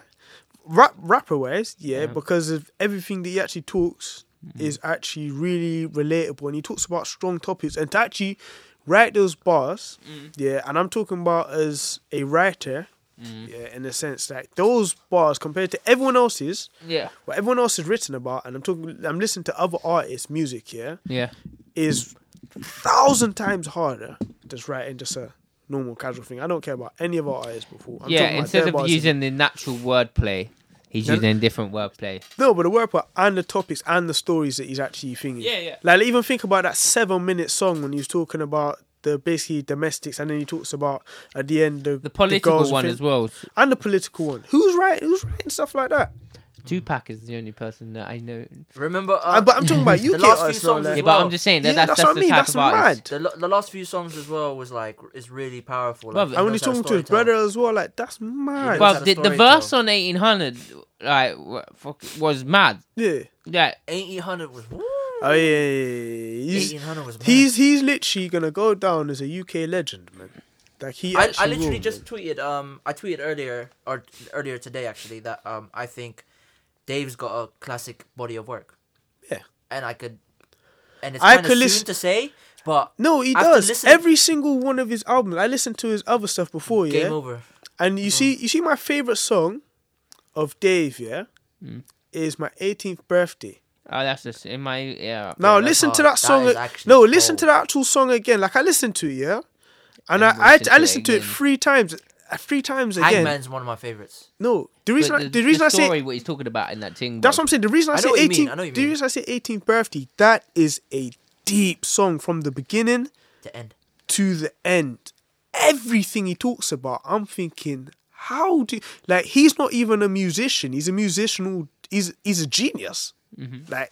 [SPEAKER 2] rap rapper wise, yeah, because of everything that he actually talks is actually really relatable, and he talks about strong topics, and to actually write those bars, yeah, and I'm talking about as a writer. Yeah, in a sense, like those bars compared to everyone else's,
[SPEAKER 3] Yeah.
[SPEAKER 2] what everyone else has written about, and I'm talking, I'm listening to other artists' music, yeah,
[SPEAKER 3] Yeah.
[SPEAKER 2] is thousand times harder just writing just a normal casual thing. I don't care about any of our artists before. I'm
[SPEAKER 3] yeah.
[SPEAKER 2] talking about
[SPEAKER 3] Instead
[SPEAKER 2] their
[SPEAKER 3] of
[SPEAKER 2] bars.
[SPEAKER 3] using the natural wordplay, he's
[SPEAKER 2] No, no.
[SPEAKER 3] using different wordplay.
[SPEAKER 2] no, but the word part and the topics and the stories that he's actually thinking.
[SPEAKER 3] Yeah, yeah.
[SPEAKER 2] Like even think about that seven minute song when he was talking about the basically domestics, and then he talks about at the end the
[SPEAKER 3] The
[SPEAKER 2] the
[SPEAKER 3] political
[SPEAKER 2] girls
[SPEAKER 3] one
[SPEAKER 2] thing-
[SPEAKER 3] as well.
[SPEAKER 2] and the political one. Who's writing? Who's writing stuff like that?
[SPEAKER 3] Tupac is the only person that I know.
[SPEAKER 1] Remember,
[SPEAKER 2] Uh,
[SPEAKER 1] uh,
[SPEAKER 2] but I'm talking about
[SPEAKER 1] the
[SPEAKER 2] UK
[SPEAKER 1] last few
[SPEAKER 2] artists. though,
[SPEAKER 1] songs
[SPEAKER 2] like-
[SPEAKER 1] as
[SPEAKER 3] Yeah,
[SPEAKER 1] well.
[SPEAKER 3] but I'm just saying that
[SPEAKER 2] Yeah,
[SPEAKER 3] that's, that's,
[SPEAKER 2] what I
[SPEAKER 3] the
[SPEAKER 2] mean.
[SPEAKER 3] type
[SPEAKER 2] That's
[SPEAKER 3] of artist.
[SPEAKER 2] mad.
[SPEAKER 1] the, lo- the last few songs as well was like is really powerful. Like,
[SPEAKER 3] Bruv,
[SPEAKER 1] he
[SPEAKER 2] And
[SPEAKER 1] knows
[SPEAKER 2] when he's
[SPEAKER 1] how
[SPEAKER 2] talking to his
[SPEAKER 1] storytell.
[SPEAKER 2] brother as well, like that's
[SPEAKER 1] Well,
[SPEAKER 2] mad.
[SPEAKER 3] Well,
[SPEAKER 1] that's
[SPEAKER 3] the,
[SPEAKER 1] the
[SPEAKER 3] the
[SPEAKER 1] story,
[SPEAKER 3] verse
[SPEAKER 1] though.
[SPEAKER 3] on 1800 like wa- fuck, was mad.
[SPEAKER 2] yeah.
[SPEAKER 3] Yeah,
[SPEAKER 1] Eighteen hundred was. Woo,
[SPEAKER 2] Oh yeah, yeah, yeah, yeah. He's-
[SPEAKER 1] Eighteen hundred was. Mad.
[SPEAKER 2] He's he's literally gonna go down as a UK legend, man. Like he,
[SPEAKER 1] I, I
[SPEAKER 2] actually
[SPEAKER 1] literally
[SPEAKER 2] will,
[SPEAKER 1] just
[SPEAKER 2] man.
[SPEAKER 1] tweeted um I tweeted earlier or t- earlier today actually that um I think Dave's got a classic body of work.
[SPEAKER 2] Yeah.
[SPEAKER 1] And I could and it's
[SPEAKER 2] I
[SPEAKER 1] kind of
[SPEAKER 2] could
[SPEAKER 1] soon
[SPEAKER 2] listen-
[SPEAKER 1] to say, but
[SPEAKER 2] no, he
[SPEAKER 1] I've
[SPEAKER 2] does
[SPEAKER 1] listened-
[SPEAKER 2] every single one of his albums. I listened to his other stuff before,
[SPEAKER 1] game
[SPEAKER 2] yeah.
[SPEAKER 1] over. Mm.
[SPEAKER 2] And you see, you see, my favorite song of Dave, yeah,
[SPEAKER 1] Mm.
[SPEAKER 2] is my 18th birthday.
[SPEAKER 3] oh, that's just in my yeah.
[SPEAKER 2] Now
[SPEAKER 1] that's
[SPEAKER 2] listen to
[SPEAKER 1] hard.
[SPEAKER 2] that
[SPEAKER 1] That
[SPEAKER 2] song.
[SPEAKER 1] is
[SPEAKER 2] a-
[SPEAKER 1] actually
[SPEAKER 2] no, listen
[SPEAKER 1] cold.
[SPEAKER 2] to the actual song again. Like I listened to it, yeah, And
[SPEAKER 3] and
[SPEAKER 2] I, I,
[SPEAKER 3] watched
[SPEAKER 2] I
[SPEAKER 3] it
[SPEAKER 2] listened to it
[SPEAKER 3] again.
[SPEAKER 2] three times, uh, three times again.
[SPEAKER 1] Hangman's one of my favorites.
[SPEAKER 2] No, the reason
[SPEAKER 3] But
[SPEAKER 2] I, the reason I
[SPEAKER 3] story,
[SPEAKER 2] say
[SPEAKER 3] what he's talking about in that thing.
[SPEAKER 2] that's
[SPEAKER 3] bro.
[SPEAKER 2] what I'm saying. The reason I,
[SPEAKER 1] I know
[SPEAKER 2] say
[SPEAKER 1] what you mean,
[SPEAKER 2] eighteen,
[SPEAKER 1] I know what you
[SPEAKER 2] the
[SPEAKER 1] mean.
[SPEAKER 2] reason I say 18th birthday, that is a deep song from the beginning
[SPEAKER 1] The end.
[SPEAKER 2] to the end. Everything he talks about, I'm thinking, how do like he's not even a musician. He's a musical. He's he's a genius. Like,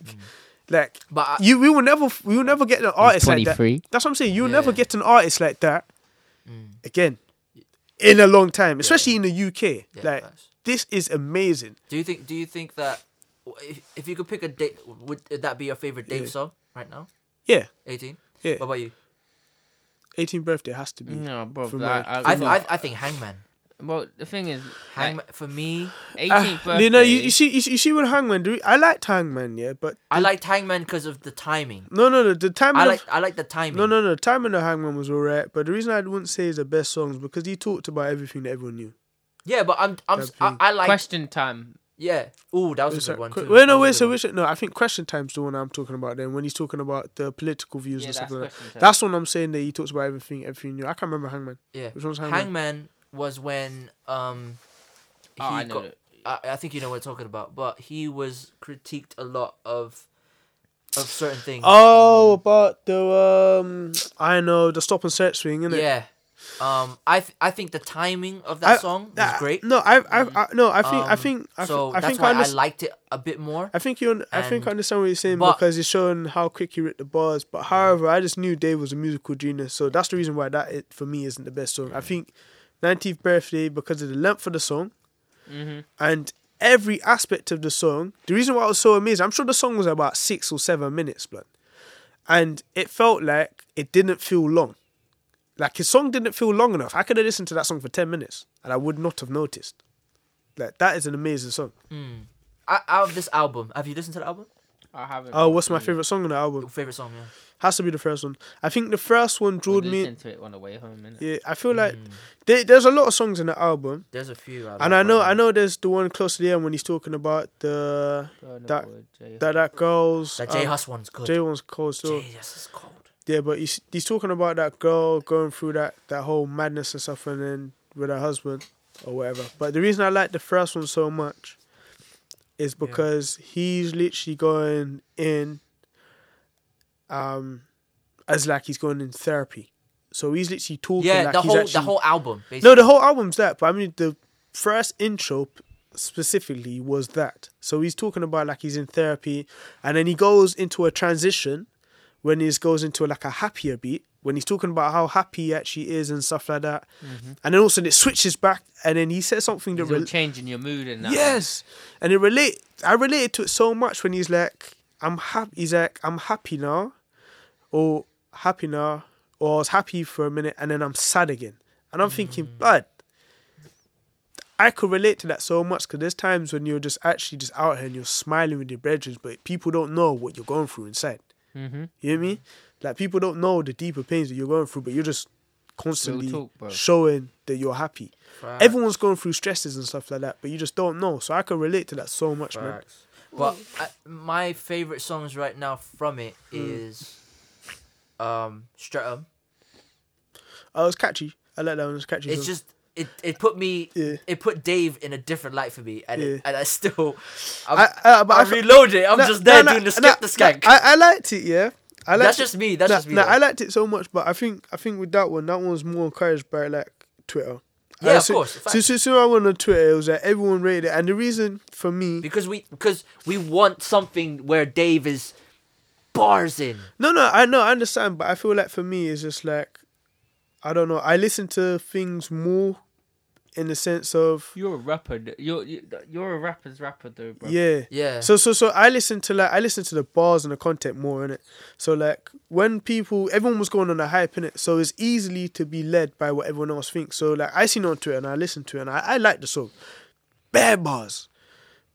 [SPEAKER 2] like
[SPEAKER 1] Mm-hmm. But I-
[SPEAKER 2] you, we will never we will never get an artist like that.
[SPEAKER 3] 23.
[SPEAKER 2] That's what I'm saying. You'll never
[SPEAKER 1] Yeah. Mm.
[SPEAKER 2] get an artist like that again in a long time, especially in the UK.
[SPEAKER 1] Yeah,
[SPEAKER 2] like
[SPEAKER 1] facts.
[SPEAKER 2] this is amazing.
[SPEAKER 1] Do you think? Do you think that if, if you could pick a date, would that be your favorite Dave
[SPEAKER 2] Yeah.
[SPEAKER 1] song right now?
[SPEAKER 2] Yeah,
[SPEAKER 1] Eighteen.
[SPEAKER 2] Yeah.
[SPEAKER 1] What about you?
[SPEAKER 2] 18th birthday has to be.
[SPEAKER 3] No, bro.
[SPEAKER 2] For
[SPEAKER 3] like,
[SPEAKER 2] my-
[SPEAKER 3] I,
[SPEAKER 1] I,
[SPEAKER 3] well,
[SPEAKER 1] I I think Hangman.
[SPEAKER 3] well, the thing is, like,
[SPEAKER 1] Hangman for me.
[SPEAKER 3] 18th
[SPEAKER 2] Ah,
[SPEAKER 3] birthday.
[SPEAKER 2] Uh, you know, you, you see, you, see- you see with Hangman. Do I liked Hangman? Yeah, but
[SPEAKER 1] I liked Hangman because of the timing.
[SPEAKER 2] no, no, no. The time
[SPEAKER 1] I
[SPEAKER 2] of-
[SPEAKER 1] like I like the timing.
[SPEAKER 2] No, no, no. Time in the Hangman was alright, but the reason I wouldn't say is the best songs because he talked about everything that everyone knew.
[SPEAKER 1] Yeah, but I'm I'm
[SPEAKER 2] That'd
[SPEAKER 1] I,
[SPEAKER 2] be-
[SPEAKER 1] I like
[SPEAKER 3] question time.
[SPEAKER 1] yeah. Oh, that was
[SPEAKER 2] Is
[SPEAKER 1] a
[SPEAKER 2] that
[SPEAKER 1] good one
[SPEAKER 2] que-
[SPEAKER 1] too.
[SPEAKER 2] wait, no,
[SPEAKER 1] That
[SPEAKER 2] wait.
[SPEAKER 1] was a
[SPEAKER 2] So
[SPEAKER 1] good
[SPEAKER 2] which? No, I think Question Time's the one I'm talking about. Then when he's talking about the political views
[SPEAKER 3] Yeah,
[SPEAKER 2] and stuff
[SPEAKER 3] that's
[SPEAKER 2] like that,
[SPEAKER 3] Question Time.
[SPEAKER 2] that's when I'm saying that he talks about everything, everything new. I can't remember Hangman.
[SPEAKER 1] one. yeah.
[SPEAKER 2] Which one's Hangman?
[SPEAKER 1] Hangman? was when um he
[SPEAKER 3] Oh, I know
[SPEAKER 1] got
[SPEAKER 3] it.
[SPEAKER 1] I, I think you know what I'm talking about, but he was critiqued a lot of of certain things.
[SPEAKER 2] Oh, about the um, I know the stop and search thing, innit?
[SPEAKER 1] yeah. Um, I th- I think the timing of that
[SPEAKER 2] I-
[SPEAKER 1] song was
[SPEAKER 2] that-
[SPEAKER 1] great.
[SPEAKER 2] No, I, I, I no, I think, I
[SPEAKER 1] Um,
[SPEAKER 2] think, I,
[SPEAKER 1] so
[SPEAKER 2] think I
[SPEAKER 1] that's
[SPEAKER 2] think
[SPEAKER 1] why
[SPEAKER 2] I,
[SPEAKER 1] I
[SPEAKER 2] understand.
[SPEAKER 1] liked it a bit more.
[SPEAKER 2] I think you. un- I think
[SPEAKER 1] and-
[SPEAKER 2] I understand what you're saying
[SPEAKER 1] but-
[SPEAKER 2] because it's showing how quick you writ the bars. But however, I just knew Dave was a musical genius, so that's the reason why that it, for me isn't the best song. I think 19th birthday because of the length of the song
[SPEAKER 1] Mm-hmm.
[SPEAKER 2] and every aspect of the song. The reason why I was so amazed, I'm sure the song was about six or seven minutes, blood, and it felt like it didn't feel long. Like his song didn't feel long enough. I could have listened to that song for ten minutes and I would not have noticed. Like that is an amazing song.
[SPEAKER 1] I, out of this album, have you listened to the album?
[SPEAKER 3] I haven't.
[SPEAKER 2] Oh, what's my favorite song on the album?
[SPEAKER 1] Your favorite song, yeah.
[SPEAKER 2] Has to be the first one. I think the first one drew me.
[SPEAKER 3] Listen to it on the way home. innit?
[SPEAKER 2] Yeah, I feel
[SPEAKER 1] Hmm.
[SPEAKER 2] like there, there's a lot of songs in the album,
[SPEAKER 1] There's a few.
[SPEAKER 2] and I know I know there's the one close to the end when he's talking about the
[SPEAKER 3] Go on
[SPEAKER 2] that
[SPEAKER 3] aboard, Jay.
[SPEAKER 2] that that girl's um,
[SPEAKER 1] That J Hus one's good.
[SPEAKER 2] J one's cold still.
[SPEAKER 1] J Hus is cold.
[SPEAKER 2] Yeah, but he's he's talking about that girl going through that that whole madness and stuff, and then with her husband or whatever. But the reason I like the first one so much is because he's literally going in, um, as like he's going in therapy. So he's literally talking.
[SPEAKER 1] Yeah,
[SPEAKER 2] like
[SPEAKER 1] the
[SPEAKER 2] he's
[SPEAKER 1] whole
[SPEAKER 2] actually,
[SPEAKER 1] the whole album. Basically.
[SPEAKER 2] No, the whole album's that, but I mean the first intro p- specifically was that. So he's talking about like he's in therapy, and then he goes into a transition when he goes into like a happier beat when he's talking about how happy he actually is and stuff like that, and then also it switches back, and then he says something that
[SPEAKER 3] It's all
[SPEAKER 2] rel-
[SPEAKER 3] changing your mood and that.
[SPEAKER 2] yes, and it relate. I related to it so much when he's like, "I'm happy." He's like, "I'm happy now," or "happy now," or "I was happy for a minute and then I'm sad again," and I'm thinking,
[SPEAKER 3] Mm.
[SPEAKER 2] "Blood." I could relate to that so much because there's times when you're just actually just out here and you're smiling with your brethren, but people don't know what you're going through inside.
[SPEAKER 3] Mhm.
[SPEAKER 2] You hear me? Like people don't know the deeper pains that you're going through, but you're just constantly
[SPEAKER 3] talk, bro.
[SPEAKER 2] showing that you're happy.
[SPEAKER 1] Facts,
[SPEAKER 2] Everyone's going through stresses and stuff like that, but you just don't know. So I can relate to that so much, man.
[SPEAKER 1] facts. But I, my favorite songs right now from it
[SPEAKER 2] Hmm.
[SPEAKER 1] is um Stratum.
[SPEAKER 2] Oh, it's catchy. I like that one. It's catchy.
[SPEAKER 1] It's
[SPEAKER 2] So-
[SPEAKER 1] just it, it put me
[SPEAKER 2] Yeah.
[SPEAKER 1] it put Dave in a different light for me and
[SPEAKER 2] Yeah.
[SPEAKER 1] it, and I still I'm,
[SPEAKER 2] I, I, but
[SPEAKER 1] I,
[SPEAKER 2] I fe-
[SPEAKER 1] reload it. I'm
[SPEAKER 2] Nah,
[SPEAKER 1] just there
[SPEAKER 2] nah,
[SPEAKER 1] doing the
[SPEAKER 2] nah,
[SPEAKER 1] skip
[SPEAKER 2] nah,
[SPEAKER 1] the skank.
[SPEAKER 2] nah, I, I liked it, yeah. I liked
[SPEAKER 1] that's
[SPEAKER 2] it.
[SPEAKER 1] just me. That's
[SPEAKER 2] nah,
[SPEAKER 1] just me.
[SPEAKER 2] nah,
[SPEAKER 1] though.
[SPEAKER 2] I liked it so much, but I think I think with that one, that one was more encouraged by like Twitter.
[SPEAKER 1] Yeah,
[SPEAKER 2] Uh,
[SPEAKER 1] of
[SPEAKER 2] so,
[SPEAKER 1] course,
[SPEAKER 2] So,
[SPEAKER 1] facts.
[SPEAKER 2] so, so I went on Twitter. It was like everyone rated it, and the reason for me,
[SPEAKER 1] because we because we want something where Dave is bars in.
[SPEAKER 2] no, no, I know, I understand, but I feel like for me, it's just like, I don't know. I listen to things more, in the sense of
[SPEAKER 3] You're a rapper. d- You're you- you're a rapper's rapper though, bro.
[SPEAKER 2] yeah,
[SPEAKER 1] Yeah.
[SPEAKER 2] So so so I listen to like I listen to the bars and the content more in it. So like when people everyone was going on a hype in it, so it's easily to be led by what everyone else thinks. So like I seen it on Twitter and I listened to it and I, I like the song. Bare bars,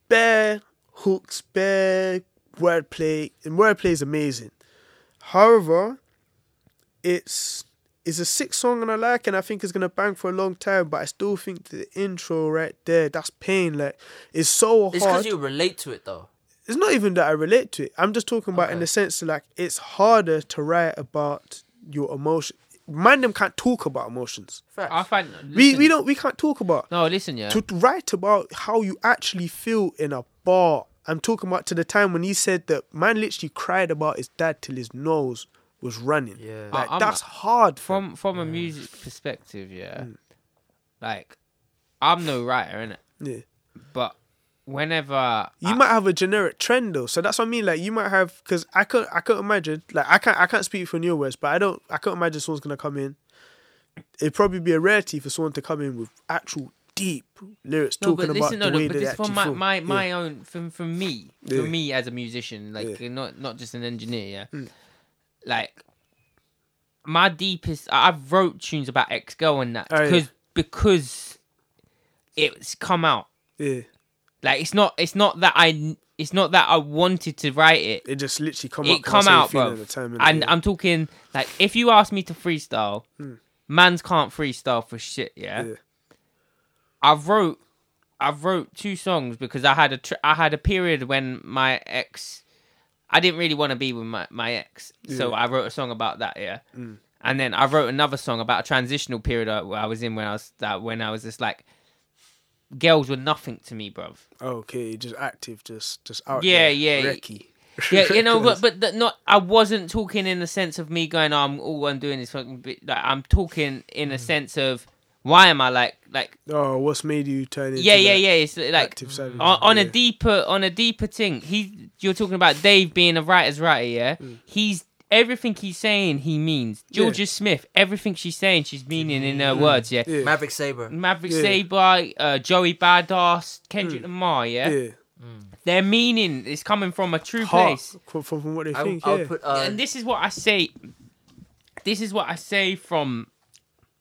[SPEAKER 2] bare hooks, bare wordplay, and wordplay is amazing. However, it's it's a sick song and I like it and I think it's gonna bang for a long time, but I still think the intro right there, that's pain. Like it's so hard.
[SPEAKER 1] It's because you relate to it though.
[SPEAKER 2] it's not even that I relate to it. I'm just talking about in
[SPEAKER 1] Okay.
[SPEAKER 2] the sense that like it's harder to write about your emotion. man them can't talk about emotions.
[SPEAKER 1] Facts.
[SPEAKER 3] I find
[SPEAKER 2] We we
[SPEAKER 3] listen-
[SPEAKER 2] don't we can't talk about
[SPEAKER 3] No, listen, yeah.
[SPEAKER 2] to to write about how you actually feel in a bar. I'm talking about to the time when he said that man literally cried about his dad till his nose was running.
[SPEAKER 1] Yeah.
[SPEAKER 2] like
[SPEAKER 3] I- I'm-
[SPEAKER 2] that's hard. From
[SPEAKER 3] from from a music perspective, yeah.
[SPEAKER 2] Mm.
[SPEAKER 3] Like, I'm no writer, innit?
[SPEAKER 2] yeah.
[SPEAKER 3] But whenever
[SPEAKER 2] you might have a generic trend though, so that's what I mean. Like you might have because I could I could imagine like I can't I can't speak for New West, but I don't I can't imagine someone's gonna come in. It'd probably be a rarity for someone to come in with actual deep lyrics
[SPEAKER 3] No,
[SPEAKER 2] talking
[SPEAKER 3] but listen,
[SPEAKER 2] about
[SPEAKER 3] no,
[SPEAKER 2] the way
[SPEAKER 3] no, but
[SPEAKER 2] they
[SPEAKER 3] this
[SPEAKER 2] actually
[SPEAKER 3] from my
[SPEAKER 2] feel.
[SPEAKER 3] my,
[SPEAKER 2] Yeah.
[SPEAKER 3] my own from from me
[SPEAKER 2] Yeah.
[SPEAKER 3] from me as a musician, like uh,
[SPEAKER 2] Yeah. Hmm.
[SPEAKER 3] not not just an engineer, yeah. Like my deepest, I- I've wrote tunes about ex girl and that
[SPEAKER 2] Oh, yeah.
[SPEAKER 3] because because it's come out.
[SPEAKER 2] yeah,
[SPEAKER 3] Like it's not it's not that I it's not that I wanted to write it.
[SPEAKER 2] it just literally come out.
[SPEAKER 3] It
[SPEAKER 2] 'cause
[SPEAKER 3] come
[SPEAKER 2] that's how you
[SPEAKER 3] out,
[SPEAKER 2] feel
[SPEAKER 3] bro.
[SPEAKER 2] at the time, innit?
[SPEAKER 3] And
[SPEAKER 2] Yeah. Hmm.
[SPEAKER 3] I'm talking like if you ask me to freestyle, man's can't freestyle for shit. Yeah,
[SPEAKER 2] Yeah.
[SPEAKER 3] I wrote, I wrote two songs because I had a tr- I had a period when my ex, I didn't really want to be with my my ex, so I wrote a song about that. Yeah, and then I wrote another song about a transitional period I, I was in when I was that when I was just like, girls were nothing to me, bruv.
[SPEAKER 2] Oh, okay, just active, just just out.
[SPEAKER 3] Yeah,
[SPEAKER 2] there,
[SPEAKER 3] yeah.
[SPEAKER 2] wrecky.
[SPEAKER 3] Yeah, you know,
[SPEAKER 2] Because-
[SPEAKER 3] but but th- not. I wasn't talking in the sense of me going, oh, "I'm all I'm doing is fucking." Bit. Like, I'm talking in a sense of why am I like like
[SPEAKER 2] oh, what's made you turn into
[SPEAKER 3] yeah yeah
[SPEAKER 2] that
[SPEAKER 3] yeah. It's like
[SPEAKER 2] active side of
[SPEAKER 3] on,
[SPEAKER 2] you?
[SPEAKER 3] on a
[SPEAKER 2] Yeah.
[SPEAKER 3] deeper on a deeper thing. He you're talking about Dave being a writer's writer. Yeah,
[SPEAKER 2] Mm.
[SPEAKER 3] he's everything he's saying. He means Georgia Smith. Everything she's saying, she's meaning in her words. Yeah.
[SPEAKER 2] Mm. Yeah.
[SPEAKER 1] Maverick Saber.
[SPEAKER 2] Mm,
[SPEAKER 3] Maverick
[SPEAKER 2] Yeah. Mm.
[SPEAKER 3] Sabre, uh, Joey Badass, Kendrick Lamar, yeah?
[SPEAKER 2] yeah,
[SPEAKER 3] Their meaning is coming from a true
[SPEAKER 2] heart
[SPEAKER 3] place.
[SPEAKER 2] from, from what they
[SPEAKER 1] I,
[SPEAKER 2] think.
[SPEAKER 1] I'll
[SPEAKER 2] yeah.
[SPEAKER 1] put. Uh,
[SPEAKER 3] and this is what I say. This is what I say from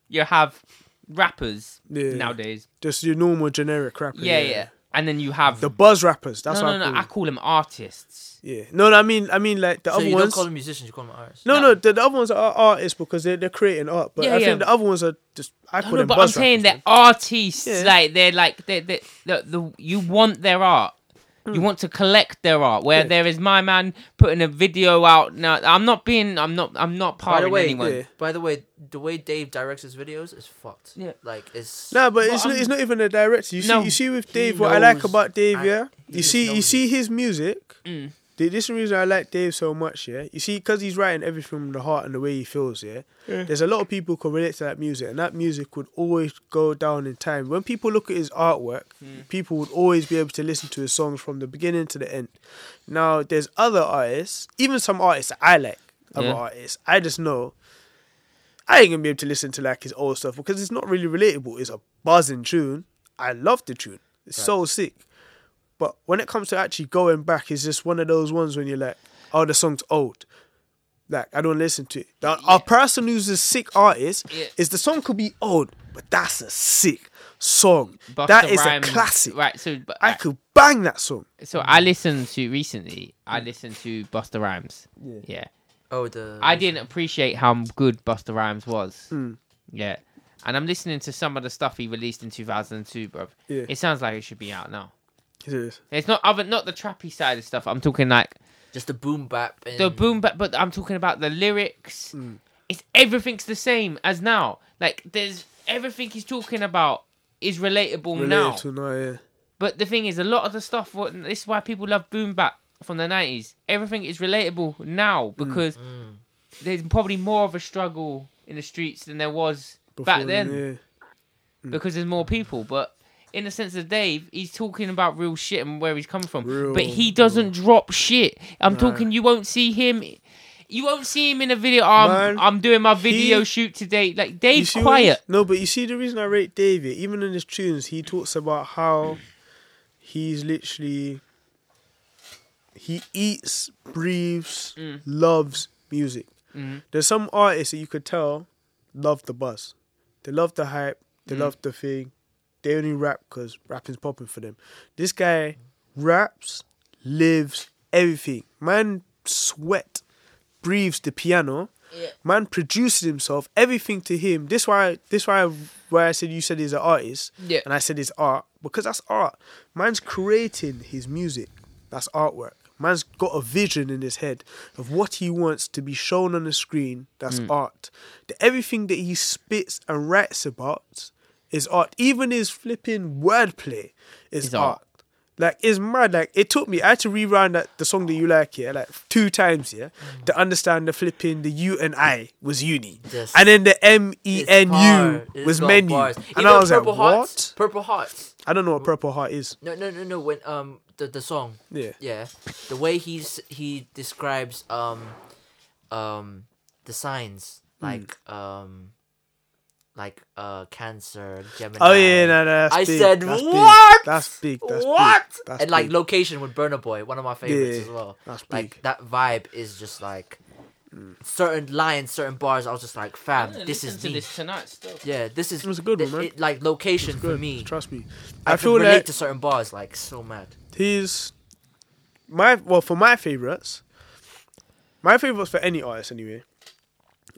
[SPEAKER 3] you have rappers
[SPEAKER 2] Yeah.
[SPEAKER 3] nowadays.
[SPEAKER 2] just your normal generic rapper.
[SPEAKER 3] Yeah, yeah, And then you have
[SPEAKER 2] The buzz rappers. That's
[SPEAKER 3] no,
[SPEAKER 2] what I
[SPEAKER 3] no, no.
[SPEAKER 2] call
[SPEAKER 3] I
[SPEAKER 2] them.
[SPEAKER 3] call them artists.
[SPEAKER 2] Yeah. No, no, I mean, I mean, like the
[SPEAKER 1] so
[SPEAKER 2] other
[SPEAKER 1] you don't
[SPEAKER 2] ones.
[SPEAKER 1] call them musicians, you call them artists.
[SPEAKER 2] no, no, the, the other ones are artists because they're, they're creating art. But
[SPEAKER 3] Yeah,
[SPEAKER 2] I
[SPEAKER 3] yeah.
[SPEAKER 2] think the other ones are just I
[SPEAKER 3] No,
[SPEAKER 2] call
[SPEAKER 3] no,
[SPEAKER 2] them
[SPEAKER 3] but I'm
[SPEAKER 2] buzz
[SPEAKER 3] saying
[SPEAKER 2] rappers.
[SPEAKER 3] they're artists.
[SPEAKER 2] Yeah.
[SPEAKER 3] Like they're like they they the, the you want their art. You want to collect their art. Where
[SPEAKER 2] Mm. Yeah.
[SPEAKER 3] there is my man putting a video out now. I'm not being. I'm not. I'm not
[SPEAKER 1] By the
[SPEAKER 3] parting
[SPEAKER 1] way,
[SPEAKER 3] anyone.
[SPEAKER 2] yeah.
[SPEAKER 1] by the way, the way Dave directs his videos is fucked.
[SPEAKER 3] Yeah.
[SPEAKER 1] Like it's.
[SPEAKER 2] No, but, it's
[SPEAKER 3] But
[SPEAKER 2] not, it's not even a director. You
[SPEAKER 3] No,
[SPEAKER 2] see, you see with
[SPEAKER 1] he
[SPEAKER 2] Dave. What I like
[SPEAKER 1] knows.
[SPEAKER 2] about Dave,
[SPEAKER 1] I-
[SPEAKER 2] yeah.
[SPEAKER 1] he
[SPEAKER 2] You
[SPEAKER 1] just
[SPEAKER 2] see, you
[SPEAKER 1] knows.
[SPEAKER 2] see his music.
[SPEAKER 3] Mm.
[SPEAKER 2] Th- This is the reason I like Dave so much, yeah. You see, because he's writing everything from the heart and the way he feels, yeah? There's a lot of people who can relate to that music, and that music would always go down in time. When people look at his artwork, people would always be able to listen to his songs from the beginning to the end. Now, there's other artists, even some artists that I like, other
[SPEAKER 3] Yeah.
[SPEAKER 2] artists, I just know I ain't gonna be able to listen to like his old stuff because it's not really relatable. It's a buzzing tune. I love the tune. It's so sick. But when it comes to actually going back, it's just one of those ones when you're like, oh, the song's old. Like, I don't listen to it. Now, Our person who's a sick artist
[SPEAKER 3] Yeah.
[SPEAKER 2] is the song could be old, but that's a sick song.
[SPEAKER 3] Busta
[SPEAKER 2] that is
[SPEAKER 3] Rhymes-
[SPEAKER 2] a classic.
[SPEAKER 3] Right. So but, uh,
[SPEAKER 2] I could bang that song.
[SPEAKER 3] so I listened to recently.
[SPEAKER 2] Mm.
[SPEAKER 3] I listened to Buster Rhymes. Yeah.
[SPEAKER 1] Oh, the.
[SPEAKER 3] I didn't appreciate how good Buster Rhymes was.
[SPEAKER 2] Mm.
[SPEAKER 3] Yeah. And I'm listening to some of the stuff he released in 2002, bruv.
[SPEAKER 2] Yeah.
[SPEAKER 3] It sounds like it should be out now.
[SPEAKER 2] It is.
[SPEAKER 3] It's not other, not the trappy side of stuff. I'm talking like
[SPEAKER 1] Just the boom bap. And,
[SPEAKER 3] the boom, but but I'm talking about the lyrics. It's everything's the same as now. Like there's everything he's talking about is relatable
[SPEAKER 2] Related
[SPEAKER 3] now.
[SPEAKER 2] to now, yeah.
[SPEAKER 3] But the thing is, a lot of the stuff. What this is why people love boom bap from the nineties. Everything is relatable now because there's probably more of a struggle in the streets than there was back
[SPEAKER 2] Before,
[SPEAKER 3] then
[SPEAKER 2] yeah. Mm.
[SPEAKER 3] because there's more people. But in the sense of Dave, he's talking about real shit and where he's coming from.
[SPEAKER 2] Real,
[SPEAKER 3] but he doesn't drop shit. I'm talking. You won't see him. You won't see him in a video. I'm,
[SPEAKER 2] Man,
[SPEAKER 3] I'm doing my video
[SPEAKER 2] he-
[SPEAKER 3] shoot today. Like
[SPEAKER 2] You
[SPEAKER 3] Dave's
[SPEAKER 2] see what it is?
[SPEAKER 3] quiet.
[SPEAKER 2] No, but you see the reason I rate David, even in his tunes, he talks about how he's literally he eats, breathes, loves music. There's some artists that you could tell love the buzz. They love the hype. They love the thing. They only rap because rapping's popping for them. This guy raps, lives everything. Man sweat, breathes the piano. Man produces himself. Everything to him. This why. This why. Why I said you said he's an artist.
[SPEAKER 3] Yeah.
[SPEAKER 2] And I said it's art because that's art. Man's creating his music. That's artwork. Man's got a vision in his head of what he wants to be shown on the screen. That's art. The, everything that he spits and writes about is art. Even his flipping wordplay is
[SPEAKER 3] Is
[SPEAKER 2] art.
[SPEAKER 3] art.
[SPEAKER 2] Like it's mad. Like it took me. I had to rewind that the song that you like yeah, like two times yeah, to understand the flipping the U and I was uni,
[SPEAKER 1] Yes.
[SPEAKER 2] and then the M E
[SPEAKER 1] It's
[SPEAKER 2] N
[SPEAKER 1] hard.
[SPEAKER 2] U
[SPEAKER 1] It's
[SPEAKER 2] was
[SPEAKER 1] got
[SPEAKER 2] menu,
[SPEAKER 1] bars.
[SPEAKER 2] and
[SPEAKER 1] Even
[SPEAKER 2] I was like,
[SPEAKER 1] Purple
[SPEAKER 2] what?
[SPEAKER 1] Hearts, Purple Hearts.
[SPEAKER 2] I don't know what Purple Heart is.
[SPEAKER 1] No, no, no, no. When um the the song.
[SPEAKER 2] Yeah.
[SPEAKER 1] Yeah. The way he's he describes um um the signs
[SPEAKER 2] Hmm.
[SPEAKER 1] like um like uh cancer Gemini.
[SPEAKER 2] Oh yeah, no, no. That's
[SPEAKER 1] I
[SPEAKER 2] big.
[SPEAKER 1] said
[SPEAKER 2] that's
[SPEAKER 1] what?
[SPEAKER 2] Big. That's big. That's
[SPEAKER 1] what?
[SPEAKER 2] Big. That's
[SPEAKER 1] and like
[SPEAKER 2] big.
[SPEAKER 1] location with Burner Boy, one of my favorites
[SPEAKER 2] Yeah,
[SPEAKER 1] as well.
[SPEAKER 2] that's
[SPEAKER 1] like
[SPEAKER 2] big.
[SPEAKER 1] that vibe is just like certain lines, certain bars. I was just like, fam, this is
[SPEAKER 3] to
[SPEAKER 1] me.
[SPEAKER 3] this tonight still.
[SPEAKER 1] Yeah, this is.
[SPEAKER 2] It was a good
[SPEAKER 1] th-
[SPEAKER 2] one, man.
[SPEAKER 1] It, like location for
[SPEAKER 2] Good,
[SPEAKER 1] me.
[SPEAKER 2] Trust me.
[SPEAKER 1] I,
[SPEAKER 2] I,
[SPEAKER 1] can
[SPEAKER 2] feel
[SPEAKER 1] relate
[SPEAKER 2] like
[SPEAKER 1] to certain bars like so mad.
[SPEAKER 2] he's my well for my favorites. My favorites for any artist anyway.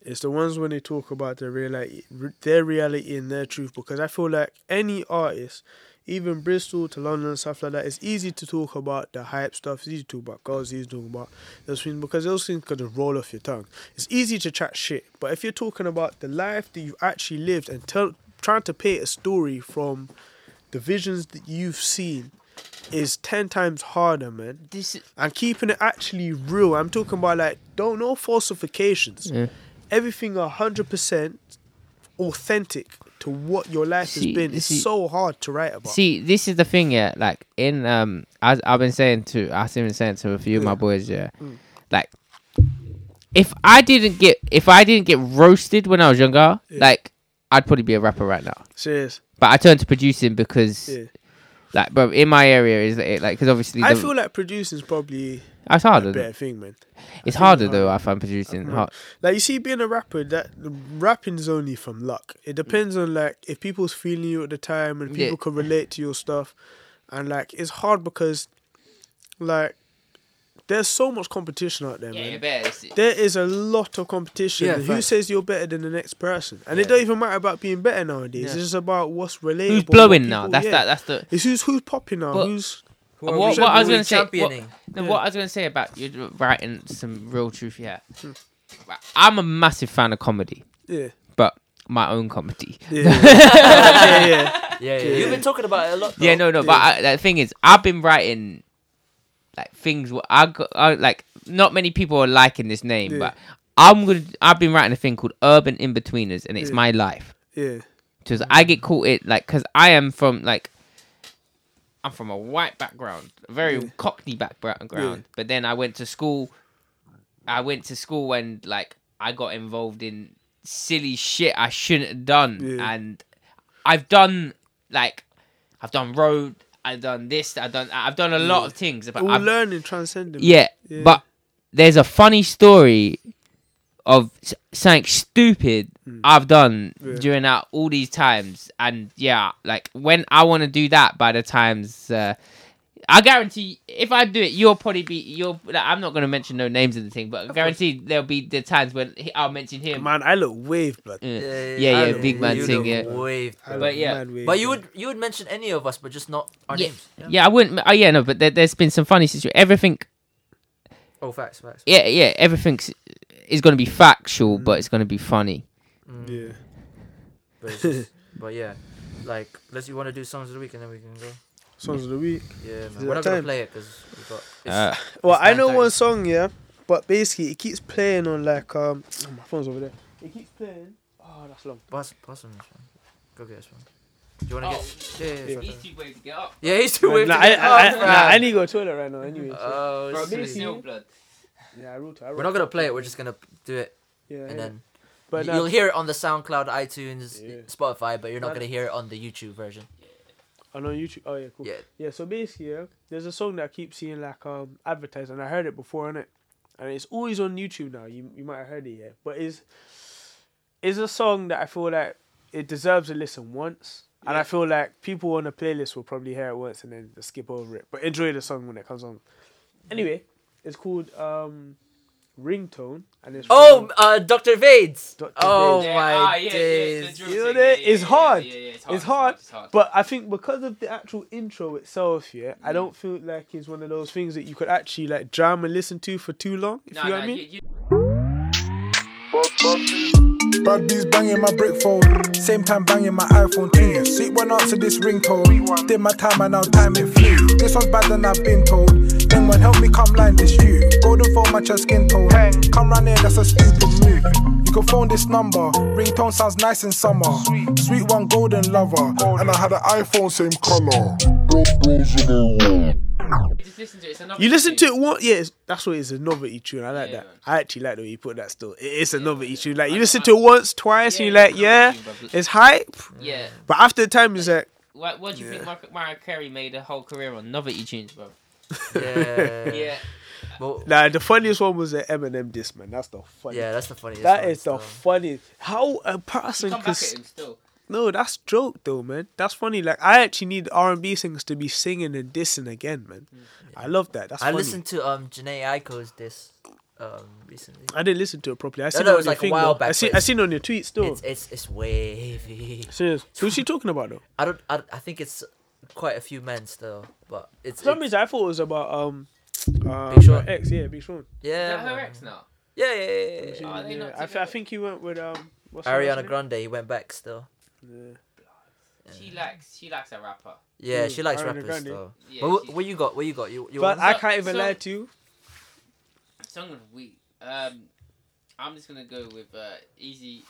[SPEAKER 2] It's the ones when they talk about their reality, their reality and their truth. Because I feel like any artist, even Bristol to London and stuff like that, it's easy to talk about the hype stuff. It's easy to talk about girls. It's easy to talk about those things because those things could just roll off your tongue. It's easy to chat shit, but if you're talking about the life that you actually lived and tell, trying to paint a story from the visions that you've seen, is ten times harder, man
[SPEAKER 3] This is
[SPEAKER 2] and keeping it actually real. I'm talking about like don't no falsifications.
[SPEAKER 3] Yeah.
[SPEAKER 2] Everything hundred percent authentic to what your life
[SPEAKER 3] See,
[SPEAKER 2] has been. It's
[SPEAKER 3] see-
[SPEAKER 2] so hard to write about.
[SPEAKER 3] See, this is the thing, yeah. Like in um, as I've been saying to, I've been saying to a few of my
[SPEAKER 2] Mm.
[SPEAKER 3] boys, yeah. Like, if I didn't get, if I didn't get roasted when I was younger,
[SPEAKER 2] Yeah.
[SPEAKER 3] like I'd probably be a rapper right now.
[SPEAKER 2] Serious.
[SPEAKER 3] But I turned to producing because,
[SPEAKER 2] Yeah.
[SPEAKER 3] like, but in my area is it like because obviously
[SPEAKER 2] I
[SPEAKER 3] the-
[SPEAKER 2] feel like producing's probably
[SPEAKER 3] it's
[SPEAKER 2] a
[SPEAKER 3] harder.
[SPEAKER 2] better thing, man. think
[SPEAKER 3] it's harder
[SPEAKER 2] it's
[SPEAKER 3] though. I find producing hard.
[SPEAKER 2] Like you see, being a rapper, that rapping's only from luck. It depends on like if people's feeling you at the time and
[SPEAKER 3] Yeah.
[SPEAKER 2] people can relate to your stuff, and like it's hard because, like, there's so much competition out there, man. there is a lot of competition.
[SPEAKER 1] Yeah,
[SPEAKER 2] and who
[SPEAKER 1] facts.
[SPEAKER 2] says you're better than the next person? And it
[SPEAKER 1] Yeah.
[SPEAKER 2] don't even matter about being better nowadays. It's
[SPEAKER 1] Yeah.
[SPEAKER 2] just about what's relatable.
[SPEAKER 3] Who's
[SPEAKER 2] what
[SPEAKER 3] blowing now?
[SPEAKER 2] people-
[SPEAKER 3] That's
[SPEAKER 2] yeah.
[SPEAKER 3] that. That's the.
[SPEAKER 2] It's who's who's popping now.
[SPEAKER 3] But-
[SPEAKER 2] who's
[SPEAKER 1] Who are
[SPEAKER 3] what,
[SPEAKER 1] we-
[SPEAKER 3] what I
[SPEAKER 1] who are
[SPEAKER 3] was
[SPEAKER 1] we
[SPEAKER 3] going to say, what,
[SPEAKER 1] championing?
[SPEAKER 3] no, what I was going to say about you writing some real truth, yeah.
[SPEAKER 2] Hmm.
[SPEAKER 3] I'm a massive fan of comedy,
[SPEAKER 2] yeah
[SPEAKER 3] but my own comedy.
[SPEAKER 2] yeah yeah, yeah.
[SPEAKER 1] Yeah, yeah,
[SPEAKER 2] Yeah.
[SPEAKER 1] You've been talking about it a lot.
[SPEAKER 3] Yeah,
[SPEAKER 1] though.
[SPEAKER 3] no, no. But I, the thing is, I've been writing like things. wh- I got I, like not many people are liking this name,
[SPEAKER 2] Yeah.
[SPEAKER 3] but I'm gonna. I've been writing a thing called Urban In Betweeners, and it's
[SPEAKER 2] Yeah.
[SPEAKER 3] my life.
[SPEAKER 2] yeah.
[SPEAKER 3] Because I get caught it like because I am from like I'm from a white background, a very
[SPEAKER 2] Yeah.
[SPEAKER 3] cockney background. But then I went to school. I went to school and like I got involved in silly shit I shouldn't have done,
[SPEAKER 2] Yeah.
[SPEAKER 3] and I've done like I've done road, I've done this, I've done I've done a lot of things. But
[SPEAKER 2] All
[SPEAKER 3] I've
[SPEAKER 2] learning, transcending.
[SPEAKER 3] yeah,
[SPEAKER 2] Yeah.
[SPEAKER 3] but there's a funny story of s- something stupid I've done
[SPEAKER 2] Yeah.
[SPEAKER 3] during that, all these times, and yeah, like when I want to do that, by the times. Uh, I guarantee if I do it, you'll probably be. You'll. Like, I'm not going to mention no names of the thing, but guaranteed there'll be the times when he, I'll mention him.
[SPEAKER 2] Man, I look wave, blood.
[SPEAKER 3] yeah, yeah,
[SPEAKER 1] I
[SPEAKER 3] yeah,
[SPEAKER 1] know.
[SPEAKER 3] big man
[SPEAKER 1] You
[SPEAKER 3] thing.
[SPEAKER 1] look
[SPEAKER 3] Yeah,
[SPEAKER 1] waved,
[SPEAKER 2] I
[SPEAKER 1] bro.
[SPEAKER 2] look
[SPEAKER 3] But yeah.
[SPEAKER 2] mad wave,
[SPEAKER 1] But you
[SPEAKER 2] man.
[SPEAKER 1] would you would mention any of us, but just not our
[SPEAKER 3] yeah.
[SPEAKER 1] names.
[SPEAKER 3] yeah, I wouldn't. Oh, yeah, no, but there, there's been some funny situations. Everything
[SPEAKER 1] Oh, facts, facts.
[SPEAKER 3] yeah, yeah, everything's is going to be factual, but it's going to be funny.
[SPEAKER 2] Yeah.
[SPEAKER 1] But, it's just- but yeah, like, let's you want to do songs of the week and then we can go.
[SPEAKER 2] Songs of the week.
[SPEAKER 1] Yeah,
[SPEAKER 2] that
[SPEAKER 1] man. We're not gonna
[SPEAKER 2] time?
[SPEAKER 1] play it because we got. It's,
[SPEAKER 3] Uh,
[SPEAKER 2] Well, I know
[SPEAKER 1] 9:30.
[SPEAKER 2] one song, yeah, but basically it keeps playing on like um. oh, my phone's over there. It keeps playing. Oh, that's long.
[SPEAKER 1] pass, pass on this one. Go get this one. Do you want to
[SPEAKER 3] Oh.
[SPEAKER 1] get? Yeah, yeah, yeah.
[SPEAKER 3] These two ways to get up.
[SPEAKER 1] Yeah, he's too waved.
[SPEAKER 2] Nah,
[SPEAKER 1] to
[SPEAKER 2] I,
[SPEAKER 1] get
[SPEAKER 2] I, I,
[SPEAKER 1] up,
[SPEAKER 2] nah,
[SPEAKER 1] man.
[SPEAKER 2] I need to go to the toilet right now. Anyway. so-
[SPEAKER 1] Oh,
[SPEAKER 3] Bro,
[SPEAKER 1] sweet.
[SPEAKER 3] this is
[SPEAKER 2] basically-
[SPEAKER 3] blood.
[SPEAKER 2] Yeah, I wrote it. I
[SPEAKER 1] We're
[SPEAKER 2] wrote
[SPEAKER 1] not gonna play it. We're just gonna do it,
[SPEAKER 2] Yeah,
[SPEAKER 1] and
[SPEAKER 2] yeah.
[SPEAKER 1] then
[SPEAKER 2] But
[SPEAKER 1] you-
[SPEAKER 2] nah,
[SPEAKER 1] you'll hear it on the SoundCloud, iTunes,
[SPEAKER 2] Yeah.
[SPEAKER 1] Spotify, but you're not
[SPEAKER 2] But-
[SPEAKER 1] gonna hear it on the YouTube version.
[SPEAKER 2] on on YouTube. Oh yeah, cool. Yeah.
[SPEAKER 1] Yeah,
[SPEAKER 2] so basically, yeah, there's a song that I keep seeing like um advertised, and I heard it before, innit? And it's always on YouTube now. You you might have heard it, yeah. But it's it's a song that I feel like it deserves a listen once. And I feel like people on the playlist will probably hear it once and then just skip over it, but enjoy the song when it comes on. Anyway, it's called um, Ringtone, and it's
[SPEAKER 1] Oh,
[SPEAKER 2] from-
[SPEAKER 1] uh, Dr. Vades.
[SPEAKER 2] Dr.
[SPEAKER 1] Oh
[SPEAKER 2] Vades.
[SPEAKER 1] my days.
[SPEAKER 2] You know, it's hard.
[SPEAKER 6] hard.
[SPEAKER 2] it's hard,
[SPEAKER 6] It's hard.
[SPEAKER 2] but I think because of the actual intro itself, yeah,
[SPEAKER 6] Mm.
[SPEAKER 2] I don't feel like it's one of those things that you could actually like jam and listen to for too long. If
[SPEAKER 6] No,
[SPEAKER 2] you know
[SPEAKER 6] no,
[SPEAKER 2] what I mean?
[SPEAKER 6] you- you-
[SPEAKER 7] Bad bees banging my brick phone. Same time banging my iPhone 10. Sweet one answer this ringtone. Did my time and now time it flew. This one's bad than I've been told. Then one help me come line this you. Golden phone match your skin tone. Come round here, that's a stupid move. You can phone this number. Ringtone sounds nice in summer. Sweet one golden lover. And I had an iPhone same color.
[SPEAKER 6] you just listen to it. It's another
[SPEAKER 2] You listen to
[SPEAKER 6] thing.
[SPEAKER 2] it once, yeah, it's- that's what it's a novelty tune. I like
[SPEAKER 6] Yeah,
[SPEAKER 2] that.
[SPEAKER 6] man.
[SPEAKER 2] I actually like the way you put that. Still, it is a novelty tune. Like you
[SPEAKER 6] I-
[SPEAKER 2] listen
[SPEAKER 6] I-
[SPEAKER 2] to it once, twice,
[SPEAKER 6] Yeah,
[SPEAKER 2] and you're like,
[SPEAKER 6] it's a
[SPEAKER 2] yeah,
[SPEAKER 6] novelty tune, bruv.
[SPEAKER 2] it's hype.
[SPEAKER 6] Yeah.
[SPEAKER 2] But after the time, it's like,
[SPEAKER 6] What, what do you think Mar- Mariah Carey made her whole career on novelty tunes, bro?
[SPEAKER 1] Yeah.
[SPEAKER 6] Yeah.
[SPEAKER 1] Well,
[SPEAKER 2] nah. The funniest one was the Eminem diss, man. That's the funniest.
[SPEAKER 1] yeah, um, that's the funniest.
[SPEAKER 2] that
[SPEAKER 1] one,
[SPEAKER 2] is the
[SPEAKER 1] so.
[SPEAKER 2] funniest. How a person
[SPEAKER 6] Come
[SPEAKER 2] could.
[SPEAKER 6] back at him still.
[SPEAKER 2] No, that's joke though, man. That's funny. Like I actually need R and B singers to be singing and dissing again, man. I love that. That's
[SPEAKER 1] Mm. I
[SPEAKER 2] funny.
[SPEAKER 1] listened to um Janae Aiko's this um recently.
[SPEAKER 2] I didn't listen to it properly. I seen
[SPEAKER 1] no, it
[SPEAKER 2] it on
[SPEAKER 1] was
[SPEAKER 2] your
[SPEAKER 1] like a
[SPEAKER 2] thing,
[SPEAKER 1] while
[SPEAKER 2] though. I
[SPEAKER 1] back,
[SPEAKER 2] seen
[SPEAKER 1] but
[SPEAKER 2] I seen it on your tweets though.
[SPEAKER 1] It's it's it's wavy.
[SPEAKER 2] Serious. Who's she talking about though?
[SPEAKER 1] I don't. I, I think it's quite a few men still, but it's,
[SPEAKER 2] For some
[SPEAKER 1] it's
[SPEAKER 2] reason, I thought it was about um, uh,
[SPEAKER 1] Big Sean.
[SPEAKER 2] my ex. Yeah, Big Sean.
[SPEAKER 6] Is
[SPEAKER 1] yeah,
[SPEAKER 6] that her
[SPEAKER 1] man.
[SPEAKER 6] ex now?
[SPEAKER 1] yeah, yeah, yeah, yeah, yeah.
[SPEAKER 6] Are they
[SPEAKER 2] Yeah,
[SPEAKER 6] Oh, not
[SPEAKER 2] I, th- I
[SPEAKER 6] together?
[SPEAKER 2] think he went with um. What's her last
[SPEAKER 1] Ariana
[SPEAKER 2] name?
[SPEAKER 1] Grande. He went back still.
[SPEAKER 6] She likes she likes a rapper.
[SPEAKER 1] Yeah,
[SPEAKER 2] Mm,
[SPEAKER 1] she likes
[SPEAKER 2] Ariana
[SPEAKER 1] rappers
[SPEAKER 2] Grande.
[SPEAKER 1] though.
[SPEAKER 6] Yeah,
[SPEAKER 1] but what,
[SPEAKER 6] she's-
[SPEAKER 1] what you got? What you got? You you
[SPEAKER 2] But
[SPEAKER 1] want-
[SPEAKER 2] I
[SPEAKER 6] So-
[SPEAKER 2] can't even
[SPEAKER 6] so-
[SPEAKER 2] lie to you.
[SPEAKER 6] Song of the week. Um, I'm just gonna go with uh, easy.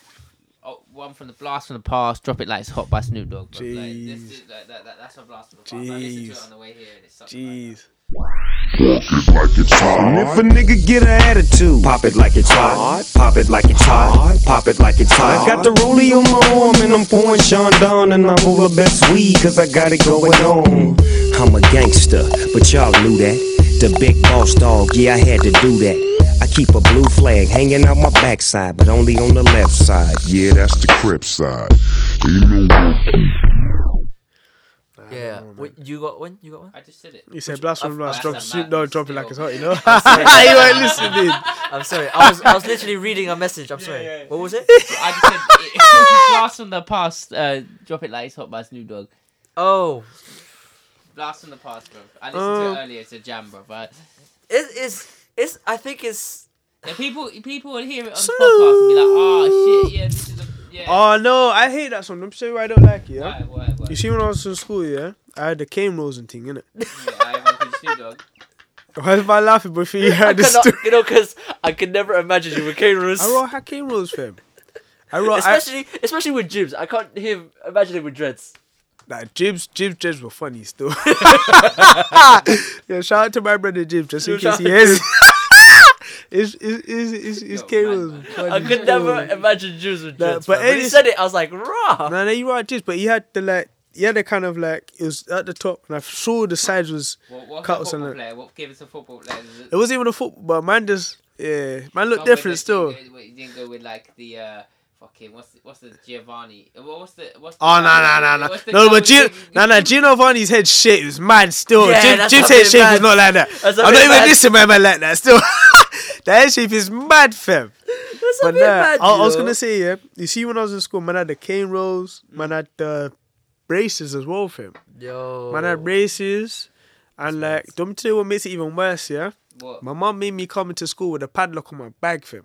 [SPEAKER 6] Oh, one from the blast from the past. Drop it like it's hot by Snoop Dogg. Bro. Like, this
[SPEAKER 2] Jeez.
[SPEAKER 6] is, like, that, that, that's a blast from the past. I listened to it
[SPEAKER 2] Jeez.
[SPEAKER 6] on the way here and it sucked.
[SPEAKER 2] Jeez.
[SPEAKER 8] And if a nigga get an attitude, pop it like it's hot. Pop it like it's hot. Pop it like it's hot. I got the rollie on my arm and I'm pouring Sean down and I'm over best weed cause I got it going on. I'm a gangster, but y'all knew that. The big boss dog, yeah, I had to do that. I keep a blue flag hanging out my backside, but only on the left side. Yeah, that's the crib side.
[SPEAKER 1] yeah, what, you got one? You got one?
[SPEAKER 6] I just said it.
[SPEAKER 2] He said blast from
[SPEAKER 1] I've-
[SPEAKER 6] that's
[SPEAKER 2] blast, drop
[SPEAKER 6] a
[SPEAKER 2] Snoop
[SPEAKER 6] madness
[SPEAKER 2] Dogg, drop it like it's
[SPEAKER 6] still.
[SPEAKER 2] hot. You know, he weren't listening.
[SPEAKER 1] I'm sorry. I was I was literally reading a message. I'm sorry. What was it?
[SPEAKER 6] I just said it. blast from the past. Uh, drop it like it's hot by Snoop Dogg.
[SPEAKER 1] Oh,
[SPEAKER 6] Blast from the past, bro. I listened
[SPEAKER 2] Um,
[SPEAKER 6] to it earlier. It's a jam, bro. But
[SPEAKER 1] it is. It's. I think it's.
[SPEAKER 6] the people people would hear it on the podcast and be like, oh shit, yeah, this is a yeah.
[SPEAKER 2] Oh no, I hate that song. I'm sure I don't like it. Yeah?
[SPEAKER 6] Why, why, why?
[SPEAKER 2] You see, when I was in school, yeah, I had the cane rolls and thing, innit?
[SPEAKER 6] Yeah, I haven't been Snoop Dogg.
[SPEAKER 2] Why am I laughing before you
[SPEAKER 1] I
[SPEAKER 2] heard the
[SPEAKER 1] cannot,
[SPEAKER 2] story?
[SPEAKER 1] you know, because I could never imagine you with cameras.
[SPEAKER 2] I roll cane rolls, fam. I roll. I,
[SPEAKER 1] Especially, especially with jibs. I can't hear, imagine him with dreads.
[SPEAKER 2] nah, Jibs, Jibs, Jibs were funny still. yeah, shout out to my brother Jibs, just in
[SPEAKER 1] Shout
[SPEAKER 2] case he hears. It's it's it's it's, it's
[SPEAKER 6] Yo,
[SPEAKER 2] cane
[SPEAKER 6] man,
[SPEAKER 2] rolls.
[SPEAKER 6] man.
[SPEAKER 2] funny
[SPEAKER 1] I could
[SPEAKER 2] still.
[SPEAKER 1] never imagine jibs with
[SPEAKER 2] Nah,
[SPEAKER 1] dreads.
[SPEAKER 2] but
[SPEAKER 1] but when
[SPEAKER 2] it
[SPEAKER 1] he
[SPEAKER 2] is-
[SPEAKER 1] said it, I was like, raw.
[SPEAKER 2] No, no, you right, Jibs, but he had the like. He had the kind of like it was at the top, and I saw the sides was.
[SPEAKER 6] What, what's
[SPEAKER 2] Cut
[SPEAKER 6] a
[SPEAKER 2] us on
[SPEAKER 6] football
[SPEAKER 2] it.
[SPEAKER 6] player? What gave us a football player? Is it-
[SPEAKER 2] It wasn't even a football, but man just yeah, man
[SPEAKER 6] Oh,
[SPEAKER 2] looked
[SPEAKER 6] wait,
[SPEAKER 2] different
[SPEAKER 6] wait,
[SPEAKER 2] still.
[SPEAKER 6] wait, wait, You didn't go with like the uh, fucking what's the, what's the Giovanni? Uh, what- What's the what's the
[SPEAKER 2] Oh no no no no
[SPEAKER 6] what's the
[SPEAKER 2] no! But
[SPEAKER 6] guy
[SPEAKER 2] Gino,
[SPEAKER 6] with the-
[SPEAKER 2] no no Giovanni's head shape is mad still.
[SPEAKER 1] Yeah,
[SPEAKER 2] Jim,
[SPEAKER 1] that's
[SPEAKER 2] Jim's
[SPEAKER 1] a
[SPEAKER 2] head
[SPEAKER 1] bit
[SPEAKER 2] shape is
[SPEAKER 1] mad.
[SPEAKER 2] not like that. I'm
[SPEAKER 1] That's a
[SPEAKER 2] not
[SPEAKER 1] bit
[SPEAKER 2] even
[SPEAKER 1] mad.
[SPEAKER 2] listening, man, man, like that still. the head shape is mad, fam.
[SPEAKER 1] That's
[SPEAKER 2] But
[SPEAKER 1] a
[SPEAKER 2] nah,
[SPEAKER 1] bit mad,
[SPEAKER 2] I, I was
[SPEAKER 1] you know.
[SPEAKER 2] gonna say yeah. You see, when I was in school, man, I had the cane rolls, man, I had the braces as well, fam.
[SPEAKER 1] Yo.
[SPEAKER 2] Man, I had braces, and like, don't tell you what makes it even worse, yeah.
[SPEAKER 6] What?
[SPEAKER 2] My mum made me come into school with a padlock on my bag, fam.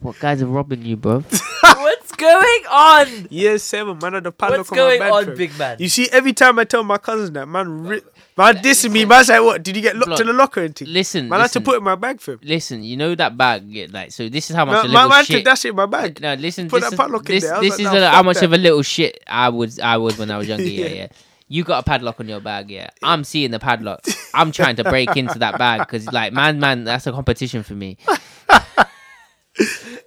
[SPEAKER 3] What guys are robbing you, bro?
[SPEAKER 1] What's going on?
[SPEAKER 2] Year seven, man, I had a padlock
[SPEAKER 1] What's
[SPEAKER 2] on
[SPEAKER 1] going
[SPEAKER 2] my bag.
[SPEAKER 1] on,
[SPEAKER 2] fam.
[SPEAKER 1] big man?
[SPEAKER 2] You see, every time I tell my cousins that, man, ri- man dissing me, man's like, what? Did you get locked in the locker and thing?
[SPEAKER 3] Listen,
[SPEAKER 2] Man, I had to
[SPEAKER 3] listen,
[SPEAKER 2] put it in my bag for him.
[SPEAKER 3] listen. You know that bag, yeah, like so. This is how
[SPEAKER 2] Man,
[SPEAKER 3] much a
[SPEAKER 2] man,
[SPEAKER 3] little
[SPEAKER 2] man
[SPEAKER 3] shit.
[SPEAKER 2] took that shit in my bag.
[SPEAKER 3] No, listen.
[SPEAKER 2] Put
[SPEAKER 3] this
[SPEAKER 2] that
[SPEAKER 3] is-
[SPEAKER 2] padlock in
[SPEAKER 3] this,
[SPEAKER 2] there. I was
[SPEAKER 3] this
[SPEAKER 2] like,
[SPEAKER 3] is
[SPEAKER 2] nah,
[SPEAKER 3] a- how
[SPEAKER 2] fuck
[SPEAKER 3] much of
[SPEAKER 2] that.
[SPEAKER 3] a little shit I was I was when I was younger. yeah, yeah. You got a padlock on your bag, yeah. I'm seeing the padlock. I'm trying to break into that bag because, like, man, man, that's a competition for me.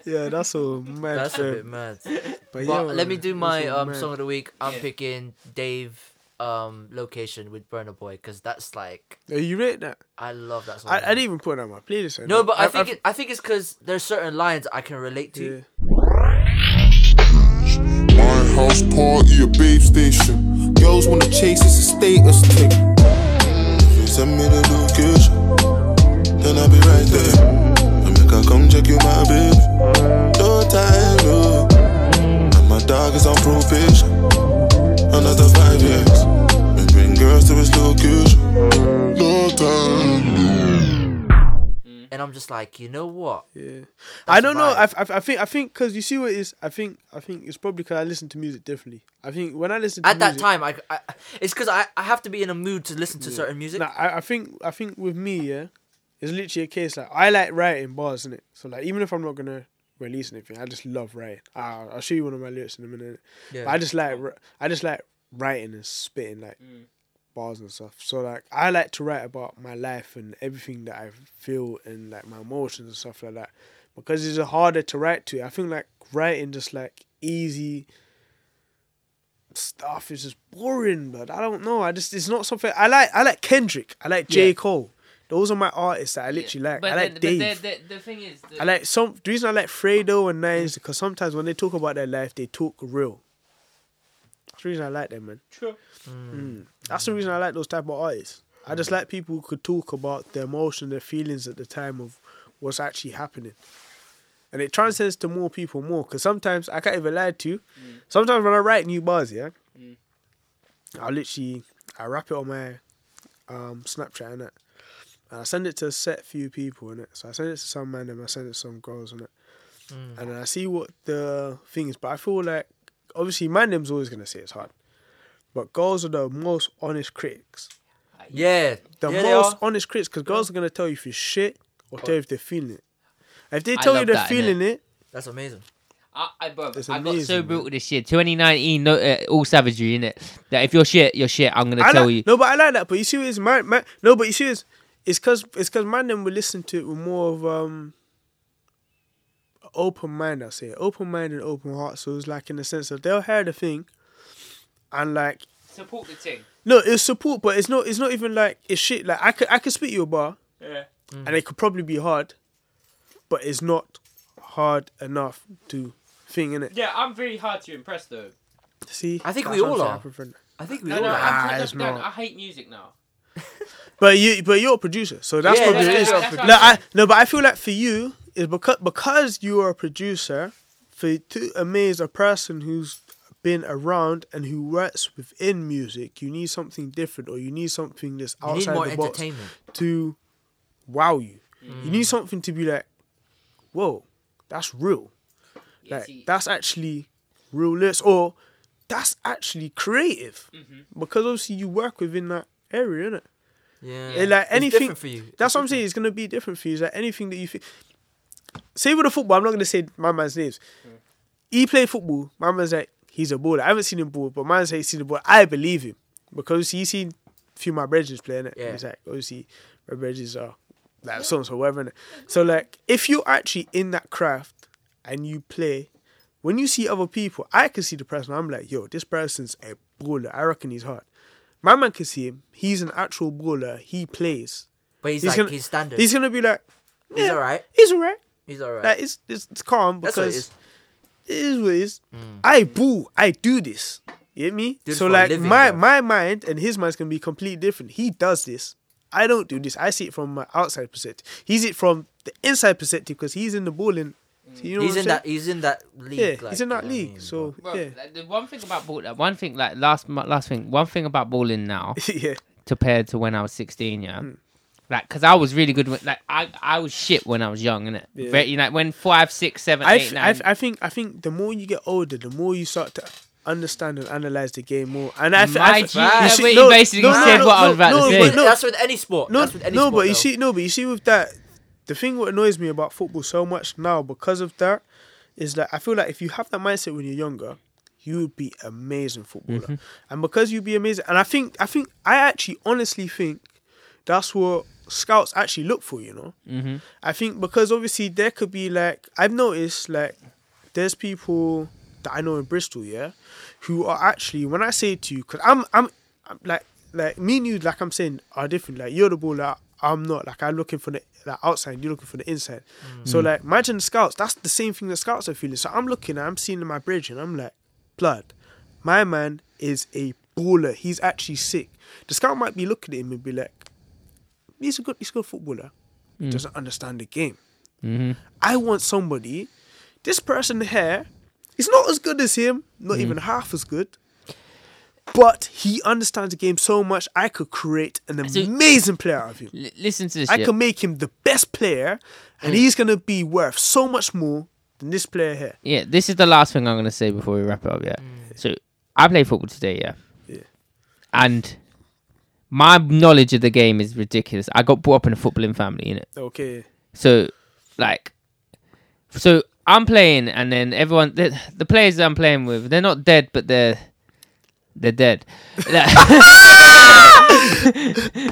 [SPEAKER 2] Yeah, that's all mad.
[SPEAKER 1] That's a
[SPEAKER 2] fam.
[SPEAKER 1] bit mad.
[SPEAKER 2] But yeah,
[SPEAKER 1] Well, let me
[SPEAKER 2] man,
[SPEAKER 1] do
[SPEAKER 2] that's
[SPEAKER 1] my
[SPEAKER 2] all
[SPEAKER 1] um
[SPEAKER 2] mad.
[SPEAKER 1] song of the week. I'm
[SPEAKER 6] Yeah.
[SPEAKER 1] picking Dave um location with Burner Boy because that's like
[SPEAKER 2] Yeah, you rate that?
[SPEAKER 1] I love that song.
[SPEAKER 2] I, I didn't even put it on my playlist.
[SPEAKER 1] No, but I, think it, I think it's because there's certain lines I can relate to.
[SPEAKER 2] Yeah.
[SPEAKER 9] My house party, a babe station. Girls wanna chase, it's a status thing. If you send me the location, then I'll be right there. I make her come check you, my babe. No time, no. dog is on probation. Another five years. And bring girls to his location. No time.
[SPEAKER 1] And I'm just like, you know what?
[SPEAKER 2] Yeah, I don't know.
[SPEAKER 1] vibe.
[SPEAKER 2] I, f- I, f- I think I think because you see what it is. I think I think it's probably because I listen to music differently. I think when I listen to
[SPEAKER 1] At that
[SPEAKER 2] music-
[SPEAKER 1] time, I, I it's because I, I have to be in a mood to listen to certain music.
[SPEAKER 2] Nah, I, I think I think with me, yeah, it's literally a case like I like writing bars, innit? So like even if I'm not gonna release anything, I just love writing. I'll, I'll show you one of my lyrics in a minute.
[SPEAKER 1] Yeah.
[SPEAKER 2] But I just like ri- I just like writing and spitting like bars and stuff. So like I like to write about my life and everything that I feel and like my emotions and stuff like that because it's harder to write to. I think like writing just like easy stuff is just boring, but I don't know. I just it's not something I like. I like Kendrick. I like J
[SPEAKER 3] Yeah.
[SPEAKER 2] Cole. Those are my artists that I literally like. I like Dave.
[SPEAKER 6] the, the thing is, the,
[SPEAKER 2] I like some. The reason I like Fredo and Nines because sometimes when they talk about their life, they talk real. That's the reason I like them, man. True. That's the reason I like those type of artists. I just like people who could talk about their emotion, their feelings at the time of what's actually happening. And it transcends to more people more because sometimes I can't even lie to you. Sometimes when I write new bars, yeah, I literally I wrap it on my um, Snapchat and that. And I send it to a set few people in it. So I send it to some man and I send it to some girls in it.
[SPEAKER 6] Mm.
[SPEAKER 2] And then I see what the thing is. But I feel like obviously my name's always gonna say it's hard. But girls are the most honest critics.
[SPEAKER 1] yeah,
[SPEAKER 2] The
[SPEAKER 1] yeah, they
[SPEAKER 2] most
[SPEAKER 1] are.
[SPEAKER 2] honest critics, because girls are gonna tell you if you shit or tell you if they're feeling it. If they
[SPEAKER 6] I
[SPEAKER 2] tell you
[SPEAKER 6] love
[SPEAKER 2] they're
[SPEAKER 6] that, innit?
[SPEAKER 2] feeling it,
[SPEAKER 1] That's amazing.
[SPEAKER 6] I, I, bro,
[SPEAKER 2] It's
[SPEAKER 6] I got
[SPEAKER 2] amazing,
[SPEAKER 6] so
[SPEAKER 2] man.
[SPEAKER 6] brutal this year. 2019, no, uh, all savagery in it. That if you're shit, you're shit. I'm gonna
[SPEAKER 2] I
[SPEAKER 6] tell
[SPEAKER 2] like,
[SPEAKER 6] you.
[SPEAKER 2] No, but I like that. But you see, what it is my, my no, but you see, what it is, it's cause it's cause my name will listen to it with more of um open mind. I say open mind and open heart. So it's like in the sense of they'll hear the thing, and like
[SPEAKER 6] Support the thing.
[SPEAKER 2] no, it's support, but it's not. It's not even like it's shit. Like I could I could spit you a bar,
[SPEAKER 6] Yeah.
[SPEAKER 2] and it could probably be hard, but it's not hard enough to thing in it.
[SPEAKER 6] Yeah, I'm very hard to impress though.
[SPEAKER 2] See,
[SPEAKER 1] I think
[SPEAKER 2] That's
[SPEAKER 1] we
[SPEAKER 2] what I'm
[SPEAKER 1] all
[SPEAKER 2] saying,
[SPEAKER 1] are.
[SPEAKER 2] I prefer-
[SPEAKER 1] I think we
[SPEAKER 6] No,
[SPEAKER 1] all
[SPEAKER 6] no,
[SPEAKER 1] are.
[SPEAKER 6] I'm,
[SPEAKER 2] it's
[SPEAKER 6] no,
[SPEAKER 2] not.
[SPEAKER 6] I hate music now.
[SPEAKER 2] But you, but you're a producer, so that's
[SPEAKER 1] Yeah,
[SPEAKER 2] probably
[SPEAKER 1] yeah,
[SPEAKER 2] it
[SPEAKER 1] yeah,
[SPEAKER 2] is.
[SPEAKER 1] that's
[SPEAKER 6] what I'm
[SPEAKER 2] no, I, no, but I feel like for you is because because you are a producer, for you to amaze a person who's been around and who works within music, you need something different, or you need something that's
[SPEAKER 1] You need
[SPEAKER 2] outside
[SPEAKER 1] more
[SPEAKER 2] the box
[SPEAKER 1] entertainment. Mm.
[SPEAKER 2] to wow you. You need something to be like, whoa, that's real.
[SPEAKER 6] Yeah,
[SPEAKER 2] like
[SPEAKER 6] see-
[SPEAKER 2] that's actually real lyrics, or that's actually creative,
[SPEAKER 1] Mm-hmm.
[SPEAKER 2] because obviously you work within that area, innit?
[SPEAKER 1] Yeah,
[SPEAKER 2] Yeah, like
[SPEAKER 1] It's
[SPEAKER 2] anything
[SPEAKER 1] different for you.
[SPEAKER 2] That's what I'm saying. It's gonna be different for you. It's like anything that you feel. Say with the football, I'm not gonna say my man's names. He played football. My man's like he's a baller. I haven't seen him ball, but my man's like he's seen the ball. I believe him because he's seen a few of my bridges playing it.
[SPEAKER 1] Yeah.
[SPEAKER 2] He's like obviously my bridges are like so and so whatever. innit? So like if you're actually in that craft and you play, when you see other people, I can see the person. I'm like, yo, this person's a baller. I reckon he's hard. My man can see him. He's an actual baller. He plays.
[SPEAKER 1] But he's,
[SPEAKER 2] He's
[SPEAKER 1] like
[SPEAKER 2] gonna-
[SPEAKER 1] he's standard.
[SPEAKER 2] He's gonna be like,
[SPEAKER 1] He's
[SPEAKER 2] yeah,
[SPEAKER 1] alright.
[SPEAKER 2] He's alright.
[SPEAKER 1] He's alright.
[SPEAKER 2] Like it's, it's it's calm
[SPEAKER 1] That's what it
[SPEAKER 2] because it is what it is. I boo. I do this. You get me?
[SPEAKER 1] Dude,
[SPEAKER 2] so
[SPEAKER 1] for a
[SPEAKER 2] like
[SPEAKER 1] living,
[SPEAKER 2] my
[SPEAKER 1] bro.
[SPEAKER 2] my mind and his mind's gonna be completely different. He does this. I don't do this. I see it from my outside perspective. He's it from the inside perspective because he's in the balling. So you know
[SPEAKER 1] he's
[SPEAKER 2] what
[SPEAKER 1] in
[SPEAKER 2] I'm
[SPEAKER 1] that. He's in that league.
[SPEAKER 2] saying? Yeah,
[SPEAKER 1] like,
[SPEAKER 2] he's in
[SPEAKER 1] you
[SPEAKER 2] that
[SPEAKER 1] know what I
[SPEAKER 2] league.
[SPEAKER 1] mean,
[SPEAKER 2] so
[SPEAKER 1] bro.
[SPEAKER 6] Bro,
[SPEAKER 2] yeah,
[SPEAKER 6] like, the one thing about ball, like, one thing like last mo- last thing, one thing about balling now
[SPEAKER 2] yeah.
[SPEAKER 6] compared to when I was 16, yeah.
[SPEAKER 2] Hmm.
[SPEAKER 6] Like, cause I was really good. When, like, I I was shit when I was young, innit?
[SPEAKER 2] Yeah.
[SPEAKER 6] Very, like when five, six, seven,
[SPEAKER 2] I,
[SPEAKER 6] eight,
[SPEAKER 2] f- I,
[SPEAKER 6] nine.
[SPEAKER 2] f- I think I think the more you get older, the more you start to understand and analyze the game more. And I, f- I
[SPEAKER 6] My
[SPEAKER 2] f-
[SPEAKER 6] G,
[SPEAKER 2] you
[SPEAKER 6] that
[SPEAKER 2] see-
[SPEAKER 6] way you
[SPEAKER 2] no,
[SPEAKER 6] basically
[SPEAKER 2] no, no,
[SPEAKER 6] said
[SPEAKER 2] no,
[SPEAKER 6] what I
[SPEAKER 2] no,
[SPEAKER 6] was about to
[SPEAKER 2] no,
[SPEAKER 6] say.
[SPEAKER 2] but no,
[SPEAKER 1] that's with any sport.
[SPEAKER 2] no,
[SPEAKER 1] that's with any
[SPEAKER 2] no,
[SPEAKER 1] sport,
[SPEAKER 2] but
[SPEAKER 1] though.
[SPEAKER 2] you see, no, but you see, with that, the thing what annoys me about football so much now because of that is that I feel like if you have that mindset when you're younger, you would be amazing footballer,
[SPEAKER 6] Mm-hmm.
[SPEAKER 2] and because you'd be amazing, and I think, I think, I actually honestly think that's what scouts actually look for. You know, mm-hmm. I think because obviously there could be like I've noticed like there's people that I know in Bristol, yeah, who are actually when I say to you, because I'm, I'm, I'm like like me and you, like I'm saying, are different. Like you're the baller, I'm not. Like I'm looking for the like outside, you're looking for the inside. So like imagine scouts. That's the same thing that scouts are feeling. So I'm looking, I'm seeing my bridge, and I'm like, blood. My man is a baller. He's actually sick. The scout might be looking at him and be like, he's a good, he's a good footballer.
[SPEAKER 3] Mm-hmm.
[SPEAKER 2] Doesn't understand the game. I want somebody. This person here He's not as good as him,
[SPEAKER 3] Mm-hmm.
[SPEAKER 2] not even half as good. But he understands the game so much. I could create an
[SPEAKER 3] So-
[SPEAKER 2] amazing player out of him.
[SPEAKER 3] L- listen to this.
[SPEAKER 2] I
[SPEAKER 3] yeah. Mm.
[SPEAKER 2] can make him the best player, and he's gonna be worth so much more than this player here.
[SPEAKER 3] Yeah, this is the last thing I'm going to say before we wrap it up. Yeah. So I play football today. Yeah.
[SPEAKER 2] Hmm. Yeah.
[SPEAKER 3] And my knowledge of the game is ridiculous. I got brought up in a footballing family, in it.
[SPEAKER 2] Okay.
[SPEAKER 3] So, like, so I'm playing, and then everyone, the, the players that I'm playing with, they're not dead, but they're they're dead. no,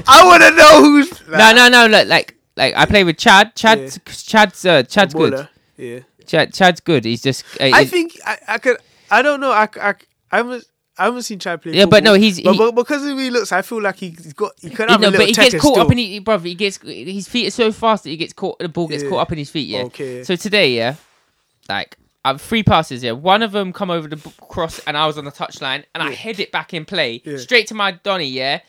[SPEAKER 2] I wanna know who's
[SPEAKER 3] no, no. Like, like, like I play with Chad. Chad's Chad's uh, Chad's good.
[SPEAKER 2] Baller. Yeah.
[SPEAKER 3] Chad, Chad's good. He's just. Uh,
[SPEAKER 2] I
[SPEAKER 3] he's-
[SPEAKER 2] think I, I could. I don't know. I, c- I, c- I haven't. I haven't seen Chad play.
[SPEAKER 3] Yeah, but no,
[SPEAKER 2] football.
[SPEAKER 3] he's-
[SPEAKER 2] But,
[SPEAKER 3] he-
[SPEAKER 2] but because of the way he looks, I feel like he's got. He could
[SPEAKER 3] you
[SPEAKER 2] have
[SPEAKER 3] know,
[SPEAKER 2] a little
[SPEAKER 3] but he gets
[SPEAKER 2] checker
[SPEAKER 3] caught
[SPEAKER 2] still.
[SPEAKER 3] up in he, brother. He gets his feet are so fast that he gets caught. The ball gets
[SPEAKER 2] Yeah.
[SPEAKER 3] caught up in his feet. Yeah.
[SPEAKER 2] Okay.
[SPEAKER 3] So today, yeah, like I've three passes. Yeah, one of them come over the b- cross, and I was on the touchline, and I head it back in play
[SPEAKER 2] Yeah.
[SPEAKER 3] straight to my Donny. Yeah,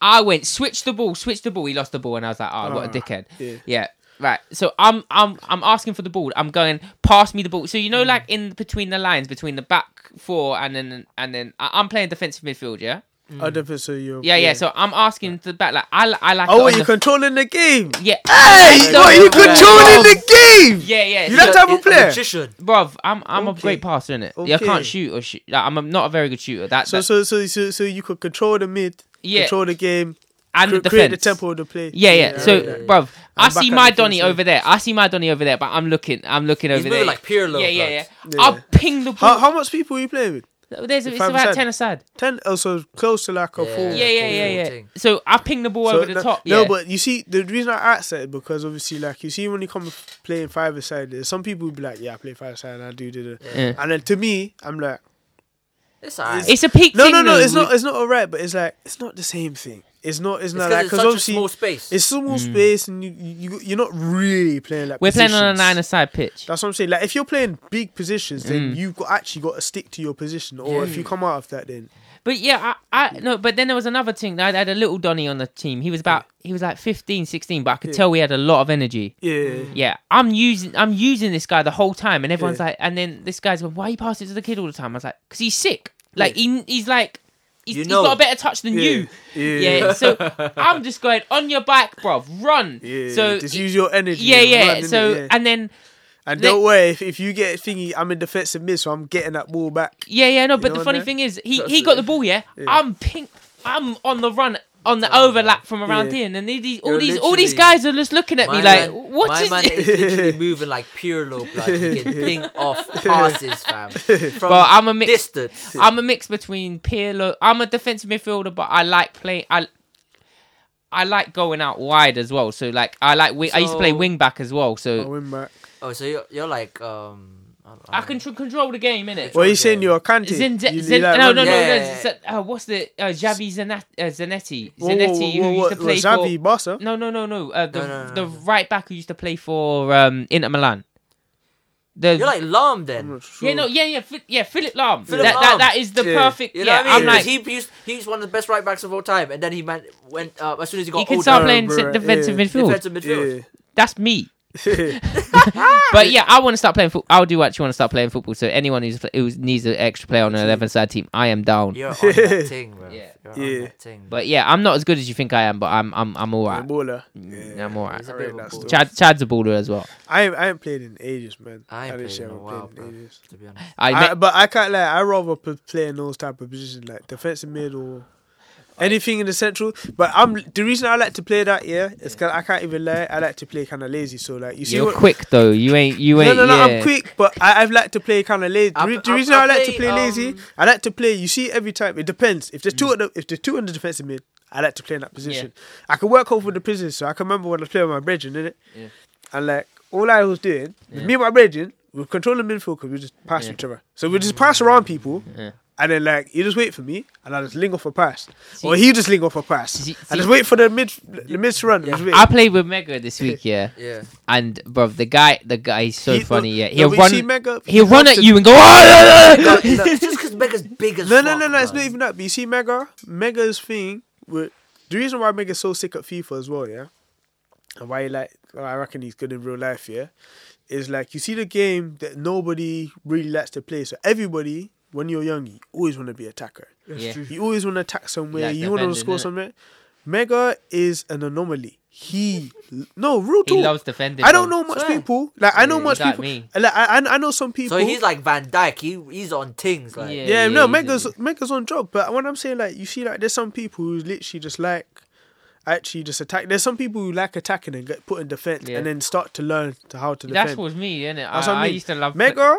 [SPEAKER 3] I went switch the ball, switch the ball. He lost the ball, and I was like, oh, what a dickhead.
[SPEAKER 2] Ah, yeah.
[SPEAKER 3] Right. So I'm I'm I'm asking for the ball. I'm going pass me the ball. So you know,
[SPEAKER 2] Mm.
[SPEAKER 3] like in between the lines, between the back four, and then and then I- I'm playing defensive midfield. Yeah.
[SPEAKER 2] Other person, you.
[SPEAKER 3] Yeah, yeah. So I'm asking the back, like I, I like. it
[SPEAKER 2] Oh, Ah!
[SPEAKER 3] on
[SPEAKER 2] wait, you're
[SPEAKER 3] the-
[SPEAKER 2] controlling the game.
[SPEAKER 3] yeah.
[SPEAKER 2] Hey,
[SPEAKER 3] No,
[SPEAKER 2] what you
[SPEAKER 3] bro.
[SPEAKER 2] controlling the game?
[SPEAKER 3] Oh. Yeah, yeah.
[SPEAKER 2] You're that
[SPEAKER 3] so-
[SPEAKER 2] type of player.
[SPEAKER 1] Magician.
[SPEAKER 3] bro. I'm I'm
[SPEAKER 2] Okay.
[SPEAKER 3] a great passer in it. Yeah, I
[SPEAKER 2] Okay.
[SPEAKER 3] can't shoot or shoot. Like, I'm a- not a very good shooter. That,
[SPEAKER 2] So,
[SPEAKER 3] that-
[SPEAKER 2] so, so, so, so you could control the mid,
[SPEAKER 3] Yeah.
[SPEAKER 2] control the game,
[SPEAKER 3] and
[SPEAKER 2] cr-
[SPEAKER 3] the
[SPEAKER 2] create the
[SPEAKER 3] defense.
[SPEAKER 2] tempo of the play.
[SPEAKER 3] Yeah, yeah. so,
[SPEAKER 2] yeah, yeah.
[SPEAKER 3] bro, I
[SPEAKER 2] I'm back
[SPEAKER 3] see
[SPEAKER 2] at
[SPEAKER 3] my
[SPEAKER 2] the
[SPEAKER 3] Donny
[SPEAKER 2] defense,
[SPEAKER 3] over there. I see my Donny over there, but I'm looking. I'm looking over
[SPEAKER 1] moving
[SPEAKER 3] there.
[SPEAKER 1] like Pirlo,
[SPEAKER 3] Yeah, yeah, yeah.
[SPEAKER 1] like.
[SPEAKER 3] I'll
[SPEAKER 2] Yeah.
[SPEAKER 3] ping the ball.
[SPEAKER 2] How, how much people are you playing with?
[SPEAKER 3] There's it's
[SPEAKER 2] five
[SPEAKER 3] about
[SPEAKER 2] percent?
[SPEAKER 3] ten aside.
[SPEAKER 2] Ten. Oh, so close to like a
[SPEAKER 1] Yeah.
[SPEAKER 2] four.
[SPEAKER 3] Yeah, yeah, yeah,
[SPEAKER 1] cool
[SPEAKER 3] yeah.
[SPEAKER 1] thing.
[SPEAKER 3] So I ping the ball
[SPEAKER 2] So
[SPEAKER 3] over the
[SPEAKER 2] no,
[SPEAKER 3] top.
[SPEAKER 2] No,
[SPEAKER 3] yeah.
[SPEAKER 2] but you see, the reason I asked that is because obviously, like, you see, when you come playing five aside, there's some people who be like, "Yeah, I play five aside, and I do do." do."
[SPEAKER 3] Yeah.
[SPEAKER 2] And then to me, I'm like,
[SPEAKER 1] It's alright.
[SPEAKER 3] it's a peak.
[SPEAKER 2] "No,
[SPEAKER 3] thing,
[SPEAKER 2] no, no,
[SPEAKER 3] though.
[SPEAKER 2] it's not, it's not alright." But it's like, it's not the same thing. It's not, it's, not like
[SPEAKER 1] because
[SPEAKER 2] because
[SPEAKER 1] it's such a
[SPEAKER 2] obviously
[SPEAKER 1] small space.
[SPEAKER 2] it's small space, and you, you you're not really playing like.
[SPEAKER 3] Hmm. We're playing on a
[SPEAKER 2] positions.
[SPEAKER 3] nine aside pitch.
[SPEAKER 2] That's what I'm saying. Like, if you're playing big positions, then
[SPEAKER 3] Hmm.
[SPEAKER 2] you've got actually got to stick to your position, or if you come out of that, then
[SPEAKER 3] But yeah, I, I no. But then there was another thing. I had a little Donny on the team. He was about he was like 15, 16, but I could tell he had a lot of energy.
[SPEAKER 2] yeah,
[SPEAKER 3] Yeah, I'm using I'm using this guy the whole time, and everyone's like, and then this guy's going, "Why you pass it to the kid all the time?" I was like, "Cause he's sick. Like he, he's like he's,
[SPEAKER 1] You
[SPEAKER 3] he's
[SPEAKER 1] know.
[SPEAKER 3] got a better touch than you."
[SPEAKER 2] yeah,
[SPEAKER 3] Yeah. so I'm just going on your back, bruv. Run.
[SPEAKER 2] yeah.
[SPEAKER 3] so
[SPEAKER 2] just use your energy.
[SPEAKER 3] yeah,
[SPEAKER 2] and
[SPEAKER 3] yeah.
[SPEAKER 2] run, innit?
[SPEAKER 3] so
[SPEAKER 2] Yeah.
[SPEAKER 3] and then
[SPEAKER 2] And
[SPEAKER 3] Like-
[SPEAKER 2] don't worry, if, if you get thingy, I'm in defensive mid, so I'm getting that ball back.
[SPEAKER 3] Yeah, yeah, no. But
[SPEAKER 2] know,
[SPEAKER 3] the funny
[SPEAKER 2] man.
[SPEAKER 3] thing is, he,
[SPEAKER 1] That's
[SPEAKER 3] he
[SPEAKER 1] it.
[SPEAKER 3] got the ball. Yeah, I'm pink. I'm on the run on the overlap from around
[SPEAKER 2] Yeah.
[SPEAKER 3] here, and then these all
[SPEAKER 1] You're
[SPEAKER 3] these all these
[SPEAKER 1] literally-
[SPEAKER 3] guys are just looking at me
[SPEAKER 1] My
[SPEAKER 3] like,
[SPEAKER 1] man-
[SPEAKER 3] what
[SPEAKER 1] my
[SPEAKER 3] is
[SPEAKER 1] man
[SPEAKER 3] it?
[SPEAKER 1] is literally moving like Pirlo, blood. He can ping off passes, fam. From
[SPEAKER 3] But I'm a mix.
[SPEAKER 1] distance.
[SPEAKER 3] I'm a mix between Pirlo. I'm a defensive midfielder, but I like playing. I I like going out wide as well. So like I like wi- I used to play
[SPEAKER 1] So-
[SPEAKER 3] wing back as well. So
[SPEAKER 2] I win back.
[SPEAKER 1] Oh, so you're, you're like um. I, don't
[SPEAKER 3] I
[SPEAKER 1] know.
[SPEAKER 3] can tr- control the game innit?
[SPEAKER 2] What are you
[SPEAKER 1] Okay.
[SPEAKER 2] saying? You're a Kante.
[SPEAKER 3] Zin-
[SPEAKER 2] You- you
[SPEAKER 3] Zin-
[SPEAKER 2] like
[SPEAKER 3] no,
[SPEAKER 2] running
[SPEAKER 3] no, no,
[SPEAKER 2] back.
[SPEAKER 3] no,
[SPEAKER 1] Yeah.
[SPEAKER 3] Z- uh, what's the uh, Javi Zanetti? Uh, Zanetti,
[SPEAKER 2] Whoa, whoa,
[SPEAKER 3] Zanetti
[SPEAKER 2] whoa,
[SPEAKER 3] who
[SPEAKER 2] whoa,
[SPEAKER 3] used to play for
[SPEAKER 2] Xavi Barca?
[SPEAKER 3] No, no, no, no. Uh, the
[SPEAKER 1] No, no, no,
[SPEAKER 3] the
[SPEAKER 1] no.
[SPEAKER 3] right back who used to play for um, Inter Milan. The
[SPEAKER 1] You're like Lam
[SPEAKER 2] I'm
[SPEAKER 1] then.
[SPEAKER 2] not sure.
[SPEAKER 3] yeah, no, yeah, yeah, Fi- yeah. Philip Lahm.
[SPEAKER 1] Philip
[SPEAKER 3] that, that
[SPEAKER 1] Lahm.
[SPEAKER 3] that is the
[SPEAKER 2] Yeah.
[SPEAKER 3] perfect.
[SPEAKER 1] You know
[SPEAKER 3] yeah,
[SPEAKER 1] what I mean?
[SPEAKER 3] am like
[SPEAKER 1] Because he used, he's one of the best right backs of all time, and then he man, went uh, as soon as he got
[SPEAKER 3] he can
[SPEAKER 1] older.
[SPEAKER 3] start
[SPEAKER 2] Oh,
[SPEAKER 3] playing
[SPEAKER 2] bruh,
[SPEAKER 3] defensive
[SPEAKER 2] yeah.
[SPEAKER 3] midfield.
[SPEAKER 1] defensive midfield.
[SPEAKER 3] That's me.
[SPEAKER 2] Yeah.
[SPEAKER 3] But yeah, I want to start playing football. I'll do actually want to start playing football. So anyone who's who needs an extra player on an eleven side team, I am down.
[SPEAKER 1] You're on that thing, bro.
[SPEAKER 3] Yeah.
[SPEAKER 1] You're
[SPEAKER 2] Yeah.
[SPEAKER 1] on that thing.
[SPEAKER 3] But yeah, I'm not as good as you think I am, but I'm I'm I'm all
[SPEAKER 2] Yeah,
[SPEAKER 3] right.
[SPEAKER 2] baller.
[SPEAKER 3] I'm all right.
[SPEAKER 1] He's a
[SPEAKER 2] I
[SPEAKER 1] bit of
[SPEAKER 2] read
[SPEAKER 1] a
[SPEAKER 2] that
[SPEAKER 1] ball,
[SPEAKER 2] story.
[SPEAKER 3] Chad Chad's a baller as well.
[SPEAKER 2] I ain't, I ain't played in ages, man.
[SPEAKER 1] I ain't
[SPEAKER 2] didn't
[SPEAKER 1] played
[SPEAKER 2] say
[SPEAKER 1] in a
[SPEAKER 2] haven't
[SPEAKER 1] while,
[SPEAKER 2] played in
[SPEAKER 1] bro.
[SPEAKER 2] ages.
[SPEAKER 1] to be honest.
[SPEAKER 3] I,
[SPEAKER 2] I-
[SPEAKER 3] met-
[SPEAKER 2] but I can't lie. I rather p- play in those type of positions, like defensive mid or anything in the central. But I'm the reason I like to play that, yeah, is because I can't even lie. I like to play kind of lazy. So like you see
[SPEAKER 3] you're
[SPEAKER 2] what.
[SPEAKER 3] quick though. You ain't you
[SPEAKER 2] No,
[SPEAKER 3] ain't.
[SPEAKER 2] no, no,
[SPEAKER 3] yeah.
[SPEAKER 2] I'm quick, but I, I've like to play kind of lazy. The
[SPEAKER 1] I-
[SPEAKER 2] re- the
[SPEAKER 1] I-
[SPEAKER 2] reason I,
[SPEAKER 1] I
[SPEAKER 2] like to
[SPEAKER 1] play,
[SPEAKER 2] play lazy,
[SPEAKER 1] um,
[SPEAKER 2] I like to play. You see, every time it depends. If
[SPEAKER 3] Mm.
[SPEAKER 2] there's two at the, if there's two in the defensive mid, I like to play in that position. I can work over the position, so I can remember when I play with my brethren, innit?
[SPEAKER 3] Yeah.
[SPEAKER 2] And like all I was doing, with me and my brethren, we were controlling midfield because we just pass each other. So we just pass around people.
[SPEAKER 3] Yeah.
[SPEAKER 2] And then like you just wait for me, and I just ling off a pass, or Oh, he just ling off a pass,
[SPEAKER 3] See-
[SPEAKER 2] and just
[SPEAKER 3] see-
[SPEAKER 2] wait for the mid the mid to run. and just wait.
[SPEAKER 3] I played with Mega this week, yeah.
[SPEAKER 1] Yeah.
[SPEAKER 3] And bro, the guy, the guy is so
[SPEAKER 2] He- no,
[SPEAKER 3] funny. Yeah,
[SPEAKER 2] no,
[SPEAKER 3] he'll
[SPEAKER 2] but you
[SPEAKER 3] run,
[SPEAKER 2] see Mega,
[SPEAKER 3] he'll
[SPEAKER 2] he
[SPEAKER 3] run
[SPEAKER 2] loves
[SPEAKER 3] at
[SPEAKER 2] to-
[SPEAKER 3] you and go. "Ah, ah, ah, ah."
[SPEAKER 1] No, it's just because Mega's big as
[SPEAKER 2] No,
[SPEAKER 1] fuck,
[SPEAKER 2] no, no, no. It's
[SPEAKER 1] bro.
[SPEAKER 2] not even that. But you see, Mega, Mega's thing. With, the reason why Mega's so sick at FIFA as well, yeah, and why like I reckon he's good in real life, yeah, is like you see the game that nobody really likes to play. So everybody, when you're young, you always want to be attacker.
[SPEAKER 3] Yeah.
[SPEAKER 2] You always want to attack somewhere.
[SPEAKER 3] Like
[SPEAKER 2] you want to
[SPEAKER 3] defending,
[SPEAKER 2] score
[SPEAKER 3] innit?
[SPEAKER 2] somewhere. Mega is an anomaly. He no real
[SPEAKER 3] He
[SPEAKER 2] talk.
[SPEAKER 3] loves defending.
[SPEAKER 2] I don't
[SPEAKER 3] bro.
[SPEAKER 2] know much people. Like I know
[SPEAKER 3] Yeah,
[SPEAKER 2] much
[SPEAKER 3] he's like
[SPEAKER 2] people.
[SPEAKER 3] me.
[SPEAKER 2] Like I, I I know some people.
[SPEAKER 1] So he's like Van Dyke. He he's on things like
[SPEAKER 3] Yeah,
[SPEAKER 2] yeah, no,
[SPEAKER 3] he's
[SPEAKER 2] Mega's
[SPEAKER 3] a-
[SPEAKER 2] Mega's on job. But when I'm saying like, you see, like, there's some people who literally just like actually just attack. There's some people who like attacking and get put in defense
[SPEAKER 3] Yeah.
[SPEAKER 2] and then start to learn to how to defend.
[SPEAKER 3] That's what's me, innit? I,
[SPEAKER 2] That's what
[SPEAKER 3] I
[SPEAKER 2] mean.
[SPEAKER 3] used to love Mm.
[SPEAKER 2] Mega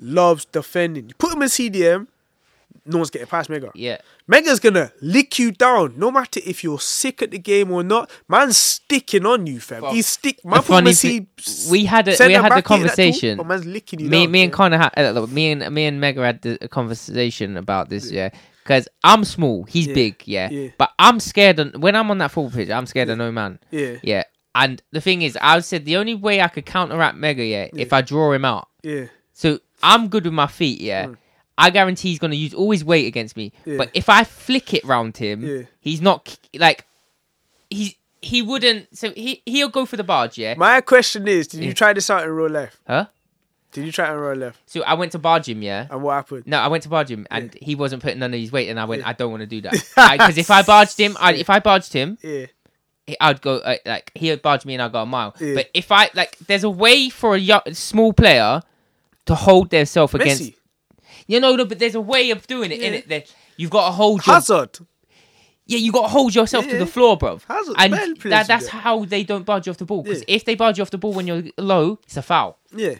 [SPEAKER 2] loves defending. You put him in CDM, no one's getting past Mega.
[SPEAKER 3] Yeah,
[SPEAKER 2] Mega's gonna lick you down, no matter if you're sick at the game or not. Man's sticking on you, fam.
[SPEAKER 3] Fuck.
[SPEAKER 2] He's stick.
[SPEAKER 3] The
[SPEAKER 2] Man, put him
[SPEAKER 3] funny
[SPEAKER 2] in C-
[SPEAKER 3] thi- we had a-
[SPEAKER 2] centre
[SPEAKER 3] we had the
[SPEAKER 2] back, hit that too,
[SPEAKER 3] conversation.
[SPEAKER 2] but man's licking you
[SPEAKER 3] me,
[SPEAKER 2] down,
[SPEAKER 3] me and
[SPEAKER 2] yeah.
[SPEAKER 3] Connor, had, uh, look, me and me and Mega had the- a conversation about this, yeah, because I'm small, he's big, yeah?
[SPEAKER 2] yeah.
[SPEAKER 3] but I'm scared. On, when I'm on that football pitch, I'm scared of no man.
[SPEAKER 2] Yeah.
[SPEAKER 3] yeah. And the thing is, I said the only way I could counteract Mega, yeah, if I draw him out.
[SPEAKER 2] Yeah,
[SPEAKER 3] So I'm good with my feet, yeah. I guarantee he's gonna use all his weight against me.
[SPEAKER 2] Mm. Yeah.
[SPEAKER 3] But if I flick it round him,
[SPEAKER 2] Yeah.
[SPEAKER 3] he's not k- like he's he wouldn't. So he he'll go for the barge, yeah.
[SPEAKER 2] My question is, did
[SPEAKER 3] Mm.
[SPEAKER 2] you try this out in real life?
[SPEAKER 3] huh?
[SPEAKER 2] Did you try it in real life?
[SPEAKER 3] So I went to barge him, yeah.
[SPEAKER 2] And what happened?
[SPEAKER 3] No, I went to barge him, and he wasn't putting none of his weight, and I went, I don't want to do that because if I barged him, I, if I barged him,
[SPEAKER 2] Yeah,
[SPEAKER 3] he- I'd go uh, like he'll barge me and I'd go a mile.
[SPEAKER 2] Yeah.
[SPEAKER 3] But if I like, there's a way for a yo small player to hold themselves against.
[SPEAKER 2] Messi,
[SPEAKER 3] You know, no, but there's a way of doing it, innit? That you've got to hold your
[SPEAKER 2] Hazard.
[SPEAKER 3] yeah, you got to hold yourself to
[SPEAKER 2] Yeah.
[SPEAKER 3] the floor, bro.
[SPEAKER 2] Hazard,
[SPEAKER 3] And
[SPEAKER 2] Bale plays
[SPEAKER 3] that,
[SPEAKER 2] with
[SPEAKER 3] that's
[SPEAKER 2] it.
[SPEAKER 3] how they don't barge you off the ball. Because
[SPEAKER 2] Yeah.
[SPEAKER 3] if they barge you off the ball when you're low, it's a foul.
[SPEAKER 2] Yeah,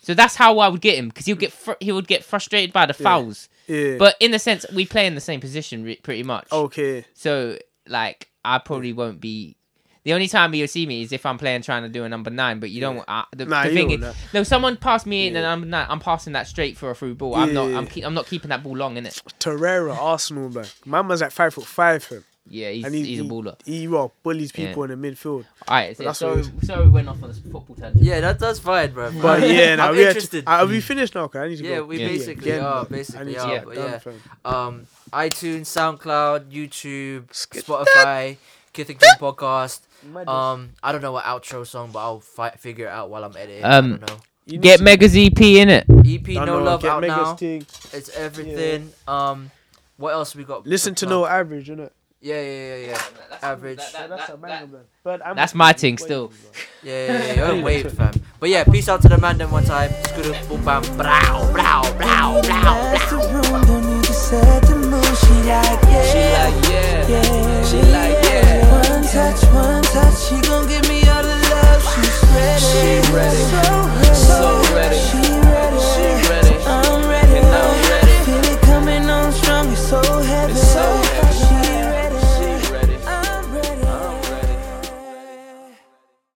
[SPEAKER 3] So that's how I would get him because he'll get fr- he would get frustrated by the fouls.
[SPEAKER 2] yeah. Oh.
[SPEAKER 3] But in a sense, we play in the same position re- pretty much.
[SPEAKER 2] okay,
[SPEAKER 3] So, like, I probably won't be. The only time you'll see me is if I'm playing trying to do a number nine, but you don't. I, the,
[SPEAKER 2] Nah,
[SPEAKER 3] the
[SPEAKER 2] you
[SPEAKER 3] thing
[SPEAKER 2] don't
[SPEAKER 3] is,
[SPEAKER 2] know.
[SPEAKER 3] no, someone passed me in and I'm not. I'm passing that straight for a through ball. I'm not.
[SPEAKER 2] Yeah.
[SPEAKER 3] I'm. Keep, I'm not keeping that ball long in it.
[SPEAKER 2] Torreira, Arsenal man. Man was at five foot five, fam.
[SPEAKER 3] Yeah, he's,
[SPEAKER 2] And
[SPEAKER 3] he's,
[SPEAKER 2] he,
[SPEAKER 3] a
[SPEAKER 2] he-
[SPEAKER 3] baller.
[SPEAKER 2] He, well, bullies people in the midfield.
[SPEAKER 3] All right, so,
[SPEAKER 2] that's what
[SPEAKER 3] so,
[SPEAKER 2] it
[SPEAKER 3] we went off on this football tangent.
[SPEAKER 1] yeah. That that's fine, bro.
[SPEAKER 2] But yeah, now
[SPEAKER 1] I'm
[SPEAKER 2] we had to,
[SPEAKER 1] interested.
[SPEAKER 2] uh, are we finished now? 'Cause I need to
[SPEAKER 1] yeah,
[SPEAKER 2] go.
[SPEAKER 1] we
[SPEAKER 3] Yeah.
[SPEAKER 1] basically
[SPEAKER 2] Again,
[SPEAKER 1] are.
[SPEAKER 2] bro. I
[SPEAKER 1] Basically
[SPEAKER 2] need to
[SPEAKER 1] are.
[SPEAKER 2] get
[SPEAKER 1] But
[SPEAKER 2] done,
[SPEAKER 1] yeah.
[SPEAKER 2] fam.
[SPEAKER 1] um, iTunes, SoundCloud, YouTube,
[SPEAKER 2] Skip
[SPEAKER 1] Spotify, Kithing King Podcast. Um, I don't know what outro song, but I'll fi- figure it out while I'm editing.
[SPEAKER 3] Um,
[SPEAKER 1] I don't know.
[SPEAKER 2] You need
[SPEAKER 3] Get
[SPEAKER 2] to-
[SPEAKER 3] Mega's EP in it.
[SPEAKER 1] EP
[SPEAKER 2] I
[SPEAKER 1] No
[SPEAKER 2] know,
[SPEAKER 1] Love
[SPEAKER 2] get
[SPEAKER 1] out
[SPEAKER 2] Megas
[SPEAKER 1] now.
[SPEAKER 2] thing.
[SPEAKER 1] It's everything. Um, what else we got?
[SPEAKER 2] Listen to
[SPEAKER 1] plug?
[SPEAKER 2] no average, innit?
[SPEAKER 1] Yeah, yeah, yeah, yeah. Average.
[SPEAKER 3] that-
[SPEAKER 2] That's
[SPEAKER 3] that-
[SPEAKER 2] a banger, man. But I'm-
[SPEAKER 3] That's my thing still.
[SPEAKER 1] Yeah, yeah, yeah. yeah. Wave, fam. But yeah, peace out to the man. Then one time. Screw boom, bam, brow, brow, brow, brow.
[SPEAKER 10] That's the room, don't need to set the mood. She like, yeah. She like, yeah. She like, yeah. One touch, one touch, she gon'